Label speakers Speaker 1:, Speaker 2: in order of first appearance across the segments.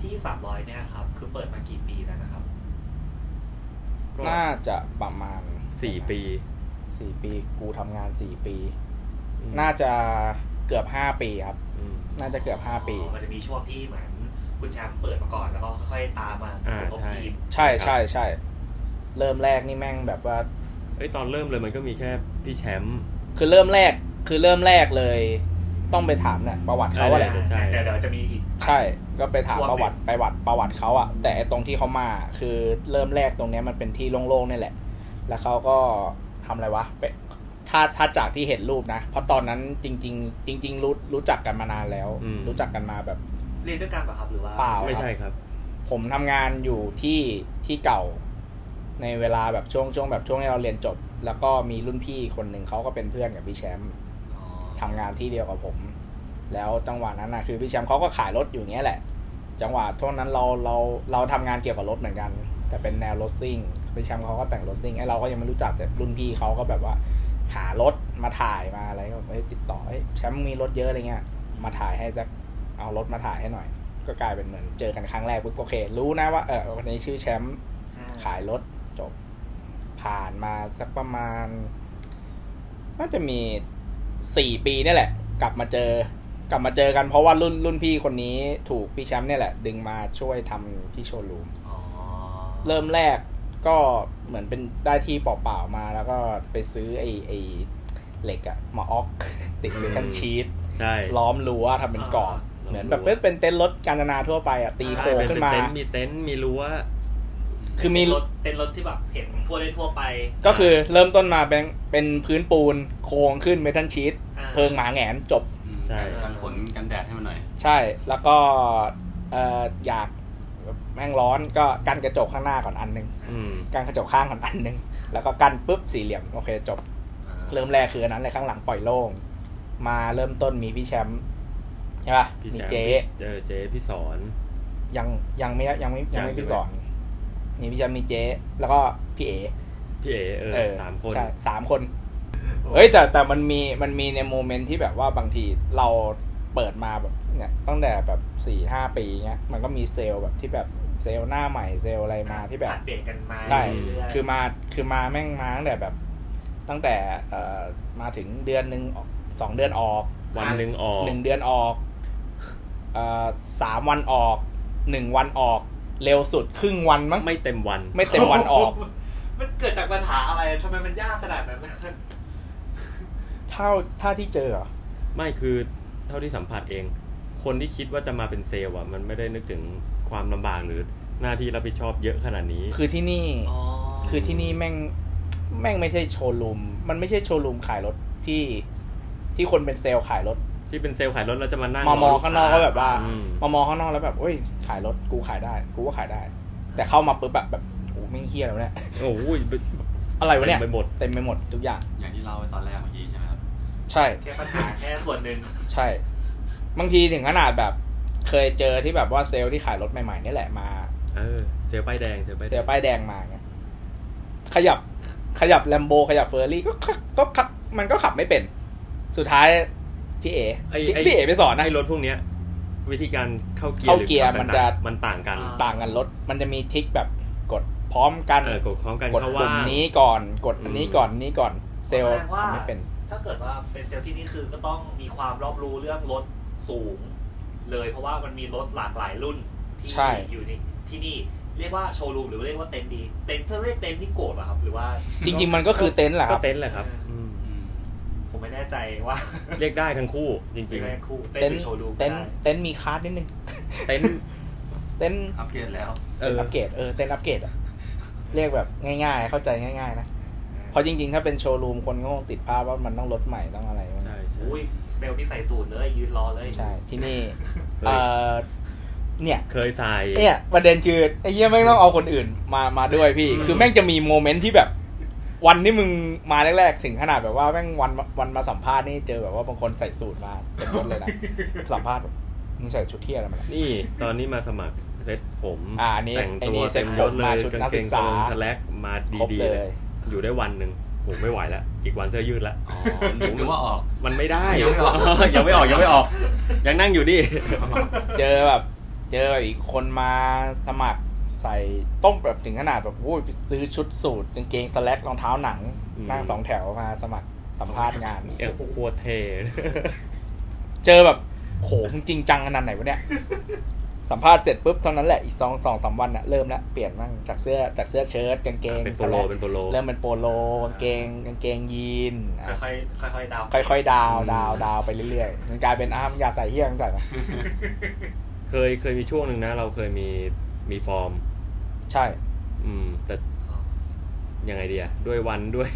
Speaker 1: ที่สามร้อยเนี่ยครับ คือเปิดมากี่ปีแล้วนะครับ
Speaker 2: ก็
Speaker 3: น่าจะประมาณ
Speaker 2: สี่ปี
Speaker 3: สี่ปี กูทำงานสี่ปี
Speaker 2: อืม
Speaker 3: น่าจะเกือบห้าปีครับ
Speaker 2: อืม
Speaker 3: น่าจะเกือบห้าปี
Speaker 1: อ๋อมันจะมีช่วงที่เหมือนคุณแชมป์เปิดมาก่อนแล้วก็ค่อยๆตามมาสมทบทีม
Speaker 3: ใช่
Speaker 2: ครับ
Speaker 3: ใช่ใช่เริ่มแรกนี่แม่งแบบว่า
Speaker 2: เอ้ยตอนเริ่มเลยมันก็มีแค่พี่แชมป์
Speaker 3: คือเริ่มแรกคือเริ่มแรกเลย ต้องไปถามเนี่ยประวัติเขา
Speaker 2: ใช่
Speaker 3: อะไร
Speaker 2: เออ ใช่
Speaker 1: เดี๋ยวเดี๋ยวจะมีอีก
Speaker 3: ใช่ ก็ไปถามประวัติประวัติประวัติเขาอะแต่ไอ้ตรงที่เขามาคือเริ่มแรกตรงเนี้ยมันเป็นที่โล่งๆนี่แหละ แล้วเขาก็ทำอะไรวะไปถ้าถ้าจากที่เห็นรูปนะ เพราะตอนนั้นจริง ๆ จริง ๆ รู้รู้จักกันมานานแล้ว
Speaker 2: อืม
Speaker 3: รู้จักกันมาแบบ
Speaker 1: เรียนด้วยกันเหรอครับหรือว่า
Speaker 3: เปล่า
Speaker 2: ไม่ใช่ครับ
Speaker 3: ผมทำงานอยู่ที่ที่เก่า ในเวลาแบบช่วงช่วงแบบช่วงที่เราเรียนจบ แล้วก็มีรุ่นพี่คนหนึ่งเขาก็เป็นเพื่อนกับพี่แชมป์
Speaker 1: อ๋อ
Speaker 3: ทำงานที่เดียวกับผม แล้วจังหวะนั้นนะคือพี่แชมป์เขาก็ขายรถอยู่อย่างเงี้ยแหละ จังหวะช่วงนั้นเราเราเราทำงานเกี่ยวกับรถเหมือนกัน แต่เป็นแนวรถซิ่งพี่แชมป์เขาก็แต่งรถซิ่งไอ้เราก็ยังไม่รู้จักแต่รุ่นพี่เขาก็แบบว่า หารถมาถ่ายมาอะไรก็เอ้ยติดต่อเอ้ยแชมป์มีรถเยอะอะไรเงี้ย มาถ่ายให้จะเอารถมาถ่ายให้หน่อย ก็กลายเป็นเหมือนเจอกันครั้งแรกปุ๊บโอเค รู้นะว่าเออคนนี้ชื่อแชมป์ ขายรถจบผ่านมาสักประมาณน่าจะมีสี่ปีเนี่ยแหละ กลับมาเจอ กลับมาเจอกันเพราะว่ารุ่นรุ่นพี่คนนี้ถูกพี่แชมป์เนี่ยแหละ ดึงมาช่วยทำที่โชว์รูม
Speaker 1: อ๋อ
Speaker 3: เริ่มแรกก็เหมือนเป็นได้ที่เปล่าๆมาแล้วก็ไปซื้อไอ้ไอ้เหล็กอะมาออก ติดเมทัลชีต
Speaker 2: ใช่
Speaker 3: ล้อมรั้วทำเป็นกรอบเหมือนแบบเป็นเต็นท์รถกาญจนาทั่วไปอะตีโค้ง
Speaker 2: เป็น
Speaker 3: ขึ้
Speaker 2: เป็น
Speaker 3: นมา
Speaker 2: เต็นท์มีเต็นท์มีรั้ว
Speaker 3: คือมี
Speaker 1: รถเป็นรถที่แบบเห็นทั่วได้ทั่วไป
Speaker 3: ก็คือเริ่มต้นมาเป็นเป็นพื้นปูนโครงขึ้นเมทัลชีต
Speaker 1: อ่า
Speaker 3: เพิงหมาแหงนจบ
Speaker 4: อืม
Speaker 2: ใช่
Speaker 4: กันฝนกันแดดให้มันหน่อย
Speaker 3: ใช่แล้วก็เอ่ออยากแม่งร้อนก็กันกระจกข้างหน้าก่อนอันหนึ่ง
Speaker 2: อืม
Speaker 3: กันกระจกข้างก่อนอันหนึ่งแล้วก็กันปุ๊บสี่เหลี่ยมโอเคจบ
Speaker 1: อ่า
Speaker 3: เริ่มแรกคืออันนั้นเลยข้างหลังปล่อยโล่งมาเริ่มต้นมีพี่แชมป์ใช่ป่ะ
Speaker 2: พี่
Speaker 3: มี
Speaker 2: แชมป์
Speaker 3: เจ๊
Speaker 2: เจอเจ๊พี่สอน
Speaker 3: ยังยังไม่ยังไม่ยังไม่
Speaker 2: ยัง
Speaker 3: พี่
Speaker 2: ใช่ไหม
Speaker 3: สอนมีพี่แชมป์มีเจ๊แล้วก็พี่เอ
Speaker 2: พี่เอเอ
Speaker 3: เอ
Speaker 2: อ
Speaker 3: อ
Speaker 2: สามคน
Speaker 3: ใช่สามคน เอ้ยแต่แต่มันมีมันมีในโมเมนต์ที่แบบว่าบางทีเราเปิดมาแบบเนี่ยตั้งแต่แบบสี่ห้าปีเงี้ยมันก็มีเซลล์แบบที่แบบเซลล์หน้าใหม่เซลล์อะไรมาที่แบบ
Speaker 1: ผัดเปลี่ยนกันมา
Speaker 3: ใช่
Speaker 1: เรื่ยๆ
Speaker 3: คือมาคือมาแม่งมาตั้งแต่แบบ ตั้งแต่เอ่อมาถึงเดือนหนึ่งออกสองเดือนออก
Speaker 2: วันหนึ่งออก
Speaker 3: หนึ่งเดือนออกเอ่อสามวันออกหนึ่งวันออก เร็วสุดครึ่งวันมั้ง
Speaker 2: ไม่เต็มวัน
Speaker 3: ไม่เต็มวันอ อก
Speaker 1: มันเกิดจากปัญหาอะไรทำไมมันยากขนาดนั้น
Speaker 3: เท่าถ้าที่เจอเหรอ
Speaker 2: ไม่คือเท่าที่สัมผัสเอง คนที่คิดว่าจะมาเป็นเซลล์อ่ะ มันไม่ได้นึกถึงความลำบากหรือหน้าที่รับผิดชอบเยอะขนาดนี้
Speaker 3: คือที่นี่ คือที่นี่แม่งแม่งไม่ใช่โชว์รูม มันไม่ใช่โชว์รูมขายรถที่ที่คนเป็นเซลล์ขายรถ
Speaker 2: ที่เป็นเซลล์ขายรถเราจะมานั่ง
Speaker 3: มอมอ
Speaker 2: รลู
Speaker 3: ข้างนอกก็แบบว่า
Speaker 2: อืม
Speaker 3: มามองข้างนอกแล้วแบบเอ้ย ขายรถกูขายได้ กูก็ขายได้ แต่เข้ามาปุ๊บแบบแบบโอ้ไม่งเฮี้ยแล้วะเนี่ย
Speaker 2: โอ้โห
Speaker 3: อะไรวะเนี่ย
Speaker 2: ต็มไปหมด
Speaker 3: เต็มไปหมดทุกอย่าง
Speaker 4: อย่างที่เล่าไปตอนแรกเมื่อกี้ใช่ไหมครับ
Speaker 3: ใช่
Speaker 1: แค่ปัญหาแค่ส่วนหนึ่ง
Speaker 3: ใช่ บางทีถึงขนาดแบบ เคยเจอที่แบบว่าเซลล์ที่ขายรถใหม่ๆนี่แหละมา
Speaker 2: เออ เซลล์ป้ายแดง เซลล์ป้ายแด
Speaker 3: เซล
Speaker 2: ง
Speaker 3: ล์ป้ายแดงมาเงี้ยขยับขยับแลมโบขยับเฟอร์รี่ก็ขับก็ขับมันก็ขับไม่เป็น สุดท้ายพี่เอ
Speaker 2: ไอ้
Speaker 3: พี่
Speaker 2: ไอ้
Speaker 3: พี่เอไปสอนนะ
Speaker 2: ให้รถพวกเนี้ย วิธีการเข้าเกียร์
Speaker 3: เข้า
Speaker 2: หรือ
Speaker 3: เกียร์
Speaker 2: ขับ
Speaker 3: มัน
Speaker 2: ต่าง
Speaker 3: จะ
Speaker 2: ๆมันต่างกัน
Speaker 3: ต่างกันรถมันจะมีทริกแบบกดพร้อมกัน
Speaker 2: เออกดพร้อมกัน
Speaker 3: กด
Speaker 2: เข้าก
Speaker 3: ลุ่
Speaker 2: ว่าม ง
Speaker 3: นี้ก่อนกดอันนี้
Speaker 2: อืม
Speaker 3: ก่อนอันนี้ก่อนเซลล์
Speaker 1: แสดงว่า
Speaker 3: ทำไม่เป็น
Speaker 1: ถ้าเกิดว่าเป็นเซลล์ที่นี่คือก็ต้องมีความรอบรู้เรื่องรถสูง เลยเพราะว่ามันมีรถหลากหลายรุ่นที่อยู่ในที่นี่เรียกว่าโชว์รูมหรือเรียกว่าเต็นท์ดีเต็นท์เธอเรียกเต็นท์นี่โกรธเหรอครับ หรือว่า
Speaker 3: จริง ๆ มันก็คือเต็นท์แหละค
Speaker 2: ก็
Speaker 3: รับ
Speaker 2: เต็นท์แหละครับอืม
Speaker 4: อืม
Speaker 1: ผมไม่แน่ใจว่า
Speaker 2: เรียกได้ทั้งคู่จ
Speaker 1: เป็
Speaker 2: ริ
Speaker 1: น
Speaker 2: ง
Speaker 1: แรกคู่เต็น
Speaker 3: เต็น
Speaker 1: ท์หรื
Speaker 3: ท์
Speaker 1: อโชว์รูม
Speaker 3: เต็นท์
Speaker 1: ได้
Speaker 3: เต็นท์มีคาร์ดนิดนึง
Speaker 2: ๆ เต็นท์
Speaker 3: เต็นท์
Speaker 4: อัปเกรดแล้ว
Speaker 2: เอ
Speaker 3: เต็น
Speaker 2: อ
Speaker 3: ท์อัปเกรดเออเต็นท์อัปเกรด อะเรียกแบบง่ายๆ เข้าใจง่ายๆนะเพราะจริง ๆ ถ้าเป็นโชว์รูมคนก็คงติดภาพว่ามันต้องรถใหม่ต้องอะไรมัน
Speaker 2: ใช่ใช่
Speaker 1: อุ้ยเซลล์นี่ใส่สูตรเลยยืนรอเลย
Speaker 3: ใช่ ที่นี่
Speaker 2: เฮ้ย
Speaker 3: เอ่อเนี่ย
Speaker 2: เคยใส่
Speaker 3: เนี่ยประเด็นคือไอ้เหี้ยแม่งต้องเอาคนอื่นมามาด้วยพี่ คือแม่งจะมีโมเมนต์ที่แบบ วันที่มึงมาแรกๆ ถึงขนาดแบบว่าแม่งวันวันมาสัมภาษณ์นี่เจอแบบว่าบางคนใส่สูทมาเต็มยศเลย นะสัมภาษณ์แบบมึงใส่ชุดเที่ยอะไรมาเนี่ย
Speaker 2: นี่ตอนนี้มาสมัครเซ็ตผม
Speaker 3: อ่าอันนี้
Speaker 2: แต่ง
Speaker 3: ไอ้
Speaker 2: ตั
Speaker 3: นี่
Speaker 2: ว
Speaker 3: เซ็ต
Speaker 2: เต็มยศเล
Speaker 3: ผมมาย ชุด
Speaker 2: กาง
Speaker 3: นัก
Speaker 2: เก
Speaker 3: ศึ
Speaker 2: ง
Speaker 3: ก
Speaker 2: ตร
Speaker 3: ษา
Speaker 2: งสแลกมา
Speaker 3: ครบ
Speaker 2: ดีๆ
Speaker 3: เล
Speaker 2: เลย ย อยู่ได้วันหนึ่งผมไม่ไหวแล้ว อีกวันเสื้อยืดละ
Speaker 4: อ๋อนึกว่าออก
Speaker 2: มันไม่ได้
Speaker 4: ยังไม่ออก
Speaker 2: ยังไม่ออกยังไม่ออก ยังนั่งอยู่ดิ
Speaker 3: เจอแบบ เจออีกคนมาสมัครใส่ต้มแบบถึงขนาดแบบโอ้ยไปซื้อชุดสูทกางเกงสแลกรองเท้าหนัง
Speaker 2: อืม
Speaker 3: นั่งสองแถวมาสมัครสัมภาษณ์งาน
Speaker 2: เอ็กโคตรเท
Speaker 3: เจอแบบโหมึงจริงจังขนาดไหนวะเนี่ย สัมภาษณ์เสร็จปุ๊บเท่านั้นแหละอีกสองสองสามวันน่ะเริ่มละเปลี่ยนมั่งจากเสื้อจากเสื้อเชิ้ตกางเกง
Speaker 2: เป็นโปโล
Speaker 3: สแก
Speaker 2: เป็นโปโล
Speaker 3: เริ่มเป็นโปโลกางเกงกางเกงยีนอ่ะ
Speaker 1: ค่อยๆค่อยๆดาว
Speaker 3: ค่อยๆดาวดาวดาวไปเรื่อยๆมันกลายเป็นอ้ามงอยากใส่เฮี้ยมึงใส่ปะ
Speaker 2: เคยเคยมีช่วงหนึ่งนะ เราเคยมีมีฟอร์ม
Speaker 3: ใช่
Speaker 2: อืม แต่ยังไงดีอะด้วยวัน ด้วย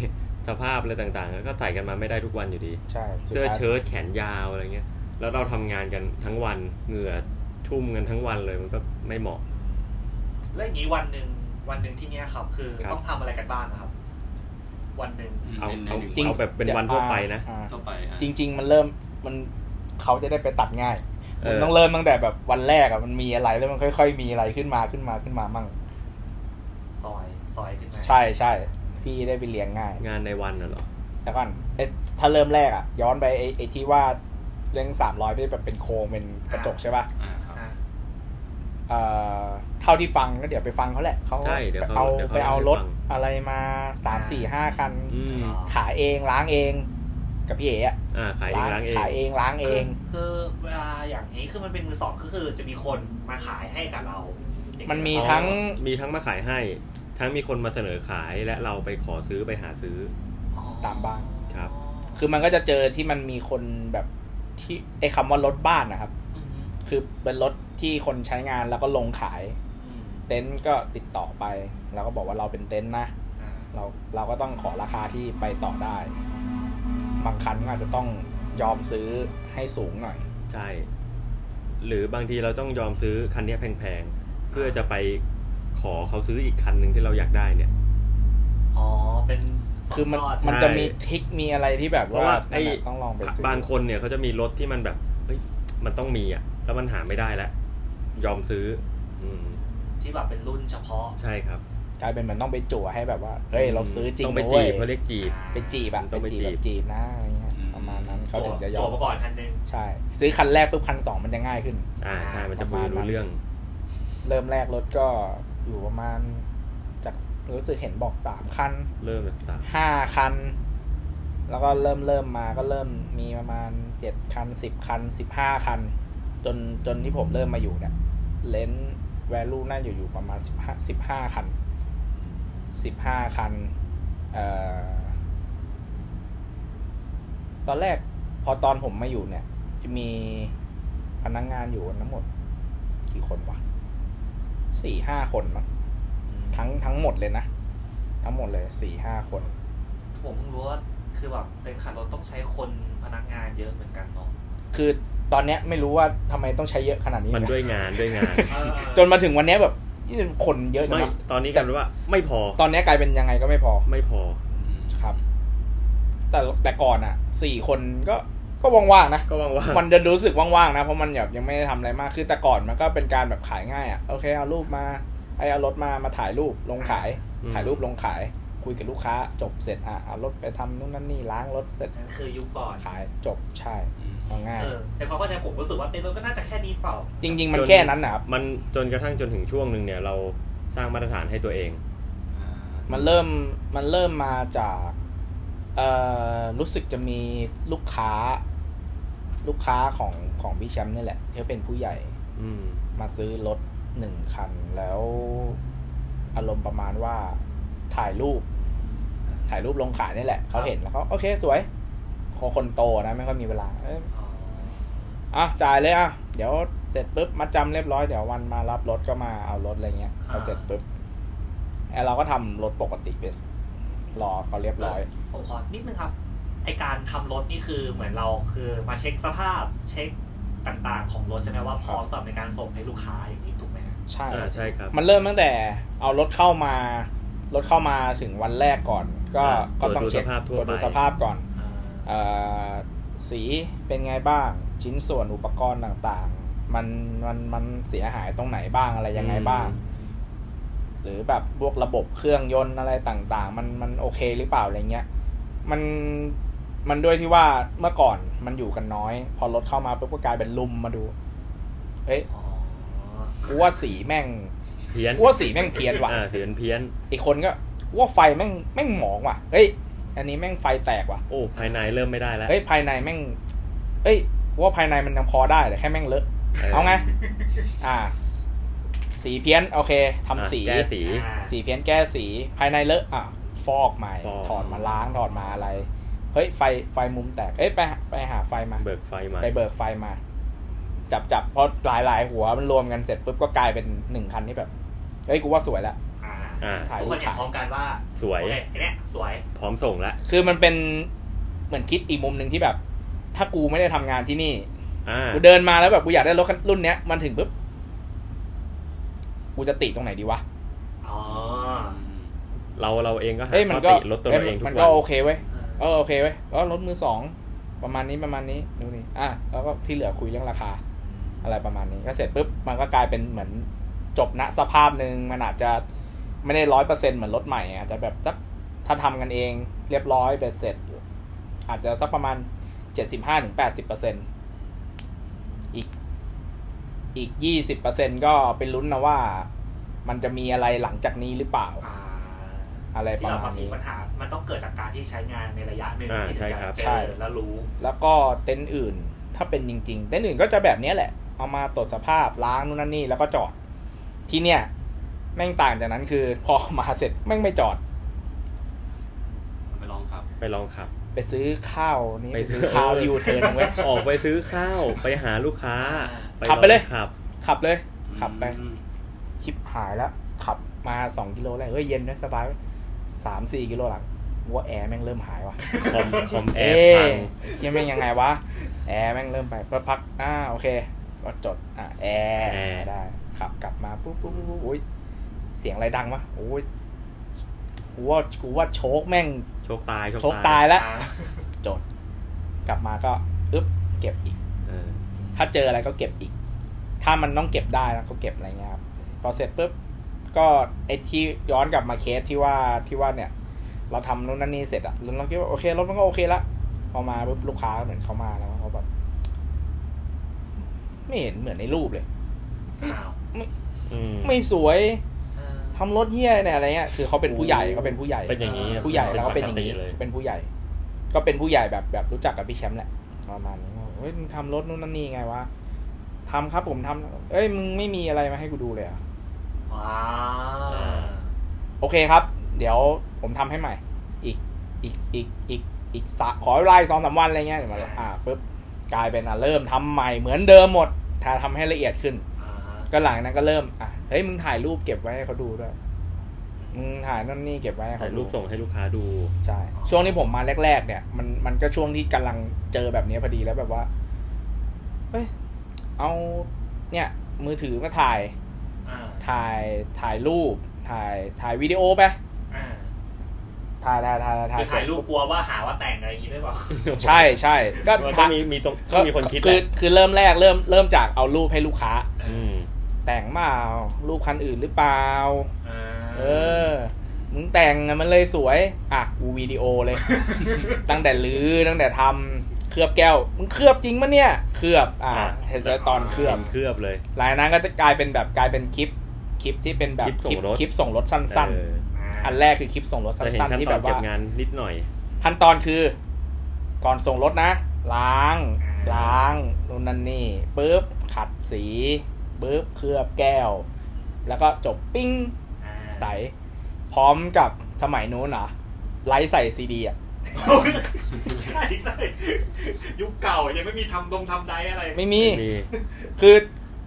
Speaker 2: สภาพอะไรต่างๆ ก็ใส่กันมาไม่ได้ทุกวันอยู่ดี
Speaker 3: ใช่สุด
Speaker 2: เสื้อ
Speaker 3: ท้าย
Speaker 2: เชิ้ตแขนยาวอะไรเงี้ย แล้วเราทำงานกันทั้งวันเหงื่อชุ่มกันทั้งวันเลยมันก็ไม่เหมาะ
Speaker 1: แล้วอย่างนี้วันหนึ่งวันหนึ่งที่เนี้ยครับ คือ
Speaker 2: ครับ
Speaker 1: ต้องทำอะไรกันบ้างนะครับ วันหนึ่ง
Speaker 4: ม
Speaker 2: เอา
Speaker 4: ใน
Speaker 2: เอา
Speaker 4: หนึ่ง
Speaker 2: จริง
Speaker 4: วัน
Speaker 2: แบบเป็นวันทั่วไปนะ
Speaker 3: อ่า
Speaker 4: ทั่วไปอ่ะ
Speaker 3: จริง ๆ มันเริ่มมันเขาจะได้ไปตัดง่าย
Speaker 2: เอ
Speaker 3: มัน
Speaker 2: อ
Speaker 3: ต้องเริ่มตั้งแต่แบบวันแรกอะมันมีอะไรแล้วมันค่อย ๆ มีอะไรขึ้นมาขึ้นมาขึ้นมามั่ง
Speaker 1: ซอยซอยขึ้นมา
Speaker 3: ใช่ใช่พี่ได้ไปเลี้ยงง่าย
Speaker 2: งานในวันน่ะเหรอ
Speaker 3: แต่ก่อนเอ๊ะถ้าเริ่มแรกอะย้อนไปไอ้ไอ้ที่ว่าเรื่องสามร้อยที่แบบเป็นโครงเป็นกระจกใช่ป่ะ
Speaker 4: อ่าครับ
Speaker 1: อ่า
Speaker 3: เอ่อเท่าที่ฟังก็เดี๋ยวไปฟังเขาแหละเขา
Speaker 2: ใช่เดี๋ยวเขา
Speaker 3: เอา
Speaker 2: เดี๋ยวเขา
Speaker 3: ไปเอารถ
Speaker 2: ให้ฟัง
Speaker 3: อะไรมาสามสี่ห้าคัน
Speaker 2: อืม
Speaker 3: ขายเองล้างเองกับพี่เอ๋อะ
Speaker 2: อ่า ขายเองล้างเอง
Speaker 3: ขายเองล้างเอ
Speaker 1: คือง คือเวลาอย่างนี้คือมันเป็นมือสองก็คือจะมีคนมาขายให้กับเราอย่างเงี้ย
Speaker 3: มันมี
Speaker 2: อ๋อ
Speaker 3: ทั้ง
Speaker 2: มีทั้งมาขายให้ ทั้งมีคนมาเสนอขายและเราไปขอซื้อไปหาซื้อ
Speaker 1: อ๋อ
Speaker 3: ตามบ้าน
Speaker 2: ครับ
Speaker 3: คือมันก็จะเจอที่มันมีคนแบบที่ไอ้คำว่ารถบ้านนะครับ
Speaker 1: อืม
Speaker 3: คือเป็นรถที่คนใช้งานแล้วก็ลงขาย
Speaker 1: อืม
Speaker 3: เต็นท์ก็ติดต่อไป แล้วก็บอกว่าเราเป็นเต็นท์นะ
Speaker 1: อ่า
Speaker 3: เราเราก็ต้องขอราคาที่ไปต่อได้ บางคันก็อาจจะต้องยอมซื้อให้สูงหน่อย
Speaker 2: ใช่ หรือบางทีเราต้องยอมซื้อคันเนี้ยแพงๆ เพื่อจะไปขอเขาซื้ออีกคันหนึ่งที่เราอยากได้เนี่ย
Speaker 1: อ๋อ เป็นสง
Speaker 3: คือมัน
Speaker 1: ยด
Speaker 3: มัน
Speaker 2: ใช่
Speaker 3: จะมีทริคมีอะไรที่แบบ
Speaker 2: เพ
Speaker 3: ว่า
Speaker 2: ราะว่า
Speaker 3: นั่
Speaker 2: ไอ้
Speaker 3: นแหละต้องลองไปซื้อบ
Speaker 2: างคนเนี่ยเขาจะมีรถที่มันแบบเฮ้ยมันต้องมีอ่ะ แล้วมันหาไม่ได้แล้ว ยอมซื้อ อืม
Speaker 1: ที่แบบเป็นรุ่นเฉพาะ
Speaker 2: ใช่ครับ
Speaker 3: กลายเป็นมันต้องไปจั่วให้แบบว่าเฮ้ยเราซื้อจริง
Speaker 2: ต้องไป
Speaker 3: นะ
Speaker 2: จี
Speaker 3: เว้ย
Speaker 2: บเขาเรียกจีบ
Speaker 3: ไปจีบอะ
Speaker 2: ต้อง
Speaker 3: ไป
Speaker 2: ไป
Speaker 3: จี
Speaker 2: จี
Speaker 3: บบ แบบจีบนะอะไรเงี้ยประมาณนั้นเขา
Speaker 1: โจ
Speaker 3: ถึงจะย
Speaker 1: โจ
Speaker 3: อม
Speaker 1: มาก่อนคันหนึง
Speaker 3: ใช่ ซื้อคันแรกปุ๊บคันสองมันจะง่ายขึ้น
Speaker 2: อ่า ใช่ มันจะคุยรู้เรื่อง
Speaker 3: เริ่มแรกรถก็อยู่ประมาณ จากรู้สึกเห็นบอกสามคัน
Speaker 2: เริ่มแบบสาม
Speaker 3: ห้าคัน แล้วก็เริ่มเริ่มมาก็เริ่มมีประมาณเจ็ดคันสิบคันสิบห้าคัน จนจนที่ผมเริ่มมาอยู่เนี่ยเลนแวลูน่าอยู่อยู่ประมาณสิบห้าสิบห้าคันสิบห้าคันเอ่อตอนแรกพอตอนผมมาอยู่เนี่ย จะมีพนักงงานอยู่กันทั้งหมด กี่คนวะสี่ห้าคนมั้งทั้งทั้งหมดเลยนะ ทั้งหมดเลยสี่ห้าคน
Speaker 1: ผมเพิ่งรู้ว่า คือแบบเต็มคันรถต้องใช้คนพนักงานเยอะเหมือนกันเนาะ
Speaker 3: คือตอนเนี้ยไม่รู้ว่าทำไมต้องใช้เยอะขนาดนี้
Speaker 2: มัน
Speaker 3: นะ
Speaker 2: ด้วยงานด้วยงาน
Speaker 3: จนมาถึงวันเนี้ยแบบคนเยอะจัง
Speaker 2: ไม่
Speaker 3: วะ
Speaker 2: ตอนนี้กลายเป็นว่า ไม่พอ
Speaker 3: ตอนเนี้ยกลายเป็นยังไงก็ไม่พอ
Speaker 2: ไม่พอ
Speaker 4: อืม
Speaker 3: ครับ แต่แต่ก่อนอ่ะสี่คนก็ก็ว่างๆนะ
Speaker 2: ก็ว่าง
Speaker 3: มันจะรู้สึกว่างๆนะเพราะมันแบบยังไม่ได้ทำอะไรมากคือแต่ก่อนมันก็เป็นการแบบขายง่ายอ่ะโอเคเอารูปมาไอเอารถมามาถ่ายรูปลงขาย
Speaker 2: ๆอืม
Speaker 3: ถ่ายรูปลงขาย คุยกับลูกค้า จบเสร็จอ่ะเอารถไปทำนู่นนั่นนี่ล้างรถเสร็จ
Speaker 1: นั่นคือยุคก่อน
Speaker 3: ขายจบใช่
Speaker 4: อืม
Speaker 3: เอาง่าย
Speaker 1: เออ แต่ความเข้าใจผมรู้สึกว่าเต็มรถก็น่าจะแค่นี้เปล่า
Speaker 3: จริง ๆ มันแค่นั้นนะครับ
Speaker 2: มันจนกระทั่งจนถึงช่วงหนึ่งเนี่ย เราสร้างมาตรฐานให้ตัวเอง
Speaker 4: อ่า
Speaker 3: มันเริ่มมันเริ่มมาจากเอ่อรู้สึกจะมีลูกค้า ลูกค้าของของพี่แชมป์นี่แหละที่เป็นผู้ใหญ่
Speaker 2: อืม
Speaker 3: มาซื้อรถหนึ่งคัน แล้วอารมณ์ประมาณว่าถ่ายรูป ถ่ายรูปลงขายนี่แหละเขาเห็นแล้วเขาโอเคสวยคนคนโตนะไม่ค่อยมีเวลาเอ้ย
Speaker 1: อ๋อ
Speaker 3: อ่ะจ่ายเลยอ่ะเดี๋ยวเสร็จปุ๊บมัดจำเรียบร้อยเดี๋ยววันมารับรถก็มาเอารถอะไรเงี้ยพอเสร็จปุ๊บไอเราก็ทำรถปกติไปรอเขาเรียบร้อย
Speaker 1: ผมขอนิดนึงครับ ไอการทำรถนี่คือเหมือนเราคือมาเช็คสภาพ เช็คต่างๆ ของรถใช่ไหมว่าพร้อมสำหรับในการส่งให้ลูกค้าอย่างนี้ถูกไหมฮะ
Speaker 3: ใช่
Speaker 2: อ่า ใช่ครับ
Speaker 3: มันเริ่มตั้งแต่เอารถเข้ามา รถเข้ามาถึงวันแรกก่อน ก็
Speaker 2: อ่า
Speaker 3: ก็ต้องเช็ค
Speaker 2: ตรวจดูสภาพทั่วไป
Speaker 3: ตรจดูสภาพก่อน
Speaker 1: อ่า
Speaker 3: เอ่อสีเป็นไงบ้าง ชิ้นส่วนอุปกรณ์ต่างๆ มันมันมันเสียหายตรงไหนบ้างอะไรยังไงบ้าง หรือแบบพวกระบบเครื่องยนต์อะไรต่างๆ มันมันโอเคหรือเปล่าอะไรเงี้ย มันมันด้วยที่ว่าเมื่อก่อนมันอยู่กันน้อย พอรถเข้ามาปุ๊บก็กลายเป็นลุมมาดู เอ้ย
Speaker 1: อ๋อ
Speaker 3: กูว่าสีแม่ง
Speaker 2: เพี้ยน
Speaker 3: กูว่าสีแม่งเพี้ยนว่ะ
Speaker 2: อ่าสีมันเพี้ยน
Speaker 3: อีกคนก็กูว่าไฟแม่งแม่งหมองว่ะ เฮ้ย อันนี้แม่งไฟแตกว่ะ
Speaker 2: โอ้ภายในเริ่มไม่ได้แล้ว
Speaker 3: เฮ้ยภายในแม่ง เอ้ยกูว่าภายในมันยังพอได้แต่แค่แม่งเลอะ เอาไง อ่า สีเพี้ยน โอเคทำ
Speaker 2: อ่ะ
Speaker 3: สี
Speaker 2: แก้สี
Speaker 1: อ่า
Speaker 3: สีเพี้ยนแก้สีภายในเลอะอ่ะฟอกใหม่
Speaker 2: ฟอก
Speaker 3: ถอดมาล้างถอดมาอะไร เฮ้ยไฟไฟมุมแตก เอ้ยไปหาไปหาไฟมา
Speaker 2: เบิกไฟใหม่
Speaker 3: ไปเบิกไฟมา จับจับเพราะหลายหลายหัวมันรวมกันเสร็จปุ๊บก็กลายเป็นหนึ่งคันที่แบบ เอ้ยกูว่าสวยแล้ว
Speaker 1: อ่า
Speaker 2: อ่า
Speaker 3: ถ่าย
Speaker 1: ทุกค
Speaker 3: รูป
Speaker 1: นเห็น
Speaker 3: ขาย
Speaker 1: พร้อมกันว่า
Speaker 2: สวย
Speaker 1: โอเคอันเนี้ยสวย
Speaker 2: พร้อมส่งแล้ว
Speaker 3: คือมันเป็นเหมือนคิดอีกมุมหนึ่งที่แบบ ถ้ากูไม่ได้ทำงานที่นี่
Speaker 2: อ่า
Speaker 3: กูเดินมาแล้วแบบกูอยากได้รถคันรุ่นเนี้ยมันถึงปุ๊บกูจะติตรงไหนดีวะ
Speaker 1: อ๋อ
Speaker 2: เราเราเองก็หา
Speaker 3: เอ้ยมันก็
Speaker 2: ข้อติลดตัว
Speaker 3: เอ้ย
Speaker 2: เราเองทุก
Speaker 3: มัน
Speaker 2: วั
Speaker 3: ก็
Speaker 2: น
Speaker 3: โอเคเว้ย
Speaker 1: เออ
Speaker 3: เออโอเคเว้ยก็รถมือสองประมาณนี้ประมาณนี้ดูนี่อ่ะแล้วก็ที่เหลือคุยเรื่องราคา อะไรประมาณนี้ก็เสร็จปุ๊บมันก็กลายเป็นเหมือนจบณสภาพหนึ่งมันอาจจะไม่ได้ร้อยเปอร์เซ็นต์เหมือนรถใหม่อาจจะแบบสักถ้าทำกันเองเรียบร้อยเบ็ดเสร็จ อาจจะสักประมาณเจ็ดสิบห้าถึงแปดสิบเปอร์เซ็นต์อีกอีกยี่สิบเปอร์เซ็นต์ก็เป็นลุ้นนะว่า มันจะมีอะไรหลังจากนี้หรือเปล่า
Speaker 1: อ่า
Speaker 3: อะไรป
Speaker 1: ที่
Speaker 3: ระ
Speaker 1: เรา
Speaker 3: มา
Speaker 1: บา
Speaker 3: ณ
Speaker 1: งที
Speaker 3: นี้
Speaker 1: ปัญหา มันต้องเกิดจากการที่ใช้งานในระยะหนึ่ง
Speaker 2: อ่า
Speaker 1: ที่ถึ
Speaker 2: ใช่
Speaker 1: งจะ
Speaker 2: ครับ
Speaker 1: เจ
Speaker 3: ใช่
Speaker 1: อแล้วรู้
Speaker 3: แล้วก็เต็นท์อื่นถ้าเป็นจริง ๆ เต็นท์อื่นก็จะแบบเนี้ยแหละ เอามาตรวจสภาพล้างนู่นนั่นนี่แล้วก็จอด ที่เนี่ย แม่งต่างจากนั้นคือ พอมาเสร็จแม่งไม่จอด
Speaker 4: ไปลองครับ
Speaker 2: ไปลองขับ
Speaker 3: ไปซื้อข้าวนี่
Speaker 2: ไป
Speaker 3: ไป
Speaker 2: ซื้
Speaker 3: ซื้
Speaker 2: อ
Speaker 3: อข้าวที่ยูเทิร์นเอาไว้ย
Speaker 2: ออกไปซื้อข้าวไปหาลูกค้า
Speaker 3: ขับไปเลย
Speaker 2: องขับ
Speaker 3: ขับเลย ขับไป
Speaker 4: อืม
Speaker 3: คลิปหายแล้ว ขับมาสองกิโลแล้วเอ้ยเย็นด้วยสบายสามสี่กิโลหลังว่าแอร์แม่งเริ่มหายว่ะ
Speaker 2: คอมคอมแอ
Speaker 3: เอ๊
Speaker 2: ร์พัง
Speaker 3: ยังแม่งยังไงวะ แอร์แม่งเริ่มไปเพื่อพักอ่าโอเคก็จดอ่าแอร์
Speaker 2: แอร์
Speaker 3: ได้ขับกลับมาปุ๊บปุ๊บปุ๊บปุ๊บอุ๊ยเสียงอะไรดังวะโอ้ยกูว่ากูว่าโชคแม่ง
Speaker 2: โชคตาย
Speaker 3: โชคตายแล้ว
Speaker 1: อ่า
Speaker 3: จด กลับมาก็อึ๊บเก็บอีก
Speaker 2: เออ
Speaker 3: ถ้าเจออะไรก็เก็บอีก ถ้ามันต้องเก็บได้นะก็เก็บอะไรเงี้ยครับ พอเสร็จปุ๊บ ก็ไอ้ที่ย้อนกลับมาเคสที่ว่าที่ว่าเนี่ย เราทำนู่นนั่นนี่เสร็จอะแล้วเราคิดว่าโอเครถมันก็โอเคละพอมาปุ๊บลูกค้าเหมือนเขามาแล้วเขาแบบไม่เห็นเหมือนในรูปเลย
Speaker 1: อ้าว
Speaker 2: อืม
Speaker 3: ไม่สวย
Speaker 1: เออ
Speaker 3: ทำรถเฮี้ยเนี่ยอะไรเงี้ยคือเขาเป็นผู้ใหญ่เขาเป็นผู้ใหญ่
Speaker 2: เป็นอย่างนี้อะ
Speaker 3: ผู้ใหญ่แล้วก็เป็นอย่างนี้
Speaker 2: ปติเลย
Speaker 3: เป็นผู้ใหญ่ ก็เป็นผู้ใหญ่แบบแบบรู้จักกับพี่แชมป์แหละประมาณนี้เฮ้ยมึงทำรถนู่นนั่นนี่ไงวะทำครับผมทำเอ้ยมึงไม่มีอะไรมาให้กูดูเลยเหรอ่ะ
Speaker 1: ว้า
Speaker 2: เอ
Speaker 1: ว
Speaker 2: อ
Speaker 3: โอเคครับ เดี๋ยวผมทำให้ใหม่ อีกอีกอีกอีกอีกสะขอเวลาอีกสองสามวันอะไรเงี้ยเดี๋ยวมาเลยอ่าปุ๊บกลายเป็นอ่ะเริ่มทำใหม่เหมือนเดิมหมดถ้าทำให้ละเอียดขึ้น
Speaker 1: อ่าฮะ
Speaker 3: ก็หลังจากนั้นก็เริ่มอ่ะเฮ้ยมึงถ่ายรูปเก็บไว้ให้เขาดูด้วยมึงถ่ายนั่นนี่เก็บไว้ให้เขา
Speaker 2: ถ่าย
Speaker 3: ดู
Speaker 2: รูปส่งให้ลูกค้าดู
Speaker 3: ใช่ช่วงที่ผมมาแรก ๆ เนี่ยมันมันก็ช่วงที่กำลังเจอแบบนี้พอดีแล้วแบบว่าเฮ้ยเอาเนี่ย มือถือมาถ่าย
Speaker 1: อ่า
Speaker 3: ถ่ายถ่ายรูป ถ่ายถ่ายวิดีโอไป
Speaker 1: อ่า
Speaker 3: ถ่ายถ่ายถ่ายถ่าย
Speaker 1: คือถ่ายรูปกลัวว่าหาว่าแต่งอะไรอย่างนี้ด้วยเปล่า
Speaker 3: ใช่ใช่ก็
Speaker 2: มันก็
Speaker 3: ถ่าย
Speaker 2: มีมีตรงก็มีคนคิดแห
Speaker 3: คือ
Speaker 2: ละ
Speaker 3: คือเริ่มแรกเริ่มเริ่มจากเอารูปให้ลูกค้า
Speaker 2: อืม
Speaker 3: แต่งเปล่ารูปคันอื่นหรือเปล่า
Speaker 1: อ่า
Speaker 3: เออ มึงแต่งอะมันเลยสวย อ่ะกูวิดีโอเลย ตั้งแต่ลือ้อตั้งแต่ทำเคลือบแก้ว มึงเคลือบจริงมะเนี่ย เคลือบ อ่ะเห็นแต่ตอนเคลือบ
Speaker 2: เป็นเคลือบเลย
Speaker 3: หลังจากนั้นก็จะกลายเป็นแบบกลายเป็นคลิป คลิปที่เป็นแบบ
Speaker 2: คลิปส่งรถ
Speaker 3: คลิปส่งรถสั้น
Speaker 2: เออ
Speaker 3: ๆ อั
Speaker 1: อั
Speaker 3: นแรกคือคลิปส่งรถ
Speaker 2: จะเห็น
Speaker 3: สั้น
Speaker 2: ขั้น
Speaker 3: ๆที่
Speaker 2: ต
Speaker 3: แบ
Speaker 2: อน
Speaker 3: บ
Speaker 2: เก็
Speaker 3: ว่า
Speaker 2: บงานนิดหน่อย
Speaker 3: ขั้นตอนคือ ก่อนส่งรถนะ ล้าง ล้างนู่นนั่นนี่ปุ๊บขัดสีปุ๊บเคลือบแก้ว แล้วก็จบปิ้ง ใสพร้อมกับสมัยนู้นเหรอไลฟ์ใส่ซีดีอ่ะ
Speaker 1: ใช่ใช่ยุคเก่ายังไม่มีทำดงทำไดอะไร
Speaker 3: ไม่มี
Speaker 2: มี
Speaker 3: คือ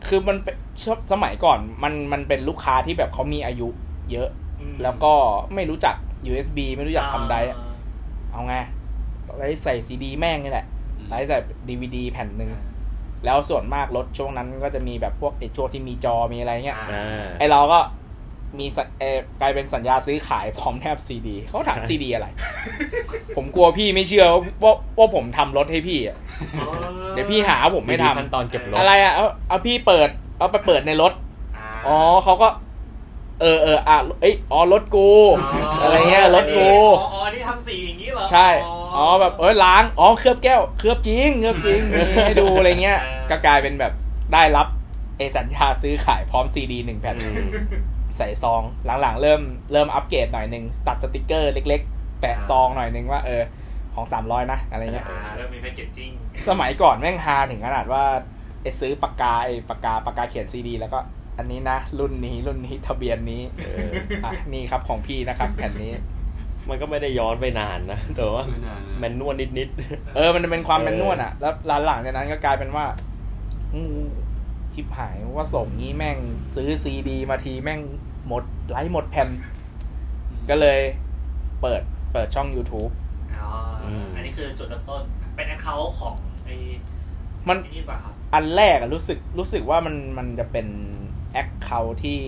Speaker 3: คือมันเป็นชอบสมัยก่อนมันมันเป็นลูกค้าที่แบบเขามีอายุเยอะ
Speaker 1: อืม
Speaker 3: แล้วก็ไม่รู้จัก USB ไม่รู้จักทำไดอะ
Speaker 1: อ่า
Speaker 3: เอาไงไลฟ์ใส่ซีดีแม่งนี่แหละไลฟ์ใส่ดีวดีแผ่นหนึ่งแล้วส่วนมากรถช่วงนั้นก็จะมีแบบพวกไอ้ช่วงที่มีจอมีอะไรเงี้ย
Speaker 2: อ่า
Speaker 3: ไอเราก็มีสัญเอ่อกลายเป็นสัญญาซื้อขายพร้อมแนบซีดีเขาถามซีดี อะไร ผมกลัวพี่ไม่เชื่อว่าว่าผมทำรถให้พี่อะ
Speaker 1: ออ
Speaker 3: เดี๋ยวพี่หาว่าผมไม่ทำ
Speaker 2: ขั้นตอนเก็บรถ
Speaker 3: อะไรอ่ะเอาเอาพี่เปิด เอาไปเปิดในรถ
Speaker 1: า
Speaker 3: อ๋อเขาก็ เออเอออ่ะเอ้ยอ๋อรถกู อะไรเงี้ยรถกู
Speaker 1: อ๋ออ๋อนี่ทำสีอย่างนี้เหรอ
Speaker 3: ใช่ อ๋อแบบเอ้ยล้าง อ๋อเคลือบแก้ว เคลือบจริงเคลือบจริงมีให้ดูอะไรเงี้ย ก็กลายเป็นแบบได้รับ เอสัญญาซื้อขายพร้อมซีดีหนึ่งแผ่น
Speaker 2: อืม
Speaker 3: ใส่ซอง หลังๆ เริ่มเริ่มอัปเกรดหน่อยหนึ่งตัดสติกเกอร์เล็ก ๆ แปะซองหน่อยหนึ่งว่าเออของสามร้อยนะ อะไรเงี้ย
Speaker 1: อ่าเริ่มมีแพคเกจจิ้ง
Speaker 3: สมัยก่อนแม่งฮาถึงขนาดว่าไอซื้อปากกาไอปากกาปากกาเขียนซีดี แล้วก็อันนี้นะ รุ่นนี้รุ่นนี้ทะเบียนนี้เอออ่ะนี่ครับของพี่นะครับ แผ่นนี้
Speaker 2: มันก็ไม่ได้ย้อนไปนานนะ แต่ว่า
Speaker 4: ไม่นาน
Speaker 2: แมนนวลนิด
Speaker 3: เออ มันเป็นความ
Speaker 2: เออ
Speaker 3: แมนนวลอ่ะ แล้วหลังจากนั้นก็กลายเป็นว่างูชิบหายว่าส่งนี้แม่งซื้อซีดีมาทีแม่งหมดไลฟ์หมดแผ่นก็เลยเปิดเปิดช่อง YouTube
Speaker 1: อ๋ออ
Speaker 2: ม
Speaker 1: อันนี้คือจุดเริ่มต้น เป็นแอคเคาท์ของไอ้
Speaker 3: มัน
Speaker 1: ที่นี่ป่ะครับ
Speaker 3: อันแรกอะรู้สึกรู้สึกว่ามันมันจะเป็นแอคเคาที่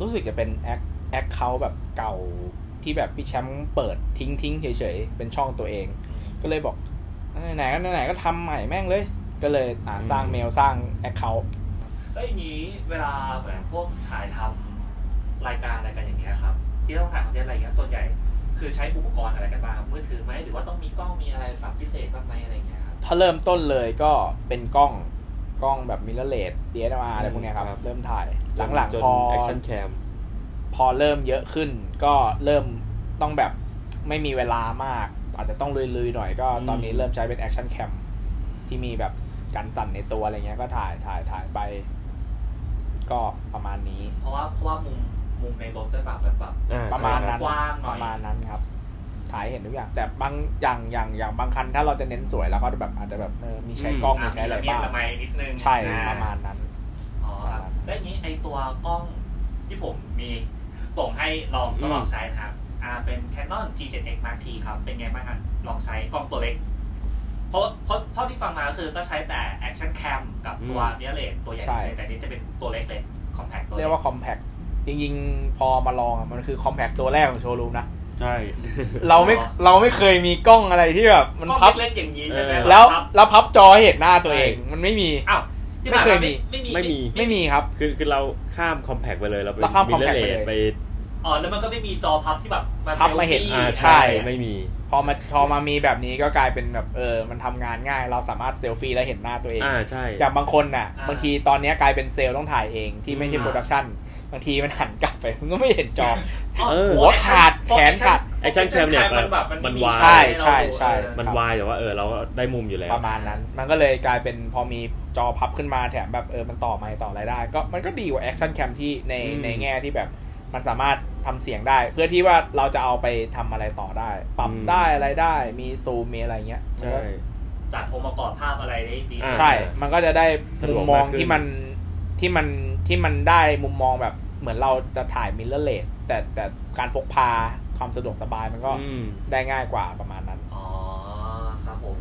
Speaker 3: รู้สึกจะเป็นแอคแอคเคาแบบเก่าที่แบบพี่แชมป์เปิดทิ้งทิ้งๆเฉยๆเป็นช่องตัวเอง ก็เลยบอกไหนๆก็ไหนๆก็ทำใหม่แม่งเลย ก็เลยอ่า
Speaker 2: อืม
Speaker 3: สร้างเมลสร้างแอคเคาท์
Speaker 1: เอ้ยอย่างนี้เวลาเหมือนพวกถ่ายทำรายการอะไรกันอย่างเงี้ยครับ ที่ต้องถ่ายคอนเทนต์อะไรเงี้ยส่วนใหญ่ คือใช้อุปกรณ์อะไรกันบ้างครับมือถือไหมหรือว่าต้องมีกล้องมีอะไรแบบพิเศษบ้างไหมอะไรเงี้ยครับ
Speaker 3: ถ้าเริ่มต้นเลยก็เป็นกล้องกล้องแบบมิเรเลสเดียร์มาอะไรพวกเนี้ยครับ
Speaker 2: ครับ
Speaker 3: เริ่มถ่าย
Speaker 2: ๆ
Speaker 3: หลัง
Speaker 2: จน
Speaker 3: ๆพอ
Speaker 2: แอคชั่นแคม
Speaker 3: พอเริ่มเยอะขึ้น ก็เริ่มต้องแบบไม่มีเวลามาก อาจจะต้องลุยๆหน่อยก็
Speaker 2: อืม
Speaker 3: ตอนนี้เริ่มใช้เป็นแอคชั่นแคมที่มีแบบกันสั่นในตัวอะไรเงี้ยก็ถ่ายถ่ายถ่ายไป ก็ประมาณนี้
Speaker 1: เพราะว่าเพราะว่ามุมมุมในรถด้วยแบบแบบ
Speaker 2: อ่
Speaker 3: ประมาณ
Speaker 2: ใช่ค
Speaker 3: นั้
Speaker 2: บ
Speaker 3: น
Speaker 1: กว้างหน่
Speaker 3: ป
Speaker 1: อย
Speaker 3: ระมาณนั้นครับ ถ่ายให้เห็นทุกอย่าง แต่บางอย่างอย่างอย่างบางคันถ้าเราจะเน้นสวยเราก็จะแบบอาจจะแบบเออมีใช้กล้องมี
Speaker 1: อ่ะมี
Speaker 3: ใช้อะไร
Speaker 1: ระเบียด
Speaker 3: บ้าง
Speaker 1: ละไมนิดนึง
Speaker 3: ใช่
Speaker 1: อ่
Speaker 3: ประมาณนั้น
Speaker 1: อ๋อครับแล้วอย่างนี้ไอตัวกล้องที่ผมมีส่งให้ลองก็ลองใช้นะครับอ่าเป็น Canon G7X Mark III ครับเป็นไงบ้างครับลองใช้กล้องตัวเล็กเพราะเพราะเท่าที่ฟังมาก็คือก็ใช้แต่ Action Cam กับตัวเนียเลนตัวใหญ่
Speaker 3: ใช่
Speaker 1: แต่อันนี้จะเป็นตัวเล็กเลย compact ตัว
Speaker 3: เรี
Speaker 1: เล็
Speaker 3: ย
Speaker 1: ก
Speaker 3: กว่าคอมแพคจริงๆ พอมาลองอะมันคือคอมแพคตัวแรกของโชว์รูมนะ
Speaker 2: ใช่
Speaker 3: เราไม่เราไม่เคยมีกล้องอะไรที่แบบมัน
Speaker 1: กล้อง
Speaker 3: พับ
Speaker 1: เล็กๆอย่างนี้ใช่ไหม
Speaker 2: เออ
Speaker 3: แล้ว
Speaker 1: พับ
Speaker 3: แล้วพับจอให้เห็นหน้าตัวเองมันไม่มี
Speaker 1: อ้าวที่ผ่าน
Speaker 3: ไม่เคยมี
Speaker 1: ไม่มี
Speaker 2: ไม่มี
Speaker 3: ไม่มีครับ
Speaker 2: คือคือเราข้ามคอมแพกไปเลยเราไป
Speaker 3: เราข้าม
Speaker 2: มิเร
Speaker 3: compact
Speaker 2: เล
Speaker 3: ไปเลย
Speaker 2: สไป
Speaker 1: อ๋อแล้วมันก็ไม่มีจอพับที่แบบมา
Speaker 3: พับ
Speaker 1: เซล
Speaker 3: มาเห็น
Speaker 1: ฟี่
Speaker 2: อ่า
Speaker 3: ใช่
Speaker 2: ใช่ไม่มี
Speaker 3: พอมาพอมามีแบบนี้ก็กลายเป็นแบบเออมันทำงานง่าย เราสามารถเซลฟี่แล้วเห็นหน้าตัวเอง
Speaker 2: อ่าใช่
Speaker 3: อย่างบางคนน่ะ
Speaker 1: า
Speaker 3: บางทีตอนเนี้ยกลายเป็นเซลล์ต้องถ่ายเองที่ไม่ใช่โปรดักชันบางทีมันหันกลับไปมันก็ไม่เห็นจอ
Speaker 2: เออ
Speaker 3: หัวขาดแขนขาด
Speaker 2: แอคชั่นแคมเนี่ย
Speaker 1: มันแบบมัน
Speaker 2: มัน
Speaker 1: มี
Speaker 2: วาย
Speaker 3: ใช่ใช่ใช่
Speaker 1: เออ
Speaker 2: มัน
Speaker 3: ครับ
Speaker 2: วายแต่ว่าเออเราได้มุมอยู่แล้ว
Speaker 3: ประมาณนั้น มันก็เลยกลายเป็นพอมีจอพับขึ้นมาแถมแบบเออมันต่อไมค์ต่ออะไรได้ ก็มันก็ดีกว่าแอคชั่นแคมที่ใน
Speaker 2: อืม
Speaker 3: ในแง่ที่แบบมันสามารถทำเสียงได้ เพื่อที่ว่าเราจะเอาไปทำอะไรต่อได้ ปรับ
Speaker 2: อืม
Speaker 3: ได้อะไรได้มีซูมมีอะไรเงี้ย
Speaker 2: ใช่
Speaker 1: จัดองค์ประกอบภาพอะไรได้ดี
Speaker 2: อ่า
Speaker 3: ใช่ มันก็จะได้
Speaker 2: สะด
Speaker 3: มุ
Speaker 2: วก
Speaker 3: มมอง
Speaker 2: มากขึ้น
Speaker 3: ที่มันที่มันที่มันได้มุมมองแบบเหมือนเราจะถ่ายมิลเลอร์เลสแต่แต่การพกพาความสะดวกสบายมันก็
Speaker 2: อืม
Speaker 3: ได้ง่ายกว่าประมาณนั้น
Speaker 1: อ๋อครับผม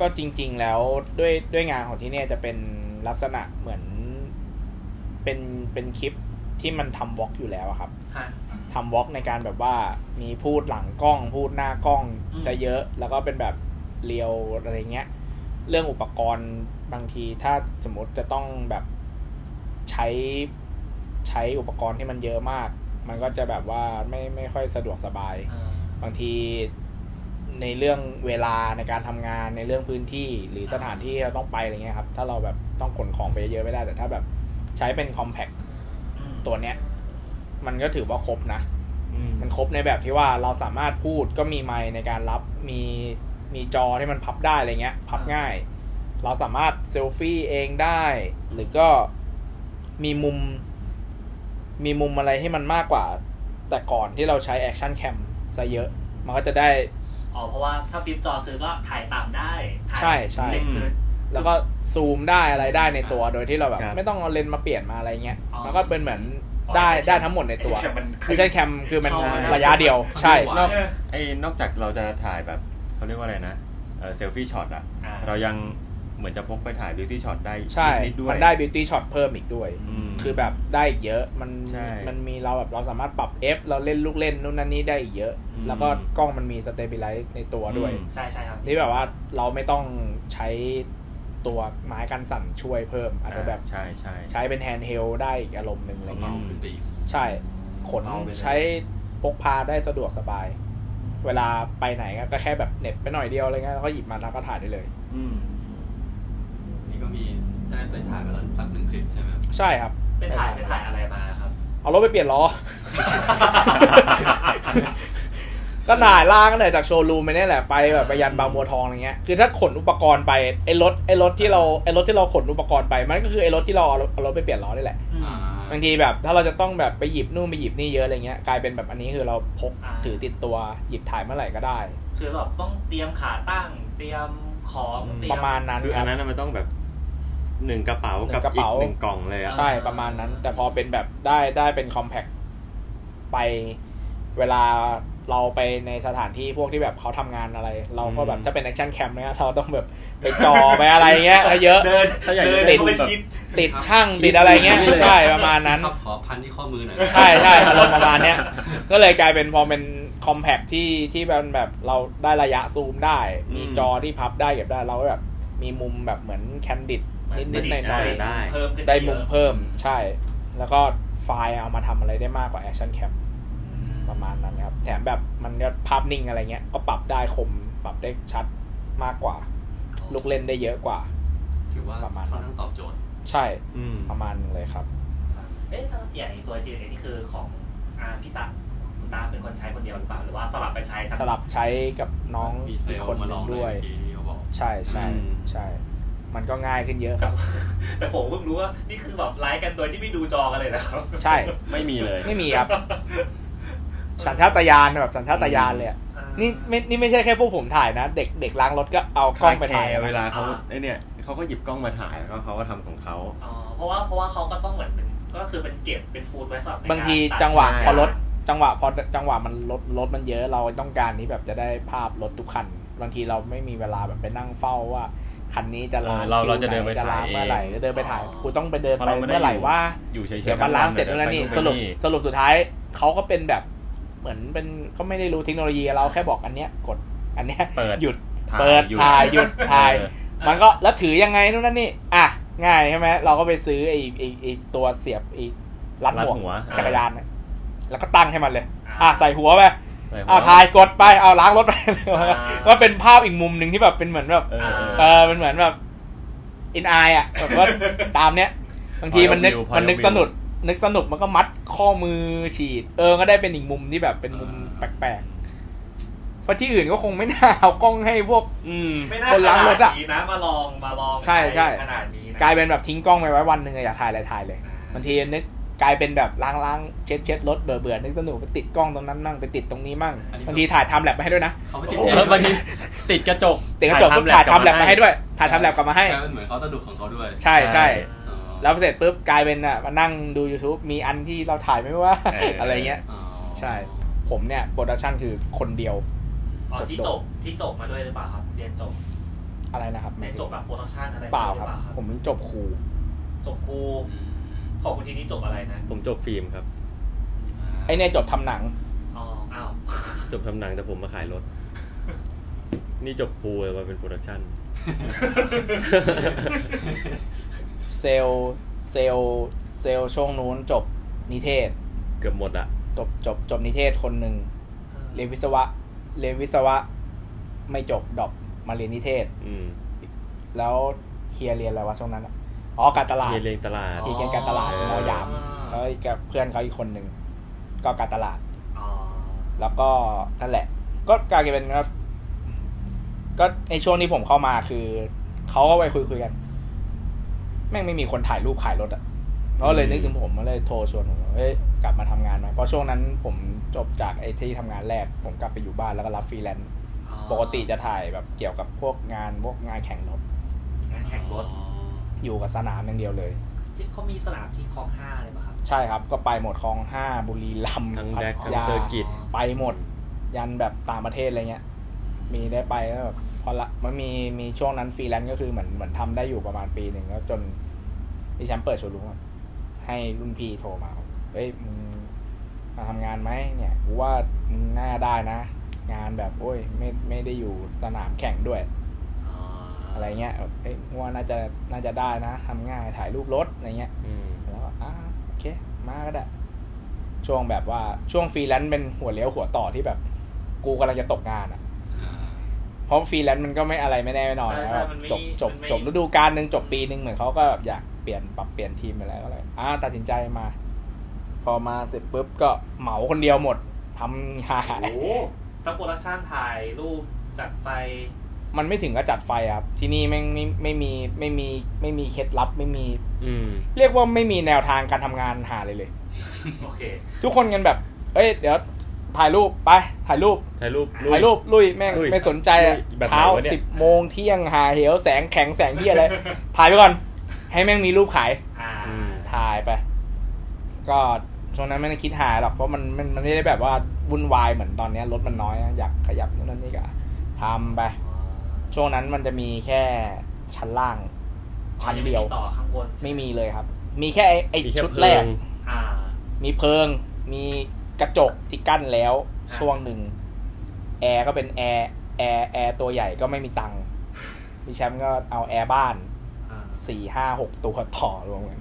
Speaker 3: ก็จริง ๆ แล้วด้วยด้วยงานของที่เนี่ยจะเป็นลักษณะเหมือนเป็นเป็นคลิปที่มันทำวอล์กอยู่แล้วอะครับ
Speaker 1: ฮะ
Speaker 3: ทำวอล์กในการแบบว่ามีพูดหลังกล้อง พูดหน้ากล้อง
Speaker 1: อืม
Speaker 3: ซะเยอะ แล้วก็เป็นแบบเรียวอะไรเงี้ย เรื่องอุปกรณ์บางทีถ้าสมมติจะต้องแบบใช้ใช้อุปกรณ์ที่มันเยอะมาก มันก็จะแบบว่าไม่ไม่ค่อยสะดวกสบาย
Speaker 1: เอ่อบ
Speaker 3: างทีในเรื่องเวลาในการทำงานในเรื่องพื้นที่หรือสถานที่เราต้องไปอะไรเงี้ยครับ ถ้าเราแบบต้องขนของไปเยอะๆไม่ได้ แต่ถ้าแบบใช้เป็นคอมแพค
Speaker 1: อืม
Speaker 3: ตัวเนี้ย มันก็ถือว่าครบนะ
Speaker 2: อืม
Speaker 3: มันครบในแบบที่ว่าเราสามารถพูดก็มีไมค์ในการรับมีมีจอที่มันพับได้อะไรเงี้ย พับง่าย เราสามารถเซลฟี่เองได้ หรือก็มีมุม มีมุมอะไรให้มันมากกว่า แต่ก่อนที่เราใช้แอคชั่นแคมซะเยอะ มันก็จะได้
Speaker 1: อ๋อเพราะว่าถ้าฟิล์มจอซื้อก็ถ่ายตามได้ถ่าย
Speaker 3: ใช่ใช่
Speaker 1: เล็กเกิน
Speaker 3: แล้วก็ซูมได้อะไรได้ในตัวโดยที่เราแบบ
Speaker 2: ครับ
Speaker 3: ไม่ต้องเอาเลนส์มาเปลี่ยนมาอะไรเงี้ย
Speaker 1: อ๋อ
Speaker 3: มันก็เป็นเหมือนได้ได้ทั้งหมดในตัว
Speaker 1: ไอ้ที่มัน
Speaker 3: แอ
Speaker 1: ขึ้
Speaker 3: คน ชั่นแคมคือมัน
Speaker 1: เข้ามา
Speaker 3: ระยะเดียวใช่
Speaker 2: นอกไอ้นอกจากเราจะถ่ายแบบเขาเรียกว่าอะไรนะเออเซลฟี่ช็อตอะ
Speaker 1: อ่า
Speaker 2: เรายังเหมือนจะพกไปถ่ายบิวตี้ช็อตได้
Speaker 3: ใช่
Speaker 2: นิดๆด้วย
Speaker 3: มันได้บิวตี้ช็อตเพิ่มอีกด้วย
Speaker 2: อืม
Speaker 3: คือแบบได้อีกเยอะมัน
Speaker 2: ใช่
Speaker 3: มันมีเราแบบเราสามารถปรับ F เราเล่นลูกเล่นนู่นนั่นนี่ได้อีกเยอะ
Speaker 2: อืม
Speaker 3: แล้วก็กล้องมันมีสเตเบลไลซ์ในตัวด้วย
Speaker 2: อืม
Speaker 1: ใช่ใช่ครับ
Speaker 3: นี่แบบว่าเราไม่ต้องใช้ตัวไม้กันสั่นช่วยเพิ่ม อาจจะแบบ
Speaker 2: ใช่ใช่
Speaker 3: ใช้เป็นแฮนด์เฮลได้อีกอารมณ์หนึ่งอะไร
Speaker 4: เรา
Speaker 3: เงี้
Speaker 4: เบาย
Speaker 2: อืม
Speaker 4: ขึ้นไปอีก
Speaker 3: ใช่ขน
Speaker 4: เอาไปเลย
Speaker 3: ใช้พกพาได้สะดวกสบาย เวลาไปไหนก็แค่แบบเหน็บไปหน่อยเดียวอะไรเงี้ยแล้วก็หยิบมาแล้วก็ถ่ายได้เลย
Speaker 2: อืม
Speaker 4: นี่ก็มี ได้ไปถ่ายมาแล้วสักหนึ่งคลิปใช่ไหมครับ
Speaker 3: ใช่ครับ
Speaker 1: ไปถ่ายไปถ่ายอะไรมาครับ
Speaker 3: เอารถไปเปลี่ยนล้อ ก็หน่ายล่างกันหน่อยจากโชว์รูมไปเนี่ยแหละไปแบบไปยันบางบัวทองอะไรเงี้ยคือถ้าขนอุปกรณ์ไปไอ้รถไอ้รถที่เราไอ้รถที่เราขนอุปกรณ์ไปมันก็คือไอ้รถที่เราเอาเอารถไปเปลี่ยนล้อนี่แหละ
Speaker 1: อืม
Speaker 4: อ่า
Speaker 3: บางทีแบบถ้าเราจะต้องแบบไปหยิบนู่นไปหยิบนี่เยอะอะไรเงี้ยกลายเป็นแบบอันนี้คือเราพก
Speaker 1: อ่า
Speaker 3: ถือติดตัวหยิบถ่ายเมื่อไหร่ก็ได้
Speaker 1: คือแบบต้องเตรียมขาตั้ง เตรียมของเตรีย
Speaker 3: ประมาณนั้น
Speaker 2: คือ
Speaker 3: ค
Speaker 2: อัน
Speaker 3: รับ
Speaker 2: นั้นน่ะมันต้องแบบหนึ่งกระเป๋ากับ
Speaker 3: หนึ่งกระ
Speaker 2: อีก
Speaker 3: เป๋า
Speaker 2: หนึ่งกล่องเลยอ่ะ
Speaker 3: ใช่ประมาณนั้น แต่พอเป็นแบบได้ได้เป็นคอมแพคไปเวลาเราไปในสถานที่พวกที่แบบเขาทำงานอะไร เราก็แบบถ้าเป็นแอคชั่นแคมป์เนี่ยเรา ต้องแบบไปจอ ไปอะไรเงี้ยเยอะ
Speaker 1: เดิน
Speaker 2: ถ้าอยาก
Speaker 1: เดิ
Speaker 2: จะ
Speaker 1: น
Speaker 2: เล่น
Speaker 1: เข้าไป
Speaker 2: แบบ
Speaker 1: ชิด
Speaker 3: ติดช่างติดอะไรเงี้ย
Speaker 2: เลย
Speaker 3: ใช่ประมาณนั้น
Speaker 4: ครับขอพันที่ข้อมือหน่อย
Speaker 3: ใช่ใช่อารมณ์ประมาณเนี้ยก็เลยกลายเป็นพอเป็นคอมแพคที่ที่เป็นแบบเราได้ระยะซูมได้ มี
Speaker 2: อืม
Speaker 3: จอที่พับได้เก็บได้เราก็แบบมีมุมแบบเหมือนแคนดิดนิดๆห
Speaker 1: มั
Speaker 3: น่
Speaker 1: น
Speaker 2: ได้
Speaker 3: อยๆ
Speaker 2: ได้
Speaker 1: เพิ่มขึ้น
Speaker 3: ได้
Speaker 1: เย
Speaker 3: มุ
Speaker 1: อะ
Speaker 3: มเพิ่มใช่ แล้วก็ไฟล์เอามาทำอะไรได้มากกว่าแอคชั่นแคปประมาณนั้นครับ แถมแบบมันก็ภาพนิ่งอะไรเงี้ย ก็ปรับได้คม ปรับได้ชัดมากกว่า ลูกเล่นได้เยอะกว่า
Speaker 4: ถือว่า
Speaker 3: ประมาณนั้น
Speaker 4: ค่อนข้างตอบโจทย์
Speaker 3: ใช่
Speaker 2: อืม
Speaker 3: ประมาณนึงเลยครับ
Speaker 1: เอ๊ะถ้าอย่างไอ้ตัวจีนนี่คือของอาพี่ตาคุณตาเป็นคนใช้คนเดียวหรือเปล่าหรือว่าสลับไปใช้ทั้ง
Speaker 3: สลับใช้กับน้อง
Speaker 4: มีเซ
Speaker 3: อี
Speaker 4: ล
Speaker 3: ก
Speaker 4: ล์
Speaker 3: คน
Speaker 4: มา
Speaker 3: ห
Speaker 4: ล
Speaker 3: นึ่
Speaker 4: อง งด้
Speaker 3: ด้
Speaker 4: ว
Speaker 3: วย ย
Speaker 4: ทีเขาบอก
Speaker 3: ใช่ใช่ใช่ มันก็ง่ายขึ้นเยอะครับ
Speaker 1: แต่ผมเพิ่งรู้ว่านี่คือแบบไลฟ์กันโดยที่ไม่ดูจอกันเลยนะครับ
Speaker 3: ใช่
Speaker 2: ไม่มีเลย
Speaker 3: ไม่มีครับ สัญชาตญาณแบบสัญชาตญาณเลยอะนี่ไม่นี่ไม่ใช่แค่พวกผมถ่ายนะ เด็กเด็กล้างรถก็เอากล้องไปถ่าย
Speaker 2: คแคร์เวลาเขา
Speaker 1: อ่า
Speaker 2: ไอเนี่ยเขาก็หยิบกล้องมาถ่ายแล้วก็เขาก็ทำของเขา
Speaker 1: อ๋อเพราะว่าเพราะว่าเขาก็ต้องเหมือนเป็นก็คือเป็นเก็บเป็นฟูดไว้สำหรับในกร
Speaker 3: บางที
Speaker 1: ตัด
Speaker 3: จังหวะ
Speaker 2: ใช่
Speaker 3: พอรถจังหวะพอจังหวะมันรถรถมันเยอะเราต้องการนี้แบบจะได้ภาพรถทุกคัน บางทีเราไม่มีเวลาแบบไปนั่งเฝ้าว่า คันนี้จะลา
Speaker 2: เออเรา
Speaker 3: คิว
Speaker 2: เราจะเดิน
Speaker 3: ห
Speaker 2: ไป
Speaker 3: จะลา
Speaker 2: ถ่ายเอง
Speaker 3: เมื่อไหร่จะเดินไปถ่ายกูต้องไปเดิน
Speaker 2: พอ
Speaker 3: ไป
Speaker 2: ด้
Speaker 3: เมื่อไหร่ว่า
Speaker 2: อยู่เฉยๆ
Speaker 3: เดี๋ยวมันล้างเสร็จแล้วนะนี่สรุปสรุปสุดท้ายเขาก็เป็นแบบเหมือนเป็นก็ไม่ได้รู้เทคโนโลยีเราแค่บอกอันเนี้ยกดอันเนี้ย
Speaker 2: เปิด
Speaker 3: หยุด
Speaker 2: ถ่าย
Speaker 3: เปิด
Speaker 2: อยู่
Speaker 3: ถ่ายหยุดถ่าย
Speaker 2: เออ
Speaker 3: มันก็แล้วถือยังไงนู่นนั่นนี่ อ่ะ ง่ายใช่ไหมเราก็ไปซื้อไอ้ไอ้ไอ้ตัวเสียบไอ้รัดหมว
Speaker 2: รัดหัว
Speaker 3: ก
Speaker 2: อ่า
Speaker 3: จักรยานน่ะแล้วก็ตั้งให้มันเลย
Speaker 1: อ่ะ
Speaker 3: อ่ะ ใส่หัวไป
Speaker 2: ใส่หัว
Speaker 3: เอาถ่ายกดไปเอาล้างรถไป ก็เป็นภาพอีกมุมหนึ่งที่แบบเป็นเหมือนแบบ
Speaker 2: เออเออ
Speaker 3: เออเป็นเหมือนแบบอินไออ่ะแบบว่าตามเนี้ยบางทีมันนึก
Speaker 2: Royal View
Speaker 3: มันนึก
Speaker 2: Royal
Speaker 3: สนุกนึกสนุกมันก็มัดข้อมือฉีด เออก็ได้เป็นอีกมุมที่แบบเป็นมุมแปลกๆเพราะที่อื่นก็คงไม่น่าเอากล้องให้พวก
Speaker 2: อืม
Speaker 1: ไม่น่า
Speaker 3: คน
Speaker 1: ข
Speaker 3: ล้างรถ
Speaker 1: นา
Speaker 3: อะ
Speaker 1: ดนี้นะมาลองมาลอง
Speaker 3: ใช่ใช่
Speaker 1: ขนาดนี้นะ
Speaker 3: กลายเป็นแบบทิ้งกล้องไปไว้วันหนึ่งอะอยากถ่ายอะไรถ่ายเลย
Speaker 1: อ่า
Speaker 3: บางทีนึกกลายเป็นแบบล้างล้างเช็ดเช็ดรถเบื่อเบื่อนึกสนุกไปติดกล้องตรงนั้นมั่งไปติดตรงนี้มั่ง
Speaker 4: อันนี้
Speaker 3: บางทีถ่ายทำแลบมาให้ด้วยนะ
Speaker 4: เขาไม่ติด
Speaker 2: โอ้
Speaker 4: เสีย
Speaker 2: โหแล้วบางทีติดกระจก
Speaker 3: ติดกระจกปุ๊บถ่ายทำแลบมาให้ด้วย ถ่ายทำแลบกลับมาให้
Speaker 4: กลายเป็นเหมือนเขาสะดุกของเขาด้วย
Speaker 3: ใช่ใช่
Speaker 4: อ๋อ
Speaker 3: แล้วเสร็จปุ๊บกลายเป็นอ่ะมานั่งดู YouTube มีอันที่เราถ่ายไม่ว่า
Speaker 2: เ
Speaker 3: อะไรเงี้ย
Speaker 4: อ๋อ
Speaker 3: ใช่ ผมเนี่ยโปรดักชันคือคนเดียว
Speaker 1: อ๋อที่จบที่จบมาด้วยหรือเปล่าครับ เรียนจบ
Speaker 3: อะไรนะครับ
Speaker 1: เรียนจบแบบโปรดักชันอะไร
Speaker 3: เปล่า
Speaker 1: ห
Speaker 3: ครับ
Speaker 1: อ
Speaker 3: ผมจบครู
Speaker 1: จบครู
Speaker 4: อืม
Speaker 1: ของคุณทีนี้จบอะไรนะ
Speaker 2: ผมจบฟิล์มครับ
Speaker 3: ไอเนี่ยจบทำหนัง
Speaker 1: อ๋ออ้าว
Speaker 2: จบทำหนังแต่ผมมาขายรถ นี่จบครูเลยมาเป็นโปรดัก ชั่น
Speaker 3: เซลลเซลลเซลลช่วงนู้นจบนิเทศ
Speaker 2: เกือบหมดอะ
Speaker 3: จบจบจบนิเทศคนหนึ่งเรียนวิศวะเรียนวิศวะไม่จบดรอปมาเรียนนิเทศ
Speaker 2: อืม
Speaker 3: แล้วเฮียเรียนอะไรวะช่วงนั้นอะอ๋อการตลาด
Speaker 2: เรียนเรียนตลาด
Speaker 3: เฮียเรียนการตลาด
Speaker 2: อ๋อ
Speaker 3: มอยามเขากับเพื่อนเขาอีกคนหนึ่งก็การตลาด
Speaker 1: อ๋อ
Speaker 3: แล้วก็นั่นแหละ ก็กลายเป็นว่าก็ในช่วงที่ผมเข้ามาคือเขาก็ไปคุยคุยกัน แม่งไม่มีคนถ่ายรูปขายรถอะก็เลยนึกถึงผมก็เลยโทรชวนผมว่าเอ้ยกลับมาทำงานไหมเพราะช่วงนั้นผมจบจากไอ้ที่ทำงานแรก ผมกลับไปอยู่บ้านแล้วก็รับฟรีแลนซ์
Speaker 1: อ๋อ
Speaker 3: ปกติจะถ่ายแบบเกี่ยวกับพวกงานพวกงานแข่งรถ
Speaker 1: งานแข่งรถ
Speaker 4: อ๋อ
Speaker 3: อยู่กับสนามอย่างเดียวเลย
Speaker 1: ที่เขามีสนามที่คลองห้าเลยป่ะครับ
Speaker 3: ใช่ครับ ก็ไปหมดคลองห้าบุรีรัมย์
Speaker 2: ทั้งแดก
Speaker 3: พั
Speaker 2: ทั้ง
Speaker 3: ทยา
Speaker 2: เซอร์กิต
Speaker 3: ไปหมด ยันแบบต่างประเทศอะไรเงี้ย มีได้ไปแล้วแบบพอละมันมีมีช่วงนั้นฟรีแลนซ์ก็คือเหมือนเหมือนทำได้อยู่ประมาณปีหนึ่งแล้วจนดิฉันเปิดโชว์รูมอะให้รุ่นพี่โทรมาบอกเอ้ยมึงมาทำงานไหมเนี่ยกูว่ามึงน่าได้นะ งานแบบโอ้ยไม่ไม่ได้อยู่สนามแข่งด้วย
Speaker 1: อ๋ออ
Speaker 3: อะไรเงี้ยแบบเอ้ยกูว่าน่าจะน่าจะได้นะทำง่ายถ่ายรูปรถอะไรเงี้ย
Speaker 2: อืม
Speaker 3: แล้วก็อ่าโอเค มาก็ได้ ช่วงแบบว่าช่วงฟรีแลนซ์เป็นหัวเลี้ยวหัวต่อที่แบบ กูกำลังจะตกงานอะ เพราะฟรีแลนซ์มันก็ไม่อะไรไม่แน่ไม่นอน
Speaker 1: ใช่
Speaker 3: นะ
Speaker 1: ใช่
Speaker 3: ครับ
Speaker 1: มันไม่
Speaker 3: จบจบ
Speaker 1: มันไม่
Speaker 3: จบฤดูกาลหนึ่งจบปีหนึ่งเหมือนเขาก็แบบอยากเปลี่ยนปรับเปลี่ยนทีมไปแล้วก็เลยอ่าตัดสินใจมา พอมาเสร็จปุ๊บก็เหมาคนเดียวหมดทำหา
Speaker 1: โอ้
Speaker 3: ย
Speaker 1: โหทั้งโปรดักชันถ่ายรูปจัด ไฟ
Speaker 3: มันไม่ถึงกับจัดไฟอะครับ ที่นี่แม่งไม่ไม่มีไม่มีไม่มีเคล็ดลับไม่มี
Speaker 2: อืม
Speaker 3: เรียกว่าไม่มีแนวทางการทำงานหาเลยเลย
Speaker 1: โอเค
Speaker 3: ทุกคนกันแบบ เอ้ย เดี๋ยวถ่ายรูปไปถ่ายรูป
Speaker 2: ถ่ายรูป
Speaker 3: ถ่ายรูปลุยแม่ง
Speaker 2: ลุย
Speaker 3: ไม่สนใจอะ
Speaker 2: ลุยแบบไหน
Speaker 3: เช้าว
Speaker 2: ะเนี่ย
Speaker 3: สิบโมงเที่ยงหาเหวแสงแข็งแสงที่อะไร ถ่ายไปก่อน ให้แม่งมีรูปขาย
Speaker 1: อ่า
Speaker 2: อืม
Speaker 3: ถ่ายไป ก็ช่วงนั้นไม่ได้คิดหาหรอกเพราะมันมันมันไม่ได้แบบว่าวุ่นวายเหมือนตอนเนี้ยรถมันน้อยอะอยากขยับนู่นนั่นนี่ก็ทำไป ช่วงนั้นมันจะมีแค่ชั้นล่าง ชั้นเดียว
Speaker 1: อ๋อยังไม่มีต่อข้างบนใช่ห
Speaker 3: ไม่มีเลยครับ มีแค่ไอ้ไอ้
Speaker 2: มีค่
Speaker 3: ชุดแรก
Speaker 2: เพิ่ง
Speaker 1: อ่า
Speaker 3: มีเพิง มีกระจกที่กั้นแล้ว ช่วงหนึ่ง แอร์ก็เป็นแอร์แอร์แอร์ตัวใหญ่ก็ไม่มีตังค์พี่แชมป์ก็เอาแอร์บ้าน
Speaker 1: อ่า
Speaker 3: สี่ห้าหกตัวต่อรวม กัน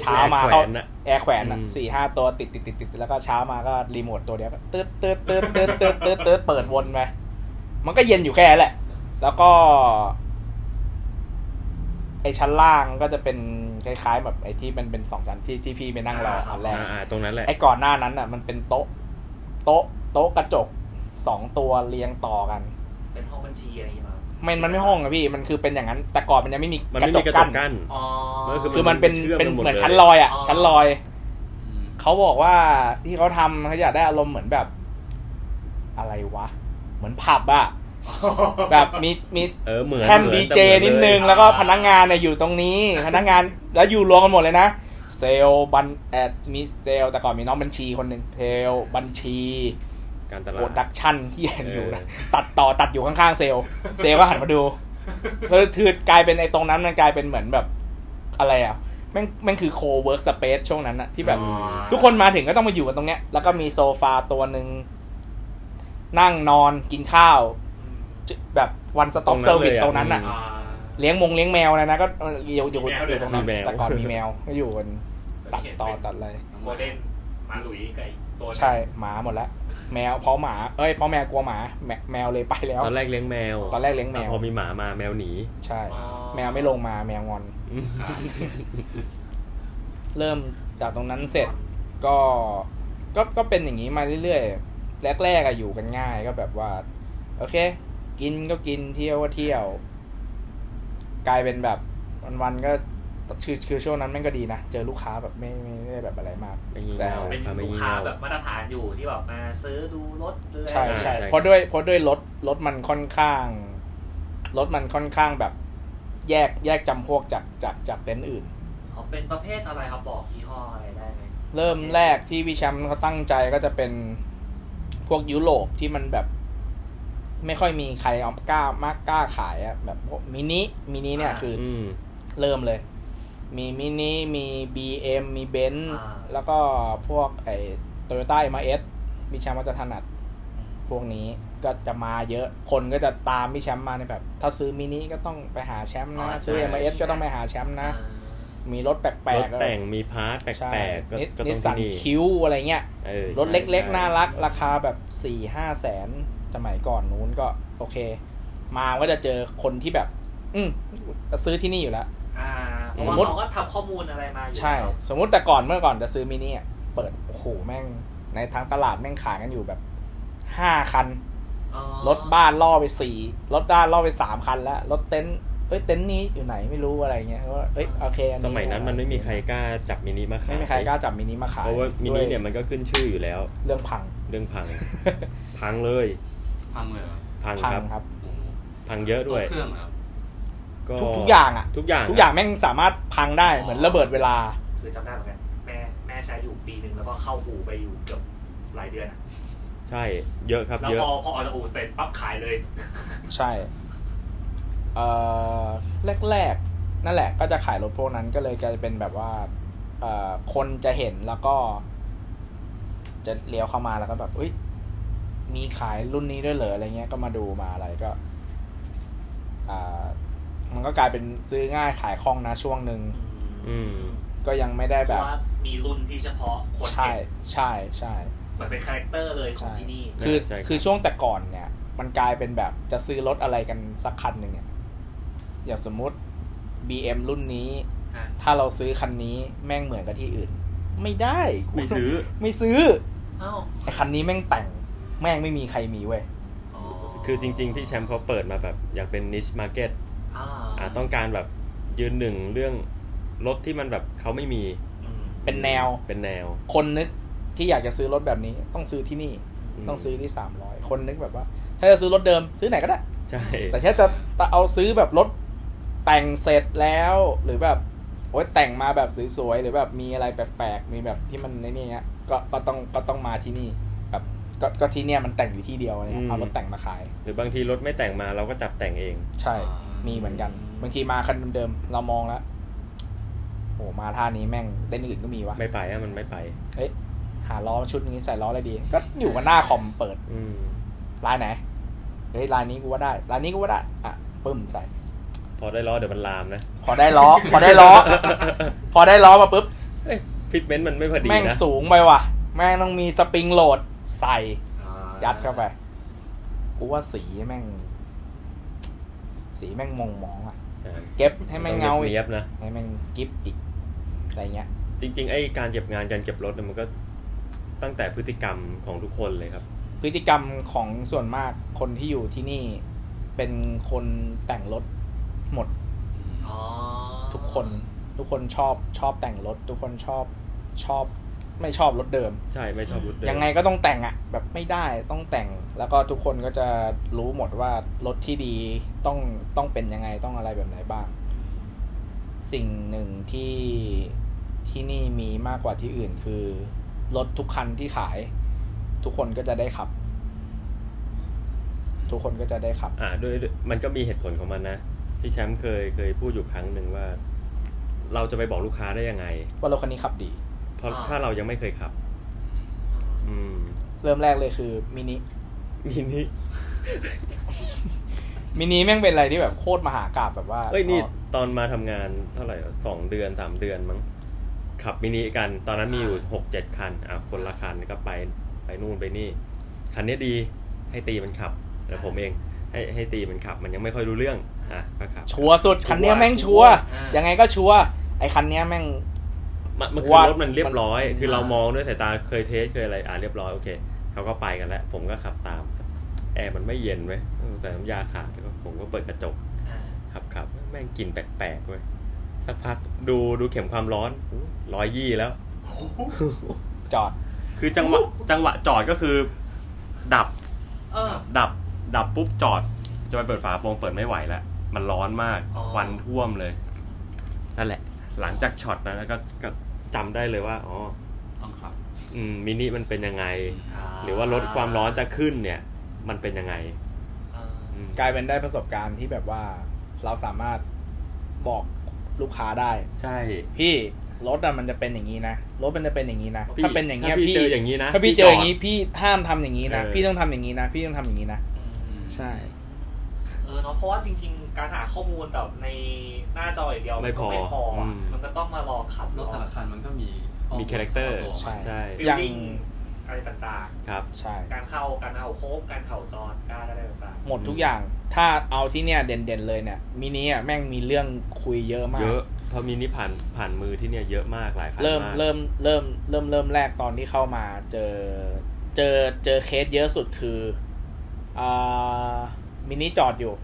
Speaker 3: เช้า
Speaker 2: แอร์
Speaker 3: มา
Speaker 2: แขวน
Speaker 3: เขา
Speaker 2: น่ะ
Speaker 3: แอร์แขวนอะ
Speaker 2: อืม
Speaker 3: สี่ห้าตัวติดติดติดติดแล้วก็เช้ามาก็รีโมทตัวเดียวก็ตืดตืดตืดตืดตืดตืดตืดเปิดวนไปมันก็เย็นอยู่แค่นั้นแหละ แล้วก็ ไอชั้นล่างก็จะเป็นคล้ายๆ แบบไอที่มันเป็นสองชั้นที่ที่พี่ไปนั่งรออันแรก
Speaker 2: อ่าอ่าตรงนั้นแหละ
Speaker 3: ไอ้ก่อนหน้านั้นอ่ะ มันเป็นโต๊ะ โต๊ะ โต๊ะกระจกสองตัวเรียงต่อกัน
Speaker 1: เป็นห้องบัญชีอะไรอย่างเงี้ยมั้ง
Speaker 3: มันมันไม่ห้องอะพี่มันคือเป็นอย่างนั้น แต่ก่อนมันยังไม่มี
Speaker 2: มัน
Speaker 3: กระ
Speaker 2: ไม่
Speaker 3: จ
Speaker 2: มี
Speaker 3: ก
Speaker 2: กระจ
Speaker 3: กั้น
Speaker 2: กกั้น
Speaker 1: อ๋อ
Speaker 2: มันก็คื
Speaker 3: คือมันเป็น
Speaker 2: มันเชื่อม
Speaker 3: เป็น
Speaker 2: กันหมด
Speaker 3: เหมือน
Speaker 2: เลย
Speaker 3: ชั้นลอยอ่ะ
Speaker 1: อ๋อ
Speaker 3: ชั้นลอย
Speaker 4: อืม
Speaker 3: เขาบอกว่าที่เขาทำเขาอยากได้อารมณ์เหมือนแบบ อะไรวะ เหมือนผับอ่ะ แบบมีมี
Speaker 2: เออเหมือน
Speaker 3: แท่น
Speaker 2: หมือ
Speaker 3: ดี
Speaker 2: แต่
Speaker 3: เจ
Speaker 2: หมือ
Speaker 3: นิด
Speaker 2: เลย
Speaker 3: นึง แล้วก็พนักงานเนี่ยอยู่ตรงนี้ พนักงานแล้วอยู่รวมกันหมดเลยนะเซลบันแอดมีเซลแต่ก่อนมีน้องบัญชีคนหนึ่งเซลบัญชี
Speaker 2: การตลา
Speaker 3: โปร
Speaker 2: ด
Speaker 3: ดักชันที่เห็นอยู่นะ
Speaker 2: เอ
Speaker 3: ตัดต่อตัดอยู่ข้างๆเซลล์เซลล์ก็หันมาดูก็คือกลายเป็นไอ้ตรงนั้นมันกลายเป็นเหมือนแบบอะไรอ่ะแม่งแม่งคือโคเวิร์กสเปซช่วงนั้นอะที่แบบ
Speaker 2: อ๋อ
Speaker 3: ทุกคนมาถึงก็ต้องมาอยู่กันตรงเนี้ย แล้วก็มีโซฟาตัวหนึ่งนั่งนอนกินข้าว
Speaker 1: อืม
Speaker 3: จะแบบวันสต็อป
Speaker 2: ตรงนั้
Speaker 3: เซอน ร์
Speaker 2: เลย
Speaker 3: วิส
Speaker 2: อะ
Speaker 3: ตรงนั้นอะ
Speaker 2: อื
Speaker 1: อ่า
Speaker 3: เลี้ยงมงเลี้ยงแมวนะนะก็อยู่อยู่
Speaker 1: มีแมวด้วย
Speaker 3: อยู่ตรงนั้น
Speaker 2: มีแมว
Speaker 3: แต่ก่อนมีแมวก็อยู่กันตัดต่อตัดอะไร
Speaker 1: โกลเด้นหมาหลุยกับอีกตัวหนึ่ง
Speaker 3: ใช่หมาหมดแล้วแมวเพราะหมา เอ้ยเพราะแมวกลัวหมาแมวแมวเลยไปแล้ว
Speaker 2: ตอนแรกเลี้ยงแมว
Speaker 3: ตอนแรกเลี้ยงแมว
Speaker 2: พอมีหมามาแมวหนี
Speaker 3: ใช่
Speaker 1: อ๋อ
Speaker 3: แมวไม่ลงมาแมวงอน
Speaker 4: ครับ
Speaker 3: เริ่มจากตรงนั้นเสร็จก็ ก็ก็เป็นอย่างนี้มาเรื่อยๆแรกๆอะอยู่กันง่ายก็แบบว่า โอเค กินก็กินเที่ยวก็เที่ยว กลายเป็นแบบวันๆก็คือคือช่วงนั้นแม่งก็ดีนะ เจอลูกค้าแบบไม่ไม่ไม่ได้แบบอะไรมาก
Speaker 2: ไม่งี่
Speaker 3: แต่
Speaker 2: เง่า
Speaker 1: เป็น
Speaker 2: อ่ะไม่
Speaker 1: ลูก
Speaker 2: งี่
Speaker 1: ค้า
Speaker 2: เง่า
Speaker 1: แบบมาตรฐานอยู่ที่แบบมาซื้อดูรถหรืออะไร
Speaker 3: ใช่
Speaker 2: อ่า
Speaker 3: ใช่
Speaker 2: ใช่
Speaker 3: เพราะด้วยเพราะด้วยรถรถมันค่อนข้างรถมันค่อนข้างแบบ แยกแยกจำพวกจากจากจากเต็นท์อื่น
Speaker 1: เขาเป็นประเภทอะไรครับบอกยี่ห้ออะไรได้ไหม
Speaker 3: เริ่มแรกที่พี่แชมป์เขาตั้งใจก็จะเป็นพวกยุโรปที่มันแบบ ไม่ค่อยมีใครเอากล้ามากกล้าขายอะแบบพวกมินิมินิเนี่ยคือ
Speaker 2: อืม
Speaker 3: เริ่มเลย มีมินิมีบีเอ็มมีเบนซ์แล้วก็พวกไอ้โตโยต้าเอ็มเอสพี่แชมป์ก็จะถนัดพวกนี้ก็จะมาเยอะคนก็จะตามพี่แชมป์มาในแบบ ถ้าซื้อมินิก็ต้องไปหาแชมป์นะ ซื้อเอ็มเอสก็ต้องไปหาแชมป์นะ
Speaker 1: อ่า
Speaker 3: มีรถแปล
Speaker 2: ร
Speaker 3: ก
Speaker 2: ถ
Speaker 3: ๆ
Speaker 2: แต่งมีพาร์ทแปลกๆก็
Speaker 3: นิ
Speaker 2: ก็
Speaker 3: นิ
Speaker 2: ต้
Speaker 3: ส
Speaker 2: อง
Speaker 3: สั
Speaker 2: ที่
Speaker 3: น
Speaker 2: นี่
Speaker 3: คิวอะไรเงี้ย
Speaker 2: ออ
Speaker 3: รถเล็ก
Speaker 2: ใช่
Speaker 3: ๆ น่ารัก ราคาแบบสี่ห้าแสนสมัยก่อนนู้นก็โอเค มาก็จะเจอคนที่แบบ อืมซื้อที่นี่อยู่แล้ว
Speaker 1: อ่าเพราะ
Speaker 3: สม
Speaker 1: ว่าม
Speaker 3: ติ
Speaker 1: เขาก็ทำข้อมูลอะไรมาอยู่
Speaker 3: ใช่
Speaker 1: แล้ว
Speaker 3: สมมุติแต่ก่อนเมื่อก่อนจะซื้อมินิอ่ะเปิดโอ้โหแม่ง ในทางตลาดแม่งขายกันอยู่แบบห้าคัน
Speaker 1: อ๋อ
Speaker 3: รถบ้านล่อไปสี่รถด้านล่อไปสามคันแล้ว รถเต็นท์เอ้ยเต็นท์นี้อยู่ไหนไม่รู้อะไรเงี้ยก็เอ้ยโอเคอันนี้
Speaker 2: สมัยนั้นมันไม่มีใครกล้าจับมินิมาขาย
Speaker 3: ไม่มีใครกล้าจับมินิมาขาย
Speaker 2: เพราะว่ามิ
Speaker 3: ด้
Speaker 2: นิ
Speaker 3: ว
Speaker 2: เนี่ยมันก็ขึ้นชื่ออยู่แล้ว
Speaker 3: เรื่องพัง
Speaker 2: เรื่องพัง พังเลย
Speaker 4: พังเลยเหรอ
Speaker 2: พัง
Speaker 3: พัง
Speaker 2: ครับ
Speaker 3: ครับ
Speaker 4: โอ้โห
Speaker 2: พังเยอะ
Speaker 4: ตั
Speaker 2: ด้
Speaker 4: ว
Speaker 2: วย
Speaker 4: เครื่องเหรอครับ
Speaker 2: ก็
Speaker 3: ทุกทุกอย่างอ่ะ
Speaker 2: ทุกอย่าง
Speaker 3: ทุกอย่างแม่งสามารถพังได้
Speaker 1: อ๋อ
Speaker 3: เหมือนระเบิดเวลา
Speaker 1: คือจำได้เหมือนกันแม่แม่ใช้อยู่ปีหนึ่งแล้วก็เข้าอู่ไปอยู่เกือบหลายเดือนอะ
Speaker 2: ใช่ เยอะครับ
Speaker 1: แล้ว
Speaker 2: เยอะ
Speaker 1: พอพอออกจากอู่เสร็จปั๊บขายเลย
Speaker 3: ใช่เอ่อแรกๆ นั่นแหละ ก็จะขายรถพวกนั้นก็เลยจะเป็นแบบว่าเอ่อคนจะเห็นแล้วก็ จะเลี้ยวเข้ามาแล้วก็แบบเอ้ยมีขายรุ่นนี้ด้วยเหรออะไรเงี้ยก็มาดูมาอะไรก็อ่ามันก็กลายเป็นซื้อง่ายขายคล่องนะช่วงหนึ่ง
Speaker 2: อืม
Speaker 3: ก็ยังไม่ได้
Speaker 1: เพ
Speaker 3: แบ
Speaker 1: ราะ
Speaker 3: บ
Speaker 1: ว่ามีรุ่นที่เฉพาะคน
Speaker 3: ใช่
Speaker 1: เห็น
Speaker 3: ใช่ใช่
Speaker 1: เหมือนเป็นคาแรคเตอร์เลยของ
Speaker 3: ใช่
Speaker 1: ที่นี่
Speaker 3: คือ
Speaker 2: ใช่ครับ
Speaker 3: คือช่วงแต่ก่อนเนี่ย มันกลายเป็นแบบจะซื้อรถอะไรกันสักคันหนึ่งเนี่ยอย่างสมมุติ BM รุ่นนี้
Speaker 1: ฮะ
Speaker 3: ถ้าเราซื้อคันนี้แม่งเหมือนกับที่อื่น ไม่ได้กู
Speaker 2: ไม่ซื้อ
Speaker 3: ไม่ซื้อ
Speaker 1: อ้าว
Speaker 3: ไอคันนี้แม่งแต่ง แม่งไม่มีใครมีเว้ย
Speaker 2: คือจริง ๆ พี่แชมป์เขาเปิดมาแบบอยากเป็นนิชมาร์เก็ต
Speaker 1: ๆอ่า
Speaker 2: อ่ะต้องการแบบยืนหนึ่งเรื่องรถที่มันแบบเขาไม่มี
Speaker 1: อืม
Speaker 3: เป็นแนว
Speaker 2: เป็นแนว
Speaker 3: คนนึกที่อยากจะซื้อรถแบบนี้ ต้องซื้อที่นี่
Speaker 2: ม
Speaker 3: ต้องซื้อที่สามร้อยคนนึกแบบว่า ถ้าจะซื้อรถเดิมซื้อไหนก็ได้
Speaker 2: ใช่
Speaker 3: แต่ถ้าจะเอาซื้อแบบรถแต่งเสร็จแล้วหรือแบบโอ๊ยแต่งมาแบบสวยๆหรือแบบมีอะไรแปลกๆมีแบบที่มันในนี่เงี้ยก็ก็ต้องก็ต้องมาที่นี่แบบก็ก็ที่เนี่ยมันแต่งอยู่ที่เดียวอะไรเลยเอารถแต่งมาขาย
Speaker 2: หรือบางทีรถไม่แต่งมาเราก็จับแต่งเอง
Speaker 3: ใช่ มีเหมือนกัน บางทีมาคันเดิมๆเรามองแล้วโอ้มาท่านี้แม่งเต้นอื่นก็มีวะ
Speaker 2: ไม่ไปอ่ะมันไม่ไป
Speaker 3: เอ้ยหาล้อชุดนี้ใส่ล้ออะไรดี ก็อยู่กันหน้าคอมเปิด
Speaker 2: อืม
Speaker 3: ร้านไหน เฮ้ยร้านนี้กูว่าได้ ร้านนี้กูว่าได้ อ่ะปึ้มใส่
Speaker 2: พอได้ล้อเดี๋ยวมันลามนะ
Speaker 3: พอได้ ล้อ พอได้ล้อ พอได้ล้อมาปุ๊บ
Speaker 2: ฟิตเมนต์มันไม่พอดี
Speaker 3: แม่ง
Speaker 2: นะ
Speaker 3: สูงไปว่ะ แม่งต้องมีสปริงโหลดใส่
Speaker 1: อ่า
Speaker 3: ยัดเข้าไป กูว่าสีแม่ง สีแม่งมองมองๆอ่ะ
Speaker 2: อ่ะ
Speaker 3: เก็บให้แม่งเงา
Speaker 2: ต้อ
Speaker 3: อีก
Speaker 2: เนียบๆนะ
Speaker 3: ให้แม่งกิฟอีก อะไรเงี้ย
Speaker 2: จริงๆ ไอ้การเก็บงานการเก็บรถเนี่ยมันก็ตั้งแต่พฤติกรรมของทุกคนเลยครับ
Speaker 3: พฤติกรรมของส่วนมากคนที่อยู่ที่นี่ เป็นคนแต่งรถหมด
Speaker 1: อ๋อ
Speaker 3: ทุกคนทุกคนชอบชอบแต่งรถ ทุกคนชอบชอบไม่ชอบรถเดิม
Speaker 2: ใช่ไม่ชอบรถเดิม
Speaker 3: ยังไงก็ต้องแต่งอะ่ะ แบบไม่ได้ต้องแต่งแล้วก็ทุกคนก็จะรู้หมดว่ารถที่ดีต้องต้องเป็นยังไงต้องอะไรแบบไหนบ้าง สิ่งหนึ่งที่ที่นี่มีมากกว่าที่อื่นคือรถทุกคันที่ขาย ทุกคนก็จะได้ขับ ทุกคนก็จะได้ขับ
Speaker 2: อ่าด้วยด้วยมันก็มีเหตุผลของมันนะที่แชมป์เคยเคยพูดอยู่ครั้งหนึ่งว่า เราจะไปบอกลูกค้าได้ยังไง
Speaker 3: ว่ารถคันนี้ขับดี
Speaker 2: เพราะถ้าเรายังไม่เคยขับ อืม
Speaker 3: เริ่มแรกเลยคือมินิ
Speaker 2: มินิ
Speaker 3: มินิแม่งเป็นอะไรที่แบบโคตรมหากราบแบบว่า
Speaker 2: เอ้ยนี่ตอนมาทำงานเท่าไหร่วะสองเดือนสามเดือนมั้งขับมินิกัน ตอนนั้นมีอยู่หกเจ็ดคันอ่ะคนละคันก็ไปไปนู่นไปนี่ คันนี้ดีให้ตีมันขับแต่ผมเอง ให้ให้ตีมันขับ มันยังไม่ค่อยรู้เรื่องอ่ะก็ขับ
Speaker 3: ชัวร์สุดคันเนี้ยแม่งชัวร์ยังไงก็ชัวร์ไอคันเนี้ยแม่ง
Speaker 2: มันมันคือ
Speaker 3: ว่า
Speaker 2: รถมันเรียบร้อย คือเรามองด้วยสายตาเคยเทสเคยอะไรอ่าเรียบร้อยโอเคเขาก็ไปกันแล้ว ผมก็ขับตาม แอร์มันไม่เย็นเว้ยแต่น้ำยาขาดแล้วก็ผมก็เปิดกระจก
Speaker 1: อ่า
Speaker 2: ขับขับแม่งกลิ่นแปลกๆเว้ยสักพักดูดูเข็มความร้อนร้อยยี่แล้ว
Speaker 3: จอด
Speaker 2: คือจังหวะจังหวะจอดก็คือ ดับ
Speaker 1: เออ
Speaker 2: ดับ ดับปุ๊บจอด จะไปเปิดฝากระโปรงเปิดไม่ไหวแล้วมันร้อนมาก
Speaker 1: อ๋อ
Speaker 2: ควันท่วมเลยนั่นแหละ หลังจากช็อตนั้นแล้วก็ก็จำได้เลยว่าอ๋อ
Speaker 4: ต้องขับ
Speaker 2: อืมมินิมันเป็นยังไง
Speaker 1: อ่า
Speaker 2: หรือว่าลดความร้อนจะขึ้นเนี่ย มันเป็นยังไง
Speaker 1: อ่า
Speaker 2: อืม
Speaker 3: กลายเป็นได้ประสบการณ์ที่แบบว่าเราสามารถบอกลูกค้าได้
Speaker 2: ใช่
Speaker 3: พี่รถอะมันจะเป็นอย่างนี้นะรถมันจะเป็นอย่างนี้นะถ้าเป็นอย่างเงี้ย
Speaker 2: ถ้พี่
Speaker 3: พี่
Speaker 2: เจออย่างนี้นะ
Speaker 3: ถ้าพี่เจออย่างนี้พี่ห้ามทำอย่างนี้นะ
Speaker 2: เออ
Speaker 3: พี่ต้องทำอย่างนี้นะพี่ต้องทำอย่างนี้นะใช่
Speaker 1: เออเนาะเพราะว่าจริงๆ การหาข้อมูลแบบในหน้าจออย่างเดียวมั
Speaker 2: ไม่
Speaker 1: นก็
Speaker 2: พอ
Speaker 1: ไม่พออะ
Speaker 2: อืม
Speaker 1: มันก็ต้องมารอขับ
Speaker 4: รถแต่ละคันมันก็มีข้อล
Speaker 2: มีคาแรคเตอร์
Speaker 4: ข้ว
Speaker 3: ใช่
Speaker 2: ใช่
Speaker 1: ฟิล
Speaker 3: อย่าง
Speaker 1: ลิ่งอะไรต่าง
Speaker 2: ครับ
Speaker 3: ใช่
Speaker 1: ๆ การเข้าการเข้าโค้งการเข่าจอดการอะไรต่าง
Speaker 3: หมดทุกอย่างถ้าเอาที่เนี่ยเด่นๆเลยเนี่ยมินิอะแม่งมีเรื่องคุยเยอะมาก
Speaker 2: เยอะเพราะมินิผ่านผ่านมือที่เนี่ยเยอะมากหลายคัน
Speaker 3: เริ่ม
Speaker 2: าก
Speaker 3: เริ่มเริ่มเริ่มเริ่มแรกตอนที่เข้ามาเจอเจอเจอเคสเยอะสุดคืออ่ามินิจอดอยู่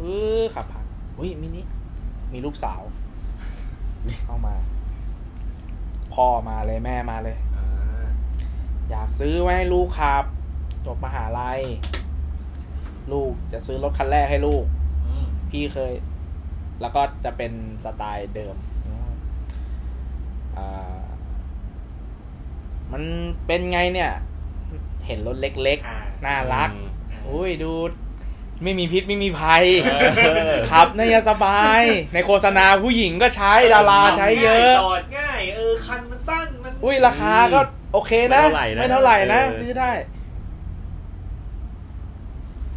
Speaker 3: อื้อขับผ่านอุ้ยมินิมีลูกสาว เข้ามา พ่อมาเลยแม่มาเลย
Speaker 1: ๆอ่า
Speaker 3: อยากซื้อไว้ให้ลูกครับจบมหาลัยลูกจะซื้อรถคันแรกให้ลูก
Speaker 1: อืม
Speaker 3: พี่เคย แล้วก็จะเป็นสไตล์เดิมอ่ามันเป็นไงเนี่ย เห็นรถเล็ก
Speaker 1: อ่า
Speaker 3: ๆ น่ารัก
Speaker 2: อืม
Speaker 3: อุ้ยดูไม่มีพิษไม่มีภัย
Speaker 2: อ
Speaker 3: ครับน่าจะสบาย ในโฆษณาผู้หญิงก็ใช้ดาราใช้เยอะ
Speaker 1: จอดง่ายเออคันมันสั้นมัน
Speaker 3: อุ้ยราคาก็โอเคนะ
Speaker 2: ไม่
Speaker 3: ไม่
Speaker 2: เท่า
Speaker 3: เท่า
Speaker 2: ไห
Speaker 3: ไห
Speaker 2: ร่
Speaker 3: ร่
Speaker 2: นะ
Speaker 3: นะ
Speaker 2: เออ
Speaker 3: ซื้อได้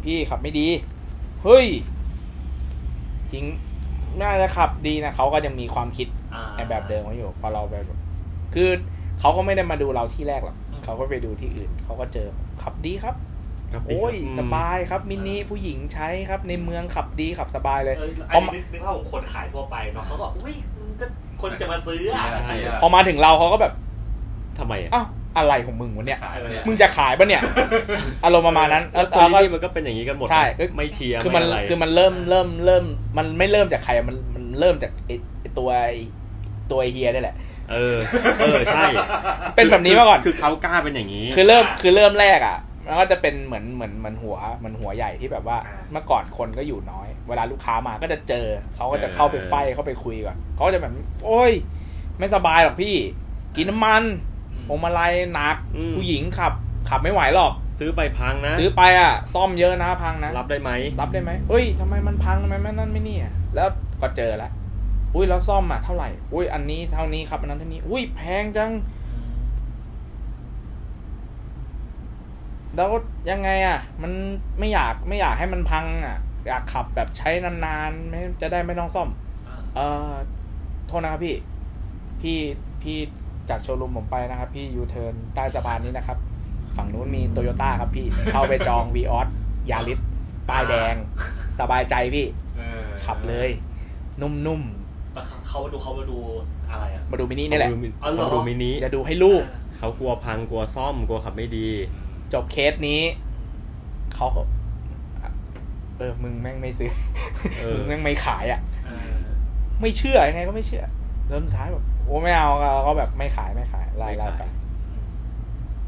Speaker 3: พี่ขับไม่ดี เฮ้ยจริงน่าจะขับดีนะเขาก็ยังมีความคิด
Speaker 1: อ่า
Speaker 3: ในแบบเดิมเขาอยู่พอเราไปแบบคือเขาก็ไม่ได้มาดูเราที่แรกหรอก
Speaker 1: อืม
Speaker 3: เขาก็ไปดูที่อื่นเขาก็เจอขับดีครับ
Speaker 2: ครับดี
Speaker 3: โอ้ย
Speaker 2: ครับ
Speaker 3: สบายครับมินิผู้หญิงใช้ครับ ในเมืองขับดีขับสบายเลย
Speaker 1: เอออันนี้นึกนึกว่าผมคนขายทั่วไปเนาะเขาบอกอุ้ยมึงก็คนจะมาซื้ออ่ะ
Speaker 4: ใช่
Speaker 3: พอมาถึงเราเขาก็แบบ
Speaker 2: ทำไมอ่ะ
Speaker 3: อ้าวอะไรของมึงวะเนี่ย
Speaker 4: ขายเนี่ย
Speaker 3: มึงจะขายปะ เนี่ย อารมณ์ประมาณนั้น
Speaker 2: แล้ว
Speaker 3: เอ
Speaker 2: คน
Speaker 3: อ
Speaker 2: ที่
Speaker 3: ก็
Speaker 2: นี่มันก็เป็นอย่างนี้กันหมดนะ
Speaker 3: ใช่เอ้ย
Speaker 2: ไม่เชียร์
Speaker 3: คือมัน
Speaker 2: ไะไร
Speaker 3: คือมันเริ่มเริ่มเริ่มมันไม่เริ่มจากใครอะมันมันเริ่มจากไอ้ไอ้ตัวไอ้ตัวไอ้เฮียนี่แหละ
Speaker 2: เออ เออใช่
Speaker 3: เป็นแบบนี้มาก่อน
Speaker 2: คือเขากล้าเป็นอย่างนี้
Speaker 3: คือเริ่ม
Speaker 1: อ่า
Speaker 3: คือเริ่มแรกอ่ะมันก็จะเป็นเหมือนเหมือนเหมือนหัวเหมันหัวใหญ่ที่แบบว่า
Speaker 1: อ่า
Speaker 3: เมื่อก่อนคนก็อยู่น้อย เวลาลูกค้ามาก็จะเจอเขาก็จะเข้าไปไฟเข้าไปคุยก่อนเขาก็จะแบบ โอ้ย ไม่สบายหรอกพี่ กินน้ำมันพวงมาลัยหนัก
Speaker 2: อืม
Speaker 3: ผู้หญิงขับ ขับไม่ไหวหรอก
Speaker 2: ซื้อไปพังนะ
Speaker 3: ซื้อไปอ่ะ ซ่อมเยอะนะพังนะ
Speaker 2: รับได้ไหม
Speaker 3: รับได้ไหมเอ้ยทำไมมันพังทำไมมันนั่นไม่เนี่ย แล้วก็เจอละ อุ้ยแล้วซ่อมอ่ะเท่าไหร่ อุ้ยอันนี้เท่านี้ครับอันนั้นเท่านี้ อุ้ยแพงจัง แล้วยังไงอ่ะ มันไม่อยากไม่อยากให้มันพังอ่ะ อยากขับแบบใช้นานๆไม่จะได้ไม่ต้องซ่อม เอ่อโทษนะครับพี่ พี่พี่จากโชว์รูมผมไปนะครับ พี่ยูเทิร์นใต้สะพานนี้นะครับ ฝั่งนู้นมีโตโยต้าครับพี่ เข้าไปจองวีออสยาริสป้ายแดง สบายใจพี่
Speaker 4: เออ
Speaker 3: ขับเลย นุ่ม
Speaker 1: แต่เขามาดูเขามาดูอะไรอ่ะ
Speaker 3: ๆ มาดูมินินี่แหละ
Speaker 1: อ๋อเหรอ
Speaker 2: เขาดูมินิ
Speaker 3: จะดูให้ลูก
Speaker 2: เขากลัวพังกลัวซ่อมกลัวขับไม่ดี
Speaker 4: อืม
Speaker 3: จบเคสนี้เขาก็เออ มึงแม่งไม่ซื้อ
Speaker 2: เออ
Speaker 3: มึงแม่งไม่ขายอ่ะ
Speaker 1: เออ
Speaker 3: ไม่เชื่อยังไงก็ไม่เชื่อแล้วสุดท้ายแบบโอ้ไม่เอาเราก็แบบไม่ขายไม่ขายไล่
Speaker 2: ไม่
Speaker 3: ไล่
Speaker 2: ขาย
Speaker 3: ไป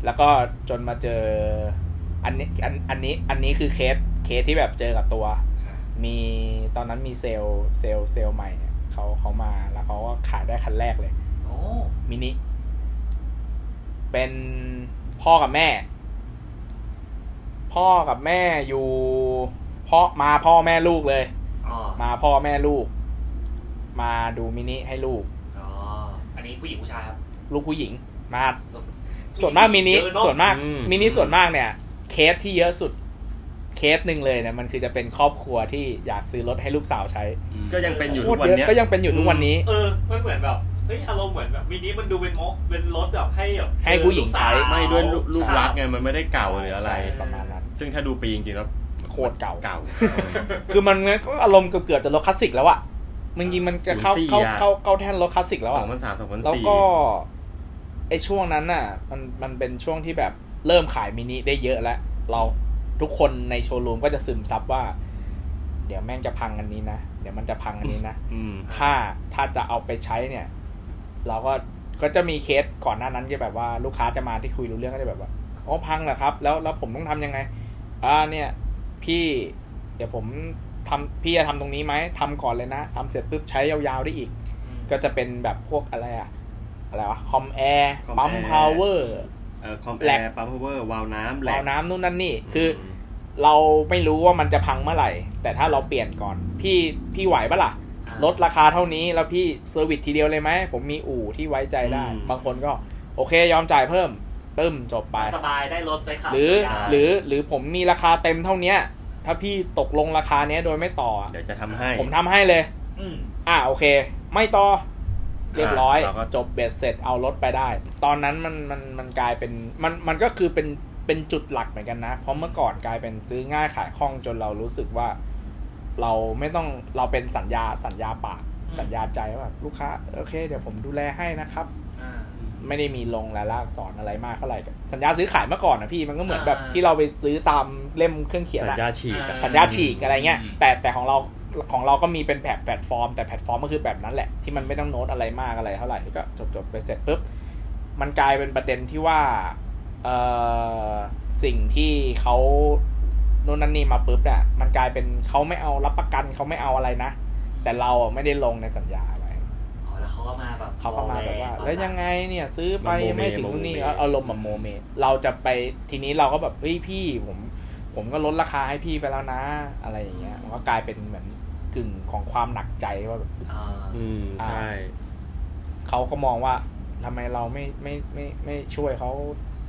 Speaker 3: แล้วก็จนมาเจอ อันนี้อันอันนี้อันนี้คือเคสเคสที่แบบเจอกับตัว มีตอนนั้นมีเซลล์เซลล์เซลล์ใหม่เนี่ยเขาเขามาแล้วเขาก็ขายได้คันแรกเลย
Speaker 1: โอ้
Speaker 3: มินิ เป็นพ่อกับแม่ พ่อกับแม่อยู่พ่อมาพ่อแม่ลูกเลย
Speaker 1: อ๋อ
Speaker 3: มาพ่อแม่ลูก มาดูมินิให้ลูก
Speaker 1: อ๋ออันนี้ผู้หญิงผู้ชายครับ
Speaker 3: ลูกผู้หญิงมา ส่วนมากมินิ
Speaker 1: เยอะเนอะ
Speaker 3: ส่วนมาก
Speaker 2: อืม
Speaker 3: มินิส่วนมากเนี่ย เคสที่เยอะสุด เคสหนึ่งเลยเนี่ยมันคือจะเป็นครอบครัวที่อยากซื้อรถให้ลูกสาวใช้
Speaker 4: อืม
Speaker 2: ก็ยังเป็นอยู่
Speaker 3: โค
Speaker 2: ทุ
Speaker 3: ต
Speaker 2: ก
Speaker 3: ร
Speaker 2: วัน
Speaker 3: เยอะ
Speaker 2: เนี้ย
Speaker 3: ก็ยังเป็นอยู่ทุกวันนี้
Speaker 1: เออ มันเหมือนแบบ เฮ้ย อารมณ์เหมือนแบบมินิมันดูเป็นโมะเป็นรถแบบให้แบบ
Speaker 3: ให้ผู้หญิงใช้
Speaker 1: เออลูกสา
Speaker 2: ไม่ด้วยรูปรูปลักษณ์
Speaker 1: ใช่
Speaker 2: ไงมันไม่ได้เก่าหรืออะไร
Speaker 3: ใช่ประมาณนั้น
Speaker 2: ซึ่งถ้าดูปีจริงๆแล้ว
Speaker 3: โคตรเก่า
Speaker 2: เก่า
Speaker 3: คือมันก็อารมณ์เกือบๆจะรถคลาสสิกแล้วอะมันยิงมันจะเข้า
Speaker 2: สี่
Speaker 3: เข้า
Speaker 2: อะ
Speaker 3: เข้าเข้าแท่นรถคลาสสิกแล้ว
Speaker 2: สอ
Speaker 3: อะ
Speaker 2: งพันสามสองพัน
Speaker 3: แล้ว
Speaker 2: สี่
Speaker 3: ก็ไอช่วงนั้นน่ะ มันมันเป็นช่วงที่แบบเริ่มขายมินิได้เยอะแล้วเราทุกคนในโชว์รูมก็จะซึมซับว่า เดี๋ยวแม่งจะพังอันนี้นะเดี๋ยวมันจะพังอันนี้นะ
Speaker 2: อืม
Speaker 3: ถ้าถ้าจะเอาไปใช้เนี่ย เราก็ก็จะมีเคสก่อนหน้านั้นที่แบบว่าลูกค้าจะมาที่คุยรู้เรื่องก็จะแบบว่าอ๋อพังเหรอครับ แล้วแล้วผมต้องทำยังไง อ่าเนี่ย พี่ เดี๋ยวผมทำพี่จะทำตรงนี้ไหมทำก่อนเลยนะทำเสร็จปุ๊บใช้ยาวๆได้อีก ก็จะเป็นแบบพวกอะไรอะอะไรวะคอมแอร์
Speaker 2: คอมแอร์
Speaker 3: ปั๊มพาวเวอร์
Speaker 2: เอ่อคอม
Speaker 3: แห
Speaker 2: แอ
Speaker 3: ลก
Speaker 2: ร์ปั๊มพาวเวอร์วาล์วน้ำแหล
Speaker 3: เรา
Speaker 2: ก
Speaker 3: น้ำนู่นนั่นนี่คือ เราไม่รู้ว่ามันจะพังเมื่อไหร่ แต่ถ้าเราเปลี่ยนก่อน พี่พี่ไหวปะล่ะ
Speaker 1: อ่า
Speaker 3: ลดราคาเท่านี้แล้วพี่เซอร์วิสทีเดียวเลยไหม ผมมีอู่ที่ไว้ใจได้ บางคนก็ โอเคยอมจ่ายเพิ่มตึ้มจบไป
Speaker 1: สบายได้รถไปขับ
Speaker 3: หรือ
Speaker 1: ได้
Speaker 3: หรือหรือผมมีราคาเต็มเท่าเนี้ย ถ้าพี่ตกลงราคาเนี้ยโดยไม่ต่ออะ
Speaker 2: เดี๋ยวจะทำให้
Speaker 3: ผมทำให้เลย
Speaker 1: อืม
Speaker 3: อ่ะโอเค ไม่ต่อ เรียบร้อย
Speaker 2: เราก็
Speaker 3: จบเบ็ดเสร็จเอารถไปได้ ตอนนั้นมันมันมันกลายเป็นมันมันก็คือเป็นเป็นจุดหลักเหมือนกันนะ เพราะเมื่อก่อนกลายเป็นซื้อง่ายขายคล่องจนเรารู้สึกว่า เราไม่ต้องเราเป็นสัญญาสัญญาปากสัญญาใจว่าลูกค้าโอเค เดี๋ยวผมดูแลให้นะครับ
Speaker 1: อ่า
Speaker 3: ไม่ได้มีลงรายละอักษรอะไรมากเท่าไหร่สัญญาซื้อขายเมื่อก่อนนะพี่มันก็เหมือนแบบ
Speaker 1: อ่า
Speaker 3: ที่เราไปซื้อตามเล่มเครื่องเขียน
Speaker 2: สัญ
Speaker 3: อะ
Speaker 2: ญาฉีกอะ
Speaker 3: สัญญาฉีกอะไรเงี้ยแต่แต่ของเราของเราก็มีเป็นแบบแพลตฟอร์ม แต่แพลตฟอร์มก็คือแบบนั้นแหละที่มันไม่ต้องโน้ตอะไรมากอะไรเท่าไหร่ก็จบจบไปเสร็จปุ๊บมันกลายเป็นประเด็นที่ว่าเออสิ่งที่เขาโน่นนั่นนี่มาปุ๊บเนี่ยมันกลายเป็นเขาไม่เอารับประกันเขาไม่เอาอะไรนะ แต่เราอ่ะไม่ได้ลงในสัญญาไว้
Speaker 1: อ๋อแล้วเขาก็มาแบบ
Speaker 3: เขาก็มาแบบว่า
Speaker 1: อ
Speaker 3: แล้วยังไงเนี่ยซื้อไป
Speaker 2: มันโมเม
Speaker 3: ไม่ถึงนู่นนี่
Speaker 2: โมเม
Speaker 3: เอาอารมณ์แบบโมเมเราจะไปทีนี้เราก็แบบเฮ้ยพี่ผม ผมก็ลดราคาให้พี่ไปแล้วนะ อะไรอย่างเงี้ยมันก็กลายเป็นเหมือนกึ่งของความหนักใจว่าแบบ
Speaker 1: อ่า
Speaker 2: อืมใช่
Speaker 3: เขาก็มองว่าทำไมเราไม่ไม่ไม่ไม่ไม่ช่วยเขา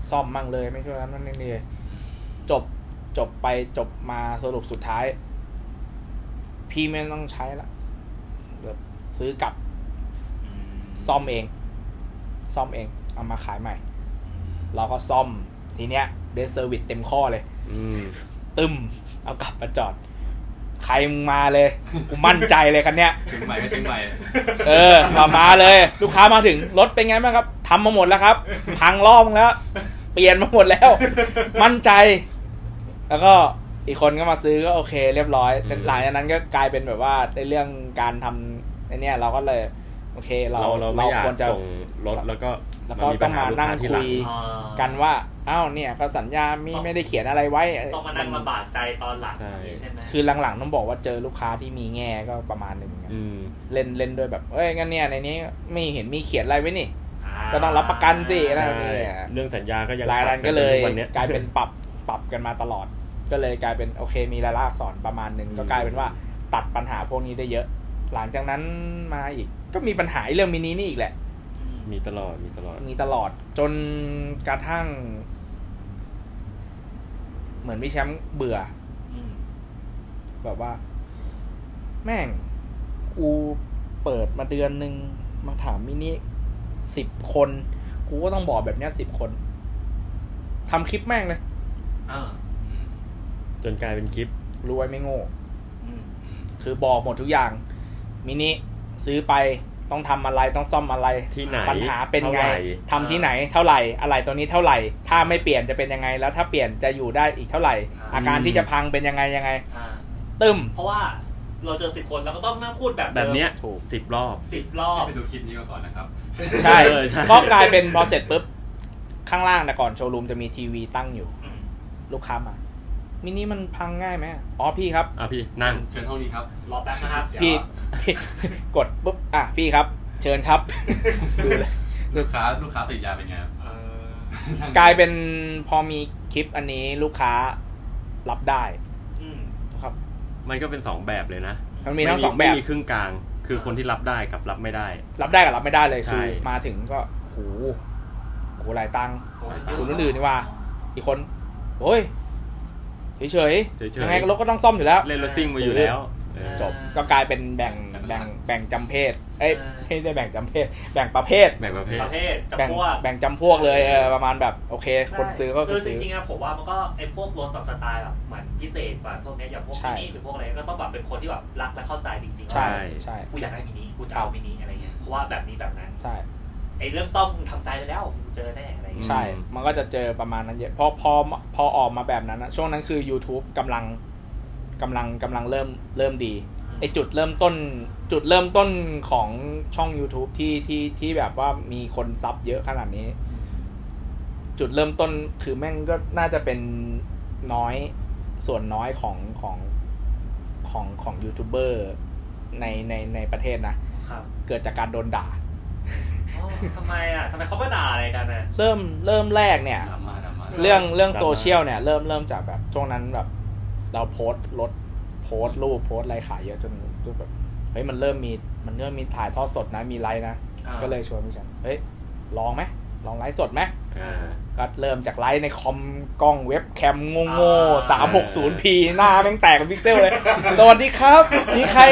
Speaker 3: ซ่อมมั่งเลยไม่ช่วยนั้นนั่นนี่เลยจบจบไปจบมาสรุปสุดท้าย พี่ไม่ต้องใช้ละแบบซื้อกลับซ่อมเอง ซ่อมเอง เอามาขายใหม่ เราก็ซ่อมทีเนี้ยเดสเซอร์วิสเต็มข้อเลย
Speaker 2: อืม
Speaker 3: ตึมเอากลับมาจอด ใครมึงมาเลยกูมั่นใจเลยคันเนี้ย
Speaker 4: เชียงใหม่ก็เชียงใหม่
Speaker 3: เออมามาเลย ลูกค้ามาถึงรถเป็นไงบ้างครับทำมาหมดแล้วครับ พังรอบแล้ว เปลี่ยนมาหมดแล้ว มั่นใจ แล้วก็อีกคนก็มาซื้อก็โอเค เรียบร้อยแต่
Speaker 2: อืม
Speaker 3: หลังจากนั้นก็กลายเป็นแบบว่าในเรื่องการทำไอเนี่ยเราก็เลย โอเคเรา
Speaker 2: เราเราไม่อยาก
Speaker 3: ควรจะ
Speaker 2: ส่งรถแล้วก็
Speaker 3: แล้วก็
Speaker 2: นปัญห
Speaker 3: ต้องมานั่ง
Speaker 2: ลูกที่หลั
Speaker 3: คุย
Speaker 1: อ่า
Speaker 3: กันว่าอ้าวเนี่ยก็สัญญามีไม่ได้เขียนอะไรไว้
Speaker 1: ต้องมานั่งลำบากใจตอนหลัง
Speaker 2: ใช่
Speaker 1: นี่ใช่ไหม
Speaker 3: คือหลังๆต้องบอกว่าเจอลูกค้าที่มีแง่ก็ประมาณหนึ่งเหมือนกัน
Speaker 2: อืม
Speaker 3: เล่นเล่นด้วยแบบเอ้ยงั้นเนี่ยในนี้ไม่เห็นมีเขียนอะไรไว้นี่
Speaker 1: า
Speaker 3: ก็ต้องรับประกันสิ
Speaker 2: ใช่
Speaker 3: เรื่องนี้อะ
Speaker 2: เรื่องสัญญาก็ยัง
Speaker 3: รายรันก็เลย
Speaker 2: วันนี้
Speaker 3: กลายเป็นปรับปรับกันมาตลอด ก็เลยกลายเป็นโอเคมีรายละอักษรประมาณหนึ่ง
Speaker 2: อืม
Speaker 3: ก็กลายเป็นว่าตัดปัญหาพวกนี้ได้เยอะ หลังจากนั้นมาอีก ก็มีปัญหาเรื่องมินินี่อีกแหละ
Speaker 1: อืม
Speaker 2: มีตลอดมีตลอด
Speaker 3: มีตลอดจนกระทั่ง เหมือนพี่แชมป์เบื่อ
Speaker 1: อืม
Speaker 3: แบบว่า แม่งกูเปิดมาเดือนหนึ่งมาถามมินิสิบคน กูก็ต้องบอกแบบเนี้ยสิบคนทำคลิปแม่งเลย
Speaker 1: เออ
Speaker 2: จนกลายเป็นคลิป
Speaker 3: รวยไม่โง่
Speaker 1: อืม
Speaker 3: คือบอกหมดทุกอย่าง มินิซื้อไปต้องทำอะไรต้องซ่อมอะไร
Speaker 2: ที่ไหน
Speaker 3: ปัญหาเป็นไง
Speaker 2: ท่หร่
Speaker 3: ทำที่ไหนเท่าไหร่ อะไรตัวนี้เท่าไหร่ ถ้าไม่เปลี่ยนจะเป็นยังไง แล้วถ้าเปลี่ยนจะอยู่ได้อีกเท่าไหร่ อาการที่จะพังเป็นยังไงยังไง
Speaker 1: อ่า
Speaker 3: ตึม
Speaker 1: เพราะว่าเราเจอสิบคนเราก็ต้องนั่งพูดแบบ
Speaker 2: แบบเนี้ย
Speaker 3: ถูก
Speaker 2: สิบรอบ
Speaker 1: สิบรอบ
Speaker 4: ไปดูคลิปนี้มาก่อนนะครับ
Speaker 3: ใช่
Speaker 2: เออใช่
Speaker 3: ก็กลายเป็นพอเสร็จปุ๊บ ข้างล่างแต่ก่อนโชว์รูมจะมีทีวีตั้งอยู่
Speaker 1: อืม
Speaker 3: ลูกค้ามา มินิมันพังง่ายไหมอ๋อพี่ครับ
Speaker 2: อ่ะพี่นั่ง
Speaker 4: เชิญเท่านี้ครับ
Speaker 1: รอแป๊บนะครับเดี๋ยว
Speaker 3: พี่ พี่ กดปุ๊บอ่ะพี่ครับ เชิญครับ ดูเลย
Speaker 4: ลูกค้าลูกค้าติดยาเป็นไงครับ
Speaker 1: เออก
Speaker 3: ลายเป็นพอมีคลิปอันนี้ลูกค้ารับได้
Speaker 1: อืม
Speaker 3: นะครับ
Speaker 2: มันก็เป็นสองแบบเลยนะ
Speaker 3: มันมีทั้งสองแบ
Speaker 2: ไม่
Speaker 3: บ
Speaker 2: มีครึ่งกลาง คือคนที่รับได้กับรับไม่ได้
Speaker 3: รับได้กับรับไม่ได้เลยคือ
Speaker 2: ใช่
Speaker 3: มาถึงก็โหโหหลายตังค์
Speaker 1: โอ้ย
Speaker 3: ศูนย์อื่นๆนี่ว่า อีกคนโอ้ยเฉย
Speaker 2: เฉย
Speaker 3: ๆ
Speaker 2: ๆ
Speaker 3: ยังไงรถก็ต้องซ่อมอยู่แล้ว
Speaker 2: เล่นรถซิ่งมาอยู่แล้วเออ
Speaker 3: จบก็กลายเป็นแบ่งแบ่งแบ่งจำเพศ เอ้ยไม่ได้แบ่งจำเพศ แบ่งประเภท
Speaker 2: แบ่งประเภท
Speaker 1: ประเภท
Speaker 3: แบ่ง
Speaker 1: จำพวก
Speaker 3: แบ่งจำพวกเลยเออประมาณแบบโอเค คนซื้อก็
Speaker 1: คื
Speaker 3: คือ
Speaker 1: จ
Speaker 3: อซื้อ
Speaker 1: ริงๆอะผมว่ามันก็ไอ้พวกรถแบบสไตล์แบบเหมือนพิเศษกว่าพวกเนี้ยอย่างพวก
Speaker 3: ใช่
Speaker 1: มินิหรือพวกอะไรก็ต้องแบบเป็นคนที่แบบรักและเข้าใจจริงๆ
Speaker 3: ใช่
Speaker 1: ว่า
Speaker 3: ใช่
Speaker 1: กูอยากได้มินิกูจะเอามินิอะไรเงี้ยเพราะว่าแบบนี้แบบนั้น
Speaker 3: ใช่
Speaker 1: ไอ้เรื่องซ่อมมึงทำใจไปแล้วกูเจอแน่อะไรเงี้ย
Speaker 3: ใช่
Speaker 2: อืม
Speaker 3: มันก็จะเจอประมาณนั้นเยอะ พอพอพอออกมาแบบนั้นนะช่วงนั้นคือ YouTube กำลังกำลังกำลังเริ่มเริ่มดี ไอจุดเริ่มต้น จุดเริ่มต้นของช่อง YouTube ที่ที่ที่แบบว่ามีคนซับเยอะขนาดนี้ จุดเริ่มต้นคือแม่งก็น่าจะเป็นน้อยส่วนน้อยของของของของยูทูบเบอร์ในในในประเทศนะ
Speaker 1: ครับ
Speaker 3: เกิดจากการโดนด่า
Speaker 1: อ๋อทำไมอะทำไมเขาไม่ด่าอะไรกันอะ
Speaker 3: เริ่มเริ่มแรกเนี่ย
Speaker 4: ทำมาทำมา
Speaker 3: เรื่องเรื่อง
Speaker 2: ดราม่า
Speaker 3: โซเชียลเนี่ย เริ่มเริ่มจากแบบช่วงนั้นแบบ เราโพสต์รถโพสต์รูปโพสต์อะไรขายเยอะจนแบบเฮ้ยมันเริ่มมีมันเริ่มมีถ่ายทอดสดนะมีไลฟ์นะ
Speaker 1: อ่า
Speaker 3: ก็เลยชวนพี่แชมป์เฮ้ยลองไหมลองไลฟ์สดไหม
Speaker 2: อ่า
Speaker 3: ก็เริ่มจากไลฟ์ในคอมกล้องเว็บแคมโง่ๆสามหกศูนย์พีหน้าแม่งแตกเป็นพิกเซลเลย สวัสดีครับ มีใคร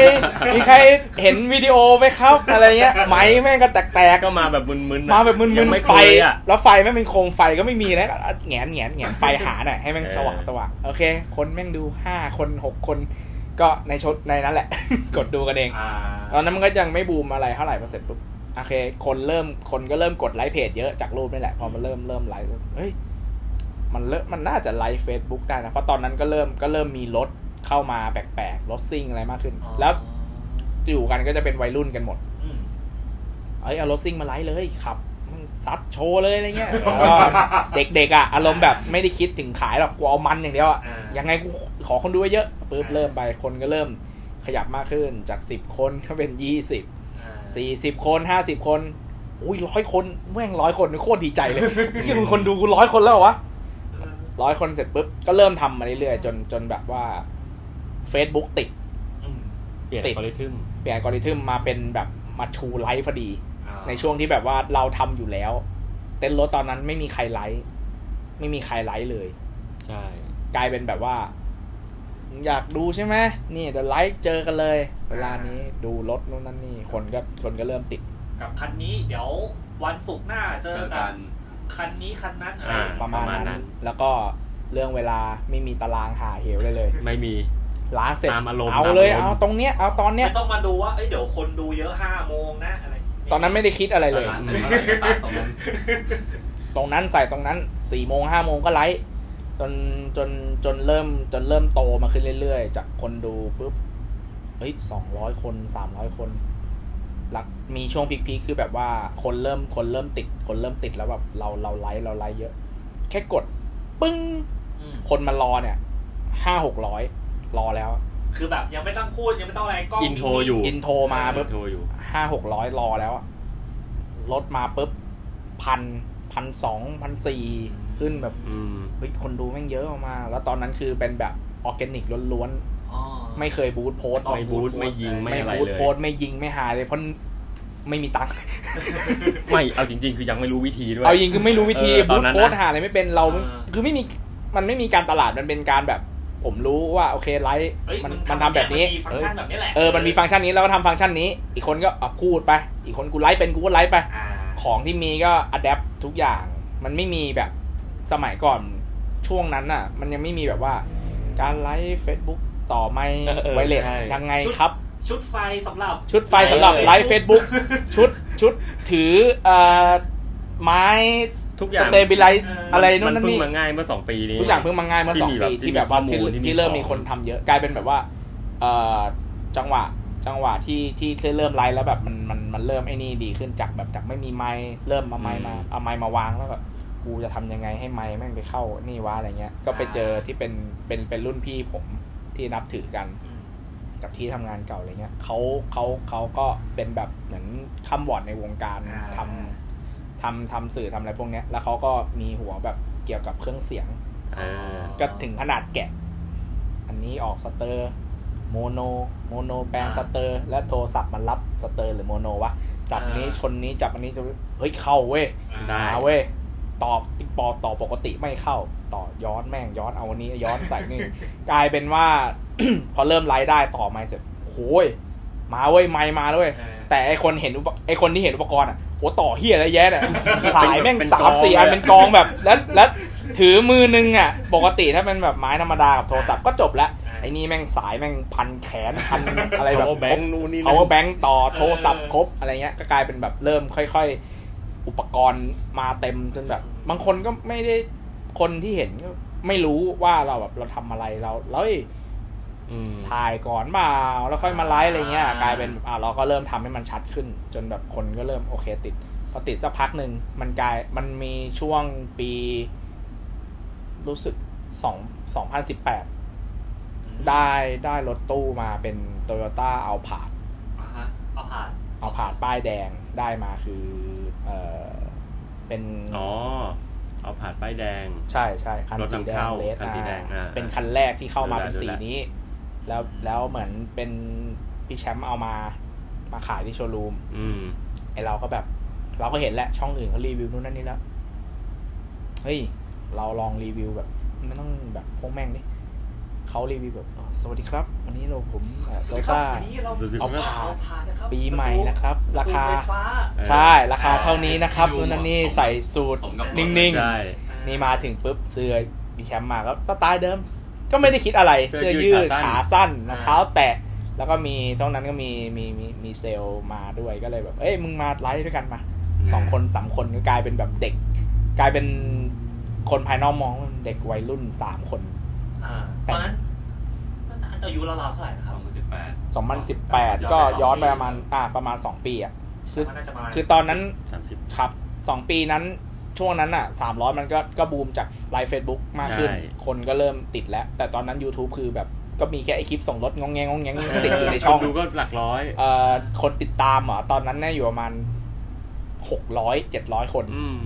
Speaker 3: มีใครเห็นวิดีโอไหมครับ อะไรเงี้ยไหมค์แม่งก็แตกๆ
Speaker 2: ก็มาแบบมึนๆะ
Speaker 3: มาแบบมึ
Speaker 2: ยัง
Speaker 3: น
Speaker 2: ไม่
Speaker 3: ๆ
Speaker 2: เค
Speaker 3: ไฟ
Speaker 2: ยอ่ะ
Speaker 3: แล้วไฟแม่งเป็นโคมไฟก็ไม่มีนะก็แหงนแหงนแหงนไฟ หาหน่อยให้แม่ง
Speaker 2: เออ
Speaker 3: สว่างสว่างโอเค คนแม่งดูห้าคนหกคน ก็ในชดในนั้นแหละ กดดูกันเอง
Speaker 1: อ่า
Speaker 3: ตอนนั้นมันก็ยังไม่บูมอะไรเท่าไหร่พอเสร็จปุ๊บโอเค คนเริ่มคนก็เริ่มกดไลค์เพจเยอะจากรูปนี่แหละพอมันเริ่มเริ่มไลค์ปุ๊บเฮ้ยมันเริ่มมันน่าจะไลค์เฟซบุ๊กได้นะเพราะตอนนั้นก็เริ่มก็เริ่มมีรถเข้ามาแปลกๆรถซิ่งอะไรมากขึ้น
Speaker 1: อ๋อ
Speaker 3: แล้วอยู่กันก็จะเป็นวัยรุ่นกันหมด
Speaker 1: อืม
Speaker 3: เอ้ยเอารถซิ่งมาไลฟ์เลยขับมึงซัดโชว์เลยอะไรเงี้ยเออเด็กๆอ่ะอารมณ์แบบไม่ได้คิดถึงขายหรอกกูเอามันอย่างเดียวอ่ะ
Speaker 1: อ่า
Speaker 3: ยังไงกูขอคนดูไว้เยอะปุ๊บเริ่มไปคนก็เริ่มขยับมากขึ้นจาก 10 คนก็เป็น 20
Speaker 1: อ่า
Speaker 3: 40 คน 50 คนอุ้ยร้อยคนแม่งร้อยคนโคตรดีใจเลยที่มึงคนดูกูร้อยคนแล้วเหรอวะ
Speaker 1: เออ
Speaker 3: ร้อยคนเสร็จปุ๊บก็เริ่มทำมาเรื่อยๆจนจนแบบว่า Facebook ติด
Speaker 1: อืม
Speaker 2: เปลี่ยน
Speaker 3: ติด
Speaker 2: คอริทึม
Speaker 3: เปลี่ยนอัลกอริทึมมาเป็นแบบมาชูไลฟ์พอดี
Speaker 1: อ่า
Speaker 3: ในช่วงที่แบบว่าเราทำอยู่แล้ว เต้นรถตอนนั้นไม่มีใครไลฟ์ไม่มีใครไลฟ์เลย
Speaker 2: ใช่
Speaker 3: กลายเป็นแบบว่า อยากดูใช่ไหมนี่เดี๋ยวไลฟ์เจอกันเลยเวลานี้ดูรถนู่นนั่นนี่ คนก็คนก็เริ่มติด
Speaker 1: กับคันนี้เดี๋ยววันศุกร์หน้าเจ
Speaker 4: เจ
Speaker 1: อ
Speaker 4: อ
Speaker 1: กั
Speaker 4: กัน น
Speaker 1: คันนี้คันนั้นอะไร
Speaker 2: อ่า
Speaker 1: อย่างเงี้ย
Speaker 3: ประมาณนั้น แล้วก็ เรื่องเวลาไม่มีตารางหาเหวเลยเลย
Speaker 2: ไม่มี
Speaker 3: ล้างเสร็จ
Speaker 2: ตามอารมณ์
Speaker 3: เอาเลย
Speaker 2: ตามอารมณ์
Speaker 3: เอาตรงเนี้ยเอาตอนเนี้ย
Speaker 1: ไม่ต้องมาดูว่าเอ้ยเดี๋ยวคนดูเยอะห้าโมงนะอะไร
Speaker 3: ตอนนั้นไม่ได้คิดอะไรเลย
Speaker 4: ร้านเสร็จเมื่อไหร่ก็ตัดตรงนั้น
Speaker 3: ตรงนั้นใส่ตรงนั้นสี่โมงห้าโมงก็ไลฟ์จนจนจนเริ่มจนเริ่มโตมาขึ้นเรื่อยๆ จากคนดูปุ๊บเฮ้ยสองร้อยคนสามร้อยคนหลักมีช่วงพีคๆคือแบบว่าคนเริ่มคนเริ่มติด คนเริ่มติดแล้วแบบเราเราไลฟ์เราไลฟ์เยอะ แค่กด ปึ้ง
Speaker 1: อืม
Speaker 3: คนมารอเนี่ยห้าหกร้อยรอแล้ว
Speaker 1: คือแบบยังไม่ต้องพูดยังไม่ต้องอะไรกล้อง
Speaker 2: อินโทรอยู่
Speaker 3: อินโทรมาปุ๊บ
Speaker 2: อินโทรอยู่
Speaker 3: ห้าหกร้อยรอแล้วอะรถมาปุ๊บพันพันสองพันสี่ขึ้นแบบ
Speaker 2: อืม
Speaker 3: เฮ้ยคนดูแม่งเยอะออกมา แล้วตอนนั้นคือเป็นแบบออร์แกนิกล้วน
Speaker 1: อ๋อ
Speaker 3: ๆ ไม่เคยบูทโพสต์
Speaker 1: ไม่
Speaker 2: ไม่บูทไม่ยิงไม่อะไร
Speaker 3: บูท
Speaker 2: เลย
Speaker 3: โพสต์ไม่ยิงไม่หายเลยเพราะไม่มีตังค์
Speaker 2: ไม่เอาจริง ๆ คือยังไม่รู้วิธีด้วย
Speaker 3: เอายิงคือไม่รู้วิธี
Speaker 2: เออต
Speaker 3: บู
Speaker 2: อน
Speaker 3: ท
Speaker 2: นั้นนะ
Speaker 3: โพสต์หาอะไรไม่เป็นเรา
Speaker 1: เออ
Speaker 3: คือไม่มีมันไม่มีการตลาดมันเป็นการแบบ ผมรู้ว่าโอเคไลฟ์
Speaker 1: เอ้ย
Speaker 3: มัน
Speaker 1: มั
Speaker 3: มันทำแบบนี้
Speaker 1: มัมีฟัง
Speaker 3: เอ
Speaker 1: ก์
Speaker 3: อ
Speaker 1: ชันแบบนี้แหละ
Speaker 3: เออมันมีฟังก์ชันนี้แล้วก็ทำฟังก์ชันนี้ อีกคนก็อ่ะพูดไป อีกคนกูไลฟ์เป็นกูก็ไลฟ์ไป
Speaker 1: อ่า
Speaker 3: ของที่มีก็อัดแอปทุกอย่าง มันไม่มีแบบสมัยก่อนช่วงนั้นน่ะ มันยังไม่มีแบบว่า การไลฟ์ Facebook ต่อไม่
Speaker 2: เออเออ
Speaker 3: ไวเลส
Speaker 2: ใช่
Speaker 3: ยังไงครับ
Speaker 1: ชุดไฟสำหรับ
Speaker 3: ชุดไฟสำหรับไลฟ์ Facebook ชุดชุดถือเอ่อไม้
Speaker 2: ทุกอ
Speaker 3: ส
Speaker 2: ย่าง
Speaker 3: เตเบลไลซ์อะไรนู่น
Speaker 2: มั
Speaker 3: นั่น
Speaker 2: เพิ่ง
Speaker 3: นี่
Speaker 2: มาง่ายเมื่อสองปีนี้
Speaker 3: ทุกอย่างเพิ่งมาง่ายเมื่อ
Speaker 2: ที่
Speaker 3: สอง
Speaker 2: มี
Speaker 3: ปี
Speaker 2: แบบที่
Speaker 3: ที่แบบว่า
Speaker 2: มีข้
Speaker 3: ที่
Speaker 2: อมูลที่มี
Speaker 3: ที่เริ่ม
Speaker 2: ของ
Speaker 3: มีคนทำเยอะกลายเป็นแบบว่าเอ่อจังหวะจังหวะที่ที่เริ่มไลฟ์แล้วแบบมันมันมันเริ่มไอ้นี่ดีขึ้นจากแบบจากไม่มีไม้เริ่มมาไม้มาเอาไม้มาวางแล้วแบบกูจะทำยังไงให้ไม้แม่งไปเข้านี่วะอะไรเงี้ย ก็ไปเจอที่เป็นเป็นเป็นรุ่นพี่ผมที่นับถือกัน
Speaker 1: อืม
Speaker 3: กับที่ทำงานเก่าอะไรเงี้ยเขาเขาเขาก็เป็นแบบเหมือนคำวอร์ดในวงการ
Speaker 1: อ่า
Speaker 3: ทำทำทำสื่อทำอะไรพวกเนี้ย แล้วเขาก็มีหัวแบบเกี่ยวกับเครื่องเสียง
Speaker 2: อ่า
Speaker 3: ก็ถึงขนาดแกะ อันนี้ออกสเตอร์ โมโน โมโนแปลงสเตอร์ และโทรศัพท์มันรับสเตอร์หรือโมโนวะ จับอันนี้ชนนี้จับอันนี้จะเฮ้ยเข้าเว้ย
Speaker 2: ได้
Speaker 3: มาเว้ย ตอบติปอต่อปกติไม่เข้า ต่อย้อนแม่งย้อนเอาวันนี้ย้อนใส่นี่ กลายเป็นว่า พอเริ่มไลฟ์ได้ต่อไม่เสร็จโอ้ยมาเว้ยไม่มาแล้วเว้ย
Speaker 1: เออ
Speaker 3: แต่ไอคนเห็นอุปไอคนที่เห็นอุปกรณ์อ่ะโหต่อเฮียอะไรแย่เนี่ย สายแม่ง
Speaker 2: เป็น
Speaker 3: สาก
Speaker 2: อ
Speaker 3: ม
Speaker 2: ง
Speaker 3: สี่อัน
Speaker 2: เลย
Speaker 3: เป็นกองแบบแล้วแล้วถือมือนึงอ่ะ ปกติถ้าเป็นแบบไม้ธรรมดากับโทรศัพท์ก็จบละไอนี่แม่งสายแม่งพันแขนพันอะไรแบบ
Speaker 2: Power bank นู่นนี่นั่น
Speaker 3: power bank ต่อโทรศัพท์ครบอะไรเงี้ยก็กลายเป็นแบบเริ่มค่อย ๆ อุปกรณ์มาเต็มจนแบบ บางคนก็ไม่ได้คนที่เห็นก็ไม่รู้ว่าเราแบบเราทำอะไรเราเฮ้ย
Speaker 2: อืม
Speaker 3: ถ่ายก่อนเปล่าแล้วค่อยมาไลฟ์อะไรเงี้ยกลายเป็นอ่าเราก็เริ่มทำให้มันชัดขึ้น จนแบบคนก็เริ่มโอเคติด พอติดสักพักหนึ่งมันกลายมันมีช่วงปี รู้สึกสองสองพันสิบแปดได้ได้รถตู้มาเป็นโตโยต้าเอาผาด
Speaker 1: อ่าฮะเอาผ่าน
Speaker 3: เอาผาดป้ายแดงได้มาคือเออเป็น
Speaker 2: อ๋อ เอาผ่านป้ายแดง
Speaker 3: ใช่ใช่คัน
Speaker 2: รถ
Speaker 3: สีแด
Speaker 2: นำ
Speaker 3: ง
Speaker 2: เข้า
Speaker 3: เลส
Speaker 2: คันสีแดงอ่า
Speaker 3: เป็นคันแรกที่เข้ามาเป็น
Speaker 2: ดูแล
Speaker 3: สีนี้ แล้วแล้วเหมือนเป็นพี่แชมป์เอามามาขายที่โชว์รูม
Speaker 2: ืม
Speaker 3: ไอเราก็แบบ เราก็เห็นแหละช่องอื่นเขารีวิวนู่นนั่นนี่แล้วเฮ้ย เราลองรีวิวแบบไม่ต้องแบบพวกแม่งดิเขารีวิวแบบอ๋อสวัสดีครับ วันนี้เราผมโซ
Speaker 1: สุดครับ
Speaker 3: ต้า
Speaker 1: วันนี้เรา
Speaker 2: สุดๆ
Speaker 1: เอาผ่าน
Speaker 3: ครับ
Speaker 1: เอาผ่านนะครับ
Speaker 3: ปีใหม่นะครับ ราคา
Speaker 1: ไฟฟ้า
Speaker 3: ใช่ราคาเท่านี้นะครับนู่นนั่นนี่ใส่สูตร
Speaker 4: สมกับ
Speaker 3: นิ่ง
Speaker 2: ใช่
Speaker 3: ๆ นี่มาถึงปุ๊บเสื้อดีแชมป์มาก็สไตล์เดิม ก็ไม่ได้คิดอะไร
Speaker 2: เสื้
Speaker 3: เสื้
Speaker 2: อ
Speaker 3: อ
Speaker 2: ยื
Speaker 3: ยื
Speaker 2: ด
Speaker 3: ด
Speaker 2: ขา
Speaker 3: ขา
Speaker 2: สั้
Speaker 3: สั้
Speaker 2: น
Speaker 3: น
Speaker 1: อ่าร
Speaker 3: องเท้าแตะแล้วก็มีช่วงนั้นก็มีมีมีมีเซลล์มาด้วยก็เลยแบบ เอ้ยมึงมาไลฟ์ด้วยกันมา
Speaker 2: อืม
Speaker 3: สองคนสามคนก็กลายเป็นแบบเด็ก กลายเป็นคนภายนอกมองว่าเด็กวัยรุ่นสามคน
Speaker 1: าตอนนั้นตอนนั้นอายุราวๆเท่าไหร่นะค
Speaker 4: ส
Speaker 1: รั
Speaker 4: อบ งพันสิบแปด
Speaker 3: สองพันสิบแปดก็ย้อนไปประมาณอ่าประมาณสองปีอ่ะ คือ
Speaker 1: น่าจะประมาณ
Speaker 3: คือตอนนั้น
Speaker 2: สามสิบ
Speaker 3: ครับสองปีนั้นช่วงนั้นอ่ะสามร้อยมันก็ก็บูมจากไลฟ์เฟซบุ๊กมากขึ้น
Speaker 2: ใช่
Speaker 3: คนก็เริ่มติดแล้ว แต่ตอนนั้น YouTube คือแบบก็มีแค่ไอคลิปส่งรถงองแงงงองแงงติดอยู่ในช่อง
Speaker 2: คนดูก็หลักร้อย
Speaker 3: เอ่อคนติดตามเหรอตอนนั้นเนี่ยอยู่ประมาณหกร้อยเจ็ดร้อยคน
Speaker 2: อืม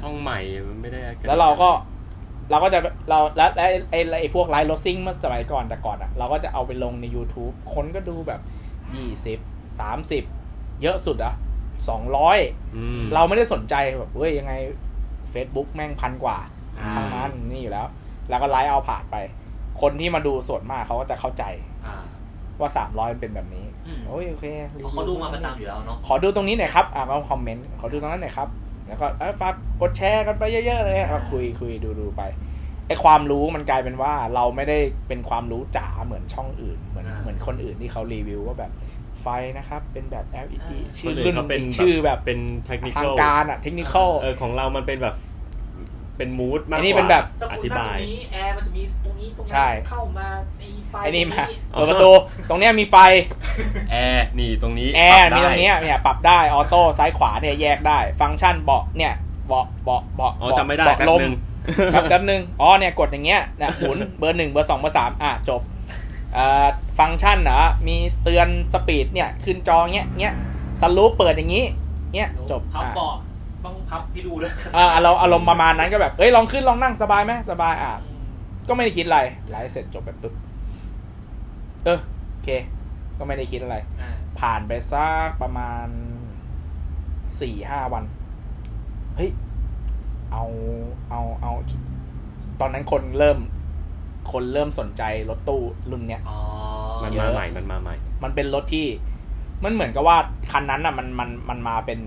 Speaker 2: ช่องใหม่มันไม่ได้ะ
Speaker 3: แล้วเราก็เราก็จะเราและและไอไอพวกไลฟ์รถซิ่งเมื่อสมัยก่อนแต่ก่อนอ่ะ เราก็จะเอาไปลงใน YouTube คนก็ดูแบบยี่สิบสามสิบเยอะสุดอ่ะสองร้อย
Speaker 2: อืม
Speaker 3: เราไม่ได้สนใจแบบเว้ยยังไง Facebook แม่งพันกว่า
Speaker 2: อ่า
Speaker 3: ช่างมันนี่อยู่แล้ว แล้วก็ไลฟ์เอาผ่านไป คนที่มาดูส่วนมากเขาก็จะเข้าใจ
Speaker 1: อ่า
Speaker 3: ว่า 300มันเป็นแบบนี้
Speaker 1: อืม
Speaker 3: โอ้ยโอเครีวิว
Speaker 1: เขาดูมาประจำอยู่แล้วเนาะ
Speaker 3: ขอดูตรงนี้หน่อยครับอ่าก็คอมเมนต์ขอดูตรงนั้นหน่อยครับ แล้วก็เอ้ยฝากกดแชร์กันไปเยอะๆเลยอ่ะก็คุยคุยดูดูไป ไอความรู้มันกลายเป็นว่าเราไม่ได้เป็นความรู้จ๋าเหมือนช่องอื่นเหมือน
Speaker 1: อ่า
Speaker 3: เหมือนคนอื่นที่เขารีวิวว่าแบบไฟนะครับ เป็นแบบ LED ชื่
Speaker 2: ค
Speaker 3: อน
Speaker 2: อื่
Speaker 3: รุ่
Speaker 2: น
Speaker 3: น
Speaker 2: เขาเป็น
Speaker 3: ชื่อแบบ
Speaker 2: เป็นเทคนิค
Speaker 3: ทางการอะเทคนิคอล
Speaker 2: เออของเรามันเป็นแบบเป็นมูดมากก
Speaker 3: อั
Speaker 2: ว่าน
Speaker 3: นี้เป็นแบบ
Speaker 1: ถ้า
Speaker 2: อ
Speaker 1: คุณ
Speaker 2: ธิ
Speaker 1: นั่ง
Speaker 2: บา
Speaker 1: ต
Speaker 2: ย
Speaker 1: รงนี้แอร์มันจะมีตรงนี้ตรง
Speaker 3: ใช่
Speaker 1: นั้นเข้ามาไอ้ไฟ
Speaker 3: ไอ้นี่มา
Speaker 2: เอา
Speaker 3: เปิดประตู ตรงเนี้ยมีไฟ
Speaker 2: แอร์นี่ตรงนี้
Speaker 3: แอ
Speaker 2: ป
Speaker 3: ร์
Speaker 2: บ
Speaker 3: มี
Speaker 2: ได้
Speaker 3: ตรงเนี้ยเนี่ยปรับได้ออโต้ซ้ายขวาเนี่ยแยกได้ ฟังก์ชันเบาะเนี่ยเบาะเบาะเบาะ
Speaker 2: อ๋อ
Speaker 3: เบาะ
Speaker 2: จำไม่ได้
Speaker 3: เบาะ
Speaker 2: แป๊บ
Speaker 3: ลม
Speaker 2: นึง
Speaker 3: ครับแป๊บนึง อ๋อ เนี่ย กดอย่างเงี้ยเนี่ยหมุ น เบอร์หนึ่งเบอร์สองเบอร์สามอ่ะ จบเอ่อฟังก์ชันเหรอมีเตือนสปีด เนี่ย ขึ้นจอเงี้ย เงี้ยสลูปเปิดอย่างงี้ เงี้ย จบ
Speaker 1: พับ
Speaker 3: อ่ะ
Speaker 1: เบาะต้องพับพี่ดูด้วย
Speaker 3: เออเราอารมณ์ประมาณนั้นก็แบบ เอ้ย ลองขึ้น ลองนั่ง สบายไหมสบาย อ่ะ ก็ไม่ได้คิดอะไร ไลฟ์เสร็จจบแบบปึ๊บ เออ โอเค ก็ไม่ได้คิดอะไร
Speaker 1: อ่า
Speaker 3: ผ่านไปสักประมาณสี่ห้าวัน เฮ้ย เอา เอา เอา ตอนนั้นคนเริ่ม คนเริ่มสนใจรถตู้รุ่นเนี้ย
Speaker 1: อ๋อ
Speaker 2: มัน
Speaker 3: เย
Speaker 2: มา
Speaker 3: อะ
Speaker 2: ใหม่ มันมาใหม่
Speaker 3: มันเป็นรถที่ มันเหมือนกับว่าคันนั้นอ่ะ มัน มัน มันมาเป็น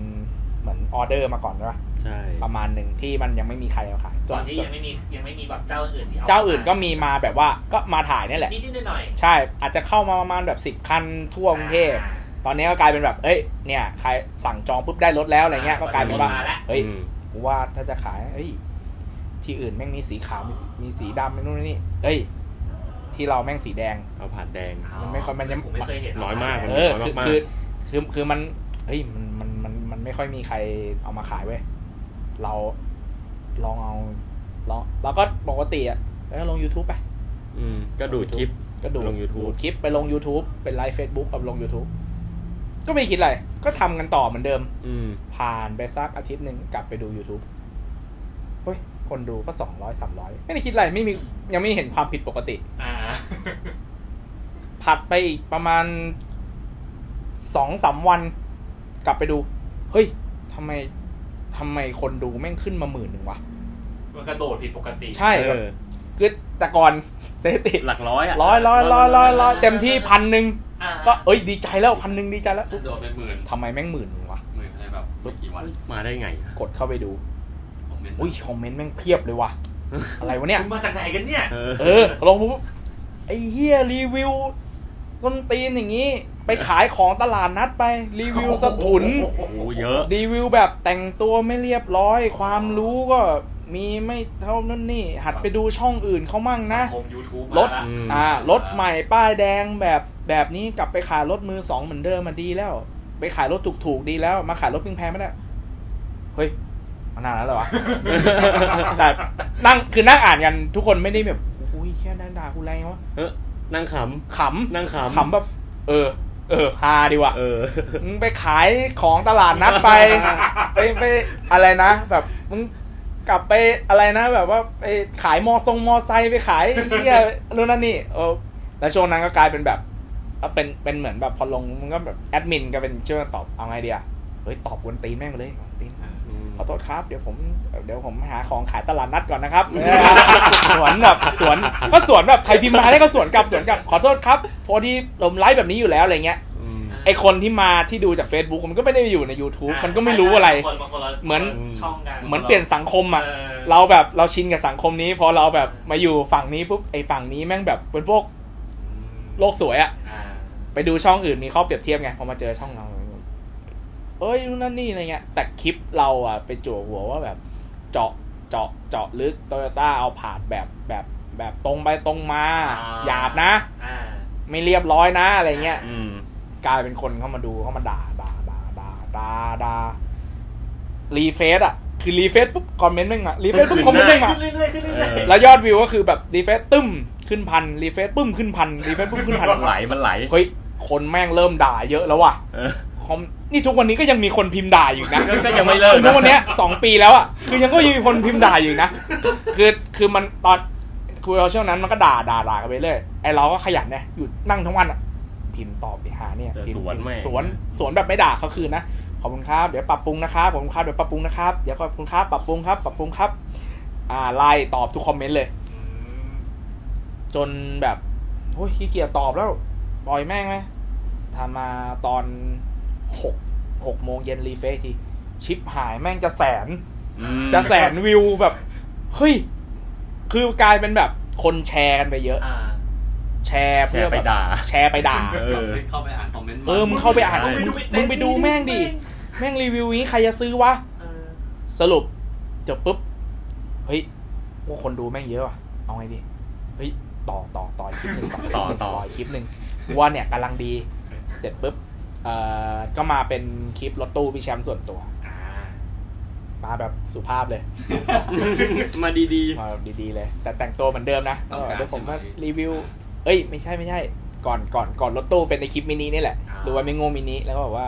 Speaker 3: เหมือนออเดอร์มาก่อนใช่ปะ
Speaker 2: ใช่
Speaker 3: ประมาณหนึ่งที่มันยังไม่มีใครเอาขาย
Speaker 1: ตอนที่ยังไม่มียังไม่มีแบบเจ้าอื่นที่
Speaker 3: เจ้าอื่นก็มีมาแบบว่าก็มาถ่ายนี่แหละ
Speaker 1: นิดๆหน่อยๆ
Speaker 3: ใช่ อาจจะเข้ามาประมาณแบบสิบ10 คันทั่วกรุงเทพ ตอนนี้ก็กลายเป็นแบบ เอ้ย เนี่ย ใครสั่งจองปุ๊บได้รถแล้วอะไรเงี้ย ก็กลายเป็นว่า
Speaker 1: มแล้ว
Speaker 3: เฮ้ย
Speaker 2: อืม
Speaker 3: กูว่าถ้าจะขาย เอ้ย ที่อื่นแม่งมีสีขาว มีมีสีดำมีนู่นนี่ เอ้ย ที่เราแม่งสีแดง
Speaker 2: เอาผ่านแดง
Speaker 3: มันไม่ค่อยมันยัง
Speaker 1: ผมไม่เคยเห็น
Speaker 2: น้อยมาก
Speaker 3: เออ คือ
Speaker 2: มันน้อยมากๆ
Speaker 3: คือ คือ คือมัน เฮ้ย มัน มัน มัน มันไม่ค่อยมีใครเอามาขายเว้ย เราลองเอาลองเราก็ปกติอ่ะแล้วลง YouTube ไป
Speaker 2: อืมก็ดูดคลิป
Speaker 3: ก็ดู
Speaker 2: ลง YouTube
Speaker 3: ดูคลิปไปลง YouTube เป็นไลฟ์ Facebook กับลง YouTube ก็ไม่คิดอะไร ก็ทำกันต่อเหมือนเดิม
Speaker 2: อืม
Speaker 3: ผ่านไปสักอาทิตย์หนึ่งกลับไปดู YouTube เฮ้ย คนดูก็สองร้อยสามร้อยไม่ได้คิดอะไร ไม่มียังไม่เห็นความผิดปกติ
Speaker 1: อ่า
Speaker 3: ผัดไปอีกประมาณสองสามวัน กลับไปดู เฮ้ยทำไมทำไมคนดูแม่งขึ้นมาหมื่นหนึ่งวะ
Speaker 1: มันกระโดดผิดปกติ
Speaker 3: ใช่
Speaker 2: เอ
Speaker 3: แบบ
Speaker 2: อ
Speaker 3: คือแต่ก่อนเซติ
Speaker 2: หลักร้อยอ่ะ
Speaker 3: ร้อยร้อยร้อยร้อยร้อยเต็มที่พันหนึ่ง
Speaker 1: อ่า
Speaker 3: ก็เอ้ยดีใจแล้วพันหนึ่งดีใจแล้ว
Speaker 4: โดดเป็นหมื่น
Speaker 3: ทำไมแม่งหมื่นหนึ่งวะ
Speaker 4: หมื่นอะไรแบบไม่กี่วัน
Speaker 2: มาได้ไง
Speaker 3: กดเข้าไปดู
Speaker 4: ผมเป็น
Speaker 3: อุ้ยคอมเมนต์แม่งเพียบเลย วะ อะไรวะเนี่ย
Speaker 1: คุณมาจากไหนกันเนี่ย
Speaker 2: เออ
Speaker 3: เออ ลงปุ๊บไอ้เฮียรีวิวส้นตีนอย่างนี้ ไปขายของตลาดนัดไป รีวิวสถุน
Speaker 2: โอ้โหเยอะ
Speaker 3: รีวิวแบบแต่งตัวไม่เรียบร้อย ความรู้ก็มีไม่เท่านั้นนี่ หัดไปดูช่องอื่นเขามั่ง
Speaker 1: สั
Speaker 3: นะ
Speaker 1: งคมยูทูบ
Speaker 3: ร
Speaker 1: มา
Speaker 3: ถ
Speaker 1: ละ
Speaker 2: อืม
Speaker 3: อ่ารถใหม่ป้ายแดงแบบแบบนี้กลับไปขายรถมือสองเหมือนเดิมมาดีแล้ว ไปขายรถถูกๆดีแล้ว มาขายรถแพงๆไม่ได้ เฮ้ยมันนานแล้วเหรอ วะ แต่นั่งคือนั่งอ่านกันทุกคนไม่ได้แบบอุ้ยแค่นั้นด่ากูแรงวะ
Speaker 2: เออนั่งข
Speaker 3: ขำ
Speaker 2: ำ นั่งขำ
Speaker 3: ขำแบบ เออ เออฮาดีว่ะ
Speaker 2: เออ
Speaker 3: มึงไปขายของตลาดนัดไป ไปไปอะไรนะแบบมึงกลับไปอะไรนะ แบบว่าไปขายมอทรงมอไซค์ไปขายเฮีย นู่นนั่นนี่เออแล้วช่วงนั้นก็กลายเป็นแบบเอ่อเป็นเป็นเหมือนแบบพอลงมันก็แบบแอดมินก็เป็นช่วยกันตอบเอาไงดีอะเฮ้ยตอบกวนตีนแม่งไปเลยกวนตีน
Speaker 2: อืม
Speaker 3: ขอโทษครับ เดี๋ยวผมเดี๋ยวผมหาของขายตลาดนัดก่อนนะครับ สวนแบบสวนก็สวนแบบใครพิมพ์มาได้ก็สวนกลับสวนกลับขอโทษครับพอดีผมไลฟ์แบบนี้อยู่แล้วอะไรเงี้ย
Speaker 2: อืม
Speaker 3: ไอคนที่มาที่ดูจาก Facebook มันก็ไม่ได้อยู่ใน YouTube มันก็ไม่รู้อะไร
Speaker 1: คนมาคนละ
Speaker 3: เหมือน
Speaker 1: ช่องกัน
Speaker 3: เหมือนเปลี่ยนสังคมอ่ะ
Speaker 1: เออ
Speaker 3: เราแบบเราชินกับสังคมนี้ พอเราแบบมาอยู่ฝั่งนี้ปุ๊บไอฝั่งนี้แม่งแบบเป็นพวกโลกสวยอ่ะ
Speaker 1: อ่า
Speaker 3: ไปดูช่องอื่นมีข้อเปรียบเทียบไงพอมาเจอช่องเรา เอ้ยนู่นนั่นนี่อะไรเงี้ย แต่คลิปเราอ่ะไปจั่วหัวว่าแบบ เจาะเจาะเจาะลึกโตโยต้าเอาผาดแบบแบบแบบตรงไปตรงมา หยาบนะ
Speaker 1: อ่า
Speaker 3: ไม่เรียบร้อยนะอะไรเงี้ย
Speaker 2: อืม
Speaker 3: กลายเป็นคนเข้ามาดูเข้ามาด่าด่าด่าด่าด่าด่ารีเฟซอ่ะ คือรีเฟซปุ๊บคอมเมนต์แม่งอ่ะรีเฟซปุ๊บคอมเมนต์แม่งอ่ะ
Speaker 1: ขึ้นเรื่อยๆขึ้นเรื่อย
Speaker 2: เอ
Speaker 3: แล้วยอดวิวก็คือแบบรีเฟซตึ้มขึ้นพันรีเฟซปุ้มขึ้นพันรีเฟซปุ้มขึ้นพัน
Speaker 2: มันไหล มันไหล
Speaker 3: เฮ้ยคนแม่งเริ่มด่าเยอะแล้วว่ะ
Speaker 2: เออ
Speaker 3: คอมนี่ทุกวันนี้ก็ยังมีคนพิมพ์ด่าอยู่นะ
Speaker 2: ก็ก็ยังไม่เลิกนะ
Speaker 3: จนทุกวันเนี้ยสองปีแล้วอ่ะคือยังก็ยังมีคนพิมพ์ด่าอยู่นะคือคือมันตอนคุยเราช่วงนั้นมันก็ด่าด่าด่ากันไปเรื่อยไอเราก็ขยันนะอยู่นั่งทั้งวันอ่ะพิมพ์ตอบไปหาเนี่ย
Speaker 2: แต่
Speaker 3: พิมพ์
Speaker 2: สวนแม่ง
Speaker 3: สวนสวนแบบไม่ด่าเขาคืนนะขอบคุณครับเดี๋ยวปรับปรุงนะครับขอบคุณครับเดี๋ยวปรับปรุงนะครับเดี๋ยวขอบคุณครับปรับปรุงครับปรับปรุงครับ อ่าไล่ตอบทุกคอมเมนต์เลย
Speaker 1: ๆอืม
Speaker 3: จนแบบโอ้ยขี้เกียจตอบแล้วปล่อยแม่งไหมทำมาตอนหกหกโมงเย็นรีเฟซที ชิปหายแม่งจะแสน
Speaker 2: อืม
Speaker 3: จะแสนวิวแบบ เฮ้ย คือกลายเป็นแบบคนแชร์กันไปเยอะ
Speaker 1: อ่า
Speaker 3: แชร์
Speaker 2: แช
Speaker 3: เพื่อ
Speaker 2: ร์ไป
Speaker 3: แบบ
Speaker 2: ด่า
Speaker 3: แชร์ไปด่า
Speaker 2: เออ
Speaker 4: เข้าไปอ่านคอมเมนต์
Speaker 3: เออมึงเข้าไปอ่าน
Speaker 2: มึงไปดู
Speaker 3: มึงไปดูแม่งดิ แม่งรีวิวนี้ใครจะซื้อวะ
Speaker 1: เออ
Speaker 3: สรุปเดี๋ยวปุ๊บ เฮ้ยว่าคนดูแม่งเยอะว่ะ เอาไงดี เฮ้ย ต่อต่อต่ออีกคลิปหนึ่ง
Speaker 2: ต่อต่อ
Speaker 3: อีกคลิปหนึ่งกูว่าเนี่ยกำลังดี เสร็จปุ๊บ เอ่อ ก็มาเป็นคลิปรถตู้พี่แชมป์ส่วนตัว
Speaker 1: อ่า
Speaker 3: มาแบบสุภาพเลย
Speaker 2: มาดี
Speaker 3: มาแบบดีๆเลย แต่แต่งตัวเหมือนเดิมนะเออเดี๋ยวผมมารีวิว เอ้ย ไม่ใช่ไม่ใช่ ก่อนก่อนก่อนรถตู้เป็นในคลิปมินินี่แหละดูว่าไม่โง่มินิแล้วก็บอกว่า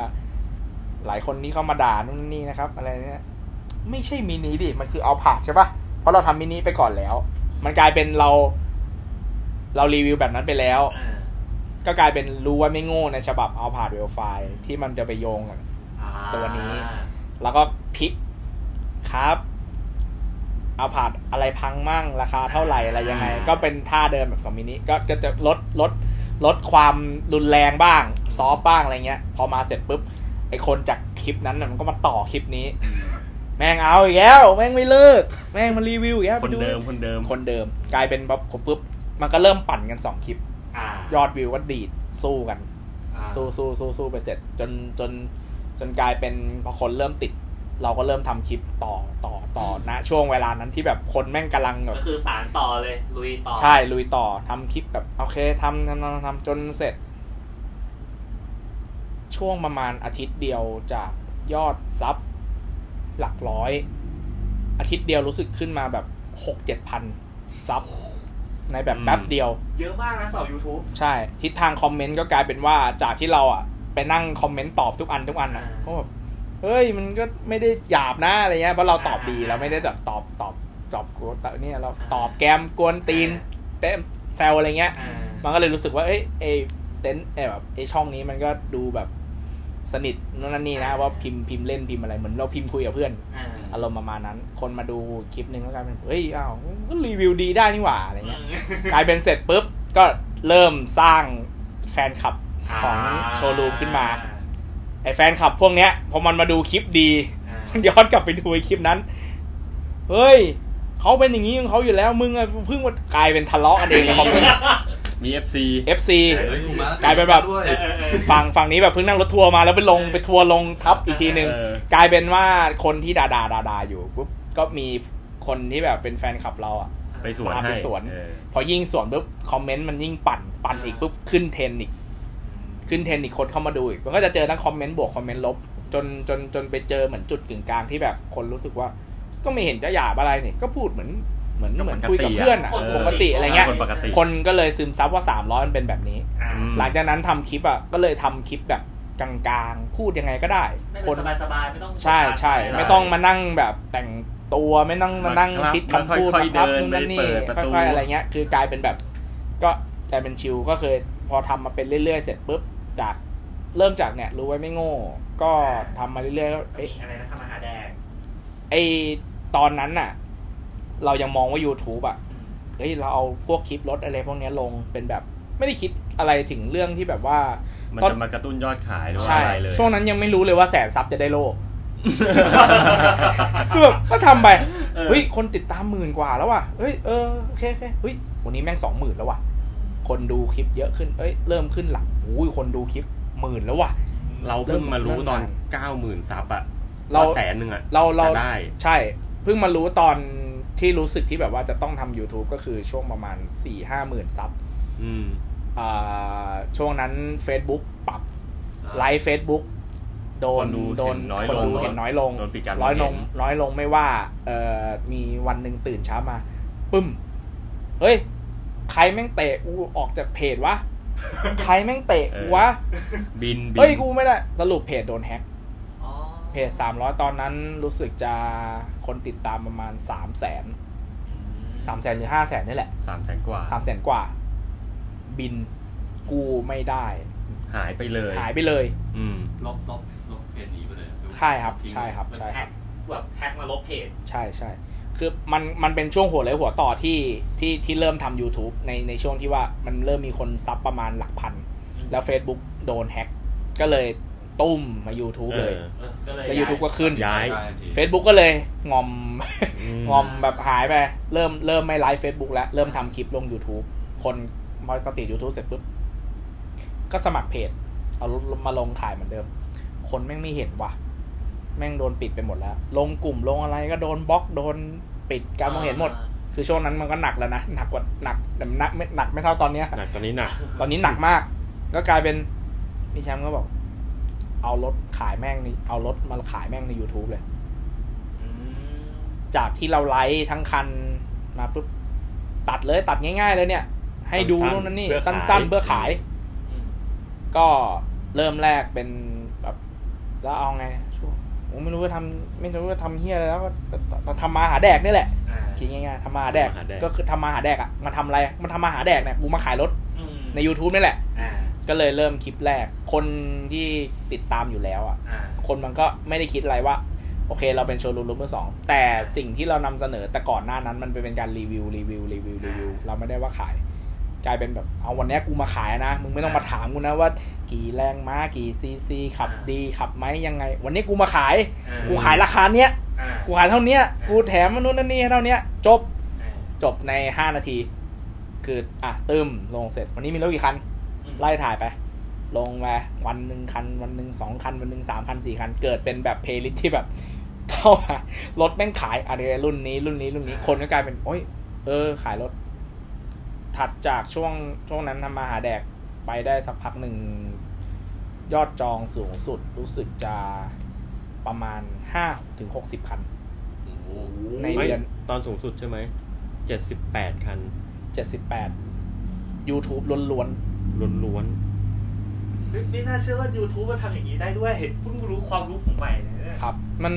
Speaker 3: หลายคนที่เข้ามาด่านู่นนี่นะครับ อะไรเนี่ยไม่ใช่มินิดิ มันคือเอาผ่าใช่ปะเพราะเราทำมินิไปก่อนแล้ว มันกลายเป็นเรา เรารีวิวแบบนั้นไปแล้ว
Speaker 1: อ่า
Speaker 3: ก็กลายเป็นรู้ว่าไม่โง่ในฉบับเอาผ่าเวลไฟล์ที่มันจะไปโยงกัน
Speaker 1: อ่า
Speaker 3: ตัวนี้ แล้วก็พลิกครับ เอาผาดอะไรพังมั่งราคาเท่าไหร่อะไรยังไง ก็เป็นท่าเดิมแบบของมินิก็ก็จะลดลดลดความรุนแรงบ้าง ซอฟต์บ้างอะไรเงี้ย พอมาเสร็จปุ๊บ ไอคนจากคลิปนั้นน่ะมันก็มาต่อคลิป นี้ แม่งเอาอีกแล้ว แม่งไม่เลิก แม่งมันรีวิวอีกแล้ว
Speaker 2: ๆ คน
Speaker 3: ไป
Speaker 2: เดิมคนเดิม
Speaker 3: คนเดิม กลายเป็นแบบปุ๊บ มันก็เริ่มปั่นกันสองคลิป
Speaker 1: อ่าย
Speaker 3: อดวิวก็ดีดสู้กัน
Speaker 1: อ่า
Speaker 3: สู้สู้สู้สู้ไปเสร็จ จนจนจนกลายเป็นพอคนเริ่มติด เราก็เริ่มทำคลิปต่อต่อต่อนะ ช่วงเวลานั้นที่แบบคนแม่งกำลังแบบ
Speaker 1: ก็คือสารต่อเลยลุยต่อ
Speaker 3: ใช่ลุยต่อทำคลิปแบบโอเคทำทำทำทำจนเสร็จ ช่วงประมาณอาทิตย์เดียวจากยอดซับหลักร้อย อาทิตย์เดียวรู้สึกขึ้นมาแบบหกเจ็ดพันซับในแบบแป๊บเดียว
Speaker 1: เยอะมากนะสาว YouTube
Speaker 3: ใช่ ทิศทางคอมเมนต์ก็กลายเป็นว่าจากที่เราอ่ะ ไปนั่งคอมเมนต์ตอบทุกอันทุกอันนะ
Speaker 1: อ่า
Speaker 3: ก็แบบเฮ้ยมันก็ไม่ได้หยาบนะอะไรเงี้ยเพราะเราตอบดีเราไม่ได้แบบตอบตอบตอบกูตอบเนี่ยเราตอบแกมกวนตีนเต้มแซวอะไรเงี้ย
Speaker 1: อ่า
Speaker 3: มันก็เลยรู้สึกว่าเอ้ยไอเต็นท์ไอแบบไอช่องนี้มันก็ดูแบบสนิทนู่นนั่นนี่นะว่าพิมพ์พิมพ์เล่นพิมพ์อะไรเหมือนเราพิมพ์คุยกับเพื่อน
Speaker 1: อ่า
Speaker 3: อารมณ์ประมาณนั้น คนมาดูคลิปหนึ่งก็กลายเป็นเฮ้ยอ้าวก็รีวิวดีได้นี่หว่าอะไรเงี้ย กลายเป็นเสร็จปุ๊บ ก็เริ่มสร้างแฟนคลับของโชว์รูมขึ้นมา ไอ้แฟนคลับพวกเนี้ยพอมันมาดูคลิปดี
Speaker 1: อ่า
Speaker 3: มันย้อนกลับไปดูไอ้คลิปนั้น เฮ้ย เขาเป็นอย่างนี้ของเขาอยู่แล้ว มึงอะเพิ่งมากลายเป็นทะเลาะกันเองใน คอมเมนต์
Speaker 2: มี FC
Speaker 3: FC
Speaker 4: เฮ้ยกูมาก
Speaker 3: ลายเป็นแบบ
Speaker 4: ด้วย
Speaker 1: เออเออเออ
Speaker 3: ฝั่งฝั่งนี้แบบเพิ่งนั่งรถทัวร์มาแล้วไปลงไปทัวร์ลงทับ อีกทีหนึ่ง
Speaker 2: เออ
Speaker 3: กลายเป็นว่าคนที่ด่าด่าด่าด่าอยู่ปุ๊บก็มีคนที่แบบเป็นแฟนคลับเราอะ
Speaker 2: ไปสวน
Speaker 3: พาไป
Speaker 2: ให้
Speaker 3: สวน
Speaker 2: เออ
Speaker 3: พอยิ่งสวนปุ๊บคอมเมนต์มันยิ่งปั่นปั่นอีกปุ๊บขึ้นเทรนด์อีก ขึ้นเทรนด์อีกคนเข้ามาดูอีกมันก็จะเจอทั้งคอมเมนต์บวกคอมเมนต์ลบ จนจนจนไปเจอเหมือนจุดกึ่งกลางที่แบบคนรู้สึกว่า ก็ไม่เห็นจะหยาบอะไรเนี่ยก็พูดเหมือนเหมือนเหมือนคุยกับเพื่อนอะ
Speaker 2: คน
Speaker 3: ปกติอะไรเงี้ย
Speaker 2: คนปกติ
Speaker 3: คนก็เลยซึมซับว่า 300 มันเป็นแบบนี้
Speaker 1: อ่า
Speaker 3: หลังจากนั้นทำคลิปอ่ะก็เลยทำคลิปแบบกลางๆพูดยังไงก็ได้
Speaker 1: ไม่
Speaker 3: ค
Speaker 1: เป็นส
Speaker 3: น
Speaker 1: บายสบายๆไม่ต้อง
Speaker 3: ใช่ใช่
Speaker 1: กดดัน
Speaker 3: ไม่ต้องมานั่งแบบแต่งตัวไม่ต้องมานั่ง
Speaker 2: มาครับ
Speaker 3: คิดคำพูด
Speaker 2: มาค่อยๆ
Speaker 3: มาครับ
Speaker 2: เดิน
Speaker 3: นู่นนั่น
Speaker 2: ไป
Speaker 3: นี่
Speaker 2: เปิดประตู
Speaker 3: ค่อยๆอะไรเงี้ย คือกลายเป็นแบบ ก็กลายเป็นชิลก็เคยพอทำมาเป็นเรื่อยๆ เสร็จปุ๊บจากเริ่มจากเนี่ยรู้ไว้ไม่โง่ ก็ทำมาเรื่อยๆก็
Speaker 1: มี
Speaker 3: เอ๊ะ
Speaker 1: อะไรนะทำอาหารแดง
Speaker 3: ไอตอนนั้นน่ะ เรายังมองว่า YouTube อ่ะ
Speaker 1: อืม
Speaker 3: เฮ้ยเราเอาพวกคลิปรถอะไรพวกเนี้ยลงเป็นแบบไม่ได้คิดอะไรถึงเรื่องที่แบบว่า
Speaker 2: มัน
Speaker 3: ตอน
Speaker 2: จะมากระตุ้นยอดขายหรือว่า
Speaker 3: ใช่
Speaker 2: อะไรเลย
Speaker 3: ช่วงนั้นยังไม่รู้เลยว่าแสนซับจะได้โลก คือแบบก็ทำไปเฮ้ยคนติดตามหมื่นกว่าแล้วว่ะเฮ้ยเออโอเคโอเคเฮ้ยวันนี้แม่งสองหมื่นแล้วว่ะ คนดูคลิปเยอะขึ้นเอ้ยเริ่มขึ้นหลักอุ้ยคนดูคลิปหมื่นแล้วว่ะ
Speaker 2: เราเพิ่งมารู้ตอนเก้าหมื่นซับอะ
Speaker 3: เรา
Speaker 2: ว่าแสนหนึ่งอะ
Speaker 3: เราเรา
Speaker 2: จะได้
Speaker 3: ใช่ เพิ่งมารู้ตอนที่รู้สึกที่แบบว่าจะต้องทำ YouTube ก็คือช่วงประมาณ4ี่ห้าหมื่นซับ
Speaker 2: อืม
Speaker 3: อ่าช่วงนั้น Facebook ปรับไลฟ์ Facebook โด
Speaker 2: ค
Speaker 3: น
Speaker 2: นดู
Speaker 3: โดน
Speaker 2: เห็นน้อย
Speaker 3: คนดู
Speaker 2: ลง
Speaker 3: เห็นน้อยลง
Speaker 2: โดนปิดการ
Speaker 3: ร้อยลง
Speaker 2: มองเห็น
Speaker 3: ร้อยลงไม่ว่าเออมีวันหนึ่งตื่นเช้ามา ปึ้ม เฮ้ย ใครแม่งเตะกูออกจากเพจ วะ ใครแม่งเตะกูวะ
Speaker 2: บินบิน
Speaker 3: เฮ้ยกูไม่ได้ สรุปเพจโดนแฮ็ก
Speaker 1: อ๋อ
Speaker 3: เพจสามร้อยตอนนั้นรู้สึกจะคนติดตามประมาณสามแสนสามแสนหรือห้าแสนนี่แหละ
Speaker 2: สามแสนกว่า
Speaker 3: สามแสนกว่า บินกูไม่ได้
Speaker 2: หายไปเลย
Speaker 3: หายไปเลย
Speaker 2: อืม
Speaker 4: ลบลบลบเพจนี้ไปเลย
Speaker 3: ใช่ครับใช่ครับ
Speaker 1: เหมือนแฮกแบบแฮกมาลบเพจ
Speaker 3: ใช่ใช่คือมันมันเป็นช่วงหัวเลยหัวต่อที่ที่ที่เริ่มทำ YouTube ในในช่วงที่ว่ามันเริ่มมีคนซับประมาณหลักพัน แล้ว Facebook โดนแฮ็กก็เลย ตุ้มมา YouTube เลย
Speaker 2: ออ
Speaker 1: เออก็เลย
Speaker 3: แล้ว YouTube ก็ขึ้น
Speaker 2: ย้าย
Speaker 3: Facebook ก็เลยงอม
Speaker 2: อืม
Speaker 3: งอมแบบหายไป เริ่มเริ่มไม่ไลฟ์ Facebook แล้ว เริ่มทำคลิปลง YouTube คนปกติ YouTube เสร็จปุ๊บ ก็สมัครเพจ เอารถมาลงขายเหมือนเดิม คนแม่งไม่เห็นว่ะ แม่งโดนปิดไปหมดแล้ว ลงกลุ่มลงอะไรก็โดนบล็อกโดนปิดการมองเห็นหมด คือช่วงนั้นมันก็หนักแล้วนะ หนักกว่าหนักแต่หนักไม่หนักไม่เท่าตอนเนี้ย
Speaker 2: หนักตอนนี้หนัก
Speaker 3: ตอนนี้หนักมาก ก็กลายเป็นพี่แชมป์ก็บอก เอารถขายแม่งนี่เอารถมาขายแม่งใน YouTube เลย
Speaker 1: อืม
Speaker 3: จากที่เราไลฟ์ทั้งคันมาปุ๊บตัดเลยตัดง่าย ๆ เลยเนี่ย ให้ดู
Speaker 2: สั้นๆ
Speaker 3: นู่นนั่นนี่
Speaker 2: เพื่อขาย
Speaker 3: สั้น ๆ เพื่อขาย
Speaker 1: อืม
Speaker 3: ก็เริ่มแรกเป็นแบบแล้วเอาไงช่วงผมไม่รู้ว่าทำไม่รู้ว่าทำเฮียอะไรแล้วก็ก็ทำมาหาแดกนี่แหละ
Speaker 1: อ่า
Speaker 3: คิดง่ายๆทำมาหาแดก
Speaker 2: ทำมาหาแดก
Speaker 3: ก็คือทำมาหาแดกอ่ะมาทำอะไรมาทำมาหาแดกเนี่ยกูมาขายรถ
Speaker 1: อืม
Speaker 3: ใน YouTube นี่แหละ
Speaker 1: อ่า
Speaker 3: ก็เลยเริ่มคลิปแรก คนที่ติดตามอยู่แล้วอ่ะ
Speaker 1: อ่า
Speaker 3: คนมันก็ไม่ได้คิดอะไรว่า โอเคเราเป็นโชว์รูมรถมือสอง แต่สิ่งที่เรานำเสนอแต่ก่อนหน้านั้น มันเป็นการรีวิวรีวิวรีวิวรีวิวเราไม่ได้ว่าขาย กลายเป็นแบบเอาวันเนี้ยกูมาขายนะ มึงไม่ต้องมาถามกูนะว่า กี่แรงม้ากี่ซีซีขับดีขับไหมยังไง วันนี้กูมาขาย
Speaker 1: อ่า
Speaker 3: กูขายราคาเนี้ย
Speaker 1: อ่า
Speaker 3: กูขายเท่าเนี้ยกูแถมมันนู่นนั่นนี่ให้เท่าเนี้ยจบ
Speaker 1: อ่า
Speaker 3: จบในห้านาที คืออ่ะตึมลงเสร็จ วันนี้มีรถกี่คัน
Speaker 1: อืม
Speaker 3: ไล่ถ่ายไป ลงไปวันหนึ่งคัน วันหนึ่งสองคัน วันหนึ่งสามคันสี่คัน เกิดเป็นแบบเพลย์ลิสที่แบบ เข้ามารถแม่งขายอะไรรุ่นนี้รุ่นนี้รุ่นนี้คนก็กลายเป็น โอ้ย เออ ขายรถ ถัดจากช่วงช่วงนั้นทำมาหาแดกไปได้สักพักหนึ่ง ยอดจองสูงสุดรู้สึกจะประมาณห้าถึงหกสิบคัน
Speaker 4: โอ้โห
Speaker 3: ใน
Speaker 2: ไม่
Speaker 3: เดือน
Speaker 2: ตอนสูงสุดใช่ไหมเจ็ดสิบแปดคัน
Speaker 3: เจ็ดสิบแปด YouTube ล้วนๆ
Speaker 2: ล้วน
Speaker 1: ไม่ไม่น่าเชื่อว่า YouTube มันทำอย่างนี้ได้ด้วยเห็นเพิ่งรู้ความรู้ผมใหม่เลยเนี่ย
Speaker 3: ครับมัน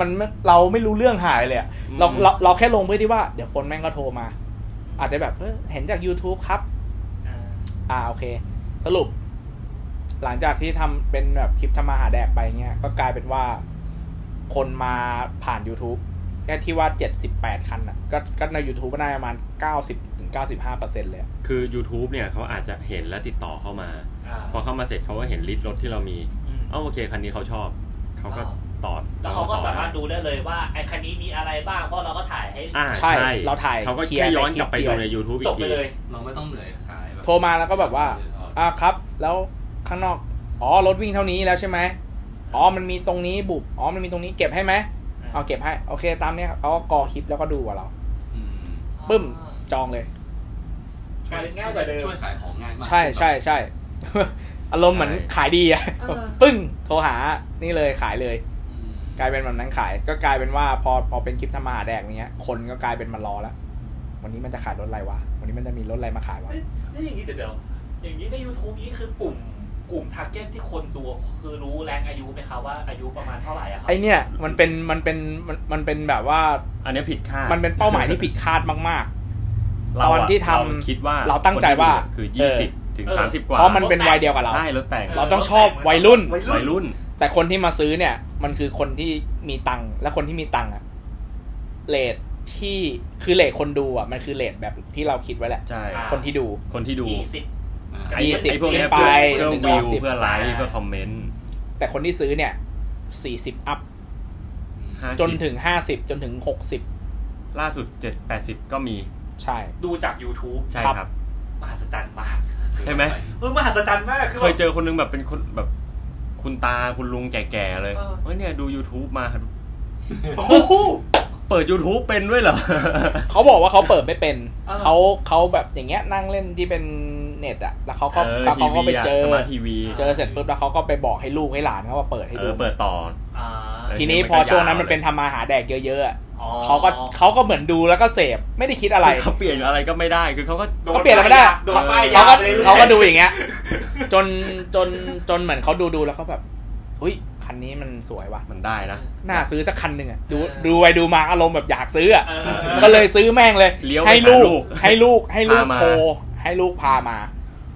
Speaker 3: มันไม่เราไม่รู้เรื่องหายเลยอะเราเราเราแค่ลงเพื่อที่ว่าเดี๋ยวคนแม่งก็โทรมา อาจจะแบบเอ้ยเห็นจาก YouTube ครับ
Speaker 1: อ่า
Speaker 3: อ่าโอเค สรุป หลังจากที่ทำเป็นแบบคลิปทำมาหาแดกไปเงี้ย ก็กลายเป็นว่า คนมาผ่าน YouTube แค่ที่ว่า 78 คันอ่ะ ก็ก็ใน YouTube ก็ได้ประมาณ 90ถึง95เปอร์เซ็นต์เลยอะ
Speaker 2: ๆ คือ YouTube เนี่ยเขาอาจจะเห็นและติดต่อเข้ามา
Speaker 1: อ่า
Speaker 2: พอเข้ามาเสร็จเขาก็เห็นลิสต์รถที่เรามี
Speaker 1: อืม
Speaker 2: เอ้าโอเค คันนี้เขาชอบ เขาก็
Speaker 1: อ้าว
Speaker 2: ต่อ
Speaker 1: แล้วเขาก็
Speaker 2: ต่อ
Speaker 1: สามารถดูได้เลยว่าไอ้คันนี้มีอะไรบ้างเพราะเราก็ถ่ายให้
Speaker 2: อ่า
Speaker 3: ใช่
Speaker 2: ใช่
Speaker 3: เราถ่าย
Speaker 2: เขาก็
Speaker 3: ลี
Speaker 2: แค่
Speaker 3: ร์
Speaker 2: ย้อนกลับไป
Speaker 3: ค
Speaker 2: ดู
Speaker 3: เดียว
Speaker 2: ใน YouTube อี
Speaker 1: จบ
Speaker 2: ก
Speaker 1: ไป
Speaker 2: ที
Speaker 1: เลย
Speaker 4: เราไม่ต้องเหนื่อยขายแบบ
Speaker 3: โทรมาแล้วก็แบบว่า อ่าครับ แล้วข้างนอก อ๋อ รถวิ่งเท่านี้แล้วใช่ไหมอ๋อ มันมีตรงนี้บุบ อ๋อ มันมีตรงนี้เก็บให้ไหมเอาเก็บให้ โอเค ตามเนี้ยครับเขาก็กรอคลิปแล้วก็ดูกับเรา
Speaker 4: อืม
Speaker 3: ปึ้ม จองเลย
Speaker 1: กลายเป็นง่ายกว่าเดิม
Speaker 4: ช่วยขายของง่ายมาก
Speaker 3: ใช่ใช่ใช่ อารมณ์เหมือน
Speaker 2: ใช่
Speaker 3: ขายดีอะ
Speaker 1: เออ
Speaker 3: ปึ้ง โทรหา นี่เลยขายเลย
Speaker 4: อืม
Speaker 3: กลายเป็นแบบนั้นขาย ก็กลายเป็นว่าพอพอเป็นคลิปทำมาหาแดกเนี้ย คนก็กลายเป็นมารอแล้ว วันนี้มันจะขายรถอะไรวะ วันนี้มันจะมีรถอะไรมาขายวะ
Speaker 1: เอ้ยนี่อย่างนี้เดี๋ยวเดี๋ยวอย่างนี้ใน YouTube นี้คือกลุ่มกลุ่มทาร์เก็ตที่คนดูคือรู้แรงอายุไหมคะว่าอายุประมาณเท่าไหร่อะครั
Speaker 3: ไอเนี้ยมันเป็นมันเป็นมันมันเป็นแบบว่า
Speaker 2: อันนี้ผิดคาด
Speaker 3: มันเป็นเป้าหมายที่ผิดคาดมาก
Speaker 2: เราะ
Speaker 3: ตอนที่ทำ
Speaker 2: เราคิดว่า
Speaker 3: เราตั้งใจว่า
Speaker 2: คนที่ดูเนี่ยคือยี่
Speaker 3: เออ
Speaker 2: สิบถึงสามสิบก
Speaker 3: ๆ
Speaker 2: ว่า
Speaker 3: เพราะมันเป็นวัยเดียวกับเรา
Speaker 2: ใช่รถแต่ง
Speaker 3: เราต้องชอบวัยรุ่น
Speaker 1: วัย
Speaker 2: วั
Speaker 1: รุ่
Speaker 2: ย
Speaker 1: น
Speaker 2: รุ่น
Speaker 3: แต่คนที่มาซื้อเนี่ย มันคือคนที่มีตังค์และคนที่มีตังค์อะเลทที่คือเลทคนดูอะมันคือเลทแบบที่เราคิดไว้แหละ
Speaker 2: ใช่
Speaker 1: อ่า
Speaker 3: คนที่ดู
Speaker 2: คนที่ดู
Speaker 1: ยี่สิบ
Speaker 4: อ่า
Speaker 2: ไอ้
Speaker 3: ยี่สิบ
Speaker 2: ไอ้พวกเนี้ย
Speaker 3: ขึ้
Speaker 2: เพื่อ
Speaker 3: นไป
Speaker 2: เพื่อ
Speaker 3: หนึ่ง
Speaker 2: วิว
Speaker 3: สามสิบ
Speaker 2: เพื่อไลค์
Speaker 1: อ่า
Speaker 2: เพื่อคอมเมนต์
Speaker 3: แต่คนที่ซื้อเนี่ยสี่สิบอัพ
Speaker 2: ห้า
Speaker 3: จน
Speaker 2: สิบ
Speaker 3: ถึงห้าสิบจนถึงหกสิบ
Speaker 2: ล่าสุดเจ็ดแปดสิบก็มี
Speaker 3: ใช่
Speaker 1: ดูจาก YouTube
Speaker 2: ใช่ครับ
Speaker 1: มหัศจรรย์มาก
Speaker 2: ใช่ไหม
Speaker 1: เออมหัศจรรย์มากคือ
Speaker 2: เคย
Speaker 1: แบบ
Speaker 2: เจอคนนึงแบบเป็นคนแบบคุณตาคุณลุงแก่ๆเลย
Speaker 1: เออ
Speaker 2: เฮ้ยเนี่ยดู YouTube มา
Speaker 1: โอ้โห
Speaker 2: เปิด YouTube เป็นด้วยเหรอ
Speaker 3: เขาบอกว่าเขาเปิดไม่เป็น
Speaker 1: เออ
Speaker 3: เขาเขาแบบอย่างเงี้ยนั่งเล่นที่เป็นเน็ตอะแล้วเขาก็
Speaker 2: เออ
Speaker 3: แล้ว
Speaker 2: ที
Speaker 3: เขาก็
Speaker 2: วี
Speaker 3: ไป
Speaker 2: อะ
Speaker 3: เจอ
Speaker 2: สมาร์ททีวี
Speaker 3: เจอเสร็จปุ๊บแล้วเขาก็ไปบอกให้ลูกให้หลานเขาว่าเปิดให้
Speaker 2: เอ
Speaker 3: ดู
Speaker 2: อเปิดต่อ
Speaker 1: อ่า
Speaker 2: เออ
Speaker 3: ทีนี้
Speaker 2: มันก็
Speaker 3: พอช่วงนั้น
Speaker 2: ยาว
Speaker 3: มันเป็น
Speaker 2: เลย
Speaker 3: ทำมาหาแดกเยอะๆอะ
Speaker 1: อ๋อ
Speaker 3: เขาก็เขาก็เหมือนดูแล้วก็เสพไม่ได้คิดอะไร
Speaker 2: เขาเปลี่ยนอะไรก็ไม่ได้คือเขาก็
Speaker 1: โด
Speaker 3: เขาเปลี่ยนอะไรไม่ได้
Speaker 1: โดนป้ายย
Speaker 3: เขาก็
Speaker 1: ไปรื่อยๆ
Speaker 3: เขาก็ดูอย่างเงี้ย จนจนจนเหมือนเขาดูดูแล้วเขาแบบเฮ้ยคันนี้มันสวยว่ะ
Speaker 2: มันได้นะ
Speaker 3: น่าซื้อสักคันหนึ่งอ่ะดูดูไปดูมาอารมณ์แบบอยากซื้ออ่ะ
Speaker 1: เออ
Speaker 3: ก็เลยซื้อแม่งเลย
Speaker 2: เลี้ยวไป
Speaker 3: ให้ลู
Speaker 2: หาก ลูก
Speaker 3: ให้ลูกให้ลูก
Speaker 2: พามา
Speaker 3: โทรให้ลูกพามา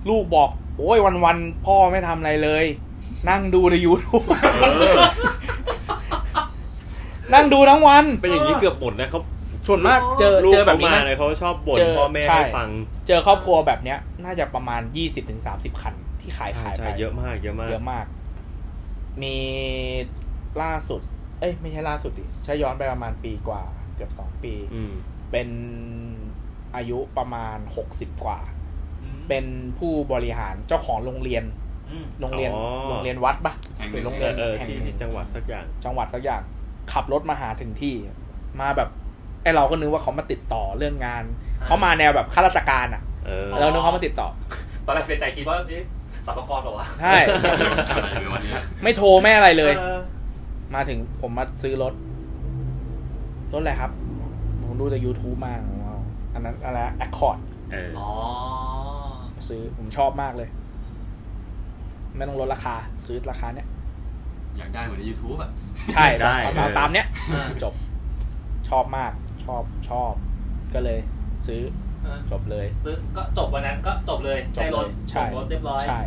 Speaker 3: ลูกบอกโอ้ยวันๆพ่อไม่ทำอะไรเลย นั่งดูในยูทูบ
Speaker 2: เออ
Speaker 3: นั่งดูทั้งวัน
Speaker 2: เป็นอย่างนี้เกือบหมดนะเขา
Speaker 3: ส่วนมากเจอ
Speaker 2: ลูก
Speaker 3: เจอแบ
Speaker 2: เขา
Speaker 3: บนี้
Speaker 2: มา
Speaker 3: นะ
Speaker 2: เลยเขาชอบบ่น
Speaker 3: เจอ
Speaker 2: พ่อแม่
Speaker 3: ใช่
Speaker 2: ให้ฟัง
Speaker 3: เจอครอบครัวแบบเนี้ย น่าจะประมาณ 20-30ถึง30คันที่ขายขายไป
Speaker 2: ใช่เยอะมากเยอะมาก
Speaker 3: เยอะมาก มีล่าสุด เอ้ย ไม่ใช่ล่าสุดดิใช้ย้อนไปประมาณปีกว่า เกือบสองปี
Speaker 2: อืม
Speaker 3: เป็นอายุประมาณหกสิบกว่า เป็นผู้บริหารเจ้าของโรงเรียน
Speaker 1: อืม
Speaker 3: โรงเรียน
Speaker 2: อ๋อ
Speaker 3: โรงเรียนวัดปะ
Speaker 4: แห่งหนึ่
Speaker 3: หรือ
Speaker 4: ง
Speaker 3: โรง
Speaker 2: เอ
Speaker 3: เรียน
Speaker 2: อเออ
Speaker 3: แห่ง
Speaker 2: ที่
Speaker 3: หนึ่
Speaker 2: ที่
Speaker 3: ง
Speaker 2: จังหวัดสักอย่าง
Speaker 3: จังหวัดสักอย่างขับรถมาหาถึงที่ มาแบบไอเราก็นึกว่าเขามาติดต่อเรื่องงาน เขามาแนวแบบข้าราชการอ่ะ
Speaker 2: เออ
Speaker 3: เรานึกเขามาติดต่อ
Speaker 1: ตอนแรกเป็นใจคิดว่านี่สัมภากระเหรอวะ
Speaker 3: ใช่
Speaker 4: หรือวันนี้
Speaker 3: ไม่โทรไม่อะไรเลย
Speaker 1: ออ
Speaker 3: มาถึงผมมาซื้อรถ รถอะไรครับ ผมดูจาก YouTube มาของเราอันนั้นอะไรแอคคอร์ด
Speaker 2: เออ
Speaker 1: อ๋อ
Speaker 3: ซื้อผมชอบมากเลย ไม่ต้องลดราคา ซื้อราคาเนี้ย
Speaker 4: อยากได้เหมือนในยูทูบอ่ะ
Speaker 3: ใช่
Speaker 2: ได้
Speaker 3: เอา
Speaker 2: เอ
Speaker 3: เอา
Speaker 2: อ
Speaker 3: ตามเนี้ยจบ ชอบมาก ชอบชอบ ก็เลย ซื้อ
Speaker 1: เออ
Speaker 3: จบเลย
Speaker 1: ซื้อก็จบวันนั้นก็จบเลย
Speaker 3: จบ
Speaker 1: ได้ร
Speaker 3: เล
Speaker 1: ถ
Speaker 3: ย
Speaker 1: ส่
Speaker 3: ใช่
Speaker 1: งรถเรียบร้อย
Speaker 3: ใช่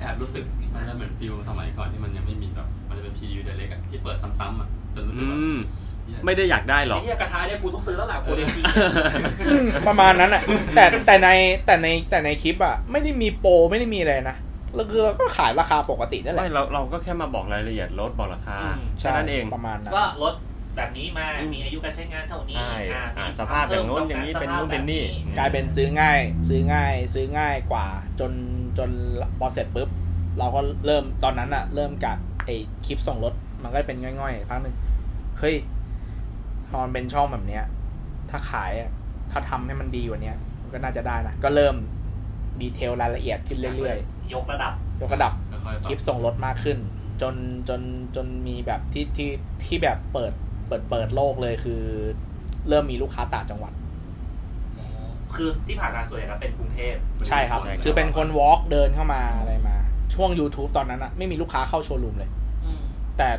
Speaker 4: แอบรู้สึกมันจะเหมือนฟิลสมัยก่อนที่มันยังไม่มีแบบมันจะเป็นพียูเดเล็กที่เปิดซ้ำๆอ่ะจนรู้สึก
Speaker 2: อื
Speaker 4: แบบ
Speaker 2: ม ไม่ได้อยากได้หรอก
Speaker 1: ไอ้เหี้ยกระทะเนี่ยกูต้องซื้อแล้วล่ะกู เลยคิด
Speaker 3: ประมาณนั้นอ่ะ แต่แต่ในแต่ในแต่ในคลิปอ่ะ ไม่ได้มีโปรไม่ได้มีอะไรนะแล้วคือเราก็ขายราคาปกตินั่นแห
Speaker 2: ไม่
Speaker 3: ละ
Speaker 2: เราเราก็แค่มาบอกรายละเอียดรถบอกราคาแค่นั้นเอง
Speaker 3: ประมาณนั้น
Speaker 1: ว่ารถแบบนี้มา
Speaker 2: อืม
Speaker 1: มีอายุการใช้งานเท่านี้
Speaker 2: ใช่
Speaker 1: อ่ะ
Speaker 2: อ่ะ
Speaker 1: มี
Speaker 2: สภาพอย่างโน้น
Speaker 1: ควม
Speaker 2: อย่างนี้
Speaker 1: ต้
Speaker 2: เป็น
Speaker 1: กร
Speaker 2: โน้นเป็นนี่
Speaker 1: สภาพแบบ
Speaker 3: กลายเป็นซื้อง่าย ซื้อง่าย ซื้อง่ายกว่า จนจนพอเสร็จปุ๊บ เราก็เริ่มตอนนั้นอะเริ่มจากไอคลิปส่งรถมันก็เป็นง่อยๆพักหนึ่งเฮ้ยพอมันเป็นช่องแบบเนี้ย ถ้าขายอะถ้าทำให้มันดีกว่าเนี้ย มันก็น่าจะได้นะ ก็เริ่มดีเทลรายละเอียดขึ้นเรื่อย
Speaker 1: ยกระดับ
Speaker 3: ๆยกระดับ
Speaker 4: ค่อยๆปรับ
Speaker 3: คลิปส่งรถมากขึ้น จนจนจนมีแบบที่ที่ที่แบบเปิดเปิดเปิดโลกเลยคือ เริ่มมีลูกค้าต่างจังหวัด
Speaker 1: คือที่ผ่านมาส่วนใหญ่ก็เป็นกรุงเทพ
Speaker 3: ใช่ครับ
Speaker 2: ใช่ครับ
Speaker 3: คือเป็นคนวอล์กเดินเข้ามาอะไรมา ช่วง YouTube ตอนนั้นอะไม่มีลูกค้าเข้าโชว์รูมเลย แต่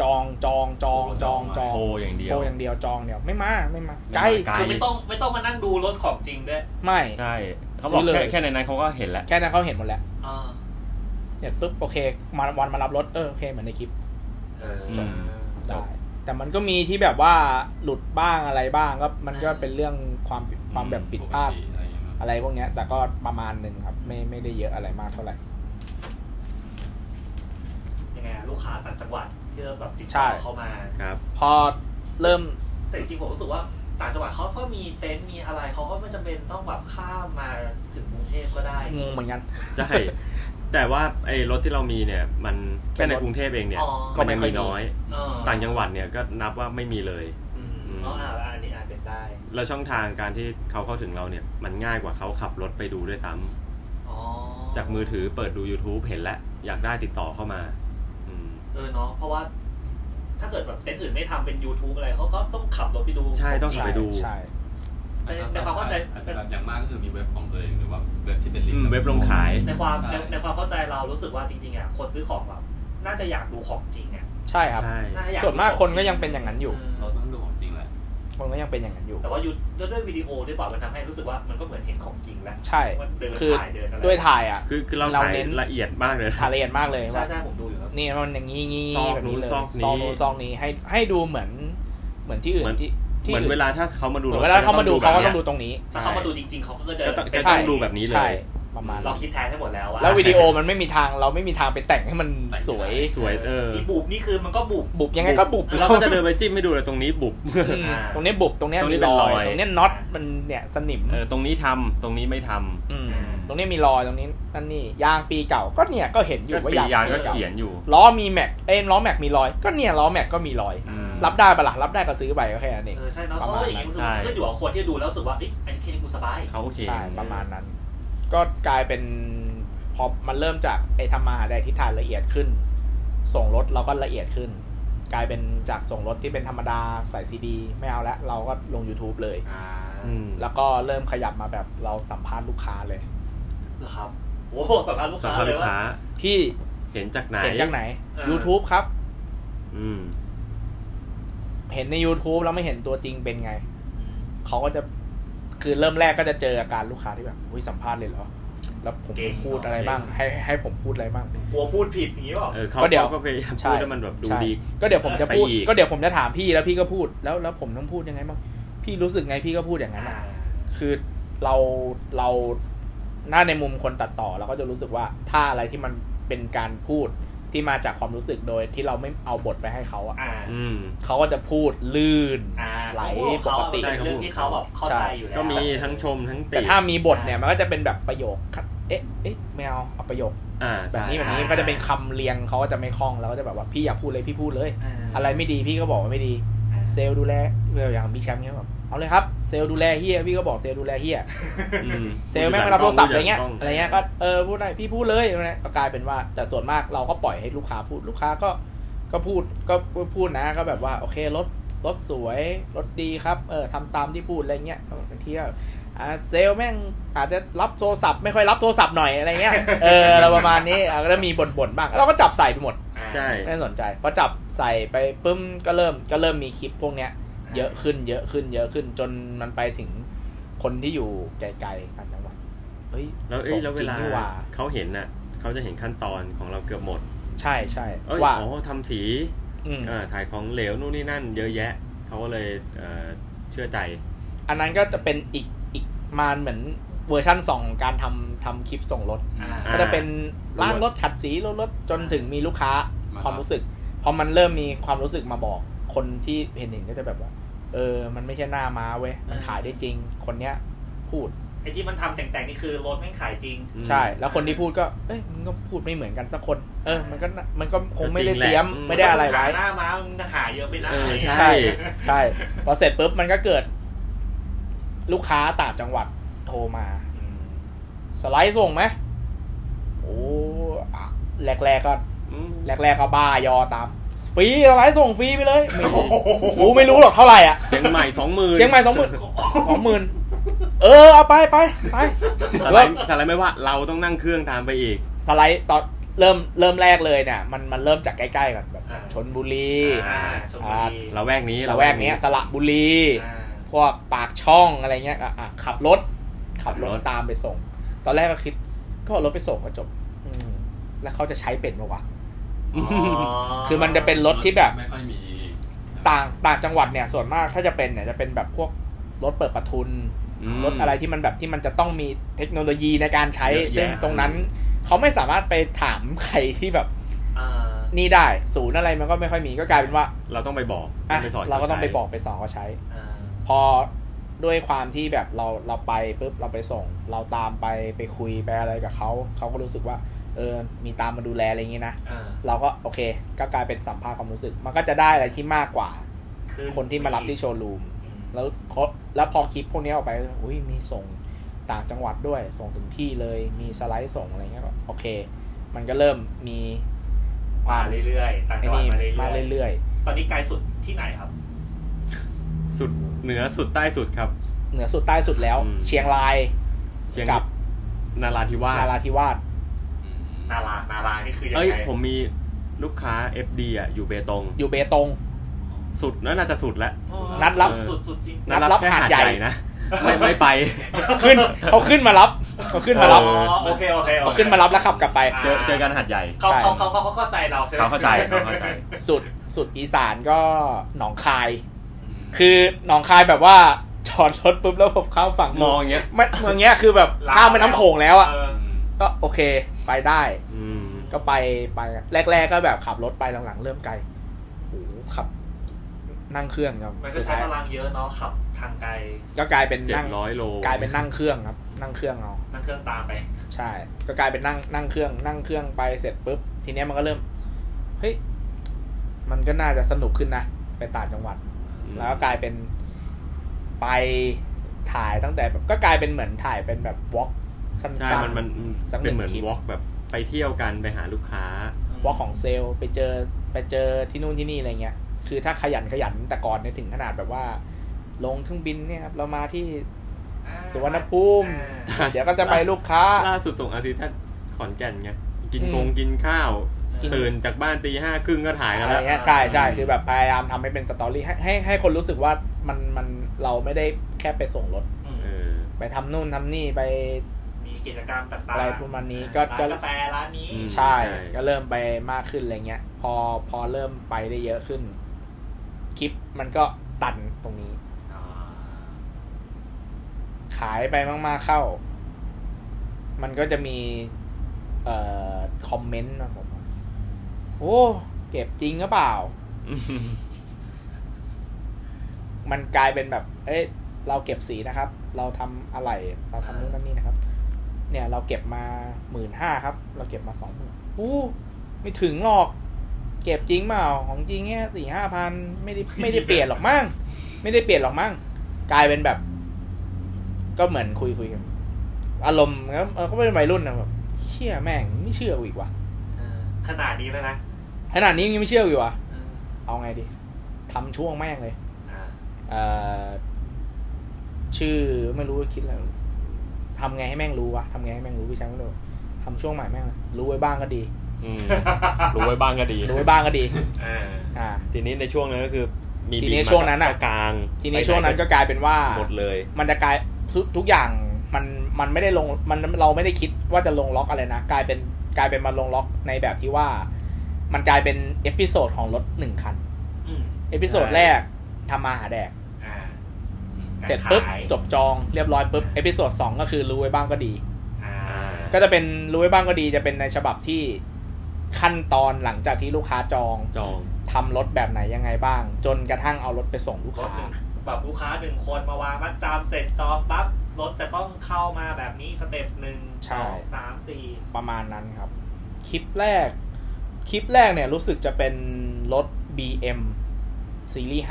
Speaker 3: จองจองจองจองจอง
Speaker 2: โทรอย่างเดีย
Speaker 3: โท
Speaker 2: ว
Speaker 3: รอย่างเดียวจองเดียวไม่มาไม่มา
Speaker 2: ไม่มา
Speaker 3: ไกล
Speaker 2: ไกล
Speaker 1: คือไม่ต้องไม่ต้องมานั่งดูรถของจริงด้วย
Speaker 3: ไม่
Speaker 2: ใช่ เขาบอก
Speaker 3: ซื้อเล
Speaker 2: แค่
Speaker 3: ย
Speaker 2: แค่ในนั้นเขาก็เห็นแล้ว
Speaker 3: แค่นั้นเขาเห็นหมดแล้ว
Speaker 1: เออ
Speaker 3: เนี่ยปุ๊บโอเคมาวันมารับรถเออโอเคเหมือนในคลิป
Speaker 1: เออ
Speaker 2: จบ จ
Speaker 3: ได้
Speaker 2: บ
Speaker 3: แต่มันก็มีที่แบบว่าหลุดบ้างอะไรบ้างก็มันก็เป็นเรื่องความผิดความแบบผิดพลาด
Speaker 4: ปกติอะไรอย่างเงี้ยเนอะ
Speaker 3: อะไรพวกเนี้ย แต่ก็ประมาณหนึ่งครับไม่ไม่ได้เยอะอะไรมากเท่าไหร่
Speaker 1: ยังไงอะลูกค้าต่างจังหวัดที่เราแบบติด
Speaker 3: ใช่
Speaker 1: ต่อเข้ามา
Speaker 2: ครับ
Speaker 3: พอเริ่ม
Speaker 1: แต่จริงๆผมรู้สึกว่าต่างจังหวัดเขาก็มีเต็นท์มีอะไรเขาก็ไม่จำเป็นต้องแบบข้ามมาถึงกรุงเทพก็ได้
Speaker 3: งงเหมือนกัน
Speaker 2: ใช่ แต่ว่าไอ้รถที่เรามีเนี่ย มันแค่ในกรุงเทพเองเนี่ย
Speaker 1: อ๋อ
Speaker 2: ก็ไม่ค่อยน้อย
Speaker 1: เออ
Speaker 2: ต่างจังหวัดเนี่ยก็นับว่าไม่มีเลย
Speaker 1: อืมอ๋ออ่ะอันนี้อาจเป็นได้
Speaker 2: แล้วช่องทางการที่เขาเข้าถึงเราเนี่ย มันง่ายกว่าเขาขับรถไปดูด้วยซ้ำ
Speaker 1: อ๋อ
Speaker 2: จากมือถือเปิดดู YouTube เห็นแล้ว อยากได้ติดต่อเข้ามา อืม
Speaker 1: เออเนาะเพราะว่าถ้าเกิดแบบเต็นท์อื่นไม่ทำเป็น YouTube อะไรเขาก็ต้องขับรถไปดู
Speaker 2: ใช่ต้อง
Speaker 1: ข
Speaker 2: กลั
Speaker 1: จริ
Speaker 2: บไปดู
Speaker 3: ใช่
Speaker 1: แต่แต่ความเข้าใจ
Speaker 4: อาจจะแบบอย่างมากก็คือมีเว็บของตัวเองหรือว่าเว็บที่เป็นลิง
Speaker 2: อื
Speaker 4: ก์
Speaker 2: มเว็บลงขาย
Speaker 1: ในความใน
Speaker 4: ใช่
Speaker 1: ในความเข้าใจเรารู้สึกว่าจริงๆอ่ะคนซื้อของแบบน่าจะอยากดูของจริงอ่ะ
Speaker 3: ใช่ครับ
Speaker 2: ใช่
Speaker 1: น่าจะอยาก
Speaker 3: ส่วนมาก
Speaker 1: ดูข
Speaker 3: ค
Speaker 1: อน จริ
Speaker 3: ก็ยังเป็นอย่างนั้นอยู่
Speaker 1: เอ
Speaker 4: เรา
Speaker 1: อ
Speaker 4: ต้องดูของจริงแหละ
Speaker 3: คนก็ยังเป็นอย่างนั้นอยู่
Speaker 1: แต่ว่าอยู่ด้วยด้วยวิดีโอด้วยเปล่ามันทำให้รู้สึกว่ามันก็เหมือนเห็นของจริงแล้ว
Speaker 3: ใช่
Speaker 1: ว่าเดิน
Speaker 3: คือ
Speaker 1: ถ่ายเดินอะไร
Speaker 3: ด้วยถ่ายอ่ะ
Speaker 2: คือคือเรา
Speaker 3: เรา
Speaker 2: ถ่าย
Speaker 3: เน้น
Speaker 2: ละเอียดมากเลยนะ
Speaker 3: ถ่ายละเอียดมากเลย
Speaker 1: ใช่
Speaker 3: ว่า
Speaker 1: ใช่ผมดูอยู่ครับ
Speaker 3: นี่มันอย่างนี้งี้
Speaker 2: ซอก
Speaker 3: แบบนี้เลย
Speaker 2: นู้นซอก ก
Speaker 3: ซอ
Speaker 2: นี้
Speaker 3: นู้นซอกนี้ให้ให้ดูเหมือนเหมือนที่อื่น
Speaker 2: เหมือน
Speaker 3: ที่ที่
Speaker 2: เหมือน
Speaker 3: อื่
Speaker 2: เวลาถ้าเขามาดู
Speaker 3: เหมือนเวลาเขามาดูเขาก็ต้องดู
Speaker 2: แบบ
Speaker 3: ตรงนี้
Speaker 1: ถ้าเขามาดูจริง ๆเขาก็จะ
Speaker 2: ก็ต้อง
Speaker 1: เป็น
Speaker 2: ใช่ ดูแบบนี้เลย
Speaker 3: ใช่ประมาณ
Speaker 1: เรา
Speaker 3: นั้น
Speaker 1: คิดแทนให้หมดแล้วว่า
Speaker 3: แล้ววิดีโอมันไม่มีทางเราไม่มีทางไปแต่งให้มัน
Speaker 4: แต่ง
Speaker 3: สวย
Speaker 2: นี้สวยเออ
Speaker 1: ที่บุบนี่คือมันก็บุบ
Speaker 3: บุบยังไงก็บุบ
Speaker 2: เราก็จะเดินไปจิ้มไม่ดูเลยตรงนี้บุบ
Speaker 3: อืม
Speaker 1: อ่า
Speaker 3: ตรงนี้บุบตรงนี้
Speaker 2: ตรงนี้
Speaker 3: มี
Speaker 2: เป็
Speaker 3: ร
Speaker 2: น
Speaker 3: อย
Speaker 2: รอย
Speaker 3: ตรงนี้น็อตมันเนี่ยสนิม
Speaker 2: เออตรงนี้ทำตรงนี้ไม่ทำ
Speaker 3: อืมตรงนี้มีรอยตรงนี้นั่นนี่ยางปีเก่าก็เนี่ยก็เห็นอ
Speaker 2: ก็
Speaker 3: ยู่ว่า
Speaker 2: ปี
Speaker 3: ยาง
Speaker 2: ยางก็
Speaker 3: ปีเก่า
Speaker 2: เขียนอยู่
Speaker 3: ล้อมีแม็กเอ้ยล้อแม็กมีรอย ก็เนี่ยล้อแม็กก็มีรอย
Speaker 2: อืม
Speaker 3: รับได้ปะล่ะรับได้ก็ซื้อไปก็แค่นั้นเอง
Speaker 1: เออใช่เนาะ
Speaker 3: ประ
Speaker 1: เขาก็อ
Speaker 3: มาณ
Speaker 1: ย่างนี้
Speaker 3: นั้น
Speaker 1: รู้สึกว่า
Speaker 2: ใช่
Speaker 1: ขึ้นอยู่กับคนที่ดูแล้วรู้สึกว่าเอ้ยอันนี้แค่นี้กูสบาย
Speaker 2: เขาโอเค
Speaker 3: ใช่ประมาณนั้น ก็กลายเป็นพอมันเริ่มจากไอ้ทำมาหาได้ที่ทานละเอียดขึ้น ส่งรถเราก็ละเอียดขึ้น กลายเป็นจากส่งรถที่เป็นธรรมดาใส่ซีดีไม่เอาละเราก็ลง YouTube เลย
Speaker 1: อ่า
Speaker 2: อืม
Speaker 3: แล้วก็เริ่มขยับมาแบบเราสัมภาษณ์ลูกค้าเลย
Speaker 1: เหรอครับโอ้โหสัมภาษณ์ลูก
Speaker 2: สัม
Speaker 1: ค้า
Speaker 2: ภาษณ์
Speaker 1: เล
Speaker 2: ลู
Speaker 1: ย
Speaker 2: ก
Speaker 1: ว่า
Speaker 2: ค้า
Speaker 3: ที่
Speaker 2: เห็นจากไหน
Speaker 3: เห็นจากไหน
Speaker 1: เออ
Speaker 3: YouTube ครับ
Speaker 2: อืม
Speaker 3: เห็นใน YouTube แล้วไม่เห็นตัวจริงเป็นไง เขาก็จะคือเริ่มแรกก็จะเจออาการลูกค้าที่แบบอุ้ยสัมภาษณ์เลยเหรอ แล้วผม
Speaker 1: เก่ง
Speaker 3: พูดอะไรบ้าง ให้ให้ผมพูดอะไรบ้าง
Speaker 1: กลัวพูดผิดอย่างนี้เปล่า
Speaker 2: เออเขา
Speaker 3: ก็เดี๋ยว
Speaker 2: ขาก็พยายามพูดให้มันแบบดู
Speaker 3: ใช่
Speaker 2: ดี
Speaker 3: ก็เดี๋ยวผมจะพูด
Speaker 2: ไปอีก
Speaker 3: ก็เดี๋ยวผมจะถามพี่แล้วพี่ก็พูดแล้วแล้วผมต้องพูดยังไงบ้างพี่รู้สึกไงพี่ก็พูดอย่างนั้น
Speaker 1: อ่า
Speaker 3: อะคือเราเราหน้าในมุมคนตัดต่อเราก็จะรู้สึกว่าถ้าอะไรที่มัน เป็นการพูดที่มาจากความรู้สึกโดยที่เราไม่เอาบทไปให้เขาอะ
Speaker 1: อ่า
Speaker 2: อืม
Speaker 3: เขาก็จะพูดลื่น
Speaker 1: อ่า
Speaker 3: ไหล
Speaker 1: เขา
Speaker 3: ปก
Speaker 1: อะ
Speaker 3: ติ
Speaker 1: มันเป็นเรื่องที่เขาแบบเข้าใจอยู่แล้ว
Speaker 2: ก็มีทั้งชมทั้งติ
Speaker 3: แต่ถ้ามีบทเนี่ยมันก็จะเป็นแบบประโยคคัดเอ๊ะเอ๊ะไม่เอาเอาประโยค
Speaker 2: อ่า
Speaker 3: แบ
Speaker 2: ใช่
Speaker 3: บนี้แบบนี้ก็จะเป็นคำเรียงเขาก็จะไม่คล่องแล้วก็จะแบบว่าพี่อยากพูดเลยพี่พูดเลย
Speaker 1: า
Speaker 3: อะไรไม่ดีพี่ก็บอกว่าไม่ดี
Speaker 1: อ่า
Speaker 3: เซลล์ดูแลเซลล์อย่างของพี่แชมป์เนี้ยแบบเอาเลยครับเซลล์ดูแลเฮียพี่ก็บอกเซลล์ดูแลเฮีย
Speaker 2: อืม
Speaker 3: เซลล์แม่งไม่รับโทรศัพท์อะไรเงี้ย
Speaker 2: กล้
Speaker 3: อะไรเงี้ยก็เออพูดได้พี่พูดเลยอะไรเงี้ยก็กลายเป็นว่าแต่ส่วนมากเราก็ปล่อยให้ลูกค้าพูดลูกค้าก็ก็พูดก็ก็พูดนะก็แบบว่าโอเครถรถสวยรถดีครับเออทำตามที่พูดอะไรเงี้ยบางทีก็อ่าเซลล์แม่งอาจจะรับโทรศัพท์ไม่ค่อยรับโทรศัพท์หน่อยอะไรเงี้ยเออเราประมาณนี้อ่ะก็จะมีบ่นๆบ้างเราก็จับใส่ไปหมด
Speaker 2: ใช่
Speaker 3: ไม่สนใจพอจับใส่ไปปึ้มก็เริ่มก็เริ่มมีคลิปพวกเนี้ย เยอะขึ้นเยอะขึ้นเยอะขึ้นจนมันไปถึงคนที่อยู่ไกลๆต่างจังหวัดเฮ้ย
Speaker 2: แล้วเอ้ย
Speaker 3: ส่ง
Speaker 2: แล้วเว
Speaker 3: จริง
Speaker 2: ลา
Speaker 3: นี่หว่า
Speaker 2: เขาเห็นน่ะเขาจะเห็นขั้นตอนของเราเกือบหมด
Speaker 3: ใช่ใช่
Speaker 2: เอ้ย
Speaker 3: ว่า
Speaker 2: อ๋อทำสี
Speaker 3: ม
Speaker 2: เอ่อถ่ายของเหลวนู่นนี่นั่น เยอะแยะ เขาก็เลยเอ่อเชื่อใจ
Speaker 3: อันนั้นก็จะเป็นอีกอีกมานเหมือนเวอร์ชั่นสองของการทำทำคลิปส่งรถ
Speaker 1: อ่า
Speaker 2: อ่
Speaker 3: ก็จะเป็นล้างรถขัดสีรถรถจนถึงมีลูกค้า
Speaker 4: มา
Speaker 3: ความรู้สึก พอมันเริ่มมีความรู้สึกมาบอก คนที่เห็นเห็นก็จะแบบว่า เออ มันไม่ใช่หน้าม้าเว้ยมันขายได้จริง คนเนี้ยพูด
Speaker 1: ไอ้ที่มันทำแต่งๆนี่คือรถไม่งขายจริง
Speaker 2: อืม
Speaker 3: ใช่ แล้วคนที่พูดก็ เอ้ยมันก็พูดไม่เหมือนกันสักคน เออ มันก็น่ะมันก็คงไม่ได้เตรียม
Speaker 2: ก็จริงแหละ
Speaker 3: ไม่ได้อะไรไว้
Speaker 1: ขาหน้าม้ามึงหาเยอะไปนะ
Speaker 2: เออ
Speaker 3: ใช่
Speaker 2: ใช่
Speaker 3: ใช่ พอเสร็จปุ๊บมันก็เกิด ลูกค้าต่างจังหวัดโทรมา
Speaker 1: อืม
Speaker 3: สไลด์ส่งไหมโอ้อ่ะแรกแรกๆก็
Speaker 2: อืม
Speaker 3: แรกแรกๆก็บ้ายอตาม ฟรีสไลด์ส่งฟรีไปเลยไม่รู้ไม่รู้หรอกเท่าไหร่อ่ะ
Speaker 2: เชียงใหม่สองหมื่น
Speaker 3: เชียงใหม่สองหมื่นสองหมื่นเออเอาไปไปไป
Speaker 2: แต่ไรแต่ไรไม่ว่าเราต้องนั่งเครื่องตามไปอีก
Speaker 3: สไลด์ตอนเริ่มเริ่มแรกเลยเนี่ย มันมันเริ่มจากใกล้ๆก่อนแบบ
Speaker 1: อ่า
Speaker 3: ชนบุรี
Speaker 1: อ่าชลบุรี
Speaker 2: เราแวกนี้
Speaker 3: ละแวกเนี้ยสระบุรี
Speaker 1: อ่า
Speaker 3: พวกปากช่องอะไรเงี้ยก็อ่ะขับรถ ขับรถตามไปส่ง ตอนแรกก็คิดก็เอารถไปส่งก็จบ อืมแล้วเขาจะใช้เป็นปะวะ
Speaker 2: อืม
Speaker 3: คือมันจะเป็นรถที่แบบ
Speaker 4: ไม่ค่อยมี
Speaker 3: ต่างต่างจังหวัดเนี่ยส่วนมากถ้าจะเป็นเนี่ยจะเป็นแบบพวกรถเปิดประทุน
Speaker 2: อืม
Speaker 3: รถอะไรที่มันแบบที่มันจะต้องมีเทคโนโลยีในการใช้
Speaker 2: เยอะแยะ
Speaker 3: ซึ่งตรงนั้นเขาไม่สามารถไปถามใครที่แบบ
Speaker 1: อ่า
Speaker 3: นี่ได้ ศูนย์อะไรมันก็ไม่ค่อยมีก็กลายเป็นว่า
Speaker 2: เราต้องไปบอก
Speaker 3: อ่ะ
Speaker 2: ไปสน
Speaker 3: เราก็ต้องไป
Speaker 2: ใช้
Speaker 3: บอกไปสอนเขาใช้
Speaker 1: อ่า
Speaker 3: พอด้วยความที่แบบเราเราไปปุ๊บเราไปส่ง เราตามไปไปคุยไปอะไรกับเขาเขาก็รู้สึกว่า เออมีตามมาดูแลอะไรอย่างงี้นะ
Speaker 1: อ่า
Speaker 3: เราก็โอเคก็กลายเป็นสัมภาษณ์ความรู้สึก มันก็จะได้อะไรที่มากกว่า
Speaker 1: อ
Speaker 3: คนที่มารับที่โชว์รูม
Speaker 1: อืม
Speaker 3: แล้วเขาแล้วพอคลิปพวกนี้ออกไปอุ้ยมีส่งต่างจังหวัดด้วย ส่งถึงที่เลยมีสไลด์ส่งอะไรเงี้ยก็โอเค มันก็เริ่มมี
Speaker 1: มาเรื่อยๆต่างจังหวัดมาเรื่
Speaker 3: มา
Speaker 1: อย
Speaker 3: เรื่อย
Speaker 1: ๆตอนนี้ไกลสุดที่ไหนครับ
Speaker 2: สุดเหนือสุดใต้สุดครับ
Speaker 3: ๆเหนือสุดใต้สุดแล้ว
Speaker 2: อืม
Speaker 3: เชียงราย
Speaker 2: เชียง
Speaker 3: กับ
Speaker 2: นาราธิวาส
Speaker 3: นาราธิวาส
Speaker 4: อืม
Speaker 1: นารานารานี่คือยัง
Speaker 2: เอ้ย
Speaker 1: ไง
Speaker 2: ผมมีลูกค้า FD อ่ะ อยู่เบตง
Speaker 3: อยู่เบตง
Speaker 2: สุดแล้วน่าจะสุดแล้ว
Speaker 1: อ๋อ
Speaker 3: นัดรับ
Speaker 1: สุดสุดจริง
Speaker 3: นัดรับ
Speaker 2: แค่
Speaker 3: หาดใหญ่
Speaker 2: นะ ไม่ไม่ไป
Speaker 3: ขึ้นเขาขึ้นมารับเขาขึ้นมารับ
Speaker 1: อ๋อโอเคโอเคโอ
Speaker 3: เขา
Speaker 1: เค
Speaker 3: ขึ้นมารับแล้วขับกลับไป
Speaker 1: า
Speaker 2: เจอเจอกันหาดใหญ่
Speaker 1: เขา
Speaker 3: ใช่
Speaker 1: เขาเขาเขาเข้าใจเราใช่ไหม
Speaker 2: เขาเข้าใจเขาเข้าใจ
Speaker 3: สุดสุดอีสานก็หนองคาย คือหนองคายแบบว่าจอดรถปุ๊บแล้วผมข้ามฝั่ง
Speaker 2: มองอย่างเงี้ย
Speaker 3: ไม่เมืองเนี้ยคือแบบข้ามแม่น้ำโขงแล้วอ่ะ
Speaker 1: เออ
Speaker 3: ก็โอเคไปได้
Speaker 2: อืม
Speaker 3: ก็ไปไปแรก ๆ ก็แบบขับรถไปหลังๆเริ่มไกลโอ้โหขับ นั่งเครื่องครับ
Speaker 1: มันก็ใช้พลังเยอะเนาะขับทางไกล
Speaker 3: ก็กลายเป็น
Speaker 2: เจ็ด
Speaker 3: นั่ง
Speaker 2: ร้อยโล
Speaker 3: กลายเป็นนั่งเครื่องครับนั่งเครื่องเอา
Speaker 1: นั่งเครื่องตามไป
Speaker 3: ใช่ ก็กลายเป็นนั่งนั่งเครื่องนั่งเครื่องไปเสร็จปุ๊บ ทีเนี้ยมันก็เริ่ม เฮ้ย มันก็น่าจะสนุกขึ้นนะ ไปต่างจังหวัด
Speaker 2: อืม
Speaker 3: แล้วก็กลายเป็นไปถ่ายตั้งแต่แบบก็กลายเป็นเหมือนถ่ายเป็นแบบวอล์กสั
Speaker 2: ใช่
Speaker 3: ้น
Speaker 2: มันมัน
Speaker 3: สักหนึ่
Speaker 2: เป็น
Speaker 3: ง
Speaker 2: เหมือน
Speaker 3: คลิป
Speaker 2: วอล์กแบบไปเที่ยวกันไปหาลูกค้า
Speaker 3: ๆวอล์กของเซลล์ไปเจอไปเจอที่นู่นที่นี่อะไรเงี้ย คือถ้าขยันขยันแต่ก่อนเนี่ยถึงขนาดแบบว่า ลงเครื่องบินเนี่ยครับเรามาที่
Speaker 1: อ่า
Speaker 3: สุวรรณภูมิ
Speaker 2: อ่า
Speaker 3: เดี๋ยวก็จะไปลูกค้า
Speaker 2: ล่าสุดส่งอาทิตย์ท่านขอนแก่นไง กิน
Speaker 3: อืม
Speaker 2: กงกินข้าว
Speaker 1: อ่า
Speaker 2: ตื่นจากบ้านตีห้าครึ่งก็ถ่ายกัน
Speaker 3: อะไร
Speaker 2: แล้ว
Speaker 3: เงี้ยใช่ใช่คือแบบพยายามทำให้เป็นสตอรี่ให้ให้ให้คนรู้สึกว่ามันมันเราไม่ได้แค่ไปส่งรถ
Speaker 1: อืม
Speaker 2: เออ
Speaker 3: ไปทำนู่นทำนี่ไป
Speaker 1: มีกิจกรรมต่างๆ
Speaker 3: อะไรประมาณนี้ก็
Speaker 1: ร้า
Speaker 3: ก็
Speaker 1: นกาแฟร้านนี้
Speaker 2: อืม
Speaker 3: ใช่
Speaker 2: ใช่
Speaker 3: ก็เริ่มไปมากขึ้นอะไรเงี้ย พอพอเริ่มไปได้เยอะขึ้น คลิปมันก็ตันตรงนี้
Speaker 1: อ่า
Speaker 3: ขายไปมากๆเข้า มันก็จะมี เอ่อคอมเมนต์มาผมว่าโอ้เก็บจริงหรือเปล่า มันกลายเป็นแบบ เอ้ย เราเก็บสีนะครับ เราทำอะไร เราทำนู่นนั่นนี่นะครับ เนี่ย เราเก็บมาหมื่นห้าครับ เราเก็บมาสองหมื่นโอ้ไม่ถึงหรอก เก็บจริงเปล่า ของจริงเนี่ยสี่ห้าพันไม่ได้ไม่ได้เปลี่ยนหรอกมั้ง ไม่ได้เปลี่ยนหรอกมั้ง กลายเป็นแบบ ก็เหมือนคุยคุยกัน อารมณ์ก็เออก็เป็นวัยรุ่นนะแบบเชี่ยแม่งไม่เชื่อกูอีกว่ะ
Speaker 1: เออขนาดนี้แล้วนะ
Speaker 3: ขนาดนี้ยังไม่เชื่อกูอีกว่ะ
Speaker 1: เออ
Speaker 3: เอาไงดีทำช่วงแม่งเลย
Speaker 1: อ่า
Speaker 3: เอ่อชื่อไม่รู้คิดอะไรทำไงให้แม่งรู้วะทำไงให้แม่งรู้พี่ช้างก็เลยบอกทำช่วงใหม่แม่งเลยรู้ไว้บ้างก็ดี
Speaker 2: อืมรู้ไว้บ้างก็ดี
Speaker 3: รู้ไว้บ้างก็ดี
Speaker 1: เออ
Speaker 3: อ่า
Speaker 2: ทีนี้ในช่วงนั้นก็คือมี
Speaker 3: ทีนี้
Speaker 2: บีบมา
Speaker 3: ช่วงนั้นอะ
Speaker 2: กลาง
Speaker 3: ทีนี้ช่วงนั้นก็กลายเป็นว่า
Speaker 2: หมดเลย
Speaker 3: มันจะกลายทุกทุกอย่างมันมันไม่ได้ลงมันเราไม่ได้คิดว่าจะลงล็อกอะไรนะกลายเป็นกลายเป็นมาลงล็อกในแบบที่ว่า มันกลายเป็นเอพิโซดของรถหนึ่งคัน
Speaker 1: อืม
Speaker 3: เอพิโซด
Speaker 2: ใช่
Speaker 3: แรกทำมาหาแดก
Speaker 1: อ่า
Speaker 3: เสร็จปุ๊บ
Speaker 1: ขาย
Speaker 3: จบจองเรียบร้อยปุ๊บเอพิโซดสองก็คือรู้ไว้บ้างก็ดี
Speaker 1: อ่า
Speaker 3: ก็จะเป็นรู้ไว้บ้างก็ดีจะเป็นในฉบับที่ขั้นตอนหลังจากที่ลูกค้าจอง
Speaker 2: จอง
Speaker 3: ทำรถแบบไหนยังไงบ้าง จนกระทั่งเอารถไปส่งลูก
Speaker 1: รถ
Speaker 3: ค้า
Speaker 1: หนึ่งแบบลูกค้าหนึ่งคนมาวางมัดจามเสร็จจองปั๊บรถจะต้องเข้ามาแบบนี้สเต็ปหนึ่งส
Speaker 3: ใช่
Speaker 1: องสามสี่
Speaker 3: ประมาณนั้นครับ คลิปแรก คลิปแรกเนี่ยรู้สึกจะเป็นรถ BM ซีรีส์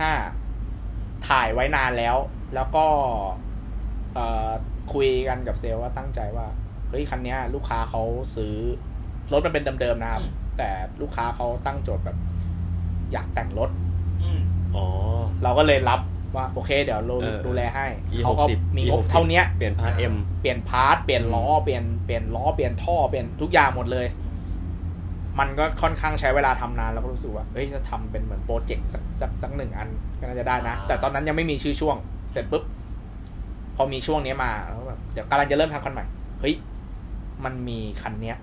Speaker 3: 5ถ่ายไว้นานแล้ว แล้วก็เอ่อคุยกันกับเซลลว่าตั้งใจว่าเฮ้ยคันเนี้ยลูกค้าเขาซื้อ รถมันเป็นเดิมๆนะครับ แต่ลูกค้าเขาตั้งโจทย์แบบ อยากแต่งรถ
Speaker 1: อืม
Speaker 2: อ๋อ
Speaker 3: เราก็เลยรับว่าโอเคเดี๋ยวเรา
Speaker 2: เออ
Speaker 3: ดูแลให้
Speaker 2: E60
Speaker 3: เขาก็มีงบ
Speaker 2: E60
Speaker 3: เท่าเนี้ย
Speaker 2: เปลี่ยนพาร์ทเอ็ม
Speaker 3: เปลี่ยนพาร์ทเปลี่ยนล้อ
Speaker 2: อืม
Speaker 3: เปลี่ยนเปลี่ยนล้อเปลี่ยนท่อเปลี่ยนทุกอย่างหมดเลย มันก็ค่อนข้างใช้เวลาทำนานแล้วก็รู้สึกว่าเอ้ยจะทำเป็นเหมือนโปรเจกต์สักสักสักหนึ่งอันก็น่าจะได้นะ แต่ตอนนั้นยังไม่มีชื่อช่วง เสร็จปุ๊บ พอมีช่วงเนี้ยมาแล้วก็แบบเดี๋ยวกำลังจะเริ่มทำคันใหม่ เฮ้ย มันมีคันเนี้ย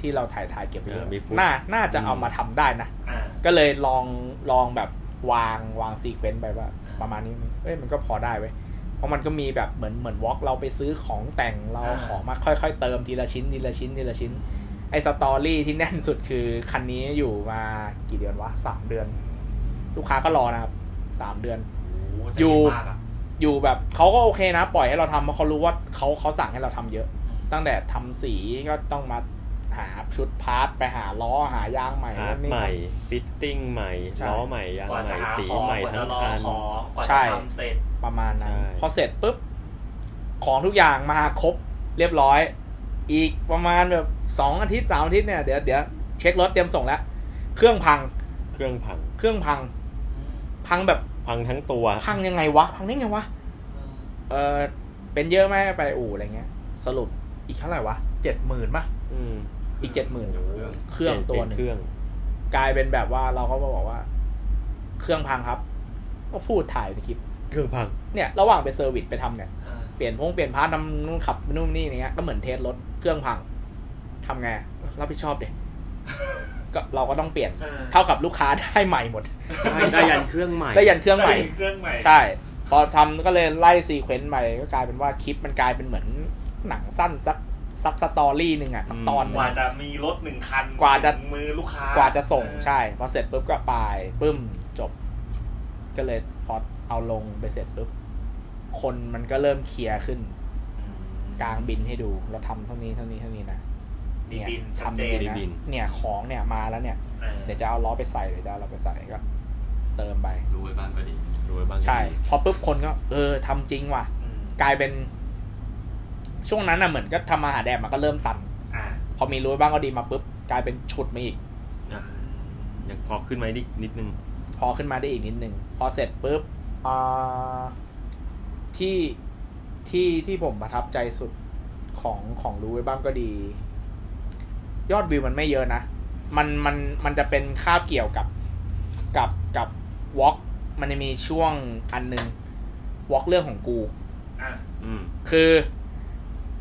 Speaker 3: ที่เราถ่ายถ่ายเก็บไว้เย
Speaker 2: เออมีฟุต
Speaker 3: อะน่าน่าจะเอามาทำได้นะ
Speaker 1: อ่า
Speaker 3: ก็เลยลองลองแบบวางวางซีเควนต์ไปว่า ประมาณนี้เอ้ยมันก็พอได้เว้ยเพราะมันก็มีแบบเหมือนเหมือนวอล์กเราไปซื้อของแต่งเรา
Speaker 1: อ่า
Speaker 3: ของมาค่อยๆ เติมทีละชิ้นทีละชิ้นทีละชิ้น ไอสตอรี่ที่แน่นสุดคือคันนี้อยู่มากี่เดือนวะสามเดือน ลูกค้าก็รอนะครับสามเดือน
Speaker 1: โโหใจ
Speaker 3: อยู่
Speaker 1: ดีมากอะ
Speaker 3: อยู่แบบเขาก็โอเคนะ ปล่อยให้เราทำเพราะเขารู้ว่าเขาเขาสั่งให้เราทำเยอะ ตั้งแต่ทำสีก็ต้องมาหาชุดพาร์ทไปหาล้อหายางใหม่
Speaker 2: พาร์ท
Speaker 3: นู่นนี่
Speaker 2: ใหม่ ฟิตติ้งใหม่
Speaker 3: ใช่
Speaker 2: ล้อใหม่ยาง
Speaker 1: กว่า
Speaker 2: ให
Speaker 1: จะ
Speaker 2: ม่
Speaker 1: หา
Speaker 2: สี
Speaker 1: ของ
Speaker 2: ใหม่
Speaker 1: กว่า
Speaker 2: ทั้
Speaker 1: จะ
Speaker 2: ง
Speaker 1: รอ
Speaker 2: คัน
Speaker 1: ของกว่า
Speaker 3: ใช่
Speaker 1: จะทำเสร็จ
Speaker 3: ประมาณนั้น
Speaker 2: ใช่
Speaker 3: พอเสร็จปุ๊บ ของทุกอย่างมาครบเรียบร้อย อีกประมาณแบบสองอาทิตย์สามอาทิตย์เนี่ยเดี๋ยวเดี๋ยวเช็ครถเตรียมส่งแล้ว เครื่องพัง
Speaker 2: เครื่องพัง
Speaker 3: เครื่องพัง พังแบบ
Speaker 2: พังทั้งตัว
Speaker 3: พังยังไงวะ พังได้ไงวะ เออเป็นเยอะไหมไปอู่อะไรเงี้ย สรุปอีกเท่าไหร่วะเจ็ดหมื่นป่ะ
Speaker 2: อืม
Speaker 3: อีกเจ็ดหมื่น
Speaker 4: เครื่อง
Speaker 3: เครื่อง
Speaker 2: ป
Speaker 3: ตั
Speaker 2: ลี่
Speaker 3: วย หนึ่ง
Speaker 2: เครื่อง
Speaker 3: กลายเป็นแบบว่าเราก็มาบอกว่า เครื่องพังครับ ก็พูดถ่ายในคลิป
Speaker 2: เครื่องพัง
Speaker 3: เนี่ย ระหว่างไปเซอร์วิสไปทำเนี่ย เปลี่ยนพงเปลี่ยนพาร์ทนำนู่นขับนู่นนี่อย่างเงี้ยก็เหมือนเทสรถเครื่องพังทำไงรับผิดช อบเด็ก็เราก็ต้องเปลี่ยน เท่ากับลูกค้าได้ใหม่หมด
Speaker 2: ได้ยันเครื่องใหม่
Speaker 3: ได้ยันเครื่องใหม่
Speaker 1: เครื่องใหม่
Speaker 3: ใช่ พอทำก็เลยไล่ซีเควนต์ไปก็กลายเป็นว่าคลิปมันกลายเป็นเหมือนหนังสั้นซับซับสตอรี่หนึ่งอะสักตอนหนึ่
Speaker 1: ก
Speaker 3: ง
Speaker 1: ว่าจะมีรถหนึ่งคัน
Speaker 3: กว่าจะ
Speaker 1: ถึงมือลูกค้าก ก
Speaker 3: ว่าจะส่งใช่ พอเสร็จปุ๊บก็ไปปึ้มจบ ก็เลยพอเอาลงไปเสร็จปุ๊บคนมันก็เริ่มเคลียร์ขึ้น กลางบินให้ดูเราทำเท่านี้เท่านี้เท่านี้นะ
Speaker 1: ดี
Speaker 3: เนี่ย
Speaker 1: บินชัด
Speaker 3: ทำ
Speaker 1: เจ
Speaker 3: เอน ง
Speaker 2: ดี
Speaker 3: นะ
Speaker 2: บิน
Speaker 3: เนี่ยของเนี่ยมาแล้วเนี่ย
Speaker 1: เออ
Speaker 3: เดี๋ยวจะเอาล้อไปใส่เดี๋ยวจะเอาล้อไปใส่ก็ เติมไป
Speaker 4: รู้ไว้บ้างก็ดี
Speaker 2: รวยบ้างก็
Speaker 3: ใช่
Speaker 2: ดี
Speaker 3: พอปุ๊บคนก็ เออทำจริงว่ะ
Speaker 1: อืม
Speaker 3: กลายเป็น ช่วงนั้นน่ะเหมือนก็ทำมาหาแดดมันก็เริ่มตัน
Speaker 1: อ่า
Speaker 3: พอมีรู้บ้างก็ดีมาปุ๊บกลายเป็นฉุดมาอีก
Speaker 2: อ่ะยังพอขึ้นมานิดนิดนึง
Speaker 3: พอขึ้นมาได้อีกนิดนึง พอเสร็จปุ๊บอ่าที่ที่ที่ผมประทับใจสุดของของรู้ไว้บ้างก็ดี ยอดวิวมันไม่เยอะนะ มันมันมันจะเป็นคาบเกี่ยวกับกับกับวอล์กมันจะมีช่วงอันหนึงวอล์กเรื่องของกู
Speaker 1: อ่า
Speaker 2: อืม
Speaker 3: คือ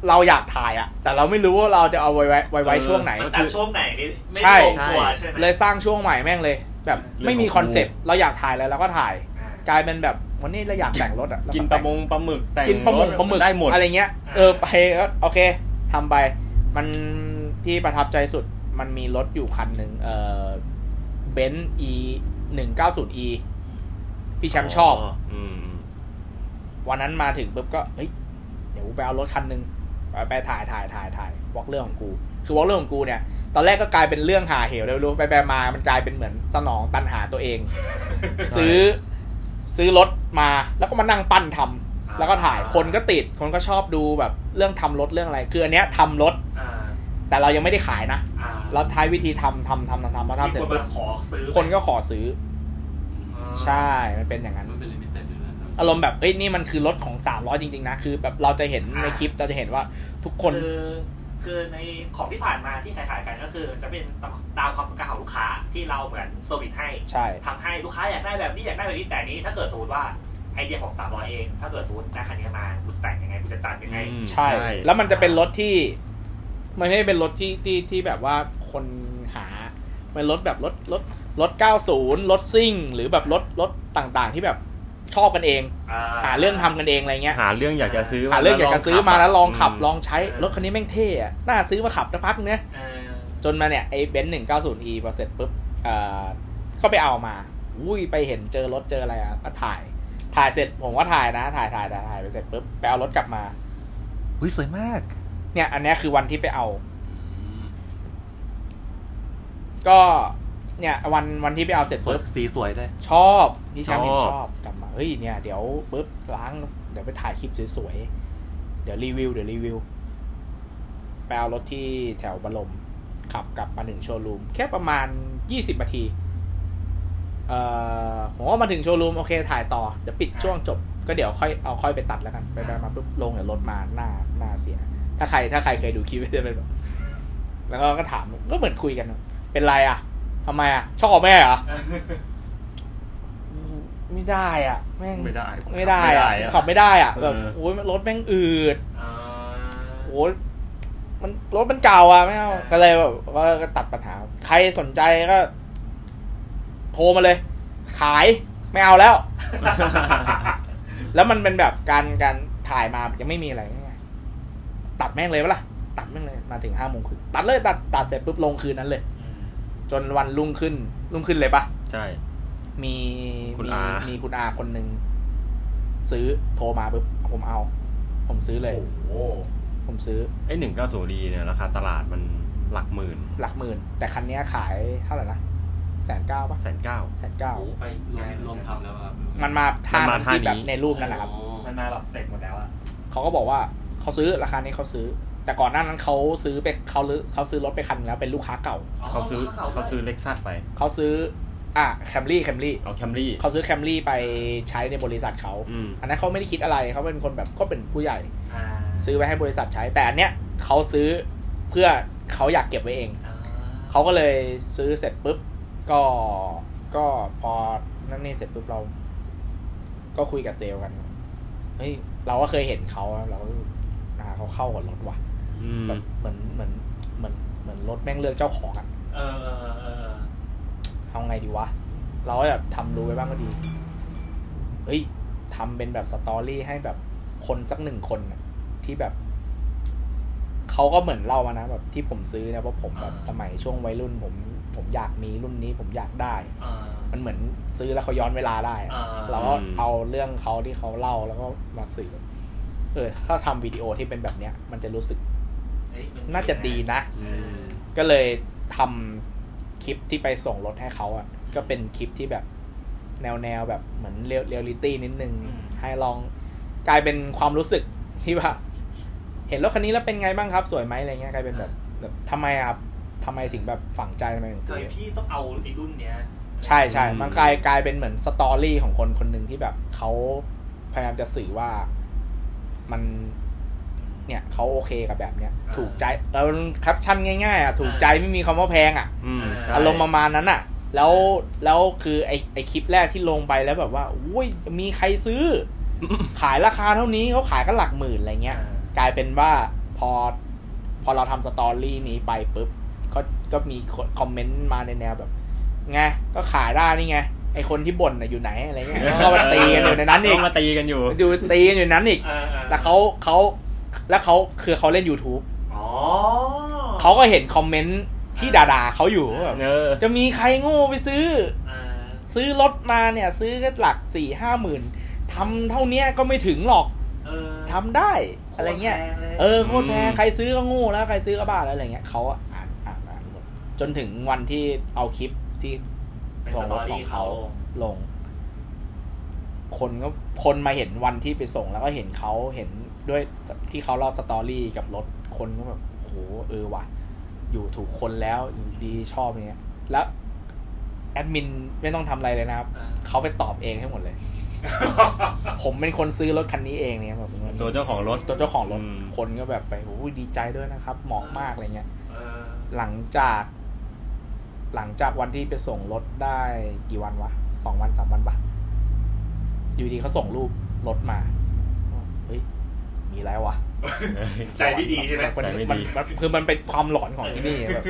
Speaker 3: เราอยากถ่ายอะแต่เราไม่รู้ว่าเราจะเอาไว้ไว้ไว้ไว้
Speaker 2: เออ
Speaker 3: ช่วงไหน
Speaker 1: มันจัดช่วงไหนนี่ไม่
Speaker 3: ใช่
Speaker 1: ตรงตัวใช่ไหม
Speaker 3: เลยสร้างช่วงใหม่แม่งเลย แบบไม่มีคอนเซปต์เราอยากถ่ายอะไรเราก็ถ่าย
Speaker 1: อ่าก
Speaker 3: ลายเป็นแบบวันนี้เราอยากแต่งรถอะ
Speaker 2: กินปลามงปลาหมึกแต่ง
Speaker 3: กินปลาหมง
Speaker 2: รส
Speaker 3: ปลาหมึก
Speaker 2: ได้หมด
Speaker 3: อะไรเงี้ย เออไปก็โอเคทำไป มัน ที่ประทับใจสุดมันมีรถอยู่คันหนึ่งเออเบนซ์ e หนึ่งเก้าศูนย์ e พี่แชมป์ชอบ
Speaker 2: อืม
Speaker 3: วันนั้นมาถึงปุ๊บก็เฮ้ยเดี๋ยวกูไปเอารถคันหนึ่งไปไปถ่ายถ่ายถ่ายถ่ายวอล์กเรื่องของกู คือวอล์กเรื่องของกูเนี่ย ตอนแรกก็กลายเป็นเรื่องหาเหวเลยไม่รู้ไปไปมามันกลายเป็นเหมือนสนองตันหาตัวเอง ซื้อซื้อรถมาแล้วก็มานั่งปั้นทำแล้วก็ถ่ายคนก็ติดคนก็ชอบดูแบบเรื่องทำรถเรื่องอะไร คืออันเนี้ยทำรถ
Speaker 1: อ่า
Speaker 3: แต่เรายังไม่ได้ขายนะ
Speaker 1: อ่า
Speaker 3: เราใช้วิธีทำทำทำทำทำพอทำ
Speaker 1: มี
Speaker 3: เสร็จ
Speaker 1: คน
Speaker 3: ปุ๊
Speaker 1: มา
Speaker 3: บ
Speaker 1: ขอซื้อ
Speaker 3: คนก็ขอซื้อ
Speaker 1: อ่า
Speaker 3: ใช่ มันเป็นอย่างนั้น
Speaker 4: มันเป็นลิมิเต็ดอยู่นะ
Speaker 3: อารมณ์แบบเอ้ยนี่มันคือรถของ 300 จริง ๆ นะ คือแบบเราจะเห็นในคลิปเราจะเห็นว่าทุกคน
Speaker 1: คือคือในของที่ผ่านมาที่ขายๆกันก็คือ จะเป็นตามความต้องการของลูกค้าที่เราเหมือนเซอร์วิสให้
Speaker 3: ใช่
Speaker 1: ทำให้ลูกค้าอยากได้แบบนี้อยากได้แบบนี้แต่นี้ ถ้าเกิดสมมติว่าไอเดียของ 300 เอง ถ้าเกิดสมมติได้คันนี้มากูจะแต่งยังไงกูจะจัดยังไง
Speaker 2: อืม
Speaker 3: ใช่
Speaker 2: ใช่
Speaker 3: แล้วมันจะเป็นรถที่ มันไม่ได้เป็นรถที่ที่ที่แบบว่าคนหา เป็นรถแบบรถรถรถ 90 รถซิ่ง หรือแบบรถรถต่างๆ ที่แบบชอบกันเอง หาเรื่องทำกันเองอะไรเงี้ย
Speaker 2: หาเรื่องอยากจะซื้อม
Speaker 3: หาเรื่องอยากจะซื้อมาแล้วลองขับลองใช้
Speaker 1: อืม
Speaker 3: รถคันนี้แม่งเท่อะน่าซื้อมาขับนะพักเนี้ย
Speaker 1: เออ
Speaker 3: จนมาเนี่ยไอ้เบนซ์หนึ่งเก้าศูนย์อีพอเสร็จปุ๊บเอ่อก็ไปเอามาอุ้ยไปเห็นเจอรถเจออะไรอ่ะก็ถ่าย ถ่ายเสร็จผมก็ถ่ายนะ ถ่ายถ่ายถ่ายถ่ายไปเสร็จปุ๊บไปเอารถกลับมา
Speaker 2: หุ้ยสวยมาก
Speaker 3: เนี่ย อันเนี้ยคือวันที่ไปเอา ก็เนี่ยวันวันที่ไปเอาเสร็จ
Speaker 2: สวย
Speaker 3: ปุ๊บ
Speaker 2: สีสวยเลย
Speaker 3: ชอบนี่แชมป์เห็น
Speaker 2: ชอบ
Speaker 3: ชอบกลับมาเฮ้ยเนี่ยเดี๋ยวปุ๊บล้างเดี๋ยวไปถ่ายคลิปสวยๆเดี๋ยวรีวิวเดี๋ยวรีวิวไปเอารถที่แถวบรมขับกลับมาถึงโชว์รูมแค่ประมาณยี่สิบนาที เอ่อผมว่ามาถึงโชว์รูมโอเคถ่ายต่อ เดี๋ยวปิดช่วงจบ ก็เดี๋ยวค่อยเอาค่อยไปตัดแล้วกันไปไปมาปุ๊บลงเดี๋ยวรถมาหน้าหน้าเสีย ถ้าใครถ้าใครเคยดูคลิปจะเป็นแบบแล้วก็ก็ถามก็เหมือนคุยกัน เป็นไรอ่ะทำไมอ่ะ ชอบแม่เหรอไม่ได้อ่ะแม่ง
Speaker 2: ไม่ได้
Speaker 3: ไม่ได้อ่ะขับไม่ได้อ่ะแบบ
Speaker 2: เออ
Speaker 3: โอ้ยรถแม่งอืด
Speaker 1: เออ
Speaker 3: โอ้ยมันรถมันเก่าอ่ะไม่เอา
Speaker 1: อ่า
Speaker 3: ก็เลยแบบก็ก็ตัดปัญหา ใครสนใจก็ โทรมาเลย ขายไม่เอาแล้ว แล้วมันเป็นแบบการการถ่ายมายังไม่มีอะไรง่ายๆตัดแม่งเลยปะล่ะ ตัดแม่งเลย มาถึงห้าโมงคืนตัดเลยตัดตัดเสร็จปุ๊บลงคืนนั้นเลย จนวันรุ่งขึ้น รุ่งขึ้นเลยปะ
Speaker 2: ใช่
Speaker 3: มี
Speaker 2: คุณ
Speaker 3: มี
Speaker 2: อามี
Speaker 3: มีคุณอาคนหนึ่งซื้อโทรมาปุ๊บผมเอา ผมซื้อเลย
Speaker 1: โอ้โห
Speaker 3: ผมซื้อ
Speaker 2: ไอหนึ่งเก้าศูนย์ดีเนี่ยราคาตลาดมันหลักหมื่น
Speaker 3: หลักหมื่น แต่คันเนี้ยขายเท่าไหร่นะแสนเก้าปะ
Speaker 2: แสนเก้า
Speaker 3: แสนเก้า
Speaker 1: โอ้โหไป
Speaker 4: ร
Speaker 1: ไกล
Speaker 4: วมรวมทำแล้วครับ
Speaker 3: มันมาท่าน
Speaker 2: มันมาท่า
Speaker 3: ที่แบบ
Speaker 2: นี้
Speaker 3: ในรูปนั่นแหละครับ
Speaker 4: อ๋อ
Speaker 1: มันมาแบบเสร็จหมดแล้วอะ
Speaker 3: เขาก็บอกว่าเขาซื้อราคานี้เขาซื้อ แต่ก่อนหน้านั้นเขาซื้อไปเขาลือเขาซื้อรถไปคันแล้วเป็นลูกค้าเก่า
Speaker 2: เขาซื้อเขาซื้อเล็กซัสไป
Speaker 3: เขาซื้อ อ่ะแคมรี่แคมรี่
Speaker 2: เอาแคมรี่
Speaker 3: เขาซื้อแคมรี่ไปใช้ในบริษัทเขา
Speaker 2: อืม
Speaker 3: อันนั้นเขาไม่ได้คิดอะไรเขาเป็นคนแบบก็เป็นผู้ใหญ่
Speaker 1: อ่า
Speaker 3: ซื้อไว้ให้บริษัทใช้ แต่อันเนี้ยเขาซื้อเพื่อเขาอยากเก็บไว้เอง
Speaker 1: อ่า
Speaker 3: เขาก็เลยซื้อเสร็จปุ๊บ ก็ ก็พอ นั่นนี่เสร็จปุ๊บเรา ก็คุยกับเซลล์กัน เฮ้ย เราก็เคยเห็นเขาอะเราก็อ่าเขาเข้ากับรถว่ะ
Speaker 2: อืม
Speaker 3: แบบเหมือน เหมือน เหมือน เหมือนรถแม่งเลือกเจ้าของอะ
Speaker 1: เออเออเออเออ
Speaker 3: เอาไงดีวะ เราก็แบบทำดูไว้บ้างก็ดี เฮ้ยทำเป็นแบบสตอรี่ให้แบบคนสักหนึ่งคนน่ะที่แบบ เขาก็เหมือนเล่ามานะแบบที่ผมซื้อนะเพราะผมแบบสมัยช่วงวัยรุ่น ผม ผมอยากมีรุ่นนี้ผมอยากได้
Speaker 1: เออ
Speaker 3: มันเหมือนซื้อแล้วเขาย้อนเวลาได้อะ
Speaker 1: เออ
Speaker 3: เราก็เอาเรื่องเขาที่เขาเล่าแล้วก็มาสื่อ เออ ถ้าทำวิดีโอที่เป็นแบบเนี้ย มันจะรู้สึก
Speaker 1: เฮ้ยมั
Speaker 3: น่าจะดีนะ
Speaker 4: อืม
Speaker 3: ก็เลยทำคลิปที่ไปส่งรถให้เขาอ่ะ ก็เป็นคลิปที่แบบแนวแนวๆแบบเหมือนเรียลลิตี้นิดนึง ให้ลองกลายเป็นความรู้สึกที่ว่า เห็นรถคันนี้แล้วเป็นไงบ้างครับ สวยไหมอะไรเงี้ยกลายเป็นแบบแบบทำไมอะครับทำไมถึงแบบฝังใจทำไมถึง
Speaker 1: เค
Speaker 3: ซื้
Speaker 1: ย
Speaker 3: อ
Speaker 1: พี่ต้องเอาไอ้รุ่นเนี้ย
Speaker 3: ใช่ใช่ มันกลายกลายเป็นเหมือนสตอรี่ของคนคนหนึ่งที่แบบเขาพยายามจะสื่อว่ามันเนี่ยเขาโอเคกับแบบเนี้ย ถูกใจเออแคปชั่นง่ายๆอ่ะถูกใจไม่มีคำว่าแพงอ่ะ
Speaker 2: อืมใช่
Speaker 3: อารมณ์ประมาณนั้นอ่ะ แล้วแล้วคือไอไอคลิปแรกที่ลงไปแล้วแบบว่าอุ้ยมีใครซื้อ ขายราคาเท่านี้เขาขายกันหลักหมื่นอะไรเงี้ย
Speaker 1: อ่าก
Speaker 3: ลายเป็นว่าพอพอเราทำสตอรี่นี้ไปปุ๊บก็ก็มีคนคอมเมนต์มาในแนวแบบไงก็ขายได้นี่ไง ไอคนที่บ่นน่ะอยู่ไหนอะไรเงี้ยแล้วก็มาตีกันอยู่ในนั้นอีก
Speaker 2: ก็มาตีกันอยู่
Speaker 3: อยู่ตีกันอยู่ในนั้นอีก
Speaker 1: เออเออ
Speaker 3: แต่เขาเขาแล้วเขาคือเขาเล่น YouTube
Speaker 1: อ๋อ
Speaker 3: เขาก็เห็นคอมเมนต์ที่ด่าๆเขาอยู่ว่าแบบ
Speaker 2: เออ
Speaker 3: จะมีใครโง่ไปซื้อ
Speaker 1: อ่า
Speaker 3: ซื้อรถมาเนี่ย ซื้อก็หลักสี่ห้าหมื่นทำเท่าเนี้ยก็ไม่ถึงหรอก
Speaker 1: เออ
Speaker 3: ทำได้อะไรเงี้ย
Speaker 1: โคตแพล
Speaker 3: เออโคตรแพง
Speaker 2: อืม
Speaker 3: ใครซื้อก็โงูแล้วใครซื้อก็บ้าแล้วอะไรเงี้ยเขาอ่านอ่านอ่านหมดจนถึงวันที่เอาคลิปที่
Speaker 1: เป็นสตอรี่เขา
Speaker 3: ลง คนก็คนมาเห็นวันที่ไปส่งแล้วก็เห็นเขาเห็นด้วยที่เขาเล่าสตอรี่กับรถคนก็แบบโอ้โหเออว่ะ อยู่ถูกคนแล้วอยู่ดีชอบเนี้ย แล้วแอดมินไม่ต้องทำอะไรเลยนะครับ
Speaker 1: อ่า
Speaker 3: เขาไปตอบเองให้หมดเลย ผมเป็นคนซื้อรถคันนี้เองเนี่ยแบบ
Speaker 2: ตัวเจ้าของรถ
Speaker 3: ตัวเจ้าของรถ
Speaker 2: อืม
Speaker 3: คนก็แบบไปโอ้ยดีใจด้วยนะครับ เหมาะมากอะไรเงี้ย
Speaker 1: เออ
Speaker 3: หลังจาก หลังจากวันที่ไปส่งรถได้กี่วันวะสองวันสามวันปะอยู่ดีเขาส่งรูปรถมาเฮ้ยมีอะไรวะ
Speaker 1: ใจไม่ดีใช่ไหม
Speaker 3: น
Speaker 2: ใจไม่
Speaker 3: มัน
Speaker 2: ดี
Speaker 3: มันคือมันเป็นความหลอนของที่นี่แบบ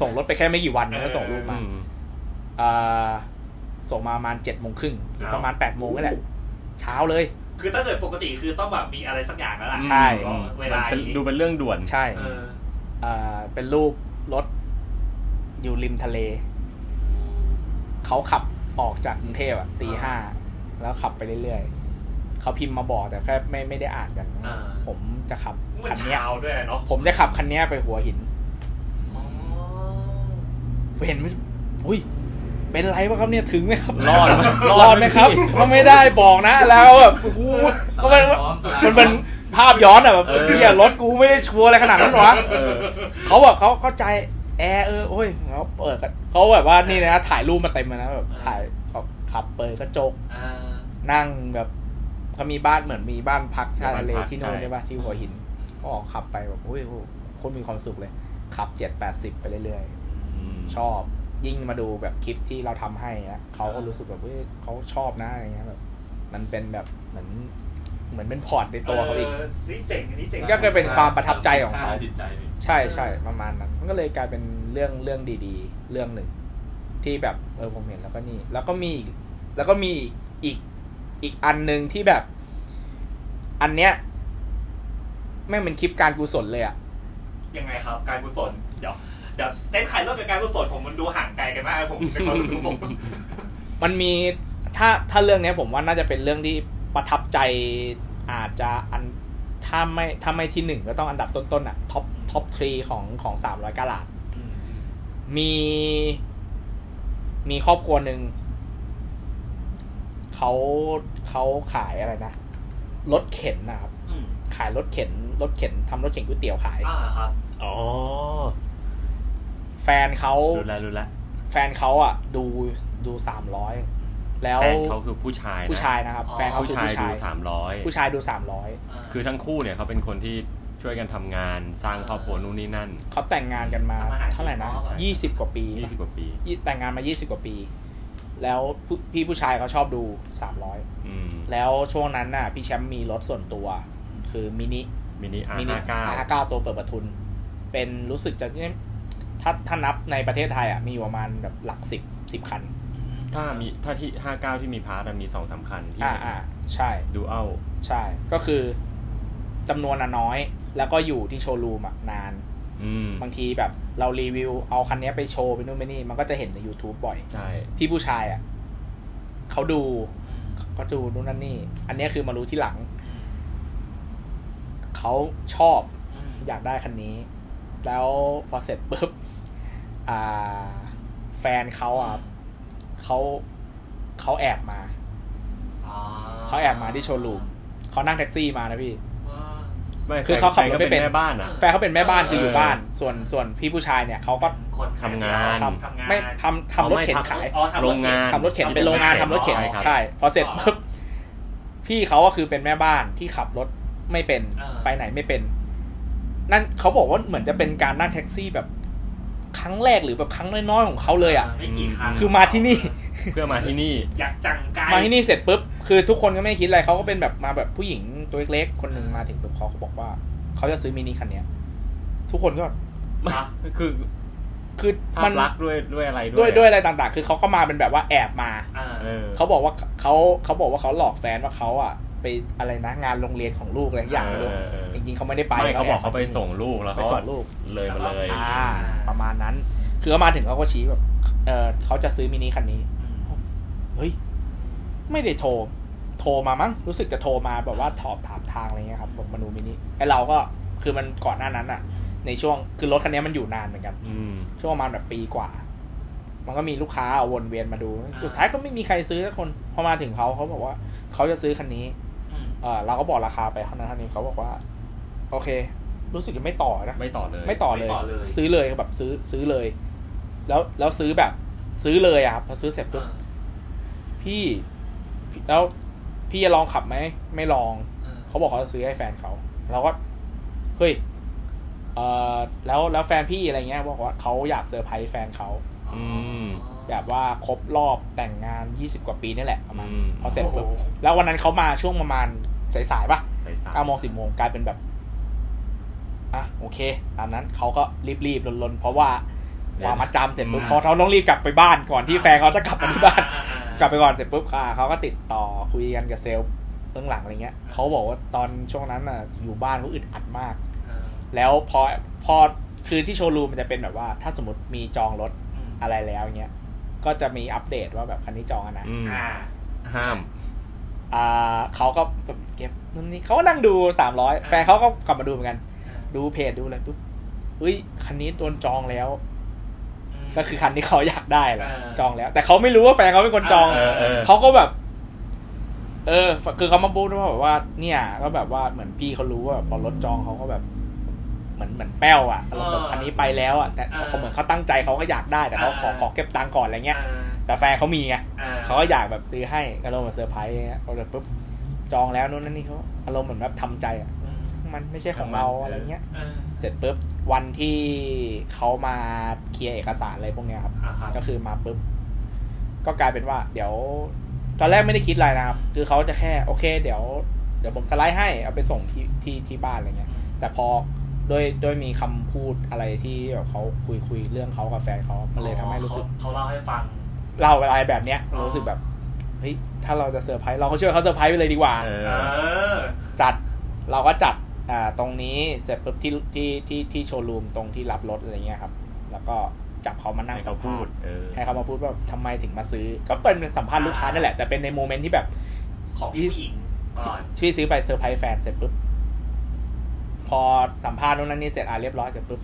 Speaker 3: ส่งรถไปแค่ไม่กี่วันมันก็ส่งรูป
Speaker 2: อื
Speaker 3: มา
Speaker 2: ม
Speaker 3: อ่าส่งมาประมาณเจ็ดโมงครึ่ง
Speaker 1: อ้าว
Speaker 3: ประมาณแปดโมงนี่แหละ เช้าเลย
Speaker 1: คือถ้าเกิดปกติคือต้องแบบมีอะไรสักอย่างแล้วล่ะ
Speaker 3: ใช่
Speaker 1: ก็เวลา
Speaker 2: มันป็น
Speaker 1: นี้
Speaker 2: ดูเป็นเรื่องด่วน
Speaker 3: ใช่
Speaker 1: เออ
Speaker 3: อ่าเป็นรูปรถ อยู่ริมทะเล เขาขับออกจากกรุงเทพอะตีห้าแล้วขับไปเรื่อยๆเขาพิมพ์มาบอกแต่แค่ไม่ไม่ได้อ่านกัน
Speaker 1: อ่า
Speaker 3: ผมจะขับ
Speaker 1: มัน
Speaker 3: คันเนี้ย
Speaker 1: เช้าด้วยเนาะ
Speaker 3: ผมจะขับคันเนี้ยไปหัวหิน
Speaker 1: อ๋อ
Speaker 3: เห็นไหมอุ้ยเป็นไรปะครับเนี่ยถึงไหมครับ
Speaker 2: รอดไหม
Speaker 3: ร
Speaker 2: ร
Speaker 3: อ
Speaker 2: อ
Speaker 3: ด
Speaker 2: ด
Speaker 3: ไห
Speaker 2: ไห
Speaker 3: ม
Speaker 2: ม
Speaker 3: ครับ
Speaker 2: พี่
Speaker 3: ก็ไม่ได้บอกนะ แล้วแบบโอ้โหก็มัน มันเป็นภาพย้อนอ่ะแบบ
Speaker 2: เออ
Speaker 3: เฮียรถกูไม่ได้ชัวร์อะไรขนาดนั้นหรอ
Speaker 2: เออ
Speaker 3: เขาบอกเขาเข้าใจแอร์เออโอ้ยเขาเปิดกันเขาแบบว่านี่นะถ่ายรูปมาเต็มเลยนะแบบถ่ายเขาขับเปิดกระจก
Speaker 1: อ่า
Speaker 3: นั่งแบบเขามีบ้านเหมือนมีบ้านพักชายทะเล
Speaker 2: บ้านพัก
Speaker 3: ที่โน่น
Speaker 2: ใช่
Speaker 3: ใช่ป่ะที่หัวหินก็ออกขับไปแบบโอ้ยโหโคตรมีความสุขเลย ขับเจ็ดแปดสิบไปเรื่อยๆ ชอบยิ่งมาดูแบบคลิปที่เราทำให้นะเขาก็รู้สึกแบบเฮ้ยเขาชอบนะอะไรเงี้ยแบบมันเป็นแบบเหมือนเหมือนเป็นพอร์ตในตัวเขาอีก
Speaker 1: นี่เจ๋งอันนี้เจ๋ง
Speaker 3: ก็คือเป็นความประทับใจของเขา
Speaker 4: สร้จิตใจไป
Speaker 3: ใช่ใช่ประมาณนั้น มันก็เลยกลายเป็นเรื่องเรื่องดีๆ เรื่องหนึ่ง ที่แบบเออผมเห็นแล้วก็นี่ แล้วก็มีอีกแล้วก็มีอีกอีกอันหนึ่งที่แบบ อันเนี้ยแม่งเป็นคลิปการกุศลเลยอะ
Speaker 1: ยังไงครับ การกุศลเดี๋ยวเดี๋ยวเต้นขายรถกับการกุศลผมมันดูห่างไกลกันมากผมเป็นความรู้สึก ผม
Speaker 3: มันมีถ้าถ้าเรื่องเนี้ยผมว่าน่าจะเป็นเรื่องที่ประทับใจอาจจะอันถ้าไม่ถ้าไม่ที่หนึ่งก็ต้องอันดับต้นๆอะท็อปท็อปทรีของของสามร้อยกาลาด
Speaker 1: อืม
Speaker 3: มีมีครอบครัวหนึ่งเขาเขาขายอะไรนะรถเข็นนะครับ
Speaker 1: อืม
Speaker 3: ขายรถเข็นรถเข็นทำรถเข็นก๋วยเตี๋ยวขาย
Speaker 1: อ่าครับ
Speaker 2: อ๋อ
Speaker 3: แฟนเขา
Speaker 2: รู้ละรู้ละ
Speaker 3: แฟนเขาอ่ะ ดูดูสามร้อยแล้ว
Speaker 2: แฟนเขาคือผู้ชายนะ
Speaker 3: ผู้ชายนะครับ
Speaker 1: อ๋อ
Speaker 3: แฟนเขา
Speaker 2: ผู้
Speaker 3: คือ
Speaker 2: ชายดู
Speaker 3: ผู้ชาย
Speaker 2: สามร้อย
Speaker 3: ผู้ชายดูสามร้อย
Speaker 1: า
Speaker 2: คือทั้งคู่เนี่ยเขาเป็นคนที่ช่วยกันทำงานสร้างครอบครัวนู่นนี่นั่น
Speaker 3: เขาแต่งงานกันมา
Speaker 1: ทำอห
Speaker 3: เท่าไหร่นะ
Speaker 1: กิออ
Speaker 3: ยี่สิบกว่าปี
Speaker 2: ยี่สิบกว่าปี
Speaker 3: ยี่แต่งงานมายี่สิบกว่าปี แล้วผู้พี่ผู้ชายเขาชอบดูสามร้อย
Speaker 2: อืม
Speaker 3: แล้วช่วงนั้นน่ะ พี่แชมป์มีรถส่วนตัว คือมินิ
Speaker 2: มินิอา
Speaker 3: มินิ
Speaker 2: ห้าเก้า
Speaker 3: อาเก้าตัวเปิดประทุน เป็นรู้สึกจะเนี่ยถ้าถ้านับในประเทศไทยอ่ะมีอยู่ประมาณแบบหลักสิบสิบคัน
Speaker 2: ถ้ามีถ้าที่ห้าเก้าที่มีพาร์ทมีสองสามคันที่
Speaker 3: อ่าอ่าใช่
Speaker 2: ดูเอา
Speaker 3: ใช่ ก็คือจำนวนน่ะน้อย แล้วก็อยู่ที่โชว์รูมอ่ะนาน
Speaker 2: อืม
Speaker 3: บางทีแบบเรารีวิวเอาคันเนี้ยไปโชว์ไปนู่นไปนี่ มันก็จะเห็นใน YouTube บ่อย
Speaker 2: ใช่
Speaker 3: ที่ผู้ชายอ่ะเขาดู
Speaker 1: อืม
Speaker 3: เขาดูนู่นนั่นนี่ อันเนี้ยคือมารู้ที่หลัง
Speaker 1: อืม
Speaker 3: เขาชอบ
Speaker 1: อืม
Speaker 3: อยากได้คันนี้ แล้วพอเสร็จปุ๊บ อ่า แฟนเขาอ่ะเขาเขาแอบมา
Speaker 1: อ่
Speaker 3: เขาแอบมาที่โชว์รูม เขานั่งแท็กซี่มานะพี่
Speaker 1: อ่า
Speaker 2: ไม่
Speaker 3: คือเขาขับรถไม่เป็น
Speaker 2: แม่บ้านอ่ะ
Speaker 3: แฟนเขาเป็นแม่บ้าน
Speaker 1: เออ
Speaker 3: คืออยู่บ้าน ส่วนส่วนพี่ผู้ชายเนี่ยเขาก็
Speaker 1: คน
Speaker 2: ทำงาน
Speaker 3: ท
Speaker 1: ทำงา
Speaker 3: ำ
Speaker 1: น
Speaker 3: ไม่ทำทำรถเข็นขาย
Speaker 1: อ๋อทำ
Speaker 2: โรงงาน
Speaker 3: ทำรถเข็น
Speaker 1: ทำ
Speaker 3: เป็นโรงงาน
Speaker 1: เข็
Speaker 3: ทำรถเข็น
Speaker 2: ใช่ครับ
Speaker 3: ใช่พอเสร็จปุ๊บพี่เขาก็คือเป็นแม่บ้านที่ขับรถไม่เป็น
Speaker 1: เออ
Speaker 3: ไปไหนไม่เป็น นั่นเขาบอกว่าเหมือนจะเป็นการนั่งแท็กซี่แบบครั้งแรกหรือแบบครั้งน้อยๆของเขาเลยอ่ะ
Speaker 1: ไม่กี่ครั้ง
Speaker 3: คือมาที่นี่
Speaker 2: เพื่อมาที่นี่
Speaker 1: อยากจังไก
Speaker 3: มาที่นี่เสร็จปุ๊บ คือทุกคนก็ไม่คิดอะไรเขาก็เป็นแบบมาแบบผู้หญิงตัวเล็กๆคนหนึ่งมาถึงปุ๊บเขาก็บอกว่า เขาจะซื้อมินิคันเนี้ย ทุกคนก็แบบ
Speaker 1: ครับ
Speaker 2: คือ
Speaker 3: คือ
Speaker 2: ภา
Speaker 3: มั
Speaker 2: พ
Speaker 3: น
Speaker 2: ลักษณ์ด้วยด้วยอะไรด้
Speaker 3: ด้
Speaker 2: ว
Speaker 3: วย ยด้วยอะไรต่างๆ คือเขาก็มาเป็นแบบว่าแอบมา
Speaker 1: อ่า
Speaker 2: เออ
Speaker 3: เขาบอกว่าเขาเขาบอกว่าเขาหลอกแฟนว่าเขาอ่ะ ไป ไปอะไรนะงานโรงเรียนของลูกอะไรอย่าง
Speaker 2: เอ
Speaker 3: ลูก
Speaker 2: อเออ
Speaker 3: จริงๆเขาไม่ได้ไป
Speaker 2: ไม่เขาบอกเขาไป
Speaker 3: แ
Speaker 2: ส่งลูกแล้ว
Speaker 3: ไป
Speaker 2: เขา
Speaker 3: ส่งลูก
Speaker 2: เลยมาเลย
Speaker 3: อ่า ประมาณนั้น คือเขามาถึงเขาก็ชี้แบบเออเขาจะซื้อมินิคันนี้ เฮ้ย ไม่ได้โทร โทรมามั้ง รู้สึกจะโทรมาแบบว่าถอบถามทางอะไรเงี้ยครับบอกมาดูมินิไอเราก็ คือมันก่อนหน้านั้นอะในช่วง คือรถคันนี้มันอยู่นานเหมือนกัน
Speaker 2: อืม
Speaker 3: ช่วงประมาณแบบปีกว่า มันก็มีลูกค้าเอาวนเวียนมาดู
Speaker 1: อ่า
Speaker 3: สุดท้ายก็ไม่มีใครซื้อสักคน พอมาถึงเขาเขาบอกว่าเขาจะซื้อคันนี้
Speaker 1: อืม
Speaker 3: เออเราก็บอกราคาไปเท่านั้นเท่านี้เขาบอกว่า โอเค รู้สึกจะไม่ต่อนะ
Speaker 2: ไม่ต่อเลย
Speaker 3: ไม่ต่อเล
Speaker 1: ไม่
Speaker 3: ย
Speaker 1: ต่อเลย
Speaker 3: ซื้อเลยแบบซื้อซื้อเลย แล้วแล้วซื้อแบบ ซื้อเลยอะครับพอซื้อเสร็จปุ๊บ
Speaker 1: อ่า
Speaker 3: พี่พี่แล้วพี่จะลองขับไหมไม่ลอง
Speaker 1: อ่า
Speaker 3: เขาบอกเขาจะซื้อให้แฟนเขาเราก็เฮ้ยเออแล้วแล้วแฟนพี่อะไรเงี้ยบอกว่าเขาอยากเซอร์ไพรส์แฟนเขา
Speaker 2: อืม
Speaker 3: แบบว่าครบรอบแต่งงาน 20 กว่าปีนี่แหละประมาณ
Speaker 2: อืม
Speaker 3: พอเสร็จปุ๊บ
Speaker 1: โอ้โห
Speaker 3: แล้ววันนั้นเขามาช่วงประมาณสายๆป่ะ
Speaker 2: ใส่สาย
Speaker 3: 9โมง10โมงกลายเป็นแบบอ่ะโอเค ตามนั้นเขาก็รีบๆลนๆ เพราะว่า วางมาจำเสร็จปุ๊บเขาต้องรีบกลับไปบ้านก่อนที่แฟนเขาจะกลับมาที่บ้าน
Speaker 1: อ่อ่
Speaker 3: กลับไปก่อนเสร็จปุ๊บค่ะเขาก็ติดต่อคุยกันกับเซลล์เบื้องหลังอะไรเงี้ยเขาบอกว่าตอนช่วงนั้นน่ะอยู่บ้านเขาอึดอัดมาก
Speaker 1: อ่า
Speaker 3: แล้วพอพอคือที่โชว์รูมมันจะเป็นแบบว่า ถ้าสมมติมีจองรถ
Speaker 1: อืม
Speaker 3: อะไรแล้วเงี้ยก็จะมีอัปเดตว่าแบบคันนี้จองแล้วนะ
Speaker 2: อืม
Speaker 1: อ่า
Speaker 2: ห้าม
Speaker 3: อ่าเขาก็แบบเก็บนู่นนี่เขาก็นั่งดูสามร้อยแฟนเขาก็กลับมาดูเหมือนกัน ดูเพจดูอะไรปุ๊บเอ้ยคันนี้โดนจองแล้ว
Speaker 1: ม
Speaker 3: ก็คือคันที่เขาอยากได้แหละ
Speaker 1: เออ
Speaker 3: จองแล้ว แต่เขาไม่รู้ว่าแฟนเขาเป็นคนจอง
Speaker 2: เออเออ
Speaker 3: เขาก็แบบ เออ คือเขามาพูดว่าแบบว่า เนี่ย ก็แบบว่าเหมือนพี่เขารู้ว่าแบบพอรถจองเขาก็แบบ เหมือนเหมือนแป้วอะอารมณ์แบบคันนี้ไปแล้วอะแต่
Speaker 1: เออ
Speaker 3: เขาเหมือนเขาตั้งใจเขาก็อยากได้แต่เขาขอ
Speaker 1: เออ
Speaker 3: ขอเก็บตังค์ก่อนอะไรเงี้ย
Speaker 1: อ่า
Speaker 3: แต่แฟนเขามีไง
Speaker 1: อ่
Speaker 3: เขาก็อยากแบบซื้อให้อารมณ์แบบเซอร์ไพรส์อย่างเงี้ยพอเสร็จปุ๊บจองแล้วนู่นนั่นนี่เขาอารมณ์เหมือนแบบทำใจอะ
Speaker 1: อืม
Speaker 3: มันไม่ใช่ของเราอะไรเงี้ย
Speaker 1: อ่า
Speaker 3: เสร็จปุ๊บวันที่เขามาเคลียร์เอกสารอะไรพวกเนี้ยครับ
Speaker 1: อ่าครับ
Speaker 3: ก็คือมาปุ๊บ ก็กลายเป็นว่า เดี๋ยว ตอนแรกไม่ได้คิดอะไรนะครับ คือเขาจะแค่โอเค เดี๋ยว เดี๋ยวผมสไลด์ให้เอาไปส่งที่ที่ที่บ้านอะไรเงี้ย แต่พอโดยโดยมีคำพูดอะไรที่แบบเขาคุยคุยเรื่องเขากับแฟนเขามันเลยทำให้รู้สึก
Speaker 1: เขาเขาเล่าให้ฟัง
Speaker 3: เราอะไรแบบเนี้ย
Speaker 1: อ๋อ
Speaker 3: รู้สึกแบบเฮ้ยถ้าเราจะเซอร์ไพรส์เราก็ช่วยเขาเซอร์ไพรส์ไปเลยดีกว่า
Speaker 2: เอ
Speaker 1: เอ
Speaker 2: อ
Speaker 1: อ
Speaker 3: จัดเราก็จัดอ่าตรงนี้เสร็จปุ๊บที่ที่ที่ที่โชว์รูมตรงที่รับรถอะไรเงี้ยครับ แล้วก็จับเขามานั่ง
Speaker 2: ให้เขาพูด
Speaker 3: สัมภษณ์
Speaker 2: เออ
Speaker 3: ให้เขามาพูดว่าทำไมถึงมาซื้อ ก็เป็นสัมภาษณ์ลูกค้านั่นแหละแต่เป็นในโมเมนต์ที่แบบ
Speaker 1: ของพี่ผู้หญิงก่อน
Speaker 3: ชี่ซื้อไปเซอร์ไพรส์แฟนเสร็จปุ๊บพอสัมภาษณ์นู่นนั่นนี่เสร็จอ่ะเรียบร้อยเสร็จปุ๊บ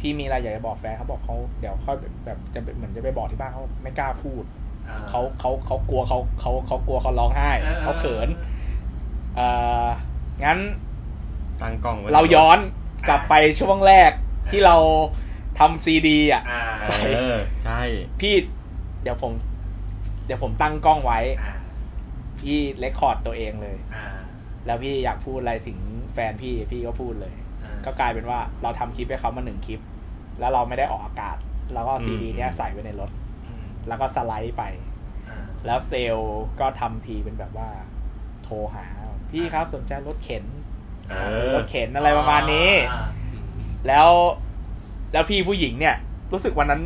Speaker 3: พี่มีอะไรอยากจะบอกแฟนเขาบอกเขาเดี๋ยวค่อยแบบจะเหมือนจะไปบอกที่บ้านเขาไม่กล้าพูด
Speaker 1: ออ
Speaker 3: เขาเขาเขากลัวเขาเขาเขากลัวเขาร้องไห้
Speaker 1: ออ
Speaker 3: เขาเขินเอ่องั้น
Speaker 2: ตั้งกล้องไว้
Speaker 3: เราย้อนกลับไปช่วงแรกที่เราทำซีดีอ่ะ
Speaker 1: อ่า
Speaker 2: เออ ใช่
Speaker 3: พี่เดี๋ยวผม เดี๋ยวผมตั้งกล้องไว้
Speaker 1: อ่า
Speaker 3: พี่เลคคอร์ดตัวเองเลย
Speaker 1: อ่า
Speaker 3: แล้วพี่อยากพูดอะไรถึงแฟนพี่พี่ก็พูดเลย
Speaker 1: อ่า
Speaker 3: ก็กลายเป็นว่าเราทำคลิปให้เขามาหนึ่งคลิป แล้วเราไม่ได้ออกอากาศ แล้วก็ซีดีเนี้ย
Speaker 2: อืม
Speaker 3: ใส่ไว้ในรถ
Speaker 1: อืม
Speaker 3: แล้วก็สไลด์ไป
Speaker 1: อ่า
Speaker 3: แล้วเซลล์ก็ทำทีเป็นแบบว่า โทรหา พี่ครับสนใจรถเข็น
Speaker 2: เออ
Speaker 3: รถเข็นอะไรประมาณนี้
Speaker 1: อ่า
Speaker 3: แล้วแล้วพี่ผู้หญิงเนี่ย รู้สึกวันนั้น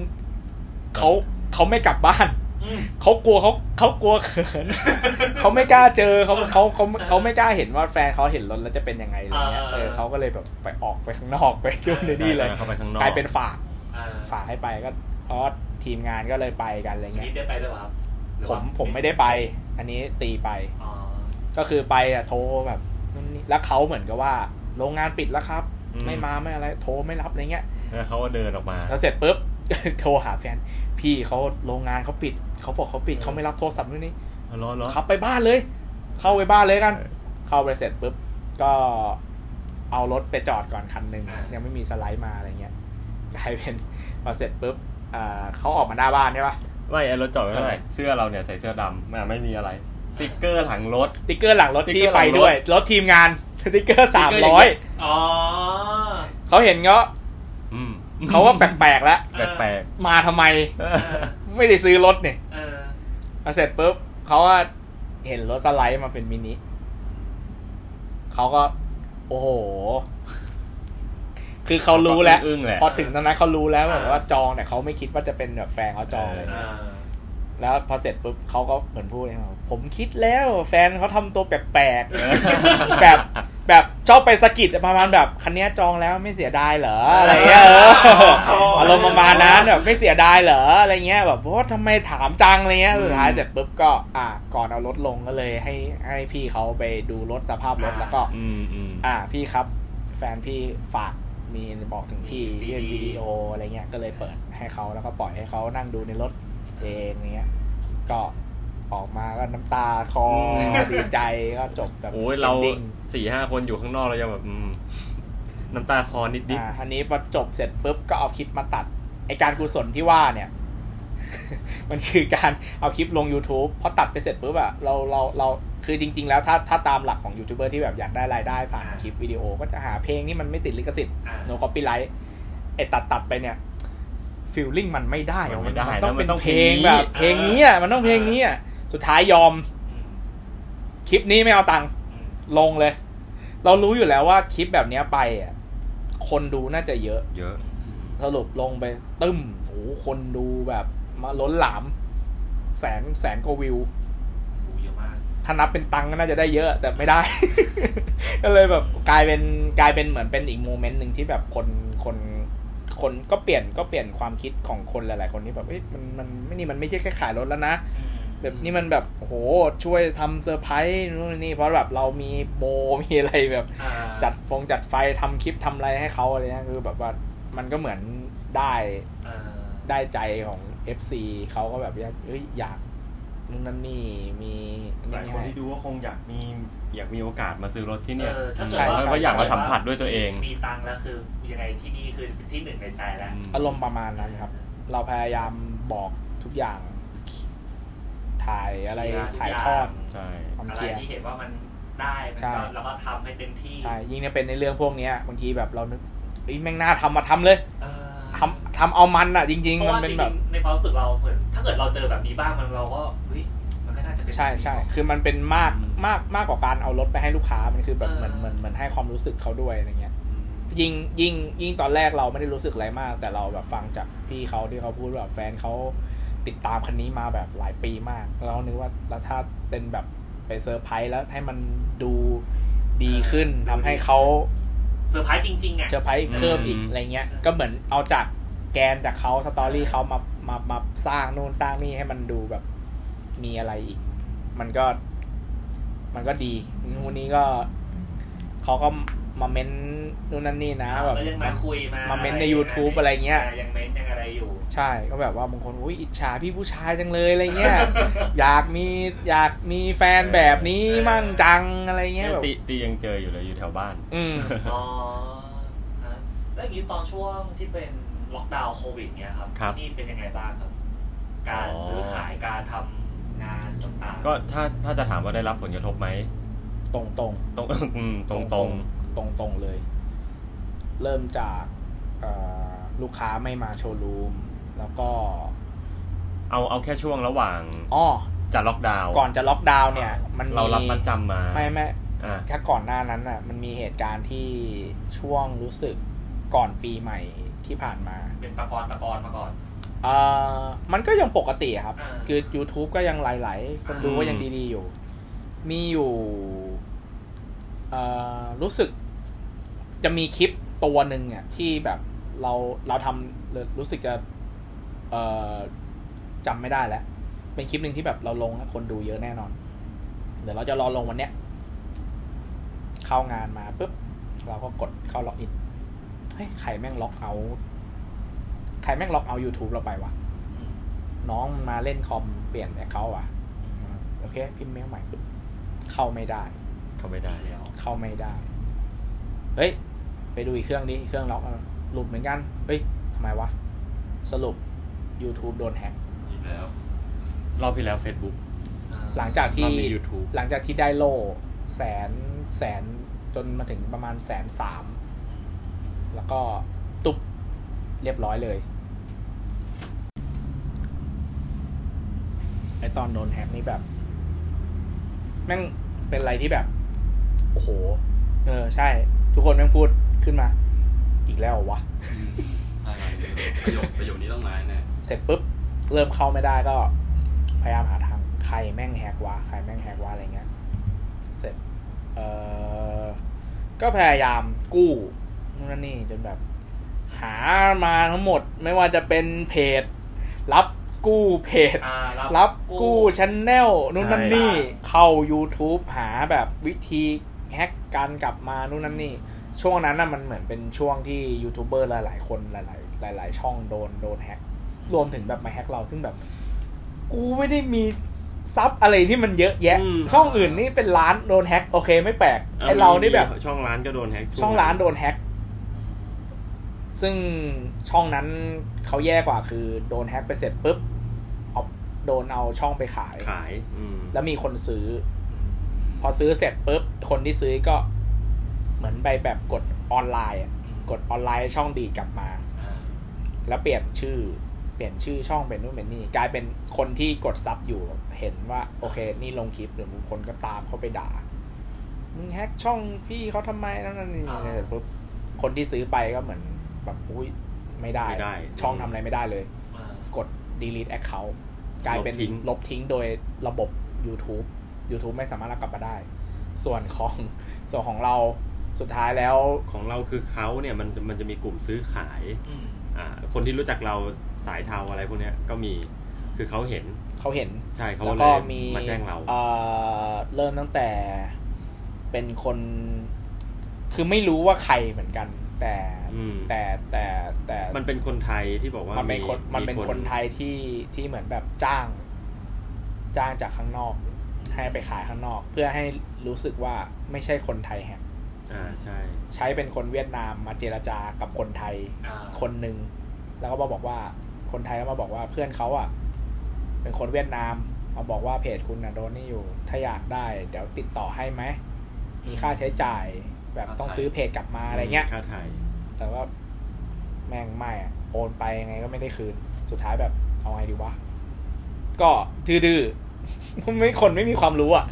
Speaker 3: เขาเขาไม่กลับบ้าน
Speaker 1: อืม
Speaker 3: เขากลัวเขาเขากลัวเขิ น เขาไม่กล้าเจอเขาเขาเขาเขาไม่กล้าเห็นว่าแฟนเขาเห็นรถแล้วจะเป็นยังไงอะไรเงี้ย
Speaker 1: อ่า
Speaker 3: เออเขาก็เลยแบบไปออกไปข้างนอกไปยุ่งในนี่เลย
Speaker 2: เข้าไปข้างนอก
Speaker 3: กลายเป็นฝาก
Speaker 1: อ่า
Speaker 3: ฝากให้ไปก็เพราะทีมงานก็เลยไปกันอะไร
Speaker 1: อัน
Speaker 3: เงี้ย
Speaker 1: นี้ได้ไปด้วยเปล่าครับหรือ
Speaker 3: ผ
Speaker 1: ว่าม
Speaker 3: ผมไม่ได้ไป อันนี้ตีไป
Speaker 1: อ๋อ
Speaker 3: ก็คือไปอะโทรแบบนู่นนี่แล้วเขาเหมือนกับว่า โรงงานปิดแล้วครับ
Speaker 2: อืม
Speaker 3: ไม่มาไม่อะไรโทรไม่รับอะไรเงี้ย
Speaker 2: แล้วเขาก็เดินออกมา
Speaker 3: แล้วเสร็จปุ๊บ โทรหาแฟน พี่เขาโรงงานเขาปิด เขาบอกเขาปิดเขาไม่รับโทรศัพท์นู่นนี่
Speaker 2: ร้อนร้อน
Speaker 3: ขับไปบ้านเลย เข้าไปบ้านเลยกัน เข้าไปเสร็จปุ๊บก็เอารถไปจอดก่อนคันหนึ่งยังไม่มีสไลด์มาอะไรเงี้ยกลายเป็นพอเสร็จปุ๊บอ่าเขาออกมาหน้าบ้านใช่ปะ
Speaker 2: ไม่ไอ้รถจอดไว้เท่าไหร่เสื้อเราเนี่ยใส่เสื้อดำมันไม่มีอะไร ติ๊กเกอร์หลังรถ
Speaker 3: สติ๊กเกอร์หลังรถที่
Speaker 2: สติ๊กเกอร์หลังร
Speaker 3: ไป
Speaker 2: ถ
Speaker 3: ด้วยรถทีมงานสติ๊กเกอร์สามร้อย
Speaker 1: อ๋อ
Speaker 3: เขาเห็นก็
Speaker 2: อืม
Speaker 3: เขาก็แปลกๆแล้ว
Speaker 2: แปลก
Speaker 3: มาทำไม
Speaker 2: ๆเอ
Speaker 1: เอ
Speaker 2: อ
Speaker 1: อ
Speaker 3: ไม่ได้ซื้อรถเนี่ย
Speaker 1: เออ
Speaker 3: พอเสร็จปุ๊บเขาก็เห็นรถสไลด์มาเป็นมินิเขาก็ โอ้โห คือเขารู้แล้ว
Speaker 2: อึ้งๆแหละ
Speaker 3: พอถึงตอนนั้นเขารู้แล้วแบบว่าจองแต่เขาไม่คิดว่าจะเป็นแบบแฟนเขาจองเลย
Speaker 1: อ่า
Speaker 3: แล้วพอเสร็จปุ๊บเขาก็เหมือนพูดเลยว่าผมคิดแล้วแฟนเขาทำตัวแปลกๆ แบบแบบชอบไปสะกิดประมาณแบบคันเนี้ยจองแล้วไม่เสียดายเหรออะไรเงี้ยเอออารมณ์ประมาณนั้นแบบไม่เสียดายเหรออะไรเงี้ยแบบว่าทำไมถามจังอะไรเงี้ยสุดท้ายเสร็จปุ๊บก็อ่ะก่อนเอารถลงก็เลยให้ให้พี่เขาไปดูรถสภาพรถแล้วก็
Speaker 2: อืมอืม
Speaker 3: อ่าพี่ครับ แฟนพี่ฝากมีบอกถึงพี่
Speaker 1: มี CD
Speaker 3: เรื่องวิดีโออะไรเงี้ยก็เลยเปิดให้เขาแล้วก็ปล่อยให้เขานั่งดูในรถเองเงี้ยก็ออกมาก็น้ำตาคลอดีใจก็จบแบบ
Speaker 2: โอ้ยเรา
Speaker 3: ดิ้ง
Speaker 2: สี่ห้าคนอยู่ข้างนอกเรายังแบบอืมน้ำตาคลอนิดนิด
Speaker 3: อ่าอันนี้พอจบเสร็จปุ๊บก็เอาคลิปมาตัดไอการกุศลที่ว่าเนี่ย มันคือการเอาคลิปลง YouTube พอตัดไปเสร็จปุ๊บอะเราเราเราคือจริง ๆ แล้วถ้าถ้าตามหลักของยูทูบเบอร์ที่แบบอยากได้รายได้ผ่านคลิปวิดีโอก็จะหาเพลงที่มันไม่ติดลิขสิทธิ
Speaker 1: อ่า
Speaker 3: โนคอปปี้ไลท์ไอตัดตัดไปเนี่ยฟิลลิ่งมันไม่ได้อะ
Speaker 2: ไม่ได้
Speaker 3: น
Speaker 2: แล้
Speaker 3: ต้อ
Speaker 2: ว
Speaker 3: ง
Speaker 2: มั
Speaker 3: เป็น น
Speaker 2: ต้อง
Speaker 3: เพลงแบบเพลงนี้อ่ะมันต้องเพลงนี้อ่ะสุดท้ายยอม
Speaker 1: อืม
Speaker 3: คลิปนี้ไม่เอาตังค์
Speaker 1: อืม
Speaker 3: ลงเลย เรารู้อยู่แล้วว่าคลิปแบบเนี้ยไปอ่ะคนดูน่าจะเยอะ
Speaker 2: เยอะ
Speaker 3: สรุปลงไปตึ้มโอ้โหคนดูแบบมาล้นหลาม แสนแสนกว่าวิว
Speaker 1: ดูเยอะมาก
Speaker 3: ถ้านับเป็นตังค์ก็น่าจะได้เยอะ แต่ไม่ได้ ก็เลยแบบกลายเป็นกลายเป็นเหมือนเป็นอีกโมเมนต์หนึ่งที่แบบคนคนคนก็เปลี่ยนก็เปลี่ยนความคิดของคนหลาย ๆ คนที่แบบเอ้ยมันมันไม่นี่มันไม่ใช่แค่ขายรถแล้วนะ
Speaker 1: อืม
Speaker 3: แบบนี่มันแบบโอ้โหช่วยทำเซอร์ไพรส์นู่นนี่เพราะแบบเรามี โบมีอะไรแบบ
Speaker 1: อ่า
Speaker 3: จัดฟงจัดไฟทำคลิปทำอะไรให้เขาอะไรเงี้ยคือแบบว่ามันก็เหมือนได้
Speaker 1: เอ่อ
Speaker 3: ได้ใจของ FC เขาก็แบบอยากเอ้ยอยากนู่นนั่นนี่มี
Speaker 2: หลายคนที่ดูก็คงอยากมีอยากมีโอกาสมาซื้อรถที่เนี่ย
Speaker 1: เออถ้าเกิด
Speaker 2: ใช่
Speaker 1: ว่า
Speaker 2: เพราะอยากมาสัมผัสด้วยตัวเอง
Speaker 1: มีตังค์แล้วคือยังไงที่นี่คือเป็นที่หนึ่งในใจแล้ว
Speaker 3: อารมณ์ประมาณนั้นครับ เราพยายามบอกทุกอย่าง ถ่ายอะไร
Speaker 1: เคลียร์ทุกอย่าง
Speaker 3: ถ่ายทอด
Speaker 2: ใช่
Speaker 3: ความ
Speaker 1: อะไร
Speaker 3: เคลียร์
Speaker 1: ที่เห็นว่ามันได้มันก็
Speaker 3: ใช่
Speaker 1: เราก็ทำให้เต็มที่
Speaker 3: ใช่ยิ่งเนี่ยเป็นในเรื่องพวกเนี้ย บางทีแบบเรานึกเอ้ยแม่งน่าทำมาทำเลย
Speaker 1: เออ
Speaker 3: ทำทำเอามันอ่ะ จริง
Speaker 1: เพ
Speaker 3: ๆ
Speaker 1: ราะ
Speaker 3: มัน
Speaker 1: ว่า
Speaker 3: เป็น
Speaker 1: จริ
Speaker 3: แบบ
Speaker 1: งๆในความรู้สึกเราเหมือนถ้าเกิดเราเจอแบบนี้บ้างมันเราก็เฮ้ยมันก็น่าจะเป็น
Speaker 3: ใช่ใช่คือมันเป็นมาก
Speaker 2: อืม
Speaker 3: มากมากกว่าการเอารถไปให้ลูกค้ามันคือแบบ
Speaker 1: เออ
Speaker 3: เหมือนเหมือนเหมือนให้ความรู้สึกเขาด้วยอะไรเงี้ย ยิ่งยิ่งยิ่งตอนแรกเราไม่ได้รู้สึกอะไรมาก แต่เราแบบฟังจากพี่เขาที่เขาพูดว่าแบบแฟนเขาติดตามคันนี้มาแบบหลายปีมาก เรานึกว่าแล้วถ้าเป็นแบบไปเซอร์ไพรส์แล้วให้มันดูดีขึ้นทำให้เขา
Speaker 1: เซอร์ไพรส์จริงๆอ่ะ
Speaker 3: เซอร์ไพรส์เพิ่มอีก
Speaker 2: อืม
Speaker 3: อะไรเงี้ยก็เหมือนเอาจากแกนจากเขาสตอรี่เขามามามาสร้างนู่นสร้างนี่ให้มันดูแบบมีอะไรอีก มันก็ มันก็ดีวันนี้ก็เขาก็มาเม้นนู่นนั่นนี่นะแบบ
Speaker 1: เรายังมาคุยมา
Speaker 3: มา
Speaker 1: มา
Speaker 3: เม้นใน YouTube อะไรเงี้ย
Speaker 1: ยังเม้นยังอะไรอยู่
Speaker 3: ใช่ก็แบบว่าบางคนอุ้ยอิจฉาพี่ผู้ชายจังเลยอะไรเงี้ย อยากมีอยากมีแฟนแบบนี้
Speaker 1: เออ
Speaker 3: มั่งจังอะไรเงี้ยแบบ
Speaker 2: ตีตียังเจออยู่เลยอยู่แถวบ้าน
Speaker 3: อืม
Speaker 1: อ๋อฮะแล้วอย่างนี้ตอนช่วงที่เป็นล็อกดาวน์โควิดเนี่ยครับ
Speaker 2: ครับ
Speaker 1: ที่นี่เป็นยังไงบ้างครับ การซื้อขายการทำงานต่างๆ
Speaker 2: ก็ถ้าถ้าจะถามว่าได้รับผลกระทบไหม
Speaker 3: ตรงตรง
Speaker 2: ตรง อืมตรง
Speaker 3: ต
Speaker 2: ต
Speaker 3: ร
Speaker 2: รง ง
Speaker 3: ตรงตรงเลย เริ่มจากเอ่อลูกค้าไม่มาโชว์รูม แล้วก็
Speaker 2: เอาเอาแค่ช่วงระหว่าง
Speaker 3: อ้อ
Speaker 2: จะล็อกดาวน์
Speaker 3: ก่อนจะล็อกดาวน์เนี่ย มันมี
Speaker 2: เรารับมัดจำมา
Speaker 3: ไม่ไม่
Speaker 2: อ่ะ
Speaker 3: ถ้าก่อนหน้านั้นอ่ะ มันมีเหตุการณ์ที่ช่วงรู้สึกก่อนปีใหม่ที่ผ่านมา
Speaker 1: เป็นตะกอนตะกอนมาก่อน
Speaker 3: เอ่อมันก็ยังปกติอะครับ
Speaker 1: อ่า
Speaker 3: คือ YouTube ก็ยังไหลๆ คนดู
Speaker 2: อืม
Speaker 3: ก็ยังดีๆอยู่ มีอยู่เอ่อรู้สึกจะมีคลิปตัวหนึ่งเนี่ยที่แบบเราเราทำรู้สึกจะเอ่อจำไม่ได้แล้ว เป็นคลิปหนึ่งที่แบบเราลงแล้วคนดูเยอะแน่นอน เดี๋ยวเราจะรอลงวันเนี้ย เข้างานมาปุ๊บ เราก็กดเข้าล็อกอินเฮ้ยใครแม่งล็อกเอาท์ใครแม่งล็อกเอา YouTube เราไปวะ
Speaker 1: อืม
Speaker 3: น้องมาเล่นคอมเปลี่ยนแอคเคาท์อ่ะ โอเค พิมพ์เมลใหม่ปุ๊บเข้าไม่ได้
Speaker 2: เขาไม่ได้
Speaker 1: ดีแล้ว
Speaker 3: เข้าไม่ได้ เฮ้ย ไปดูอีกเครื่องนี้เครื่องล็อกอ่ะหลุดเหมือนกัน เฮ้ยทำไมวะ สรุป YouTube โดนแฮ็ก
Speaker 4: อีกแล้ว
Speaker 2: รอบที่แล้ว Facebook
Speaker 1: อ่า
Speaker 3: หลังจาก
Speaker 2: รอ
Speaker 3: ที่
Speaker 2: บนี้ YouTube
Speaker 3: หลังจากที่ได้โล่แสนแสนจนมาถึงประมาณแสนสาม แล้วก็ตุบเรียบร้อยเลยไอตอนโดนแฮกนี่แบบ แม่งเป็นอะไรที่แบบ โอ้โห เออ ใช่ ทุกคนแม่งพูดขึ้นมา อีกแล้วเหรอวะ
Speaker 4: ใช่ประโยคประโยคนี้ต้องมาแน่
Speaker 3: เสร็จปุ๊บ เริ่มเข้าไม่ได้ก็ พยายามหาทางใครแม่งแฮกวะใครแม่งแฮกวะอะไรเงี้ย เสร็จ เออก็พยายามกู้นู่นนนนี่จนแบบ หามาทั้งหมดไม่ว่าจะเป็นเพจ รับกู้เพจ
Speaker 1: อ่า
Speaker 3: รับกู้ชั้นแนลนู่นนั่น
Speaker 2: ใช่
Speaker 3: นี่เข้า YouTube หาแบบวิธีแฮกการกลับมานู่นนั่นนี่ ช่วงนั้นน่ะมันเหมือนเป็นช่วงที่ยูทูบเบอร์หลาย ๆ คนหลาย ๆ หลาย ๆ ช่องโดนโดนแฮกรวมถึงแบบมาแฮกเราซึ่งแบบ กูไม่ได้มีซับอะไรที่มันเยอะแยะ
Speaker 2: อืม
Speaker 3: ช่องอื่นนี่เป็นร้านโดนแฮกโอเคไม่แปลกไอ
Speaker 2: มี
Speaker 3: เรานี่แบบ
Speaker 2: มีช่องร้านก็โดนแฮก
Speaker 3: ช่องร้านโดนแฮ็ก ซึ่งช่องนั้นเขาแย่กว่าคือโดนแฮ็กไปเสร็จปุ๊บเอาโดนเอาช่องไปขาย
Speaker 2: ขาย อืม
Speaker 3: แล้วมีคนซื้อ พอซื้อเสร็จปุ๊บ คนที่ซื้อก็เหมือนไปแบบกดออนไลน์อะกดออนไลน์ให้ช่องดีดกลับมา แล้วเปลี่ยนชื่อ เปลี่ยนชื่อช่องเป็นนู่นเป็นนี่ กลายเป็นคนที่กดซับอยู่เห็นว่า โอเค นี่ลงคลิปหรือบางคนก็ตามเข้าไปด่า มึงแฮกช่องพี่เขาทำไมนั่นนั่นนี่
Speaker 1: อ่า
Speaker 3: เสร็จปุ๊บคนที่ซื้อไปก็เหมือนแบบอุ้ยไม่ได้
Speaker 2: ไม่ได้
Speaker 3: ช่องทำอะไรไม่ได้เลย
Speaker 1: อ่าก
Speaker 3: ด delete account กลายเป็น
Speaker 2: ลบทิ้ง
Speaker 3: ลบทิ้งโดยระบบ YouTube YouTube ไม่สามารถรับกลับมาได้ ส่วนของ ส่วนของเราสุดท้ายแล้ว
Speaker 2: ของเราคือเขาเนี่ยมันมันจะมีกลุ่มซื้อขาย
Speaker 1: อืม
Speaker 2: อ่า คนที่รู้จักเราสายเทาอะไรพวกเนี้ยก็มีคือเขาเห็น
Speaker 3: เขาเห็น
Speaker 2: ใช่เขา
Speaker 3: แล้ว
Speaker 2: เล
Speaker 3: ก็
Speaker 2: ย
Speaker 3: มี
Speaker 2: มาแจ้งเรา
Speaker 3: อ่อเริ่มตั้งแต่เป็นคน คือไม่รู้ว่าใครเหมือนกัน แต่
Speaker 2: อืม
Speaker 3: แต่แต่แต่
Speaker 2: มันเป็นคนไทยที่บอกว่า
Speaker 3: มันเป็นคน
Speaker 2: มี
Speaker 3: มันเป็นคนไทยที่ที่เหมือนแบบจ้าง จ้างจากข้างนอก ให้ไปขายข้างนอก เพื่อให้รู้สึกว่าไม่ใช่คนไทยแฮก
Speaker 2: อ่าใช่
Speaker 3: ใช้เป็นคนเวียดนามมาเจรจากับคนไทย
Speaker 1: อ่า
Speaker 3: คนหนึ่งแล้วก็มาบอกว่าคนไทยก็มาบอกว่าเพื่อนเขาอ่ะ เป็นคนเวียดนามมาบอกว่าเพจคุณนะโดนนี่อยู่ ถ้าอยากได้ เดี๋ยวติดต่อให้ไหมมีค่าใช้จ่าย แบบต้องซื้อเพจกลับมาอะไรเงี้ย
Speaker 2: ค่าไทย
Speaker 3: แต่ว่าแม่งไม่อะโอนไปยังไงก็ไม่ได้คืน สุดท้ายแบบเอาไงดีวะ ก็ดื้อ ๆ ไม่คนไม่มีความรู้อ่ะ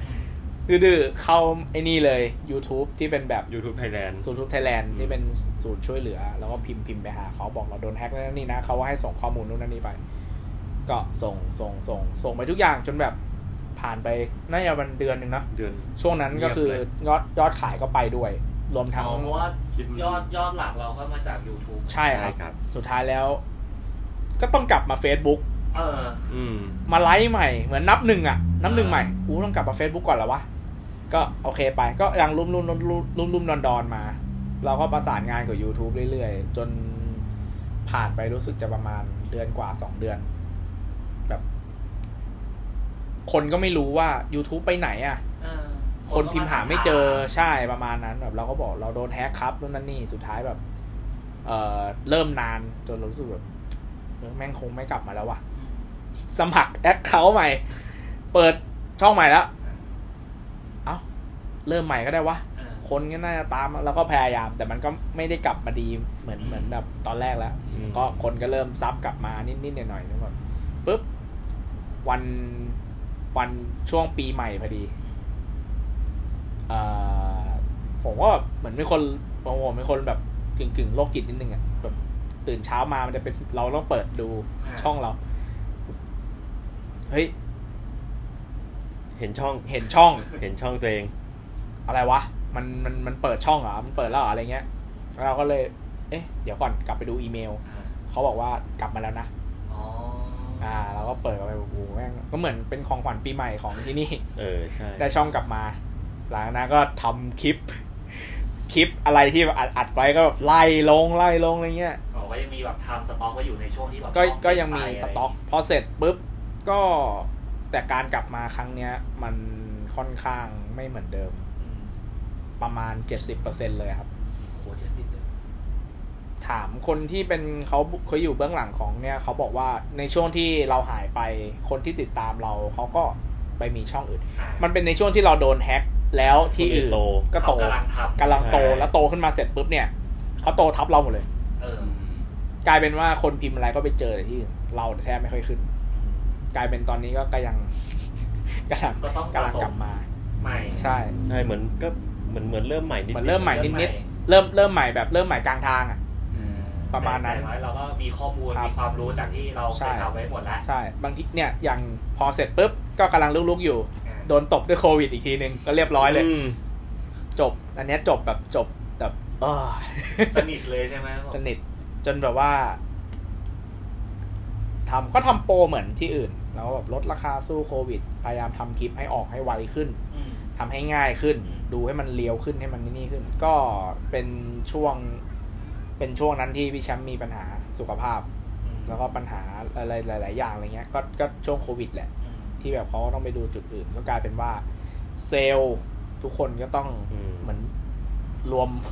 Speaker 3: ดื้อๆเข้าไอ้นี่เลย YouTube ที่เป็นแบบ
Speaker 2: YouTube Thailand
Speaker 3: ศูนย์ทูตไทยแลนด์
Speaker 2: อืม
Speaker 3: ที่เป็นศูนย์ช่วยเหลือ แล้วก็พิมพ์พิมพ์ไปหาเขาบอกเราโดนแฮ็กนั่นนี่นะเขาว่าให้ส่งข้อมูลนู่นนั่นนี่ไป ก็ส่งส่งส่ง ส่งไปทุกอย่างจนแบบผ่านไปน่าจะมันเดือนหนึ่งเนอะ
Speaker 2: เดือน
Speaker 3: ช่วงนั้นก็คือ
Speaker 2: เงียบเลย
Speaker 3: ยอดยอดขายก็ไปด้วย รวมทั้ง
Speaker 1: เอาเพราะว่า
Speaker 4: คลิปมัน
Speaker 1: ยอดยอดหลักเราก็มาจาก YouTube
Speaker 3: ใช่ค
Speaker 2: ใช่
Speaker 3: รับ
Speaker 2: ครับ
Speaker 3: สุดท้ายแล้ว ก็ต้องกลับมา Facebook
Speaker 1: เออ
Speaker 2: อืม
Speaker 3: มาไลฟ์ใหม่ เหมือนนับหนึ่งอะนับหนึ่ง
Speaker 1: อ่า
Speaker 3: ใหม่กูต้องกลับมา Facebook ก่อนแล้ววะ ก็โอเคไป ก็ยังรุ่มรุ่มรุ่มรุ่มรุ่มรุ่มดอนดอนๆมา เราก็ประสานงานกับ YouTube เรื่อยๆ จนผ่านไปรู้สึกจะประมาณเดือนกว่าสองเดือน แบบ คนก็ไม่รู้ว่า YouTube ไปไหนอะ
Speaker 1: เออ
Speaker 3: คนพิมพ์หาไม่เจอ
Speaker 1: ก็มาถาม
Speaker 3: ใช่ประมาณนั้นแบบเราก็บอกเราโดนแฮกครับนู่นนั่นนี่สุดท้ายแบบ เออเริ่มนานจนเรารู้สึกแบบเออแม่งคงไม่กลับมาแล้วว่ะ สมัครแอคเคาท์ใหม่ เปิดช่องใหม่แล้ว เอ้า เริ่มใหม่ก็ได้วะ
Speaker 1: เออ
Speaker 3: คนก็น่าจะตามแล้วก็พยายาม แต่มันก็ไม่ได้กลับมาดีเหมือนเหมือนแบบตอนแรกแล้ว
Speaker 2: อืม
Speaker 3: ก็คนก็เริ่มซับกลับมานิดๆหน่อยๆนึกว่าปุ๊บวันวันช่วงปีใหม่พอดีเอ่อผมก็แบบเหมือนเป็นคนผมเป็นคนแบบกึ่งกึ่งๆโรคจิตนิดนึงอะแบบตื่นเช้ามามันจะเป็นเราต้องเปิดดูช่องเรา เฮ้ย
Speaker 2: เห็นช่อง
Speaker 3: เห็นช่อง
Speaker 2: เห็นช่องตัวเอง
Speaker 3: อะไรวะ มัน มัน มันเปิดช่องเหรอ มันเปิดแล้วเหรออะไรเงี้ยแล้วเราก็เลย เอ๊ะ เดี๋ยวก่อนกลับไปดูอีเมล
Speaker 1: อ่า
Speaker 3: เขาบอกว่ากลับมาแล้วนะ
Speaker 1: อ๋อ
Speaker 3: อ่า เราก็เปิดเข้าไปโอ้โหแม่ง ก็เหมือนเป็นของขวัญปีใหม่ของที่นี่
Speaker 2: เออ ใช่
Speaker 3: ได้ช่องกลับมา หลังจากนั้นก็ทำคลิป คลิปอะไรที่อัดอัดไว้ก็แบบไล่ลงไล่ลงอะไรเงี้ย
Speaker 1: บอกว่ายังมีแบบไทำสต็อกไว้อยู่ในช่วงที่แบบ
Speaker 3: ก็
Speaker 1: ช่อ
Speaker 3: ก็ยังมี
Speaker 1: ไปะไร
Speaker 3: สต็อกพอเสร็จปุ๊บก็แต่การกลับมาครั้งเนี้ย มันค่อนข้างไม่เหมือนเดิม
Speaker 1: อืม
Speaker 3: ประมาณ 70%เลยครับ
Speaker 1: โหเจ็ดสิบเลย
Speaker 3: ถามคนที่เป็นเขาเขาอยู่เบื้องหลังของเนี่ยเขาบอกว่าในช่วงที่เราหายไปคนที่ติดตามเราเขาก็ไปมีช่องอื่น
Speaker 1: อ่ะ
Speaker 3: มันเป็นในช่วงที่เราโดนแฮ็กแล้วที่อื่
Speaker 2: คน
Speaker 3: น
Speaker 2: อื่นโต
Speaker 3: ก็โต
Speaker 1: เขากำลังทำ
Speaker 3: กำลังโต
Speaker 2: ใช่
Speaker 3: แล้วโตขึ้นมาเสร็จปุ๊บเนี่ยเขาโตทับเราหมดเลย
Speaker 1: เออ
Speaker 3: กลายเป็นว่าคนพิมพ์อะไรก็ไปเจอแต่ที่อื่นเราเนี่ยแทบไม่ค่อยขึ้น กลายเป็นตอนนี้ก็ก็ยัง กำลัง
Speaker 1: ก็ต้อง
Speaker 3: กำลัง
Speaker 1: สะสม
Speaker 3: กลับมา
Speaker 1: ใหม่
Speaker 3: ใช่
Speaker 2: ใช่ เหมือนก็เหมือนเหมือนเริ่มใหม่นิดๆ
Speaker 3: เหมือนเริ่มใหม่
Speaker 1: เริ่มใหม่
Speaker 3: นิดๆเริ่มเริ่มใหม่แบบเริ่มใหม่กลางทางอ่ะ ประมาณนั้น
Speaker 1: แต่อย่งอยเราก็มีข้อมูล
Speaker 3: ครับ
Speaker 1: มีความรู้จากที่เราเค
Speaker 3: ใช่
Speaker 1: ยทำไว้หมดแล้ว
Speaker 3: ใช่ บางทีเนี่ยอย่างพอเสร็จปุ๊บก็กำลังลุกๆอยู่
Speaker 1: อ่า
Speaker 3: โดนตบด้วยโควิดอีกทีนึงก็เรียบร้อยเลย
Speaker 2: ม
Speaker 3: จบ อันเนี้ยจบแบบจบแบบเออ
Speaker 1: สนิทเลยใช่ไหม
Speaker 3: สนิทจนแบบว่าทำก็ทำโปรเหมือนที่อื่น แล้วก็แบบลดราคาสู้โควิด พยายามทำคลิปให้ออกให้ไวขึ้น
Speaker 1: อืม
Speaker 3: ทำให้ง่ายขึ้น
Speaker 1: อืม
Speaker 3: ดูให้มันเลียวขึ้นให้มันนี่ขึ้น ก็เป็นช่วง เป็นช่วงนั้นที่พี่แชมป์มีปัญหาสุขภาพ
Speaker 1: อืม
Speaker 3: แล้วก็ปัญหาอะไรหลาย ๆ อย่างอะไรเงี้ยก็ก็ช่วงโควิดแหละ
Speaker 1: อืม
Speaker 3: ที่แบบเขาต้องไปดูจุดอื่น ก็กลายเป็นว่าเซลล์ทุกคนก็ต้อง
Speaker 2: อืม
Speaker 3: เหมือนรวม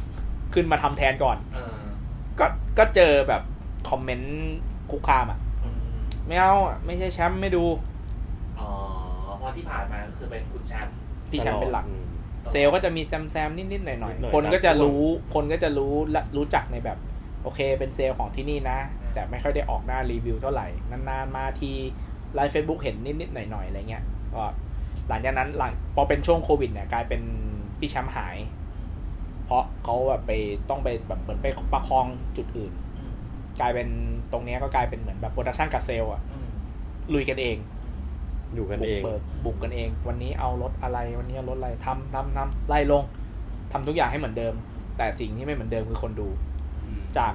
Speaker 3: ขึ้นมาทำแทนก่อน
Speaker 1: เออ
Speaker 3: ก็ก็เจอแบบคอมเมนต์คุกคามอ่ะ
Speaker 1: อืม
Speaker 3: ไม่เอาอะไม่ใช่แชมป์ไม่ดู
Speaker 1: อ๋อเพราะที่ผ่านมาก็คือเป็นคุณแชมป์
Speaker 3: พี่แชมป์เป็นหลัก
Speaker 2: อืม
Speaker 3: เซลล์ก็จะมีแซมแซมๆนิดๆห
Speaker 2: นิ
Speaker 3: น่อย
Speaker 2: ดหน่อย
Speaker 3: ๆ คนก็จะ
Speaker 2: ตามช่วง
Speaker 3: รู้คนก็จะรู้และรู้จักในแบบ โอเคเป็นเซลล์ของที่นี่นะ แต่ไม่ค่อยได้ออกหน้ารีวิวเท่าไหร่ นานๆมาทีไลฟ์เฟซบุ๊กเห็นนิดๆหน่อยๆอะไรเงี้ยก็หลังจากนั้นหลังพอเป็นช่วงโควิดเนี่ยกลายเป็นพี่แชมป์หาย เพราะเขาแบบไปต้องไปแบบเหมือนไปประคองจุดอื่น
Speaker 1: อืม
Speaker 3: กลายเป็นตรงเนี้ยก็กลายเป็นเหมือนแบบโปรดักชันกับเซลล์อะ
Speaker 1: อืม
Speaker 3: ลุยกันเอง
Speaker 2: อยู่กันเอง
Speaker 3: บุกเบิกบุกกันเอง วันนี้เอารถอะไร วันนี้เอารถอะไรทำทำทำไล่ลงทำทุกอย่างให้เหมือนเดิม แต่สิ่งที่ไม่เหมือนเดิมคือคนดู จาก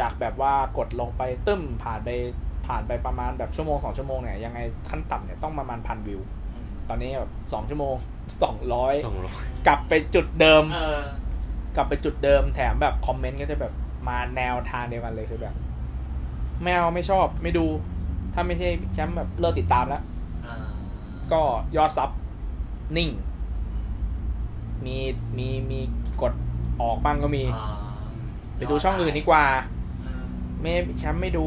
Speaker 3: จากแบบว่ากดลงไปตึ้มผ่านไปผ่านไปประมาณแบบชั่วโมงสองชั่วโมงเนี่ยยังไงขั้นต่ำเนี่ยต้องประมาณพันวิว
Speaker 1: อืม
Speaker 3: ตอนนี้แบบสองชั่วโมงสองร้อย
Speaker 2: สองร้อย
Speaker 3: กลับไปจุดเดิม
Speaker 1: เออก
Speaker 3: ลับไปจุดเดิมแถมแบบคอมเมนต์ก็จะแบบมาแนวทางเดียวกันเลยคือแบบไม่เอาไม่ชอบไม่ดู ถ้าไม่ใช่แชมป์แบบเลิกติดตามแล้ว
Speaker 1: อ่า
Speaker 3: ก็ยอดซับนิ่ง มีมีมีกดออกบ้างก็มี
Speaker 1: อ่า
Speaker 3: ไปดูช่องอื่นดีกว่า
Speaker 1: อืม
Speaker 3: ไม่แชมป์ไม่ดู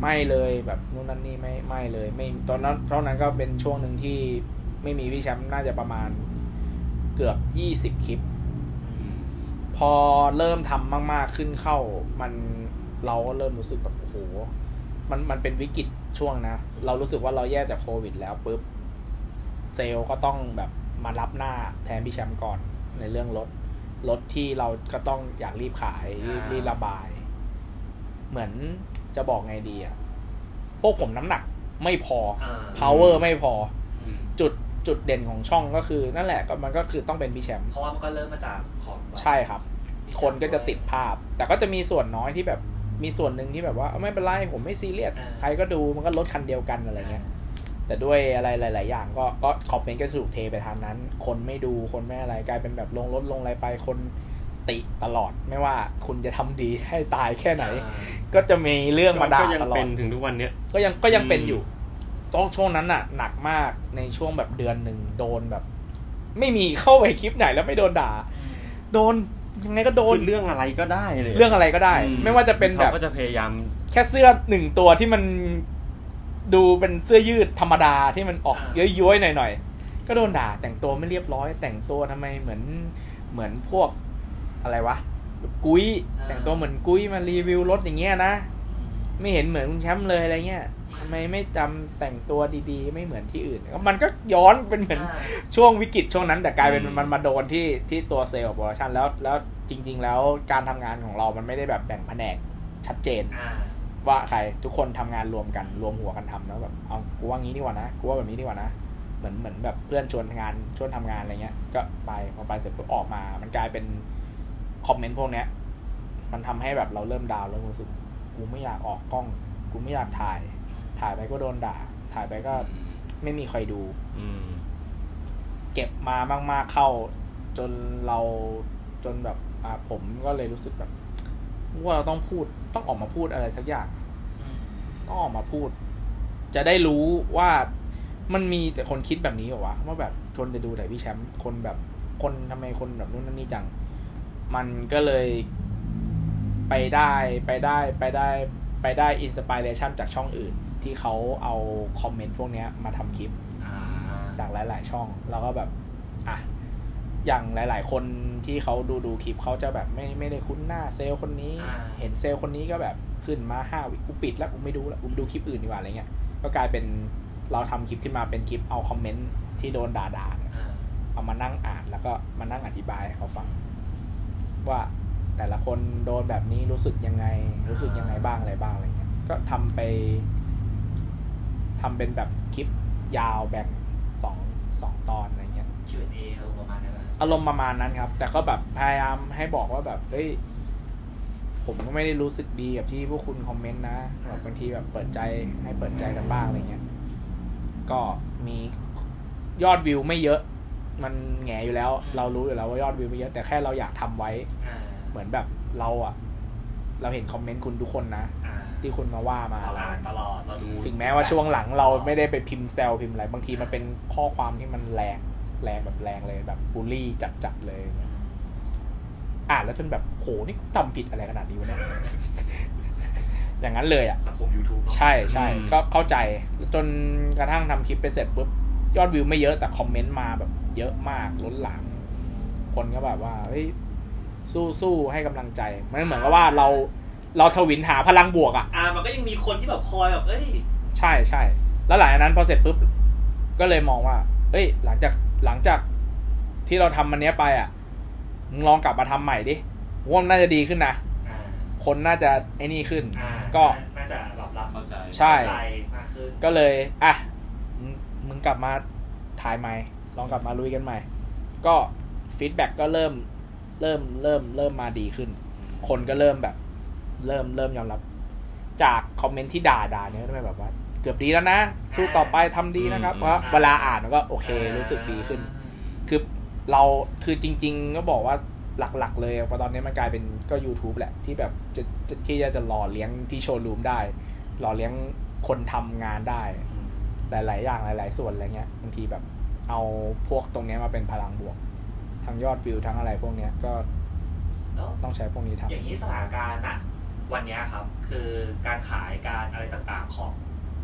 Speaker 3: ไม่เลยแบบนู่นนั่นนี่ไม่ไม่เลย ไม่ตอนนั้นเท่านั้นก็เป็นช่วงหนึ่งที่ไม่มีพี่แชมป์น่าจะประมาณเกือบยี่สิบคลิป พอเริ่มทำมากๆขึ้นเข้า มันเราก็เริ่มรู้สึกแบบโอ้โหมันมันเป็นวิกฤตช่วงนะ เรารู้สึกว่าเราแย่จากโควิดแล้วปุ๊บเซลล์ก็ต้องแบบมารับหน้าแทนพี่แชมป์ก่อนในเรื่องรถรถที่เราก็ต้องอยากรีบขายรีบรีบระบาย เหมือนจะบอกไงดีอะพวกผมน้ำหนักไม่พอ
Speaker 1: อ่า
Speaker 3: power ไม่พอ
Speaker 4: อืม
Speaker 3: จุดจุดเด่นของช่องก็คือ นั่นแหละก็มันก็คือต้องเป็นพี่แชมป์
Speaker 1: เพราะว่ามันก็เริ่มมาจากของแบบ
Speaker 3: ใช่ครับ คนก็จะติดภาพ แต่ก็จะมีส่วนน้อยที่แบบมีส่วนหนึ่งที่แบบว่าเอ้าไม่เป็นไรผมไม่ซีเรียส
Speaker 1: อ่า
Speaker 3: ใครก็ดูมันก็ลดคันเดียวกันอะไรเงี้ยแต่ด้วยอะไรหลาย ๆ อย่างก็ก็คอมเมนต์ก็ถูกเทไปทางนั้น คนไม่ดูคนไม่อะไรกลายเป็นแบบลงรถลงอะไรไปคนติตลอด ไม่ว่าคุณจะทำดีให้ตายแค่ไหน
Speaker 1: อ่า
Speaker 3: ก็จะมีเรื่องมาด่า
Speaker 2: ก็ยัง
Speaker 3: ตลอ
Speaker 2: เป็
Speaker 3: ด
Speaker 2: นถึงทุกวันเนี้ย
Speaker 3: ก็ยังก็ยังเป็น
Speaker 2: อืม
Speaker 3: อยู่ต้องช่วงนั้นน่ะ หนักมากในช่วงแบบเดือนหนึ่งโดนแบบ ไม่มีเข้าไปคลิปไหนแล้วไม่โดนด่า
Speaker 1: อืม
Speaker 3: โดนยังไงก็โดน
Speaker 2: คือเรื่องอะไรก็ได้เลย
Speaker 3: เรื่องอะไรก็ได้ ไม่ว่าจะเป็นแบบ
Speaker 2: เขาก็จะพยายาม
Speaker 3: แค่เสื้อหนึ่งตัวที่มันดูเป็นเสื้อยืดธรรมดาที่มันออก
Speaker 1: อ่า
Speaker 3: เย้ยๆหน่อยๆก็โดนด่าแต่งตัวไม่เรียบร้อย แต่งตัวทำไมเหมือนเหมือนพวกอะไรวะกุ้ยแต่งตัวเหมือนกุ้ยมารีวิวรถอย่างเงี้ยนะไม่เห็นเหมือนคุณแชมป์เลยอะไรเงี้ยทำไมไม่จำแต่งตัวดีๆ ไม่เหมือนที่อื่นก็มันก็ย้อนเป็นเหมือน
Speaker 1: อ่า
Speaker 3: ช่วงวิกฤตช่วงนั้นแต่กลายเป็น
Speaker 2: อืม
Speaker 3: มันมาโดนที่ที่ตัวเซลล์โปรดักชันแล้วแล้วจริง ๆ แล้วการทำงานของเรามันไม่ได้แบบแบ่งแผนกชัดเจน
Speaker 1: อ่า
Speaker 3: ว่าใครทุกคนทำงานรวมกันรวมหัวกันทำแล้วแบบเอากูว่างี้ดีกว่านะกูว่าแบบนี้ดีกว่านะเหมือนเหมือนแบบเพื่อนชวนงานชวนทำงานอะไรเงี้ย ก็ไปพอไปเสร็จปุ๊บออกมา มันกลายเป็นคอมเมนต์พวกเนี้ย มันทำให้แบบเราเริ่มดาวน์เริ่มรู้สึกกูไม่อยากออกกล้องกูไม่อยากถ่าย ถ่ายไปก็โดนด่า ถ่ายไปก็ไม่มีใครดู
Speaker 2: อืม
Speaker 3: เก็บมามาก ๆ เข้า จนเราจนแบบอ่ะผมก็เลยรู้สึกแบบว่าเราต้องพูดต้องออกมาพูดอะไรสักอย่าง
Speaker 1: อืม
Speaker 3: ต้องออกมาพูด จะได้รู้ว่ามันมีแต่คนคิดแบบนี้เหรอวะว่าแบบคนจะดูแต่พี่แชมป์คนแบบคนทำไมคนแบบนู้นนั่นนี่จัง มันก็เลยไปได้ไปได้ไปได้ไปได้อินสปิเรชันจากช่องอื่น ที่เขาเอาคอมเมนต์พวกเนี้ยมาทำคลิป
Speaker 1: อ่า
Speaker 3: จากหลาย ๆ ช่องแล้วก็แบบอ่ะอย่างหลาย ๆ คนที่เขาดูดูคลิปเขาจะแบบไม่ไม่ได้คุ้นหน้าเซลล์คนนี้
Speaker 1: อ่า
Speaker 3: เห็นเซลล์คนนี้ก็แบบขึ้นมาห้าวิกูปิดแล้วกูไม่ดูแล้วกูไปดูคลิปอื่นดีกว่าอะไรเงี้ยก็กลายเป็นเราทำคลิปขึ้นมาเป็นคลิปเอาคอมเมนต์ที่โดนด่าๆเนี่ย
Speaker 1: อ่า
Speaker 3: เอามานั่งอ่านแล้วก็มานั่งอธิบายให้เขาฟัง ว่า แต่ละคนโดนแบบนี้รู้สึกยังไง รู้สึกยังไงบ้างอะไรบ้างอะไรเงี้ยก็ทำไปทำเป็นแบบคลิปยาวแบ่งสองสองตอนอะไรเงี้ย
Speaker 1: Q&A อารมณ์ประมาณนั้นนะ
Speaker 3: อารมณ์ประมาณนั้นครับ แต่ก็แบบพยายามให้บอกว่าแบบเอ้ย ผมก็ไม่ได้รู้สึกดีกับที่พวกคุณคอมเมนต์นะแบบบางทีแบบเปิดใจให้เปิดใจกันบ้างอะไรเงี้ย ก็มียอดวิวไม่เยอะ มันแหงอยู่แล้ว เรารู้อยู่แล้วว่ายอดวิวไม่เยอะ แต่แค่เราอยากทำไว้
Speaker 1: อ่า
Speaker 3: เหมือนแบบเราอะเราเห็นคอมเมนต์คุณทุกคนนะ
Speaker 1: อ่า
Speaker 3: ที่คุณมาว่ามา
Speaker 1: เรา
Speaker 3: อะไร
Speaker 1: อ่านตลอดเราดู
Speaker 3: ถึงแม้ว่าช่วงหลังเราไม่ได้ไปพิมพ์แซวพิมพ์อะไร บางทีมันเป็นข้อความที่มันแรงแรงแบบแรงเลยแบบบูลลี่จัดๆเลยอย่างเงี้ย อ่านแล้วจนแบบโหนี่กูทำผิดอะไรขนาดนี้วะเนี่ย อย่างนั้นเลยอ่ะ
Speaker 1: สังคม YouTube เนอะ
Speaker 3: ใช่ใช่
Speaker 4: อืม
Speaker 3: ก็เข้าใจจนกระทั่งทำคลิปไปเสร็จปุ๊บยอดวิวไม่เยอะแต่คอมเมนต์มาแบบเยอะมากล้นหลามคนก็แบบว่าเฮ้ยสู้สู้ให้กำลังใจ มันเหมือนกับว่าเราเราทวินหาพลังบวกอ่ะ
Speaker 1: อ่ามันก็ยังมีคนที่แบบคอยแบบ เอ้ย
Speaker 3: ใช่ใช่ แล้วหลังจากนั้นพอเสร็จปุ๊บ ก็เลยมองว่า เอ้ย หลังจากหลังจากที่เราทำมันเนี้ยไปอ่ะมึงลองกลับมาทำใหม่ดิผมว่ามันน่าจะดีขึ้นนะ
Speaker 1: อ่า
Speaker 3: คนน่าจะไอ้นี่ขึ้น
Speaker 1: อ่า
Speaker 3: ก็
Speaker 1: น่าจะรับรับ
Speaker 4: เข้าใจ
Speaker 3: ใช่
Speaker 1: ใจมากขึ้น
Speaker 3: ก็เลยอ่ะมึงมึงกลับมาถ่ายใหม่ ลองกลับมาลุยกันใหม่ ก็ฟีดแบ็กก็เริ่มเริ่มเริ่มเริ่มมาดีขึ้น คนก็เริ่มแบบ เริ่มเริ่มยอมรับ จากคอมเมนต์ที่ด่าด่าเนี่ยก็แบบว่า เกือบดีแล้วนะสู้ต่อไปทำดีนะครับ
Speaker 4: อืม
Speaker 3: เพราะเวลาอ่านมันก็โอเครู้สึกดีขึ้น คือเราคือจริง ๆ ก็บอกว่าหลักๆ เลยเพราะตอนนี้มันกลายเป็นก็ YouTube แหละ ที่แบบจะจะที่จะจะหล่อเลี้ยงที่โชว์รูมได้ หล่อเลี้ยงคนทำงานได้ หลาย ๆ อย่างหลาย ๆ ส่วนอะไรเงี้ยบางทีแบบเอาพวกตรงเนี้ยมาเป็นพลังบวก ทั้งยอดวิวทั้งอะไรพวกเนี้ยก็
Speaker 1: แล้ว
Speaker 3: ต้องใช้พวกนี้ทำ
Speaker 1: อย่างนี้สถานการณ์ณวันเนี้ยครับ คือการขายการอะไรต่างๆของ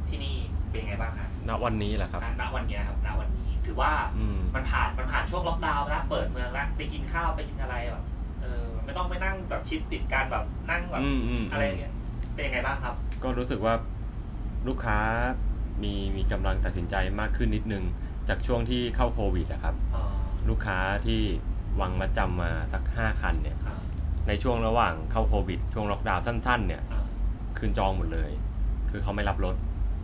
Speaker 1: ที่นี่เป็นยังไงบ้างครับ
Speaker 2: ณวันนี้แหละครับ
Speaker 1: ณวันเนี้ยครับณวันนี้ ถือว่า
Speaker 2: อืม
Speaker 1: มันผ่านมันผ่านช่วงล็อกดาวน์แล้วเปิดเมืองแล้วไปกินข้าวไปกินอะไรแบบเออไม่ต้องไปนั่งแบบชิดติดกันแบบนั่งแบบ
Speaker 2: อืมอืม
Speaker 1: อะไรอย่างเงี้ยเป็นยังไงบ้างครับ
Speaker 2: ก็รู้สึกว่าลูกค้ามีมีกำลังตัดสินใจมากขึ้นนิดนึง จากช่วงที่เข้าโควิดอะครับ
Speaker 1: อ๋อ
Speaker 2: ลูกค้าที่วางมาจำมาสัก 5 คันเนี่ย
Speaker 1: อ่า
Speaker 2: ในช่วงระหว่างเข้าโควิด ช่วงล็อกดาวน์สั้น ๆ เนี่ย
Speaker 1: อ่า
Speaker 2: คืนจองหมดเลย คือเขาไม่รับรถ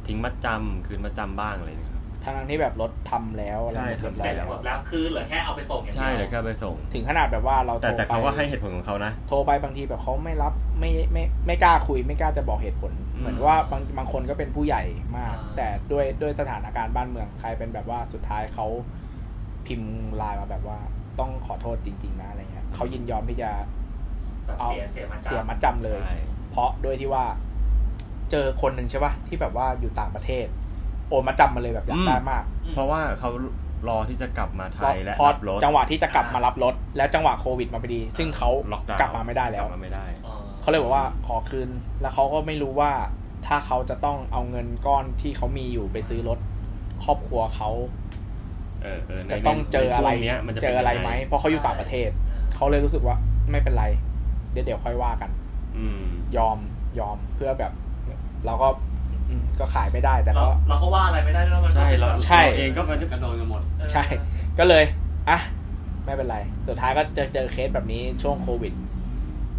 Speaker 2: ทิ้งมัดจำคืนมัดจำบ้างอะไรเนี่ยครับ
Speaker 3: ทั้งๆที่แบบรถทำแล้วอะไร
Speaker 2: ใช่
Speaker 3: เรียบร้อย
Speaker 2: ทำ
Speaker 1: เสร็จ
Speaker 3: แล้
Speaker 1: หม
Speaker 3: ว
Speaker 1: ดแล้วคือเหลือแค่เอาไปส่งอย่างเดียว
Speaker 2: ใช่เลยแค่ไปส่ง
Speaker 3: ถึงขนาดแบบว่าเราโท
Speaker 2: แต่
Speaker 3: ร
Speaker 2: แต่เขาก็
Speaker 3: ไป
Speaker 2: ให้เหตุผลของเขานะ
Speaker 3: โทรไปบางทีแบบเขาไม่รับไม่ไม่ไม่กล้าคุย ไม่กล้าจะบอกเหตุผล
Speaker 2: อืม
Speaker 3: เหมือนว่าบางบางคนก็เป็นผู้ใหญ่มาก
Speaker 1: า
Speaker 3: แต่ด้วยด้วยสถานการณ์บ้านเมืองใครเป็นแบบว่าสุดท้ายเขาพิมพ์ไลน์มาแบบว่าต้องขอโทษจริง ๆ นะอะไรเงี้ยเขายินยอมที่จะ
Speaker 1: แบบเสียเสียมาจาก
Speaker 3: เสียมัดจำเลย
Speaker 2: ใช่
Speaker 3: เพราะด้วยที่ว่า เจอคนหนึ่งใช่ป่ะที่แบบว่าอยู่ต่างประเทศ โอนมาจำมาเลยแบบอยากได้มาก
Speaker 1: อืม
Speaker 2: เพราะว่าเขารอที่จะกลับมาไทยและ
Speaker 3: พอ
Speaker 2: รับรถ
Speaker 3: จังหวะที่จะกลับมารับรถ แล้วจังหวะโควิดมาพอดี ซึ่งเขา
Speaker 2: ล็อกดาวน์
Speaker 3: กลับมาไม่ได้แล้ว
Speaker 2: กลับมาไม่ได้
Speaker 1: อ๋อ
Speaker 3: เขาเลยบอกว่าขอคืน แล้วเขาก็ไม่รู้ว่าถ้าเขาจะต้องเอาเงินก้อนที่เขามีอยู่ไปซื้อรถ ครอบครัวเขา
Speaker 2: เออเออใน
Speaker 3: จะต้องเจออะไร
Speaker 2: ในช่วงเนี้ยมันจะ
Speaker 3: เจ
Speaker 2: ป็น
Speaker 3: อ
Speaker 2: ยังง
Speaker 3: อะไรไหมเพราะเขาอยู่ต่างประเทศ
Speaker 1: อ่า
Speaker 3: เขาเลยรู้สึกว่าไม่เป็นไร เดี๋ยวเดี๋ยวค่อยว่ากัน
Speaker 2: อืม
Speaker 3: ยอมยอมเพื่อแบบ เราก็อืมก็ขายไม่ได้แต่
Speaker 1: เรา
Speaker 3: ก็
Speaker 1: เราก็ว่าอะไรไม่ได้แล้วมันก็
Speaker 2: ใช่
Speaker 1: เป็น
Speaker 2: เรา
Speaker 1: แบบ
Speaker 3: ใช่
Speaker 2: เราเองก็มันจะ
Speaker 4: ก็โดนกันหมด
Speaker 1: เออ
Speaker 3: ใช่ ก็เลย อ่ะ ไม่เป็นไร สุดท้ายก็เจอเจอเคสแบบนี้ช่วงโควิด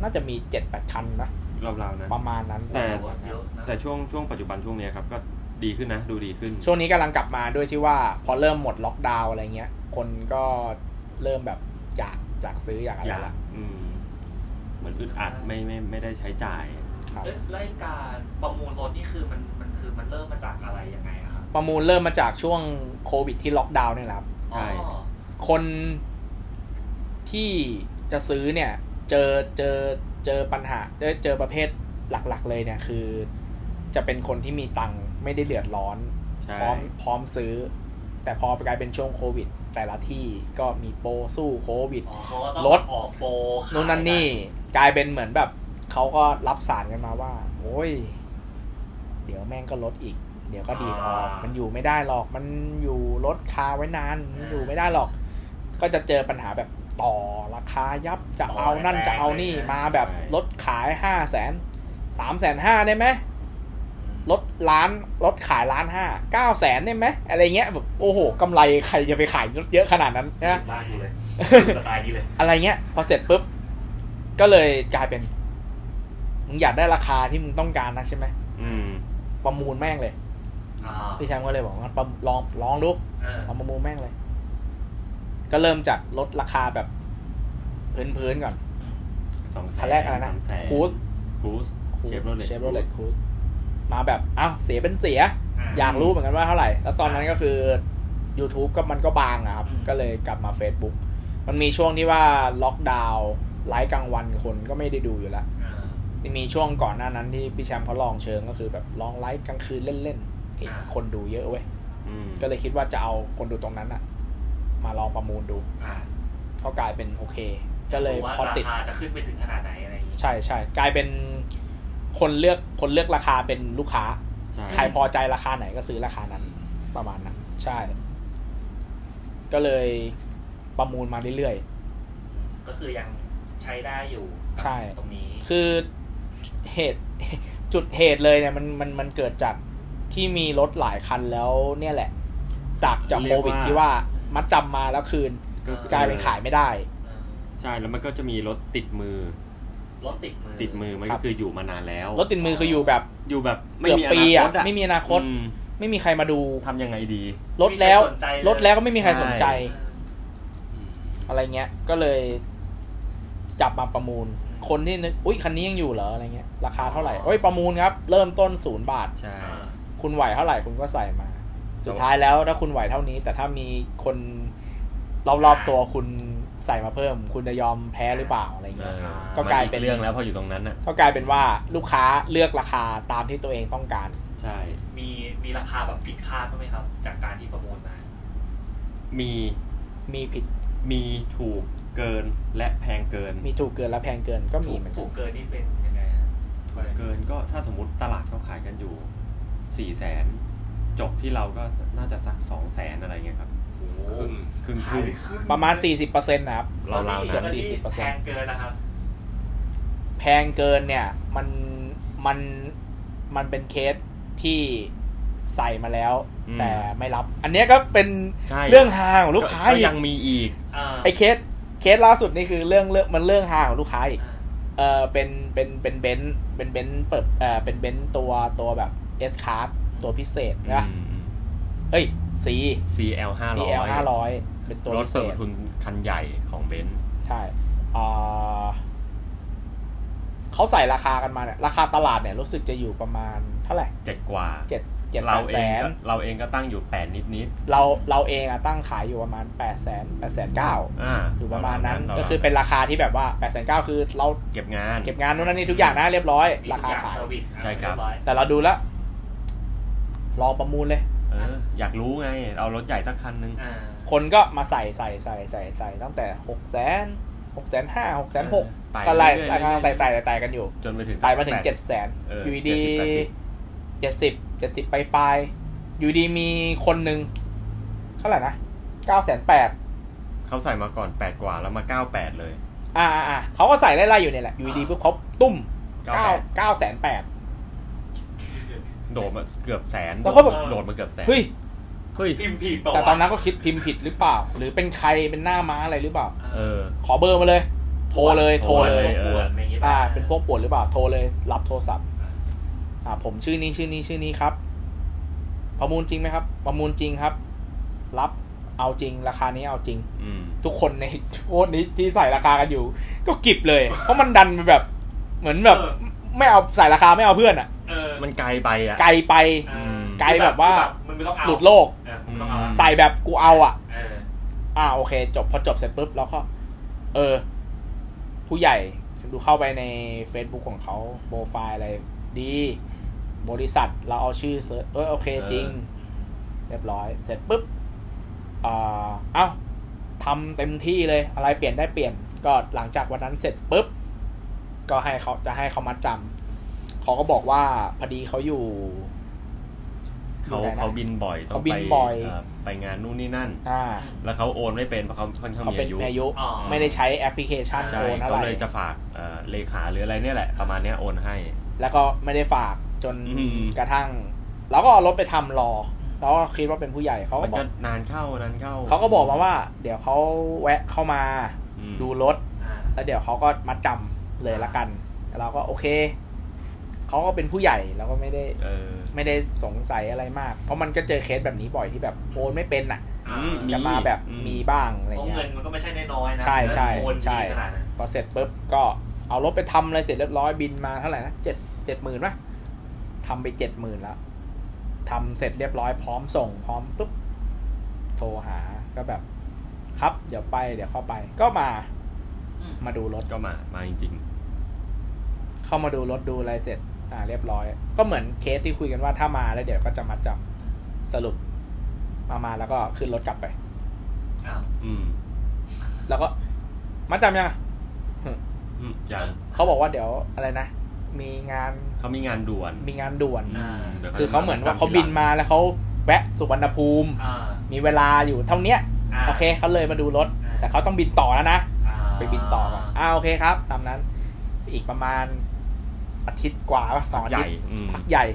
Speaker 3: น่าจะมีเจ็ดแปดคันนะ
Speaker 2: ราวๆนะ
Speaker 3: ประมาณนั้น
Speaker 2: แต่
Speaker 1: เยอะนะ
Speaker 2: แต่ช่วงช่วงปัจจุบันช่วงเนี้ยครับ ก็ดีขึ้นนะ ดูดีขึ้น
Speaker 3: ช่วงนี้กำลังกลับมาด้วยที่ว่า พอเริ่มหมดล็อกดาวน์อะไรเงี้ย คนก็เริ่มแบบอยากอยากซื้ออยากอะไร
Speaker 2: อยาก
Speaker 3: ละ
Speaker 2: อืมเหมือนอึดอัดไม่ไม่ไม่ได้ใช้จ่าย
Speaker 3: ครับ
Speaker 1: เอ้ยแล้วไอ้การประมูลรถนี่คือมันมันคือมันเริ่มมาจากอะไรยังไงอะครับ
Speaker 3: ประมูลเริ่มมาจากช่วงโควิดที่ล็อกดาวน์เนี่ยแหละครับ
Speaker 2: ใช่
Speaker 1: อ๋อ
Speaker 3: คนที่จะซื้อเนี่ย เจอเจอเจอปัญหาเอ้ยเจอประเภทหลักๆเลยเนี่ยคือ จะเป็นคนที่มีตังค์ไม่ได้เดือดร้อน
Speaker 2: ใช่
Speaker 3: พร้อมพร้อมซื้อ แต่พอไปกลายเป็นช่วงโควิด แต่ละที่ก็มีโปรสู้โควิด
Speaker 1: อ๋อเขาก็ต้อง
Speaker 3: รถ
Speaker 1: ออกโปรขาย
Speaker 3: นู่นนั่นนี่กลายเป็นเหมือนแบบเขาก็รับสารกันมาว่าโอ้ย เดี๋ยวแม่งก็ลดอีก เดี๋ยวก็ดีดออก มันอยู่ไม่ได้หรอก มันอยู่ลดคาไว้นานมันอยู่ไม่ได้หรอก ก็จะเจอปัญหาแบบต่อราคายับจะเอานั่นจะเอานี่มาแบบลดขายห้าแสนสามแสนห้าได้ไหม ลดร้านลดขายร้านห้าเก้าแสนได้ไหมอะไรเงี้ยแบบโอ้โหกำไรใครจะไปขายรถเยอะขนาดนั้นนะ
Speaker 1: บ้านกูเลยสไตล์นี้เลย
Speaker 3: อะไรเงี้ย พอเสร็จปุ๊บ ก็เลยกลายเป็น มึงอยากได้ราคาที่มึงต้องการนะใช่ไหม
Speaker 2: อืม
Speaker 3: ประมูลแม่งเลย
Speaker 1: อ่า
Speaker 3: พี่แชมป์ก็เลยบอกว่าประลองลองดู
Speaker 1: เออ
Speaker 3: เอาประมูลแม่งเลย ก็เริ่มจากลดราคาแบบพื้นๆก่อน
Speaker 2: สองแส
Speaker 3: คั
Speaker 2: น
Speaker 3: นแรกอะไรนะ
Speaker 2: สามแสน
Speaker 3: คูส
Speaker 2: ครูสเชฟโรเลต
Speaker 3: เชฟโรเลตคูสมาแบบอ้าวเสียเป็นเสีย อยากรู้เหมือนกันว่าเท่าไหร่ แล้วตอนนั้นก็คือ YouTube ก็มันก็บางอะครับ ก็เลยกลับมา Facebook มันมีช่วงที่ว่าล็อกดาวน์ไลฟ์กลางวันคนก็ไม่ได้ดูอยู่แล้ว
Speaker 1: อ่า
Speaker 3: ที่มีช่วงก่อนหน้านั้นที่พี่แชมป์เขาลองเชิงก็คือแบบลองไลฟ์กลางคืนเล่นๆเห็น
Speaker 1: อ่า
Speaker 3: คนดูเยอะเว้ย
Speaker 2: อืม
Speaker 3: ก็เลยคิดว่าจะเอาคนดูตรงนั้นอะมาลองประมูลดู
Speaker 1: อ่า
Speaker 3: ก็กลายเป็นโอเค ก็เลย
Speaker 1: ดูว่า
Speaker 3: พอ
Speaker 1: รา
Speaker 3: ติด
Speaker 1: คาจะขึ้นไปถึงขนาดไหนอะไรอย่างงี้
Speaker 3: ใช่ใช่กลายเป็นคนเลือกคนเลือกราคาเป็นลูกค้า
Speaker 2: ใช่
Speaker 3: ใครพอใจราคาไหนก็ซื้อราคานั้น ประมาณนั้น ใช่ ก็เลยประมูลมาเรื่อย
Speaker 1: ก็คือยังใช้ได้อยู่
Speaker 3: ใช่
Speaker 1: ตรงนี้
Speaker 3: ๆ คือเหตุ จุดเหตุเลยเนี่ยมันมันมันเกิดจากที่มีรถหลายคันแล้วเนี่ยแหละ จากจากโควิดที่ว่ามัดจำมาแล้วคืน กลายเป็นขายไม่ได้
Speaker 1: เออ
Speaker 2: ใช่แล้วมันก็จะมีรถติดมือ
Speaker 1: รถติดมือ
Speaker 2: ติดมือมัน
Speaker 3: ครั
Speaker 2: ก็
Speaker 3: บ
Speaker 2: คืออยู่มานานแล้ว
Speaker 3: รถติดมือคืออยู่แบบ
Speaker 2: อยู่แบบไม่
Speaker 3: เกื
Speaker 2: มี
Speaker 3: อบ
Speaker 2: อ
Speaker 3: ปี
Speaker 2: นา
Speaker 3: อ่ะ
Speaker 2: คตอ่ะ
Speaker 3: ไม่มีอนาคต
Speaker 2: อืม
Speaker 3: ไม่มีใครมาดู
Speaker 2: ทำยังไงดี
Speaker 3: รถแล้ว
Speaker 1: ไม่มีใคสนใจเย
Speaker 3: รถแล้วก็ไม่มีใครสนใจ
Speaker 1: เออ
Speaker 3: อะไรเงี้ย ก็เลยจับมาประมูล คนที่นึก อุ้ยคันนี้ยังอยู่เหรออะไรเงี้ย ราคาเท่าไหร่
Speaker 1: อ๋อ
Speaker 3: เอ้ยประมูลครับ เริ่มต้นศูนย์บาท
Speaker 2: ใช่
Speaker 1: อ่า
Speaker 3: คุณไหวเท่าไหร่คุณก็ใส่มา สุดท้ายแล้วถ้าคุณไหวเท่านี้ แต่ถ้ามีคนรอบๆตัวคุณใส่มาเพิ่ม คุณจะยอมแพ้หรือเปล่าอะไร
Speaker 2: เอ
Speaker 3: เงี้ย
Speaker 2: อ
Speaker 3: ก็กลายเป็น
Speaker 2: มัอีเรื่องแล้วพออยู่ตรงนั้นอ่ะ
Speaker 3: ก็กลายเป็นว่าลูกค้าเลือกราคาตามที่ตัวเองต้องการ
Speaker 2: ใช่
Speaker 1: มีมีราคาแบบผิดคาดบ้างไหมครับ จากการที่ประมูลมา
Speaker 2: มี
Speaker 3: มีผิด
Speaker 2: มีถูกเกินและแพงเกิน
Speaker 3: มีถูกเกินและแพงเกินก็มีเหมือนกั
Speaker 1: ถู
Speaker 3: น
Speaker 1: กเกินนี่เป็นยังไงฮะ
Speaker 2: ถูกเกินก็ถ้าสมมติตลาดเขาขายกันอยู่สี่แสนจบที่เราก็น่าจะสักสองแสนอะไรเงี้ยครับ
Speaker 1: โอ้โห
Speaker 4: ครึ่ง
Speaker 2: ครึ่งครึ่ง
Speaker 3: ประมาณ 40%นะครับ
Speaker 2: เราเรา
Speaker 1: ที่
Speaker 2: ๆนะ
Speaker 1: ที่
Speaker 3: 40%
Speaker 1: แพงเกินนะครับ
Speaker 3: แพงเกินเนี่ย มันมันมันเป็นเคสที่ใส่มาแล้ว แต่ไม่รับ อันเนี้ยก็เป็น
Speaker 2: ใช่
Speaker 3: เรื่องฮาของลูกค้า
Speaker 2: ก็
Speaker 3: อีก
Speaker 2: ยังมีอีก
Speaker 1: อ่า
Speaker 3: ไอเคสเคสล่าสุดนี่คือเรื่องเรื่องมันเรื่องฮาของลูกค้าอีก
Speaker 1: อ่า
Speaker 3: เออเป็นเป็นเป็นเบนซ์เป็นเบนซ์เปิดเออเป็นเบนซ์ตัวตัวแบบ S Class ตัวพิเศษนะ
Speaker 2: อืม
Speaker 3: เอ้ย C
Speaker 2: CL ห้าร้อย
Speaker 3: CL ห้าร้อยเป็นตัว
Speaker 2: รถ
Speaker 3: พิเศ
Speaker 2: เปิด
Speaker 3: ษ
Speaker 2: ทุนคันใหญ่ของเบนซ์
Speaker 3: ใช่อ่าเขาใส่ราคากันมาเนี่ยราคาตลาดเนี่ยรู้สึกจะอยู่ประมาณเท่าไหร่
Speaker 2: เจ็ดกว่า
Speaker 3: เจ็ดเจ็ดแป
Speaker 2: เรา
Speaker 3: ด
Speaker 2: เอ
Speaker 3: แส
Speaker 2: ง
Speaker 3: น
Speaker 2: ก็เราเองก็ตั้งอยู่แปดนิดนิด
Speaker 3: เราเราเองอะตั้งขายอยู่ประมาณแปดแสนแปดแสนเก้า
Speaker 2: ๆอ่า
Speaker 3: อยู่ประมาณนั้น
Speaker 2: เ
Speaker 3: ก็คือเป็นราคาที่แบบว่าแปดแสนเก้าคือเรา
Speaker 2: เก็บงาน
Speaker 3: เก็บงานนู่นนั่นนี่ทุกอย่างนะเรียบร้อย
Speaker 1: มี
Speaker 3: รา
Speaker 1: ทุกอย่าง
Speaker 3: คาขาย
Speaker 1: เซอร์วิสอ่าเยอย
Speaker 3: แต่เราดูแล้ว ลองประมูลเลย
Speaker 2: เอออยากรู้ไง เอารถใหญ่สักคันนึง
Speaker 1: อ่า
Speaker 3: คนก็มาใส่ใส่ใส่ใส่ใส่ตั้งแต่หกแสนหกแสนห้าหกแสนหก
Speaker 2: ไต่
Speaker 3: ก็ไล่
Speaker 2: เรื่
Speaker 3: ไต่
Speaker 2: อยๆ
Speaker 3: ไต่ไต่ไต่ไต่กันอยู่
Speaker 2: จนไปถึง
Speaker 3: ไต่มาถึง
Speaker 2: แป
Speaker 3: เจ็ดแสน
Speaker 2: เออ
Speaker 3: อยู่ดี
Speaker 2: 70
Speaker 3: เจ็ดสิบเจ็ดสิบไปลายๆอยู่ดีมีคนหนึ่งเท่าไหร่นะเก้าแสนแปด
Speaker 2: เขาใส่มาก่อนแปดกว่าแล้วมาเก้าแปดเลย
Speaker 3: อ่าอ่าเขาก็ใส่ไล่ๆอยู่เนี่ยแหละ อยู่ดีๆปุ๊บเขาตุ้มเก้า
Speaker 2: 98
Speaker 3: เก้าแสนแปด
Speaker 2: โดดมาเกือบแสน
Speaker 3: แล้วเขาแบบ
Speaker 2: โดดมาเกือบแสน
Speaker 3: เฮ้ย
Speaker 2: เฮ้ย
Speaker 1: พิมพ์ผิดเปล่า
Speaker 3: แต่ตอน
Speaker 1: วะ
Speaker 3: นั้นก็คิดพิมพ์ผิดหรือเปล่า หรือเป็นใครเป็นหน้าม้าอะไรหรือเปล่า
Speaker 2: เอ
Speaker 1: เออ
Speaker 2: อ
Speaker 3: ขอเบอร์มาเลย โทรเลย โทรเลย
Speaker 2: โทร
Speaker 1: ป
Speaker 2: เลย
Speaker 1: วดอะไรอย่างงี้
Speaker 3: อ่า
Speaker 1: ป่ะ
Speaker 3: เป็นพวกปวดหรือเปล่า โทรเลย รับโทรศัพท์ อ่า ผมชื่อนี้ชื่อนี้ชื่อนี้ครับ ประมูลจริงไหมครับ ประมูลจริงครับ รับ เอาจริง ราคานี้เอาจริง
Speaker 2: อืม
Speaker 3: ทุกคนในโพสต์นี้ที่ใส่ราคากันอยู่ ก็กิบเลย เพราะมันดันไปแบบ เหมือนแบบ ไม่เอาใส่ราคาไม่เอาเพื่อนอะ
Speaker 1: เออ
Speaker 2: มันไกลไปอ่ะ
Speaker 3: ไกลไป
Speaker 1: เออ
Speaker 3: ไกลแบบว่า
Speaker 1: มึงไม่ต้องเอา
Speaker 3: หลุดโลก
Speaker 1: เออมึงไม่ต้องเอา
Speaker 3: ใส่แบบกูเอาอ่ะ
Speaker 1: เออ
Speaker 3: อ่าโอเค จบพอจบเสร็จปุ๊บแล้วก็ เออ ผู้ใหญ่ดูเข้าไปใน Facebook ของเขาโปรไฟล์อะไร ดี บริษัทเราเอาชื่อเซิร์ชเออโอเค
Speaker 2: เออ
Speaker 3: จริง เรียบร้อย เสร็จปุ๊บอ่าเอ้าทำเต็มที่เลย อะไรเปลี่ยนได้เปลี่ยน ก็หลังจากวันนั้นเสร็จปุ๊บ ก็ให้เขาจะให้เขามัดจำเขาก็บอกว่าพอดีเขาอยู่
Speaker 2: เขา
Speaker 3: อยู่ไหนนะ
Speaker 2: เขาบินบ่อยต้อง
Speaker 3: เขาบิน
Speaker 2: ไป
Speaker 3: บ่อย
Speaker 2: เไปงานนู่นนี่นั่น
Speaker 3: อ่า
Speaker 2: แล้วเขาโอนไม่เป็นเพราะเขาค่อนข้าง
Speaker 3: เขา
Speaker 2: มี
Speaker 3: เป็น
Speaker 2: อายุ
Speaker 3: อายุ
Speaker 1: อ๋อ
Speaker 3: ไม่ได้ใช้แอปพลิเคชัน
Speaker 2: ใช่
Speaker 3: โอนอะ
Speaker 2: เขา
Speaker 3: ไร
Speaker 2: เลยจะฝากเอ่อเลขาหรืออะไรเนี่ยแหละ ประมาณเนี้ยโอนให้
Speaker 3: แล้วก็ไม่ได้ฝากจน
Speaker 2: อืม
Speaker 3: กระทั่ง แล้วก็เอารถไปทำรอ แล้วก็คิดว่าเป็นผู้ใหญ่เขา
Speaker 2: มั
Speaker 3: ก็
Speaker 2: น
Speaker 3: บอก
Speaker 2: ก็นานเข้านานเข้า
Speaker 3: เขาก็บอกมาว่า เดี๋ยวเขาแวะเข้ามา
Speaker 2: อืม
Speaker 3: ดูรถ
Speaker 1: อ่า
Speaker 3: แล้วเดี๋ยวเขาก็มาจำ เลยละกันเราก็โอเคเขาก็เป็นผู้ใหญ่เราก็ไม่ได้
Speaker 2: เออ
Speaker 3: ไม่ได้สงสัยอะไรมาก เพราะมันก็เจอเคสแบบนี้บ่อยที่แบบโอนไม่เป็นอ่ะ
Speaker 1: อ่า
Speaker 2: อืม มี
Speaker 3: จะมาแบบ
Speaker 2: อืม
Speaker 3: มีบ้างอะไร
Speaker 1: เพราะ
Speaker 3: เงี้
Speaker 1: เงิน
Speaker 3: ย
Speaker 1: มันก็ไม่ใช่น้อยๆนะ
Speaker 3: ใช่ใช่
Speaker 1: โอน
Speaker 3: ใช่
Speaker 1: ดีขนาดนั้น
Speaker 3: พอเสร็จปุ๊บก็เอารถไปทำอะไรเสร็จเรียบร้อยบินมาเท่าไหร่นะเจ็ดเจ็ดหมื่นป่ะทำไปเจ็ดหมื่นแล้วทำเสร็จเรียบร้อยพร้อมส่ง พร้อมปุ๊บโทรหาก็แบบ ครับ เดี๋ยวไปเดี๋ยวเข้าไป ก็มา
Speaker 1: อืม
Speaker 3: มาดูรถ
Speaker 2: ก็มา มาจริง
Speaker 3: เข้ามาดูรถดูอะไรเสร็จ อ่า เรียบร้อย ก็เหมือนเคสที่คุยกันว่าถ้ามาแล้วเดี๋ยวก็จะมัดจำสรุป มามาแล้วก็ขึ้นรถกลับไป
Speaker 1: อ้าว
Speaker 2: ๆ อืม
Speaker 3: แล้วก็มัดจำยัง
Speaker 2: อืมอย่าง
Speaker 3: เขาบอกว่าเดี๋ยวอะไรนะ มีงาน
Speaker 2: เขามีงานด่วน
Speaker 3: มีงานด่วน
Speaker 2: อืมดี๋ย
Speaker 3: คือเขาเหมือนว่าเขา
Speaker 2: ทีหลั
Speaker 3: บินมาแล้วเขาแวะสุวรรณภูมิ
Speaker 1: อ่า
Speaker 3: มีเวลาอยู่เท่าเนี้ย
Speaker 1: า
Speaker 3: โอเคเขาเลยมาดูรถ แต่เขาต้องบินต่อแล้วนะ
Speaker 1: อ่า
Speaker 3: ไปบินต่อก่อนอ่าโอเคครับ ตามนั้น อีกประมาณอาทิตย์กว่าป่ะสองอา
Speaker 2: ให
Speaker 3: ทิ
Speaker 2: ญ่
Speaker 3: ตย์
Speaker 2: อืม
Speaker 3: พักใหญ่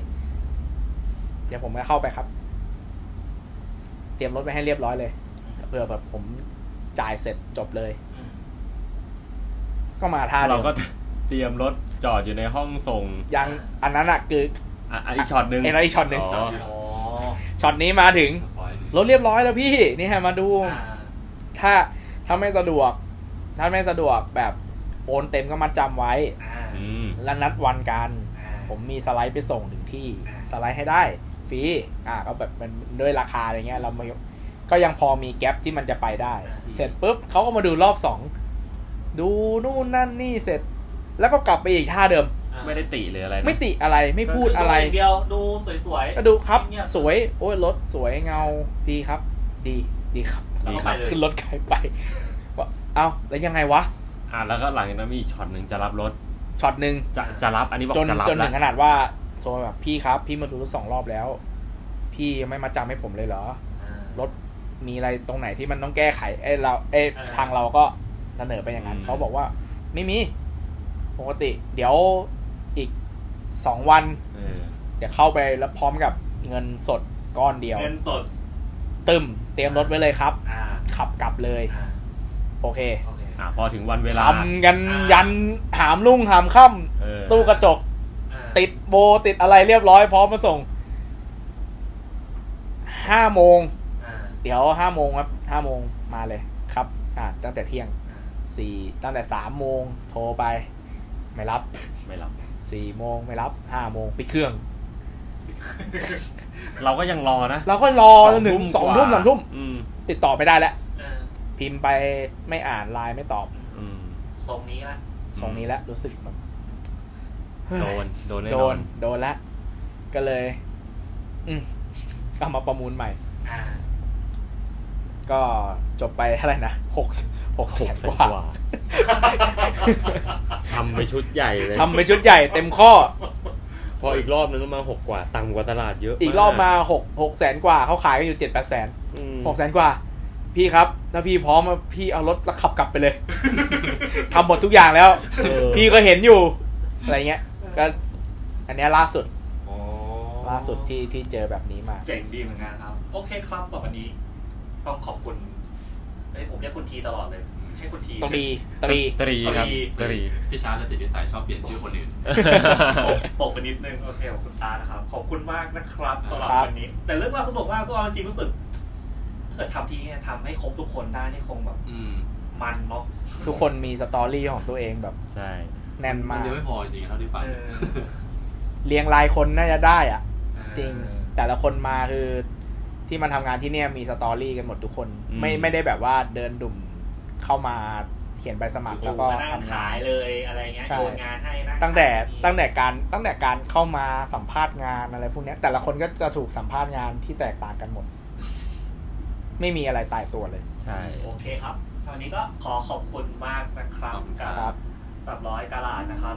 Speaker 3: เดี๋ยวผมจะเข้าไปครับ เตรียมรถไปให้เรียบร้อยเลย เพื่อแบบผมจ่ายเสร็จจบเลย
Speaker 1: อืม
Speaker 3: ก็มาท่า
Speaker 2: เรา
Speaker 3: เดิม
Speaker 2: ก็เตรียมรถจอดอยู่ในห้องส่ง
Speaker 3: ยังอันนั้นอะคือ
Speaker 2: อ่ะอ่ะอีกช็อตหนึ่ง
Speaker 3: เอ็นอีกช็อตหนึ่ง
Speaker 2: อ๋อ
Speaker 1: อ๋อ
Speaker 3: ช็อตนี้มาถึง
Speaker 4: ปล่อย
Speaker 3: รถเรียบร้อยแล้วพี่ นี่ฮะมาดู
Speaker 1: อ่า
Speaker 3: ถ้าถ้าไม่สะดวก ถ้าไม่สะดวกแบบโอนเต็มก็มัดจำไว้
Speaker 1: อ่า
Speaker 2: อืม
Speaker 3: แล้วนัดวันกัน
Speaker 1: อ่า
Speaker 3: ผมมีสไลด์ไปส่งถึงที่
Speaker 1: อ่า
Speaker 3: สไลด์ให้ได้ ฟรีอ่าก็แบบมันด้วยราคาอะไรเงี้ยเราไม่ก็ยังพอมีแก๊ปที่มันจะไปได้ เสร็จปุ๊บเขาก็มาดูรอบสองดูนู่นนั่นนี่เสร็จ แล้วก็กลับไปอีกท่าเดิม
Speaker 2: ไม่ได้ติหรืออะไรนะ
Speaker 3: ไม่ติอะไรไม่พูด
Speaker 1: ก็คื
Speaker 3: อะไร
Speaker 1: ย่างเดียวดูสวยๆ
Speaker 3: ก็ดูครับ
Speaker 1: เงียบ
Speaker 3: สวยโอ้ยรถสวยเงาดีครับ ดีดีครับ
Speaker 1: ดีครับ
Speaker 3: ขึ้นรถไกลไปว่าเอาแล้วยังไงวะ
Speaker 2: อ่ะแล้วก็หลังจากนั้นมีอีกช็อตหนึ่งจะรับรถ
Speaker 3: ช็อตหนึ่ง
Speaker 2: จะจะรับอันนี้บอก
Speaker 3: จน
Speaker 2: จะรับ
Speaker 3: จน
Speaker 2: แล้
Speaker 3: ถึ
Speaker 2: ว
Speaker 3: งขนาดว่าโซนแบบพี่ครับ พี่มาดูรถสองรอบแล้ว พี่ยังไม่มาจำให้ผมเลยเหรอ
Speaker 1: อ่าร
Speaker 3: ถมีอะไรตรงไหนที่มันต้องแก้ไขเอ้ยเราเอ้ยทางเราก็เสนอไปอย่างนั้นเขาบอกว่า ไม่มีปกติ เดี๋ยวอีกสองวัน
Speaker 2: เออ
Speaker 3: เดี๋ยวเข้าไปแล้วพร้อมกับเงินสดก้อนเดียว
Speaker 1: เงินสด
Speaker 3: ตึมเตรียมรถไว้เลยครับ
Speaker 1: อ่า
Speaker 3: ขับกลับเลย
Speaker 1: อ่า
Speaker 3: โอเค
Speaker 1: โอเค
Speaker 2: อ่ะพอถึงวันเวลา
Speaker 3: ทำกันยันหามลุ่งหามค่
Speaker 2: เออ
Speaker 3: ำตู้กระจก
Speaker 1: อ่า
Speaker 3: ติดโบติดอะไรเรียบร้อยพร้อมมาส่ง ห้าโมง
Speaker 1: อ่า
Speaker 3: เดี๋ยวห้าโมงครับห้าโมงมาเลยครับ อ่าตั้งแต่เที่ยง
Speaker 1: อ่า
Speaker 3: สี่ตั้งแต่สามโมงโทรไป ไม่รับ
Speaker 2: ไม่รับ
Speaker 3: สี่โมงไม่รับห้าโมงปิดเครื่อง
Speaker 2: เราก็ยังรอนะ
Speaker 3: เราก็รอจนถึงสองทุ่ม
Speaker 2: ก
Speaker 3: สา
Speaker 2: ว่าม
Speaker 3: ทุ่ม
Speaker 2: อืม
Speaker 3: ติดต่อไม่ได้แล้ว
Speaker 1: อ่า
Speaker 3: พิมพ์ไปไม่อ่านไลน์ไม่ตอบ
Speaker 2: อืม
Speaker 1: ทรงนี้ละ
Speaker 3: ทรงนี้แล้วรู้สึกแบบ
Speaker 2: โดนโดนแน่
Speaker 3: โด
Speaker 2: นอน น
Speaker 3: โดนละก็เลย อืม เอามาประมูลใหม่
Speaker 1: อ่า
Speaker 3: ก็จบไป เท่าไหร่นะหกหกแสนก
Speaker 2: แสน
Speaker 3: ว่า
Speaker 2: ทำไปชุดใหญ่เลย
Speaker 3: ทำไปชุดใหญ่เต็มข้อ
Speaker 2: พออีกรอบนึงก็มาหกกว่าต่ำกว่าตลาดเยอะ
Speaker 3: อีกรอบมาหกหกแสนกว่าเขาขายกันอยู่เจ็ดแปดแสนห
Speaker 2: ห
Speaker 3: ก
Speaker 2: ก
Speaker 3: แสนกว่า พี่ครับถ้าพี่พร้อมอะพี่เอารถแล้วขับกลับไปเลย ทำหมดทุกอย่างแล้ว พี่ก็เห็นอยู่ อะไรเงี้ย ก็อันเนี้ยล่าสุด
Speaker 1: โอ้
Speaker 3: ล่าสุดที่ที่เจอแบบนี้มา
Speaker 1: เจ๋งดีเหมือนกันครับ โอเคครับต่อวันนี้ ต้องขอบคุณเอ้ยผมเรียกคุณทีตลอดเลย ใช่คุณที
Speaker 3: ตรีตรี
Speaker 2: ตรีครับ
Speaker 1: ต
Speaker 2: ต
Speaker 1: รี
Speaker 2: รี
Speaker 4: พี่ชาร์จจะติดนิสัยชอบเปลี่ยนชื่อคนอื่น
Speaker 1: ตกตกไปนิดนึง โอเค ขอบคุณตานะครับ ขอบคุณมากนะครับสำหรับวันนี้ แต่เรื่องว่าวสนุกมากก็เอาจริงรู้สึกถ้าเกิดทำทีเนี่ยทำให้ครบทุกคนได้นี่คงแบบ
Speaker 4: อืม
Speaker 1: มันเนาะ
Speaker 3: ทุกคนมีสตอรี่ของตัวเองแบบ
Speaker 2: ใช่
Speaker 3: แน่น
Speaker 4: มั
Speaker 3: มาน ก
Speaker 4: ยังไม่พอจริงๆเท่าที่ฟัง
Speaker 1: เออ
Speaker 3: เรียงรายคนน่าจะได้อ่ะ
Speaker 1: อ่า
Speaker 3: จริง แต่ละคนมาคือที่มันทำงานที่เนี่ยมีสตอรี่กันหมดทุกคน ไม่ไม่ได้แบบว่าเดินดุ่มเข้ามาเขียนใบสมัคร
Speaker 1: จู่ๆ
Speaker 3: แล้วก็
Speaker 1: มานั่ง
Speaker 3: ทำงา
Speaker 1: ขาน ยเลยอะไรเงี้ย
Speaker 3: ใช่
Speaker 1: โยนงานให้นั่ง
Speaker 3: ตั้งแต่
Speaker 1: ขาย
Speaker 3: ตั้งแต่การตั้งแต่การเข้ามาสัมภาษณ์งานอะไรพวกเนี้ย แต่ละคนก็จะถูกสัมภาษณ์งานที่แตกต่างกันหมด ไม่มีอะไรตายตัวเลย
Speaker 2: ใช่
Speaker 1: โอเคครับตอนนี้ก็ขอขอบคุณมากนะครับกับ
Speaker 3: ครับ
Speaker 1: สับร้อยกาลาดนะครับ